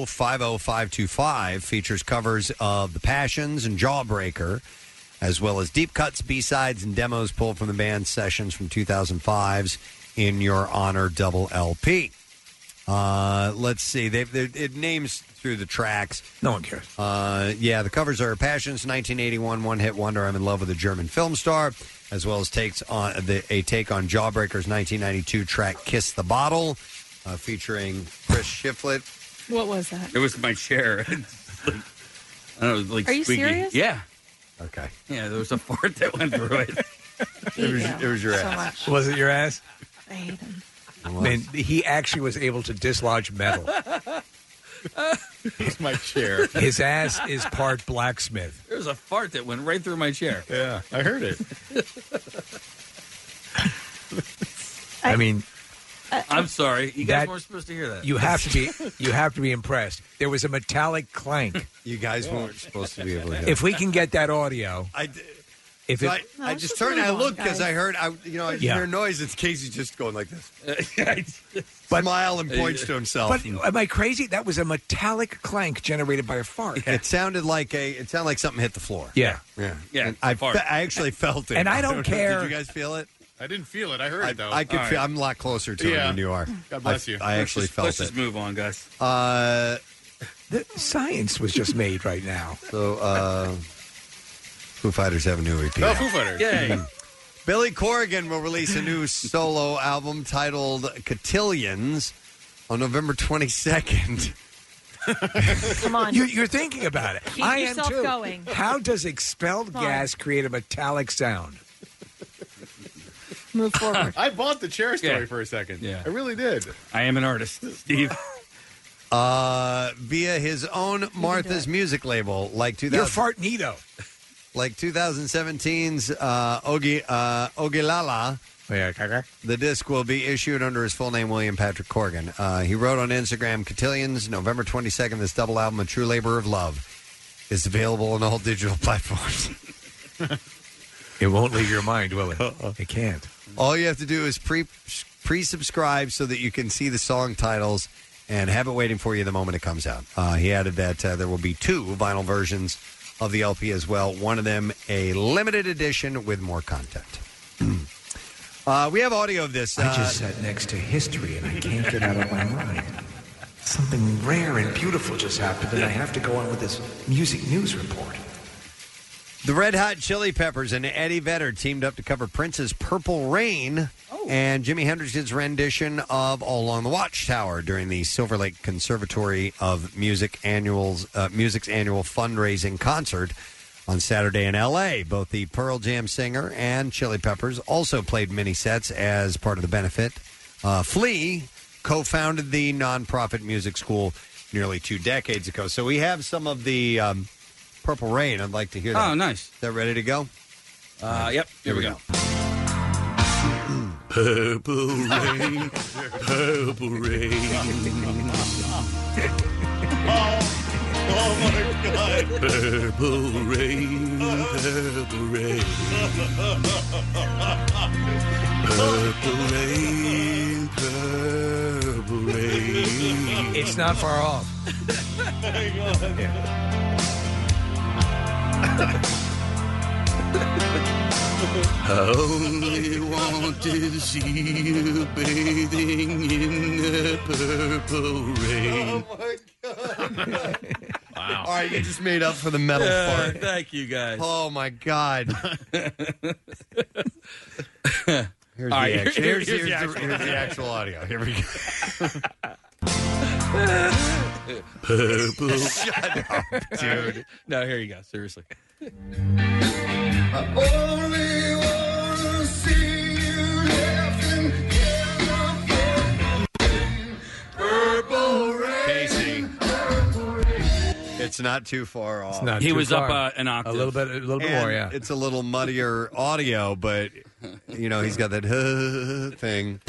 [SPEAKER 1] 02050525, features covers of The Passions and Jawbreaker, as well as deep cuts, B sides, and demos pulled from the band's sessions from 2005's In Your Honor double LP. Uh, let's see. They've, they it names through the tracks.
[SPEAKER 3] No one cares.
[SPEAKER 1] Uh, yeah, the covers are Passions, 1981, One Hit Wonder, I'm in Love with a German Film Star, as well as takes on the, a take on Jawbreaker's 1992 track Kiss the Bottle, uh, featuring Chris Shiflett.
[SPEAKER 2] What was that?
[SPEAKER 4] It was my chair. It's like- I don't know, it was like
[SPEAKER 2] Are you
[SPEAKER 4] squeaky.
[SPEAKER 2] serious?
[SPEAKER 4] Yeah.
[SPEAKER 1] Okay.
[SPEAKER 4] Yeah, there was a fart that went through it.
[SPEAKER 3] It was-
[SPEAKER 4] it was your
[SPEAKER 3] So much.
[SPEAKER 4] ass.
[SPEAKER 3] Was it your ass?
[SPEAKER 2] I hate him.
[SPEAKER 1] I
[SPEAKER 3] mean, he actually was able to dislodge metal.
[SPEAKER 5] It's my chair.
[SPEAKER 3] His ass is part blacksmith.
[SPEAKER 4] There was a fart that went right through my chair.
[SPEAKER 5] Yeah, I heard it.
[SPEAKER 3] I, mean,
[SPEAKER 4] I'm sorry. You guys
[SPEAKER 3] That-
[SPEAKER 4] weren't supposed to hear that.
[SPEAKER 3] you have to be you have to be impressed. There was a metallic clank.
[SPEAKER 1] You guys weren't supposed to be able to hear
[SPEAKER 3] If we can get that audio,
[SPEAKER 1] I
[SPEAKER 3] if
[SPEAKER 1] So
[SPEAKER 3] it,
[SPEAKER 1] I, I just turned and I looked because I heard, I you know, I
[SPEAKER 3] Yeah.
[SPEAKER 1] hear a noise. It's Casey just going like this.
[SPEAKER 3] But-
[SPEAKER 1] Smile and points to himself.
[SPEAKER 3] But am I crazy? That was a metallic clank generated by a fart.
[SPEAKER 1] It sounded like a. It sounded like something hit the floor.
[SPEAKER 3] Yeah.
[SPEAKER 1] yeah,
[SPEAKER 4] yeah.
[SPEAKER 1] I, fe- I actually felt it,
[SPEAKER 3] And I don't
[SPEAKER 1] know.
[SPEAKER 3] care.
[SPEAKER 1] Did you guys feel it?
[SPEAKER 5] I didn't feel it. I heard it though.
[SPEAKER 1] I could feel. I'm a lot closer to
[SPEAKER 5] Yeah.
[SPEAKER 1] it than you are.
[SPEAKER 5] God bless
[SPEAKER 1] I,
[SPEAKER 5] you.
[SPEAKER 1] I
[SPEAKER 5] Let's
[SPEAKER 1] actually
[SPEAKER 5] just-
[SPEAKER 1] felt
[SPEAKER 5] let's
[SPEAKER 1] it.
[SPEAKER 5] just
[SPEAKER 4] move on, guys.
[SPEAKER 1] Uh,
[SPEAKER 3] the science was just made right now.
[SPEAKER 1] So, uh, Foo Fighters have a new EP.
[SPEAKER 3] Oh,
[SPEAKER 1] out.
[SPEAKER 3] Foo Fighters. Yay.
[SPEAKER 1] Mhm. Billy Corrigan will release a new solo album titled Cotillions on November 22nd.
[SPEAKER 2] Come on.
[SPEAKER 3] You, you're thinking about it.
[SPEAKER 2] Keep
[SPEAKER 3] I
[SPEAKER 2] yourself
[SPEAKER 3] am too.
[SPEAKER 2] going.
[SPEAKER 3] How does expelled
[SPEAKER 2] Come on.
[SPEAKER 3] gas create a metallic sound?
[SPEAKER 2] Move
[SPEAKER 5] forward. I bought the chair story for a second.
[SPEAKER 4] Yeah.
[SPEAKER 5] I really did.
[SPEAKER 4] I am an artist, Steve.
[SPEAKER 1] Uh, via his own Martha's Music label, like 2000.
[SPEAKER 3] You're fart nito.
[SPEAKER 1] Like 2017's uh, Ogi, uh, Ogilala.
[SPEAKER 4] Oh,
[SPEAKER 1] The disc will be issued under his full name, William Patrick Corgan. Uh, he wrote on Instagram, Cotillions, November 22nd, this double album, A True Labor of Love, is available on all digital platforms.
[SPEAKER 3] It won't leave your mind, will it? It can't.
[SPEAKER 1] All you have to do is pre pre subscribe so that you can see the song titles and have it waiting for you the moment it comes out. Uh, he added that uh, there will be two vinyl versions of the LP as well. One of them a limited edition with more content. uh, we have audio of this.
[SPEAKER 3] I just sat next to history and I can't get out of my mind. Something rare and beautiful just happened, and I have to go on with this music news report.
[SPEAKER 1] The Red Hot Chili Peppers and Eddie Vedder teamed up to cover Prince's Purple Rain and Jimi Hendrix's rendition of All Along the Watchtower during the Silver Lake Conservatory of Music annuals, uh, Music's annual fundraising concert on Saturday in L.A. Both the Pearl Jam singer and Chili Peppers also played mini sets as part of the benefit. Uh, Flea co-founded the nonprofit music school nearly two decades ago. So we have some of the... Um, Purple Rain. I'd like to hear that.
[SPEAKER 4] Oh, nice.
[SPEAKER 1] Is that ready to go?
[SPEAKER 4] Uh, yep. Here, we go.
[SPEAKER 12] Purple rain,
[SPEAKER 5] Oh,
[SPEAKER 12] purple rain,
[SPEAKER 13] Oh
[SPEAKER 12] purple rain, purple rain, purple rain, purple rain.
[SPEAKER 3] It's not far off.
[SPEAKER 5] Oh
[SPEAKER 13] my god.
[SPEAKER 12] I only wanted to see you bathing in the purple rain.
[SPEAKER 1] Wow. Oh All right, you just made up for the metal
[SPEAKER 4] Uh,
[SPEAKER 1] part.
[SPEAKER 4] Thank you, guys.
[SPEAKER 1] Oh my God. Here's,
[SPEAKER 4] All right,
[SPEAKER 1] the,
[SPEAKER 4] here-
[SPEAKER 1] actual,
[SPEAKER 4] here's
[SPEAKER 1] here's, here's the,
[SPEAKER 4] the actual-
[SPEAKER 1] here's the actual audio. Here we go.
[SPEAKER 12] Purple.
[SPEAKER 4] Shut up, dude. No, here you go. Seriously.
[SPEAKER 1] Casey. It's not too far off.
[SPEAKER 3] not
[SPEAKER 4] he
[SPEAKER 3] too
[SPEAKER 4] was
[SPEAKER 3] far.
[SPEAKER 4] up uh, an octave.
[SPEAKER 3] A little bit, a little bit
[SPEAKER 1] And
[SPEAKER 3] more, yeah.
[SPEAKER 1] It's a little muddier audio, but you know he's got that thing.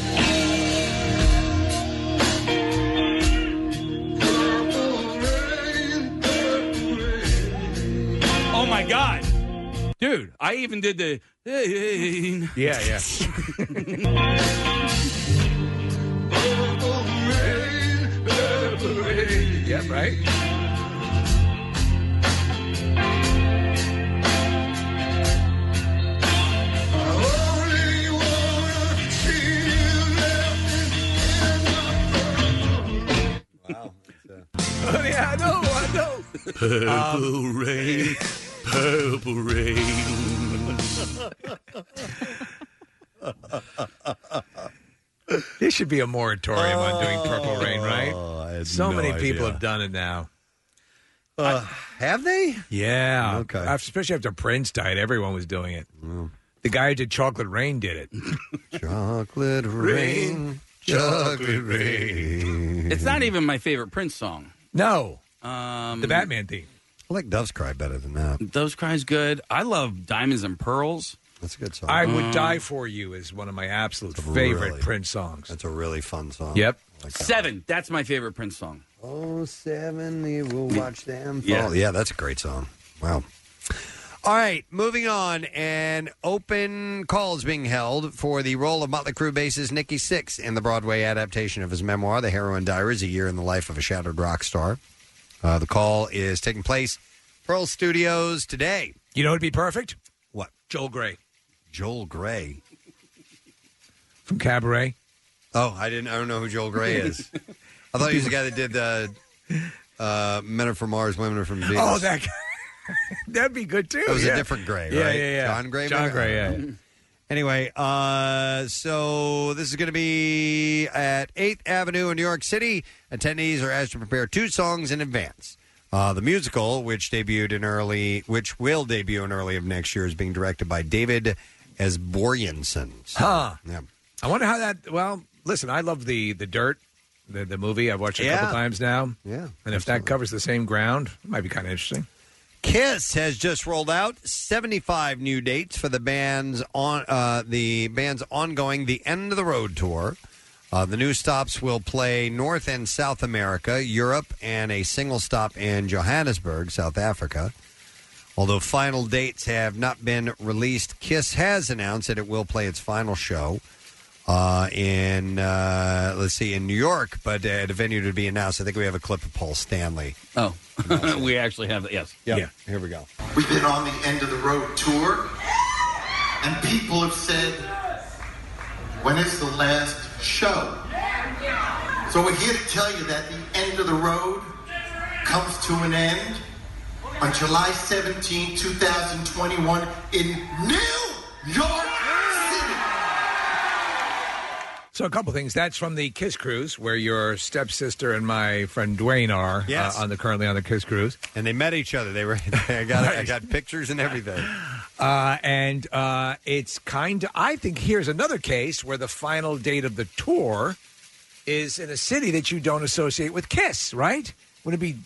[SPEAKER 4] Oh god, dude! I even did the yeah, yeah.
[SPEAKER 3] Yeah, right? Honey, I know, I know.
[SPEAKER 12] Purple rain, purple rain.
[SPEAKER 3] This should be a moratorium on doing Purple Rain,
[SPEAKER 1] Oh, I
[SPEAKER 3] right?
[SPEAKER 1] had
[SPEAKER 3] So
[SPEAKER 1] no
[SPEAKER 3] many people
[SPEAKER 1] idea.
[SPEAKER 3] have done it now.
[SPEAKER 1] Uh, have they?
[SPEAKER 3] Yeah. Okay. Mm. Especially after Prince died, everyone was doing it. The guy who did Chocolate Rain did it.
[SPEAKER 1] Chocolate rain, chocolate rain.
[SPEAKER 4] It's not even my favorite Prince song.
[SPEAKER 3] No,
[SPEAKER 4] um,
[SPEAKER 3] the Batman theme.
[SPEAKER 1] I like Dove's Cry better than that.
[SPEAKER 4] Dove's Cry's good. I love Diamonds and Pearls.
[SPEAKER 1] That's a good song.
[SPEAKER 3] I Would Die For You is one of my absolute favorite
[SPEAKER 1] Mm. really-
[SPEAKER 3] Prince songs.
[SPEAKER 1] That's a really fun song.
[SPEAKER 3] Yep.
[SPEAKER 4] Seven. That's my favorite Prince song.
[SPEAKER 1] Oh, seven, we will watch them
[SPEAKER 4] Yeah.
[SPEAKER 1] Oh, yeah, that's a great song. Wow. All right, moving on. And open calls being held for the role of Motley Crue bassist Nikki Six in the Broadway adaptation of his memoir, The Heroin Diaries: A Year in the Life of a Shattered Rock Star. Uh, the call is taking place Pearl Studios today.
[SPEAKER 3] You know, it'd be perfect.
[SPEAKER 1] What?
[SPEAKER 3] Joel Gray.
[SPEAKER 1] Joel Gray
[SPEAKER 3] from Cabaret.
[SPEAKER 1] Oh, I didn't. I don't know who Joel Gray is. I thought he was the guy that did uh, uh, "Men Are From Mars, Women Are From Venus."
[SPEAKER 3] Oh, that guy. That'd be good too.
[SPEAKER 1] It was
[SPEAKER 3] yeah.
[SPEAKER 1] a different Gray,
[SPEAKER 3] Yeah,
[SPEAKER 1] right?
[SPEAKER 3] yeah, yeah.
[SPEAKER 1] John Gray.
[SPEAKER 3] John
[SPEAKER 1] maybe?
[SPEAKER 3] Gray,
[SPEAKER 1] I don't
[SPEAKER 3] yeah.
[SPEAKER 1] know. Anyway, uh, so this is going to be at e- 8th Avenue in New York City. Attendees are asked to prepare two songs in advance. Uh, the musical, which debuted in early, which will debut in early of next year, is being directed by David Esborianson. So,
[SPEAKER 3] Huh.
[SPEAKER 1] Yeah.
[SPEAKER 3] I wonder how that. Well, listen, I love the the dirt, the the movie. I've watched it a
[SPEAKER 1] Yeah.
[SPEAKER 3] couple times now.
[SPEAKER 1] Yeah,
[SPEAKER 3] and if that covers the same ground, it might be kind of interesting.
[SPEAKER 1] Kiss has just rolled out 75 new dates for the band's on uh, the band's ongoing The End of the Road tour. Uh, the new stops will play North and South America, Europe, and a single stop in Johannesburg, South Africa. Although final dates have not been released, Kiss has announced that it will play its final show uh, in uh, let's see in New York, but at a venue to be announced. I think we have a clip of Paul Stanley.
[SPEAKER 4] Oh, we actually have that. Yes.
[SPEAKER 1] Yeah, here we go.
[SPEAKER 9] We've been on the end of the road tour, and people have said, when is the last show? So we're here to tell you that the end of the road comes to an end on July 17, 2021 in New York City.
[SPEAKER 3] So a couple things. That's from the Kiss Cruise, where your stepsister and my friend Dwayne are
[SPEAKER 1] Yes.
[SPEAKER 3] uh, on the currently on the Kiss Cruise,
[SPEAKER 1] and they met each other. They were. I got I got pictures and everything.
[SPEAKER 3] Uh, and uh, it's kind of, I think here's another case where the final date of the tour is in a city that you don't associate with Kiss, right? Would it be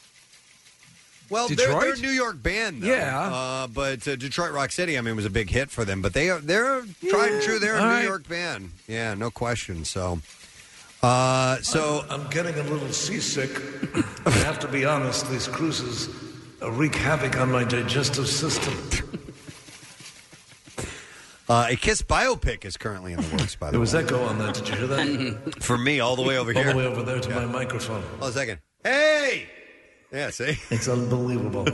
[SPEAKER 1] Well, they're,
[SPEAKER 3] Detroit?
[SPEAKER 1] they're a New York band, though.
[SPEAKER 3] Yeah.
[SPEAKER 1] Uh, but uh, Detroit Rock City, I mean, was a big hit for them. But they are they're tried and true. They're a
[SPEAKER 3] all
[SPEAKER 1] New
[SPEAKER 3] right.
[SPEAKER 1] York band. Yeah, no question. So, uh, so
[SPEAKER 18] I'm getting a little seasick. I have to be honest, these cruises uh, wreak havoc on my digestive system.
[SPEAKER 1] uh, a Kiss biopic is currently in the works. By the
[SPEAKER 18] There was
[SPEAKER 1] way,
[SPEAKER 18] echo on that. Did you hear that?
[SPEAKER 1] for me all the way over here.
[SPEAKER 18] All the way over there to my microphone.
[SPEAKER 1] Hold a second. Hey. Yeah. See.
[SPEAKER 18] It's unbelievable.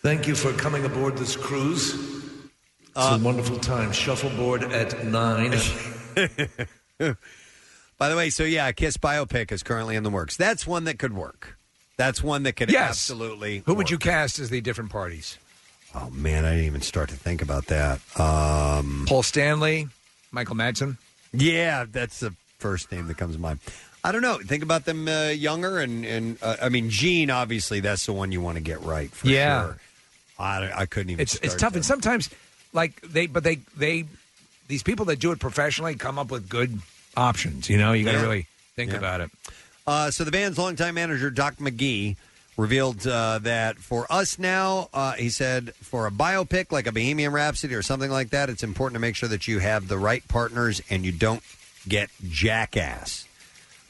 [SPEAKER 18] Thank you for coming aboard this cruise. It's
[SPEAKER 1] Uh,
[SPEAKER 18] a wonderful time. Shuffleboard at nine.
[SPEAKER 1] By the way, so yeah, a Kiss biopic is currently in the works. That's one that could work. That's one that could
[SPEAKER 3] Yes.
[SPEAKER 1] absolutely.
[SPEAKER 3] Who would you cast as the different parties?
[SPEAKER 1] Oh man, I didn't even start to think about that. Um,
[SPEAKER 3] Paul Stanley, Michael Madsen.
[SPEAKER 1] Yeah, that's the first name that comes to mind. I don't know. Think about them uh, younger, and and uh, I mean Gene. Obviously, that's the one you want to get right. For
[SPEAKER 3] Yeah.
[SPEAKER 1] sure. I, I couldn't even.
[SPEAKER 3] It's it's
[SPEAKER 1] start
[SPEAKER 3] tough,
[SPEAKER 1] to-
[SPEAKER 3] and sometimes like they, but they they these people that do it professionally come up with good options. You know, you got to
[SPEAKER 1] Yeah.
[SPEAKER 3] really think
[SPEAKER 1] Yeah.
[SPEAKER 3] about it.
[SPEAKER 1] Uh, so the band's longtime manager Doc McGee revealed uh, that for us now, uh, he said, for a biopic like a Bohemian Rhapsody or something like that, it's important to make sure that you have the right partners and you don't get jackass.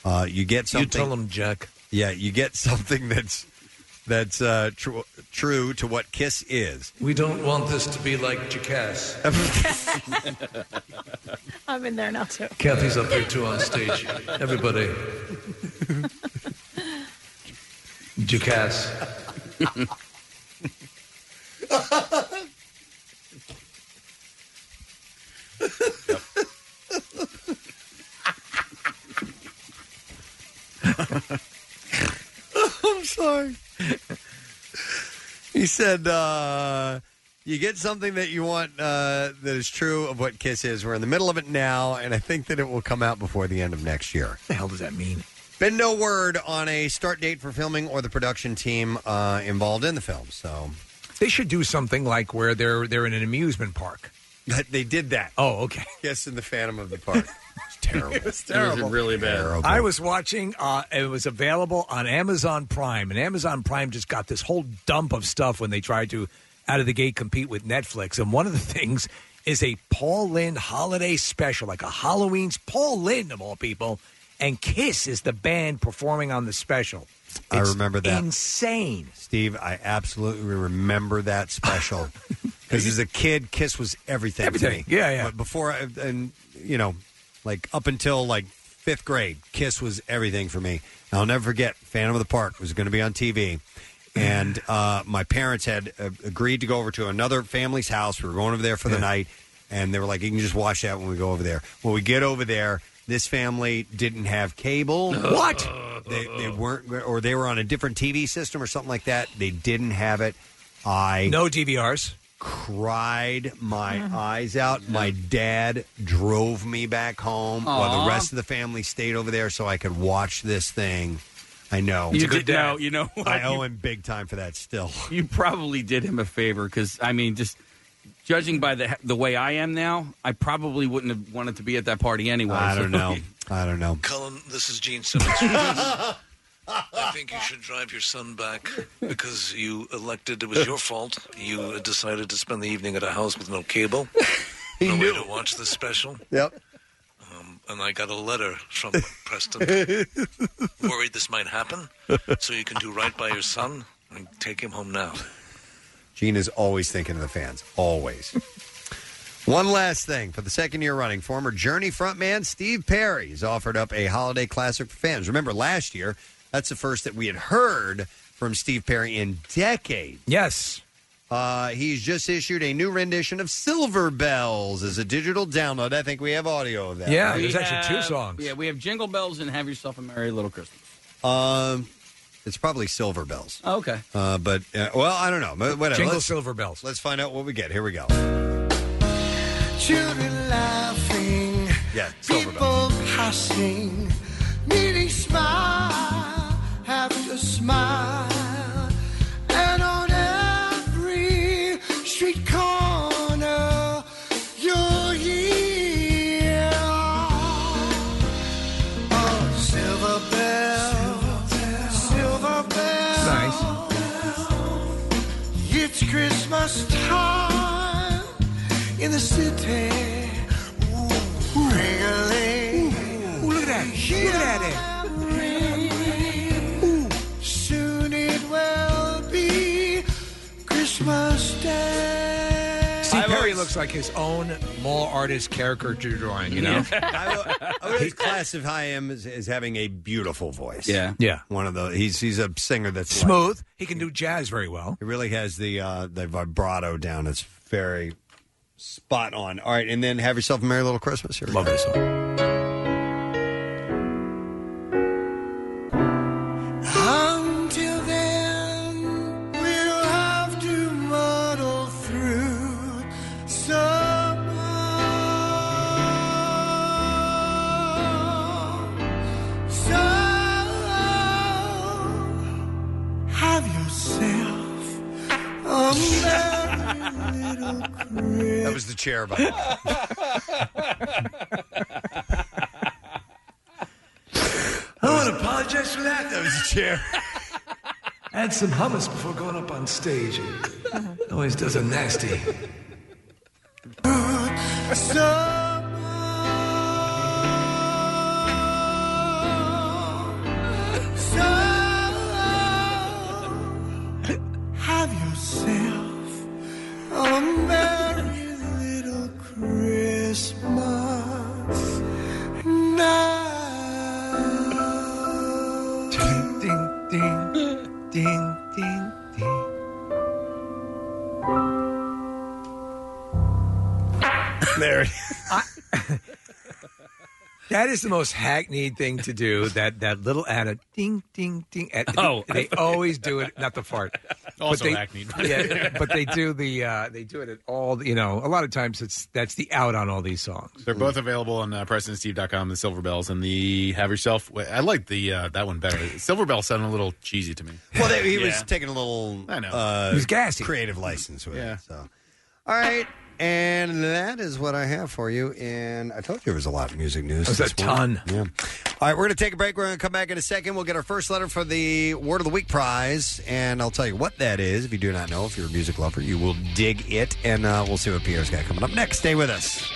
[SPEAKER 1] Uh, you get something.
[SPEAKER 18] You tell them, Jack.
[SPEAKER 1] Yeah, you get something that's that's uh, tr- true to what Kiss is.
[SPEAKER 18] We don't want this to be like Jackass.
[SPEAKER 2] I'm in there now too.
[SPEAKER 18] Kathy's up there too on stage. Everybody. Jackass.
[SPEAKER 1] I'm sorry. He said, uh, "You get something that you want uh, that is true of what Kiss is. We're in the middle of it now, and I think that it will come out before the end of next year." What
[SPEAKER 3] the hell does that mean?
[SPEAKER 1] Been no word on a start date for filming or the production team uh, involved in the film. So
[SPEAKER 3] They should do something like where they're they're in an amusement park.
[SPEAKER 1] they did that.
[SPEAKER 3] Oh, okay.
[SPEAKER 1] Yes, in the Phantom of the Park. It's terrible.
[SPEAKER 3] It was
[SPEAKER 4] It was really bad.
[SPEAKER 3] I was watching. Uh, it was available on Amazon Prime, and Amazon Prime just got this whole dump of stuff when they tried to out of the gate compete with Netflix. And one of the things is a Paul Lynn holiday special, like a Halloween's Paul Lynn of all people, and Kiss is the band performing on the special.
[SPEAKER 1] I remember that.
[SPEAKER 3] Insane.
[SPEAKER 1] Steve, I absolutely remember that special because as a kid, Kiss was everything.
[SPEAKER 3] Everything.
[SPEAKER 1] to me.
[SPEAKER 3] Yeah, yeah.
[SPEAKER 1] But before, I, and you know, like up until like fifth grade, Kiss was everything for me. And I'll never forget. Phantom of the Park was going to be on TV, and uh, my parents had uh, agreed to go over to another family's house. We were going over there for the night, and they were like, "You can just watch that when we go over there." When we get over there, this family didn't have cable.
[SPEAKER 3] What?
[SPEAKER 1] They, they weren't, or they were on a different TV system or something like that. They didn't have it. I
[SPEAKER 3] no DVRs.
[SPEAKER 1] Cried my
[SPEAKER 4] Uh-huh.
[SPEAKER 1] eyes out. My dad drove me back home while
[SPEAKER 4] Aw.
[SPEAKER 1] the rest of the family stayed over there so I could watch this thing. I know.
[SPEAKER 4] You did, no, you know what?
[SPEAKER 1] I owe him big time for that still.
[SPEAKER 4] You probably did him a favor because I mean, just judging by the the way I am now, I probably wouldn't have wanted to be at that party anyway.
[SPEAKER 1] I
[SPEAKER 4] so-
[SPEAKER 1] don't know. I don't know.
[SPEAKER 18] Cullen, this is Gene Simmons. I think you should drive your son back because you elected, it was your fault. You decided to spend the evening at a house with no cable, no way to watch this special.
[SPEAKER 1] Yep.
[SPEAKER 18] And I got a letter from Preston. Worried this might happen, so you can do right by your son and take him home now.
[SPEAKER 1] Gene is always thinking of the fans. Always. One last thing. For the second year running, former Journey frontman Steve Perry has offered up a holiday classic for fans. Remember last year, that's the first that we had heard from Steve Perry in decades.
[SPEAKER 3] Yes.
[SPEAKER 1] Uh, he's just issued a new rendition of Silver Bells as a digital download. I think we have audio of that.
[SPEAKER 4] We have- Yeah, we have Jingle Bells and Have Yourself a Merry Little Christmas.
[SPEAKER 1] Um, it's probably Silver Bells.
[SPEAKER 4] Oh, okay.
[SPEAKER 1] Uh, but uh, well, I don't know. But Whatever.
[SPEAKER 3] Jingle
[SPEAKER 1] Let's-
[SPEAKER 3] Silver Bells.
[SPEAKER 1] Let's find out what we get. Here we go.
[SPEAKER 12] Children laughing,
[SPEAKER 1] Yeah, Silver Bells.
[SPEAKER 12] people passing, nearly smile after smile, and on every street corner you'll hear oh, silver bells, silver bells. It's Christmas time in the city. Ooh, ring-a-ling. Ooh, look at that. Look at that. Ooh, soon it will be Christmas Day.
[SPEAKER 3] Steve Perry looks like his own mall artist caricature drawing, you know?
[SPEAKER 1] I would classify him as, as having a beautiful voice.
[SPEAKER 3] Yeah. Yeah.
[SPEAKER 1] One of those. He's he's a singer that's like-
[SPEAKER 3] Smooth. He can do jazz very well.
[SPEAKER 1] he really has the uh, the vibrato down. It's very spot on. All right, and then have yourself a merry little Christmas. Here, love this song.
[SPEAKER 12] Until then, we'll have to muddle through somehow. So have yourself a merry little Christmas.
[SPEAKER 1] That was the chair by the way.
[SPEAKER 18] I want to apologize for that.
[SPEAKER 1] That was a chair.
[SPEAKER 18] Add some hummus before going up on stage. It always does a nasty.
[SPEAKER 12] So so ding, ding, ding.
[SPEAKER 3] There. that is the most hackneyed thing to do. That that little ad of ding ding ding. At,
[SPEAKER 12] Oh, I
[SPEAKER 3] they
[SPEAKER 12] thought-
[SPEAKER 3] always do it. Not the fart.
[SPEAKER 5] Also
[SPEAKER 3] but they,
[SPEAKER 5] hackneyed.
[SPEAKER 3] Yeah, but they do the uh, they do it at all. the- You know, a lot of times it's that's the out on all these songs.
[SPEAKER 5] They're both available on uh, PresidentSteve.com, the Silver Bells, and the Have Yourself. I like the uh, that one better. Silver Bell sounded a little cheesy to me.
[SPEAKER 1] Well, they, he
[SPEAKER 5] Yeah.
[SPEAKER 1] was taking a little
[SPEAKER 5] I know.
[SPEAKER 1] Uh,
[SPEAKER 5] He was gassy.
[SPEAKER 1] creative license with
[SPEAKER 5] Yeah.
[SPEAKER 1] it. So, all right, and that is what I have for you. And I told you there was a lot of music news.
[SPEAKER 3] There's
[SPEAKER 1] this
[SPEAKER 3] a
[SPEAKER 1] morning. Yeah. All right, we're going to take a break. We're going to come back in a second. We'll get our first letter for the Word of the Week prize, and I'll tell you what that is. If you do not know, if you're a music lover, you will dig it, and uh, we'll see what Pierre's got coming up next. Stay with us.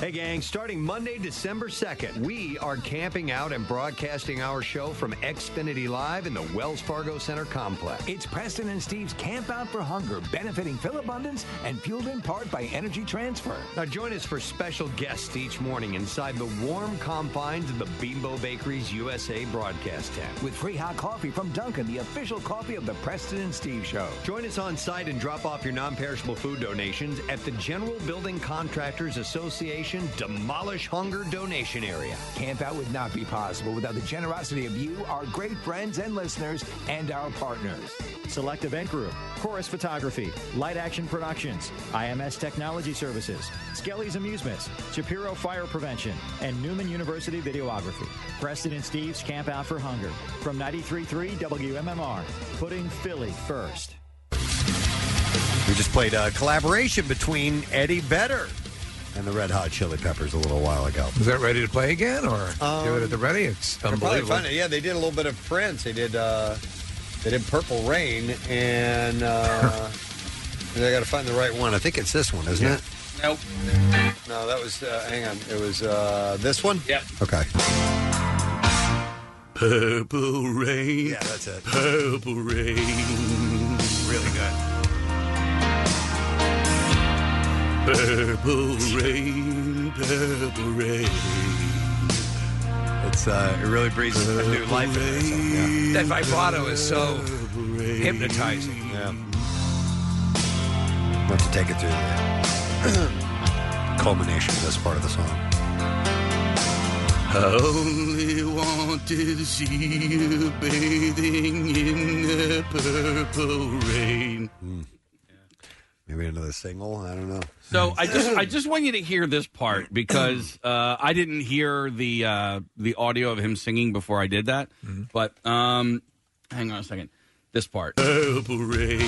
[SPEAKER 1] Hey, gang, starting Monday, December 2nd, we are camping out and broadcasting our show from Xfinity Live in the Wells Fargo Center complex.
[SPEAKER 19] It's Preston and Steve's Camp Out for Hunger, benefiting Phil Abundance and fueled in part by Energy Transfer.
[SPEAKER 1] Now, join us for special guests each morning inside the warm confines of the Bimbo Bakeries USA broadcast tent.
[SPEAKER 19] With free hot coffee from Dunkin', the official coffee of the Preston and Steve Show.
[SPEAKER 1] Join us on site and drop off your non perishable food donations at the General Building Contractors Association Demolish Hunger Donation Area.
[SPEAKER 19] Camp Out would not be possible without the generosity of you, our great friends and listeners, and our partners.
[SPEAKER 17] Select Event Group, Chorus Photography, Light Action Productions, IMS Technology Services, Skelly's Amusements, Shapiro Fire Prevention, and Newman University Videography. Preston and Steve's Camp Out for Hunger from 93.3 WMMR, putting Philly first.
[SPEAKER 1] We just played a collaboration between Eddie Vedder and the Red Hot Chili Peppers a little while ago.
[SPEAKER 3] Is that ready to play again, or do it
[SPEAKER 1] Um,
[SPEAKER 3] at the ready? It's
[SPEAKER 1] Could probably
[SPEAKER 3] unbelievable.
[SPEAKER 1] find it. Yeah, they did a little bit of Prince. They did uh, they did Purple Rain, and uh, they got to find the right one. I think it's this one, isn't it?
[SPEAKER 4] Nope.
[SPEAKER 1] No, that was. Uh, hang on, it was uh, this one. Yep. Okay.
[SPEAKER 18] Purple rain.
[SPEAKER 1] Yeah, that's it.
[SPEAKER 18] Purple rain. Really good. Purple rain. Purple rain.
[SPEAKER 1] It's uh, it really breathes a new life into it. Yeah.
[SPEAKER 3] That vibrato is so hypnotizing.
[SPEAKER 1] Yeah. We'll have to take it through the culmination of this part of the song.
[SPEAKER 18] I
[SPEAKER 4] Oh,
[SPEAKER 18] only wanted to see you bathing in the purple rain.
[SPEAKER 1] Hmm. Maybe another single. I don't know.
[SPEAKER 4] So I just I just want you to hear this part because uh, I didn't hear the uh, the audio of him singing before I did that. But um, hang on a second. This part.
[SPEAKER 18] Purple rain.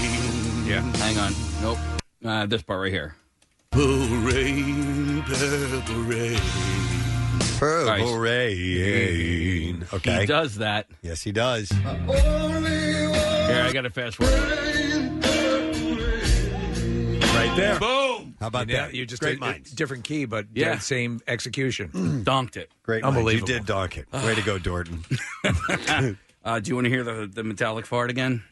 [SPEAKER 4] Yeah. Hang on. Nope. Uh, this part right here.
[SPEAKER 18] Purple rain. Purple rain.
[SPEAKER 1] Purple rain. Oh, Okay.
[SPEAKER 4] He does that.
[SPEAKER 1] Yes, he does.
[SPEAKER 4] Here, I got a fast forward.
[SPEAKER 1] Right there.
[SPEAKER 4] Boom.
[SPEAKER 1] How about
[SPEAKER 3] you know,
[SPEAKER 1] that?
[SPEAKER 3] You just
[SPEAKER 1] Great
[SPEAKER 3] did- different key, but
[SPEAKER 1] Yeah.
[SPEAKER 3] yeah, same execution.
[SPEAKER 4] Donked it.
[SPEAKER 1] Great. minds.
[SPEAKER 3] Unbelievable.
[SPEAKER 1] You did donk it. Way to go, Dorton.
[SPEAKER 4] uh, do you want to hear the, the metallic fart again?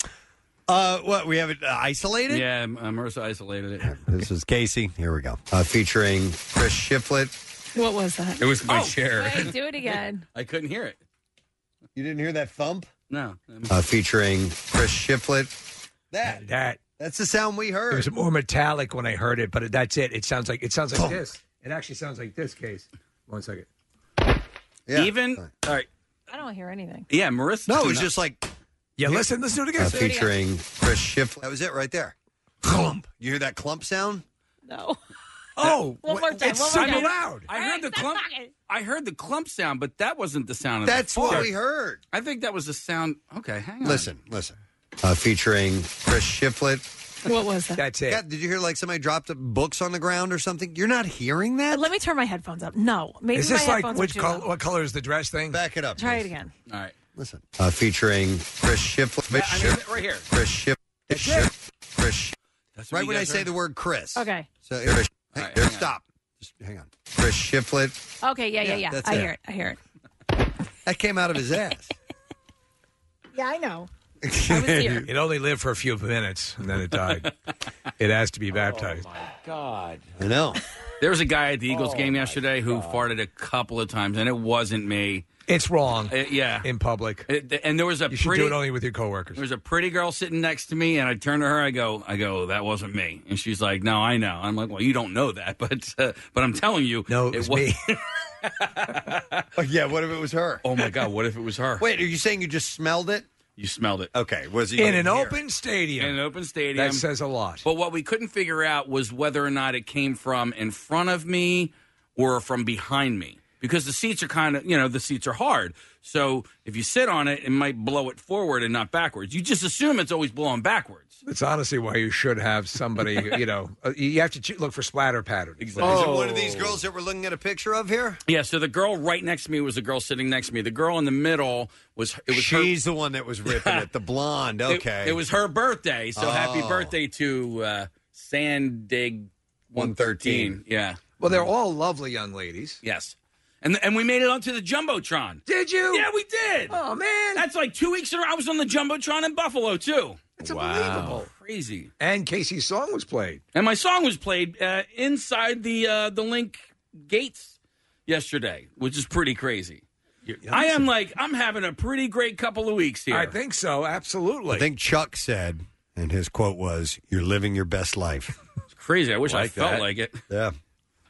[SPEAKER 1] Uh, what we have it uh, isolated?
[SPEAKER 4] Yeah, uh, Marissa isolated it.
[SPEAKER 1] This is Casey. Here we go. Uh, featuring Chris Shiflett.
[SPEAKER 2] What was that? Oh,
[SPEAKER 4] It was my chair.
[SPEAKER 2] Wait, do it again.
[SPEAKER 4] I couldn't hear it.
[SPEAKER 1] You didn't hear that thump?
[SPEAKER 4] No.
[SPEAKER 1] Uh, featuring Chris Shiflett.
[SPEAKER 3] That that
[SPEAKER 1] that's the sound we heard.
[SPEAKER 3] It was more metallic when I heard it, but that's it. It sounds like it sounds like this. It actually sounds like this case. One second.
[SPEAKER 4] Even
[SPEAKER 1] Uh,
[SPEAKER 4] all right.
[SPEAKER 2] I don't hear anything.
[SPEAKER 4] Yeah, Marissa.
[SPEAKER 1] No, it was just like.
[SPEAKER 3] Yeah, listen, listen to it
[SPEAKER 1] Uh, featuring Chris Shiflett. That was it right there. Clump. You hear that clump sound?
[SPEAKER 2] No.
[SPEAKER 3] Oh,
[SPEAKER 2] One more time.
[SPEAKER 4] It's
[SPEAKER 2] one
[SPEAKER 4] so
[SPEAKER 2] more time.
[SPEAKER 4] loud. I heard the clump. I heard the clump sound, but that wasn't the sound. of
[SPEAKER 1] That's
[SPEAKER 4] the
[SPEAKER 1] what
[SPEAKER 4] fart.
[SPEAKER 1] we heard.
[SPEAKER 4] I think that was the sound. Okay, hang on.
[SPEAKER 1] Listen, listen. Uh, featuring Chris Shiflett.
[SPEAKER 2] What was that?
[SPEAKER 3] That's
[SPEAKER 1] it. did you hear like somebody dropped books on the ground or something? You're not hearing that?
[SPEAKER 2] Let me turn my headphones up. No. Maybe
[SPEAKER 3] Is this
[SPEAKER 2] my
[SPEAKER 3] like
[SPEAKER 2] headphones
[SPEAKER 3] which
[SPEAKER 2] are too
[SPEAKER 3] col-
[SPEAKER 2] loud.
[SPEAKER 3] what color is the dress thing?
[SPEAKER 1] Back it up.
[SPEAKER 2] Try it again.
[SPEAKER 4] All right.
[SPEAKER 1] Listen. Uh, featuring Chris Shiflett.
[SPEAKER 4] I mean, right here.
[SPEAKER 1] Chris Shiflett. Chris Shiflett. Chris Shiflett.
[SPEAKER 4] That's what
[SPEAKER 1] Right
[SPEAKER 4] you
[SPEAKER 1] when I
[SPEAKER 4] guys
[SPEAKER 1] say
[SPEAKER 4] heard?
[SPEAKER 1] the word Chris.
[SPEAKER 2] Okay.
[SPEAKER 1] So here, hang- here, stop. Just hang on. Chris Shiflett.
[SPEAKER 2] Okay. Yeah. Yeah.
[SPEAKER 1] Yeah,
[SPEAKER 2] Yeah.
[SPEAKER 1] that's
[SPEAKER 2] I
[SPEAKER 1] it.
[SPEAKER 2] hear it. I hear it.
[SPEAKER 1] That came out of his ass.
[SPEAKER 2] Yeah, I know.
[SPEAKER 3] it only lived for a few minutes and then it died. it has to be baptized.
[SPEAKER 4] God.
[SPEAKER 1] I know.
[SPEAKER 4] There was a guy at the Eagles game yesterday who farted a couple of times, and it wasn't me.
[SPEAKER 3] It's wrong.
[SPEAKER 4] Uh, yeah,
[SPEAKER 3] in public.
[SPEAKER 4] It- and there was a
[SPEAKER 3] You should
[SPEAKER 4] pretty
[SPEAKER 3] do it only with your coworkers.
[SPEAKER 4] there was a pretty girl sitting next to me, and I turned to her. I go, I go, that wasn't me. And she's like, No, I know. I'm like, Well, you don't know that, but uh, but I'm telling you, no, it was me.
[SPEAKER 1] yeah, what if it was her?
[SPEAKER 4] Oh my God, what if it was her?
[SPEAKER 1] Wait, are you saying you just smelled it?
[SPEAKER 4] You smelled it.
[SPEAKER 1] Okay, was
[SPEAKER 3] in an open stadium.
[SPEAKER 4] In an open stadium.
[SPEAKER 3] That says a lot.
[SPEAKER 4] But what we couldn't figure out was whether or not it came from in front of me or from behind me. Because the seats are kind of, you know, the seats are hard. So if you sit on it, it might blow it forward and not backwards. You just assume it's always blowing backwards.
[SPEAKER 3] It's honestly why you should have somebody. You know, uh, you have to ch- look for splatter patterns.
[SPEAKER 4] Exactly.
[SPEAKER 1] Is it one of these girls that we're looking at a picture of here?
[SPEAKER 4] Yeah, so the girl right next to me was the girl sitting next to me. The girl in the middle was it was
[SPEAKER 1] She's
[SPEAKER 4] her,
[SPEAKER 1] the one that was ripping it, the blonde.
[SPEAKER 4] it-
[SPEAKER 1] Okay.
[SPEAKER 4] It, was her birthday, so happy
[SPEAKER 1] Oh.
[SPEAKER 4] birthday to uh, Sandig one thirteen. Yeah.
[SPEAKER 3] Well, they're all lovely young ladies.
[SPEAKER 4] Yes. And and we made it onto the jumbotron.
[SPEAKER 3] Did you?
[SPEAKER 4] Yeah, we did.
[SPEAKER 3] Oh man,
[SPEAKER 4] that's like two weeks in a row. I was on the jumbotron in Buffalo too.
[SPEAKER 3] It's unbelievable.
[SPEAKER 4] Crazy.
[SPEAKER 3] And Casey's song was played.
[SPEAKER 4] And my song was played uh, inside the uh, the link gates yesterday, which is pretty crazy. I am like I'm having a pretty great couple of weeks here.
[SPEAKER 3] I think so. Absolutely.
[SPEAKER 1] I think Chuck said, and his quote was, "You're living your best life."
[SPEAKER 4] It's crazy. I wish I
[SPEAKER 1] Like
[SPEAKER 4] felt
[SPEAKER 1] that.
[SPEAKER 4] like it.
[SPEAKER 1] Yeah.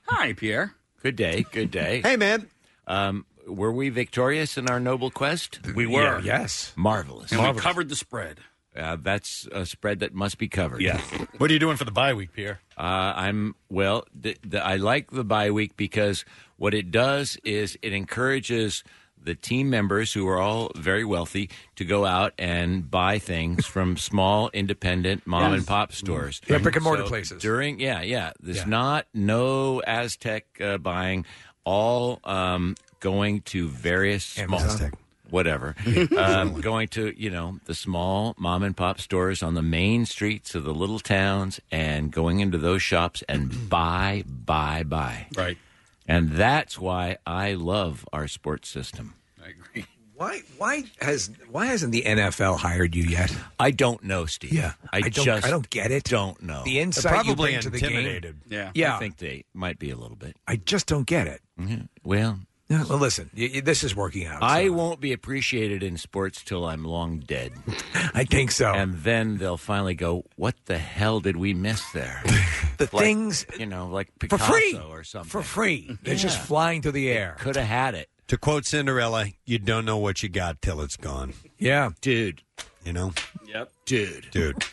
[SPEAKER 4] Hi, Pierre.
[SPEAKER 25] Good day. Good day.
[SPEAKER 1] Hey, man.
[SPEAKER 25] Um, were we victorious in our noble quest?
[SPEAKER 4] We were. Yes.
[SPEAKER 25] Marvelous.
[SPEAKER 4] And we
[SPEAKER 25] Marvelous.
[SPEAKER 4] covered the spread.
[SPEAKER 25] uh, that's a spread that must be covered.
[SPEAKER 4] Yeah.
[SPEAKER 25] what are you doing for the bye week, Pierre? Uh, I'm well. Th- th- I like the bye week because what it does is it encourages the team members who are all very wealthy to go out and buy things from small independent mom
[SPEAKER 3] Yes.
[SPEAKER 25] and pop stores.
[SPEAKER 3] Yeah, brick and mortar
[SPEAKER 25] So
[SPEAKER 3] places.
[SPEAKER 25] During yeah, yeah. There's
[SPEAKER 3] Yeah.
[SPEAKER 25] not no Aztec uh, buying. All um, going to various small
[SPEAKER 1] Amazon.
[SPEAKER 25] whatever. um, going to you know the small mom and pop stores on the main streets of the little towns and going into those shops and buy, buy, buy.
[SPEAKER 4] Right.
[SPEAKER 25] And that's why I love our sports system.
[SPEAKER 3] Why? Why has? Why hasn't the NFL hired you yet?
[SPEAKER 25] I don't know, Steve. Yeah, I,
[SPEAKER 3] don't,
[SPEAKER 25] just
[SPEAKER 3] I don't get it.
[SPEAKER 25] Don't know
[SPEAKER 3] the insight you bring to the game. yeah.
[SPEAKER 25] I think they might be a little bit.
[SPEAKER 3] I just don't get it.
[SPEAKER 25] Well,
[SPEAKER 3] Yeah, well, listen, y y- this is working out.
[SPEAKER 25] I won't be appreciated in sports till I'm long dead.
[SPEAKER 3] I think so.
[SPEAKER 25] And then they'll finally go, "What the hell did we miss there?"
[SPEAKER 3] the things,
[SPEAKER 25] you know, like
[SPEAKER 3] for
[SPEAKER 25] Picasso
[SPEAKER 3] free
[SPEAKER 25] or something
[SPEAKER 3] for free. It's just
[SPEAKER 25] Yeah.
[SPEAKER 3] flying through the air.
[SPEAKER 25] Could have had it.
[SPEAKER 1] To quote Cinderella, "You don't know what you got till it's gone."
[SPEAKER 3] Yeah,
[SPEAKER 25] dude.
[SPEAKER 1] You know,
[SPEAKER 4] Yep.
[SPEAKER 25] dude,
[SPEAKER 1] dude.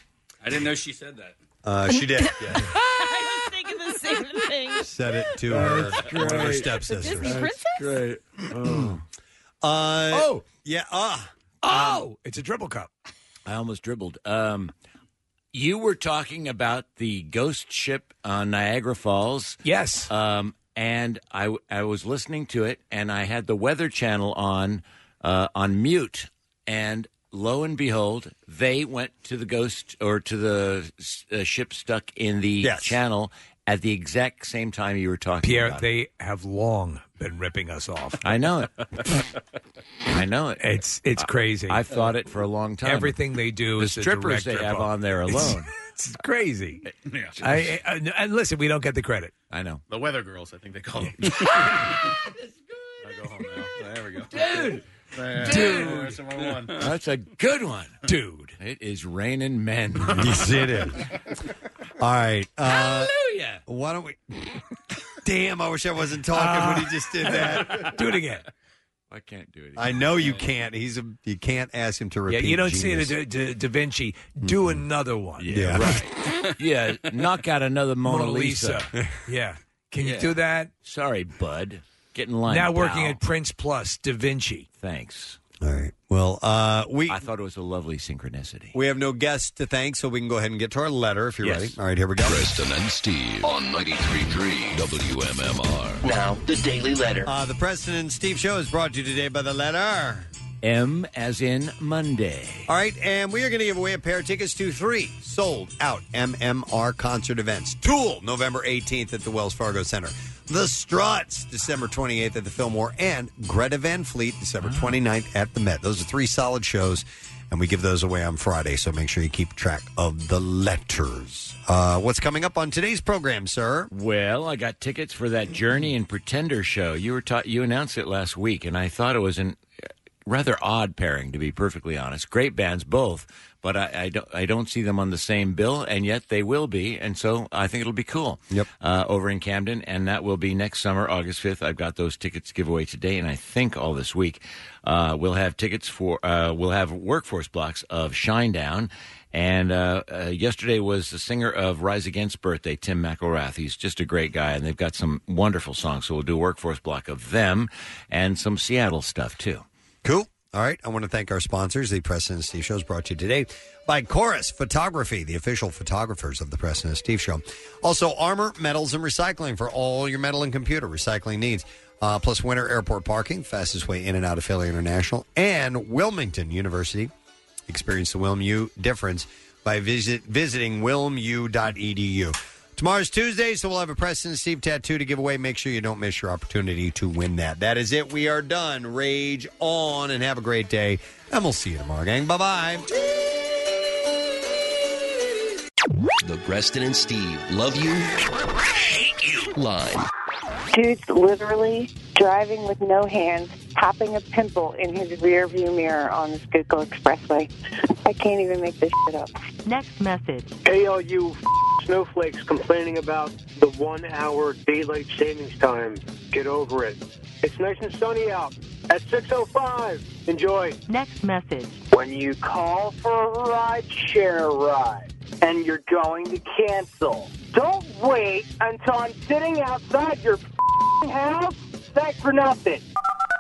[SPEAKER 4] I didn't know she said that.
[SPEAKER 1] Uh, she did. Yeah.
[SPEAKER 2] I was thinking the same thing.
[SPEAKER 1] Said it to her,
[SPEAKER 2] That's
[SPEAKER 1] one of her
[SPEAKER 2] great.
[SPEAKER 1] stepsisters.
[SPEAKER 2] The Disney princess?
[SPEAKER 3] Great.
[SPEAKER 25] Oh.
[SPEAKER 1] Uh,
[SPEAKER 25] Oh.
[SPEAKER 1] yeah. Ah.
[SPEAKER 25] Oh,
[SPEAKER 3] it's a dribble cup.
[SPEAKER 25] I almost dribbled. Um, you were talking about the ghost ship on Niagara Falls.
[SPEAKER 3] Yes.
[SPEAKER 25] Um, and I, w- I was listening to it, and I had the Weather Channel on uh, on mute, and lo and behold, they went to the ghost or to the s- uh, ship stuck in the channel at the exact same time you were talking.
[SPEAKER 3] Pierre,
[SPEAKER 25] about it.
[SPEAKER 3] they have long been ripping us off.
[SPEAKER 25] I know it. I know it.
[SPEAKER 3] It's it's crazy.
[SPEAKER 25] I've thought it for a long time.
[SPEAKER 3] Everything they do
[SPEAKER 25] the
[SPEAKER 3] is a
[SPEAKER 25] strippers
[SPEAKER 3] direct
[SPEAKER 25] they have
[SPEAKER 3] rip-off.
[SPEAKER 25] on there
[SPEAKER 3] It's-
[SPEAKER 25] alone.
[SPEAKER 3] It's, crazy. I, I- I- and listen, we don't get the credit.
[SPEAKER 25] I know.
[SPEAKER 5] The weather girls, I think they call them.
[SPEAKER 3] There we go.
[SPEAKER 5] Dude.
[SPEAKER 25] Dude.
[SPEAKER 5] That's number one.
[SPEAKER 25] That's a good one, dude. It is raining men.
[SPEAKER 1] Yes, it is. All right. Uh,
[SPEAKER 25] Hallelujah.
[SPEAKER 1] Why don't we? Damn! I wish I wasn't talking when he just did that.
[SPEAKER 3] Ah. Do it again.
[SPEAKER 25] I can't do it.
[SPEAKER 1] I know you can't. He's a. You can't ask him to
[SPEAKER 3] Yeah,
[SPEAKER 1] repeat.
[SPEAKER 3] you don't
[SPEAKER 1] genius. Mm-hmm.
[SPEAKER 3] see it, in Da, Da- Da Vinci. Do another one.
[SPEAKER 1] Yeah.
[SPEAKER 25] Right. yeah. Knock out another Mona,
[SPEAKER 3] Mona Lisa. yeah. Can you do that?
[SPEAKER 25] Sorry, bud. Get in line.
[SPEAKER 3] now working
[SPEAKER 25] pal.
[SPEAKER 3] at Prince Plus, Da Vinci.
[SPEAKER 25] Thanks.
[SPEAKER 1] All right. Well, uh, we.
[SPEAKER 25] I thought it was a lovely synchronicity.
[SPEAKER 1] We have no guests to thank, so we can go ahead and get to our letter if you're
[SPEAKER 25] Yes.
[SPEAKER 1] ready. All right, here we go.
[SPEAKER 16] Preston and Steve on 93.3 WMMR.
[SPEAKER 1] Now,
[SPEAKER 16] the Daily Letter.
[SPEAKER 1] Uh, the President and Steve Show is brought to you today by the letter.
[SPEAKER 25] M as in Monday.
[SPEAKER 1] All right, and we are going to give away a pair of tickets to three sold out MMR concert events. Tool, November 18th at the Wells Fargo Center. The Struts, December 28th at the Fillmore, and Greta Van Fleet, December 29th at the Met. Those are three solid shows. And we give those away on Friday, so make sure you keep track of the letters. Uh, what's coming up on today's program, sir?
[SPEAKER 25] Well, I got tickets for that Journey and Pretender show. You were ta- you announced it last week, and I thought it was an uh, rather odd pairing, to be perfectly honest. Great bands both, but I, I don't I don't see them on the same bill, and yet they will be, and so I think it'll be cool. Yep. Uh, over in Camden, and that will be next summer, August fifth. I've got those tickets to give away today, and I think all this week uh, we'll have tickets for uh, we'll have workforce blocks of Shinedown. And uh, uh, yesterday was the singer of Rise Against birthday, Tim McElrath. He's just a great guy, and they've got some wonderful songs. So we'll do a workforce block of them and some Seattle stuff too.
[SPEAKER 1] Cool. All right. I want to thank our sponsors. The President and Steve Show is brought to you today by Chorus Photography, the official photographers of the President and Steve Show. Also, Armor, Metals, and Recycling for all your metal and computer recycling needs. Uh, plus, Winter Airport Parking, fastest way in and out of Philly International, and Wilmington University. Experience the WilmU difference by visit, visiting wilmu.edu. E Tomorrow's Tuesday, so we'll have a Preston and Steve tattoo to give away. Make sure you don't miss your opportunity to win that. That is it. We are done. Rage on and have a great day. And we'll see you tomorrow, gang. Bye bye.
[SPEAKER 22] The Preston and Steve love you, hate you line.
[SPEAKER 23] Dude's literally driving with no hands, popping a pimple in his rear view mirror on the Schuylkill Expressway. I can't even make this shit up.
[SPEAKER 24] Next message.
[SPEAKER 23] ALU
[SPEAKER 26] snowflakes complaining about the one hour daylight savings time. Get over it. It's nice and sunny out at 6.05. Enjoy.
[SPEAKER 24] Next message.
[SPEAKER 26] When you call for a ride share ride and you're going to cancel, don't wait until I'm sitting outside your house. Thanks for nothing.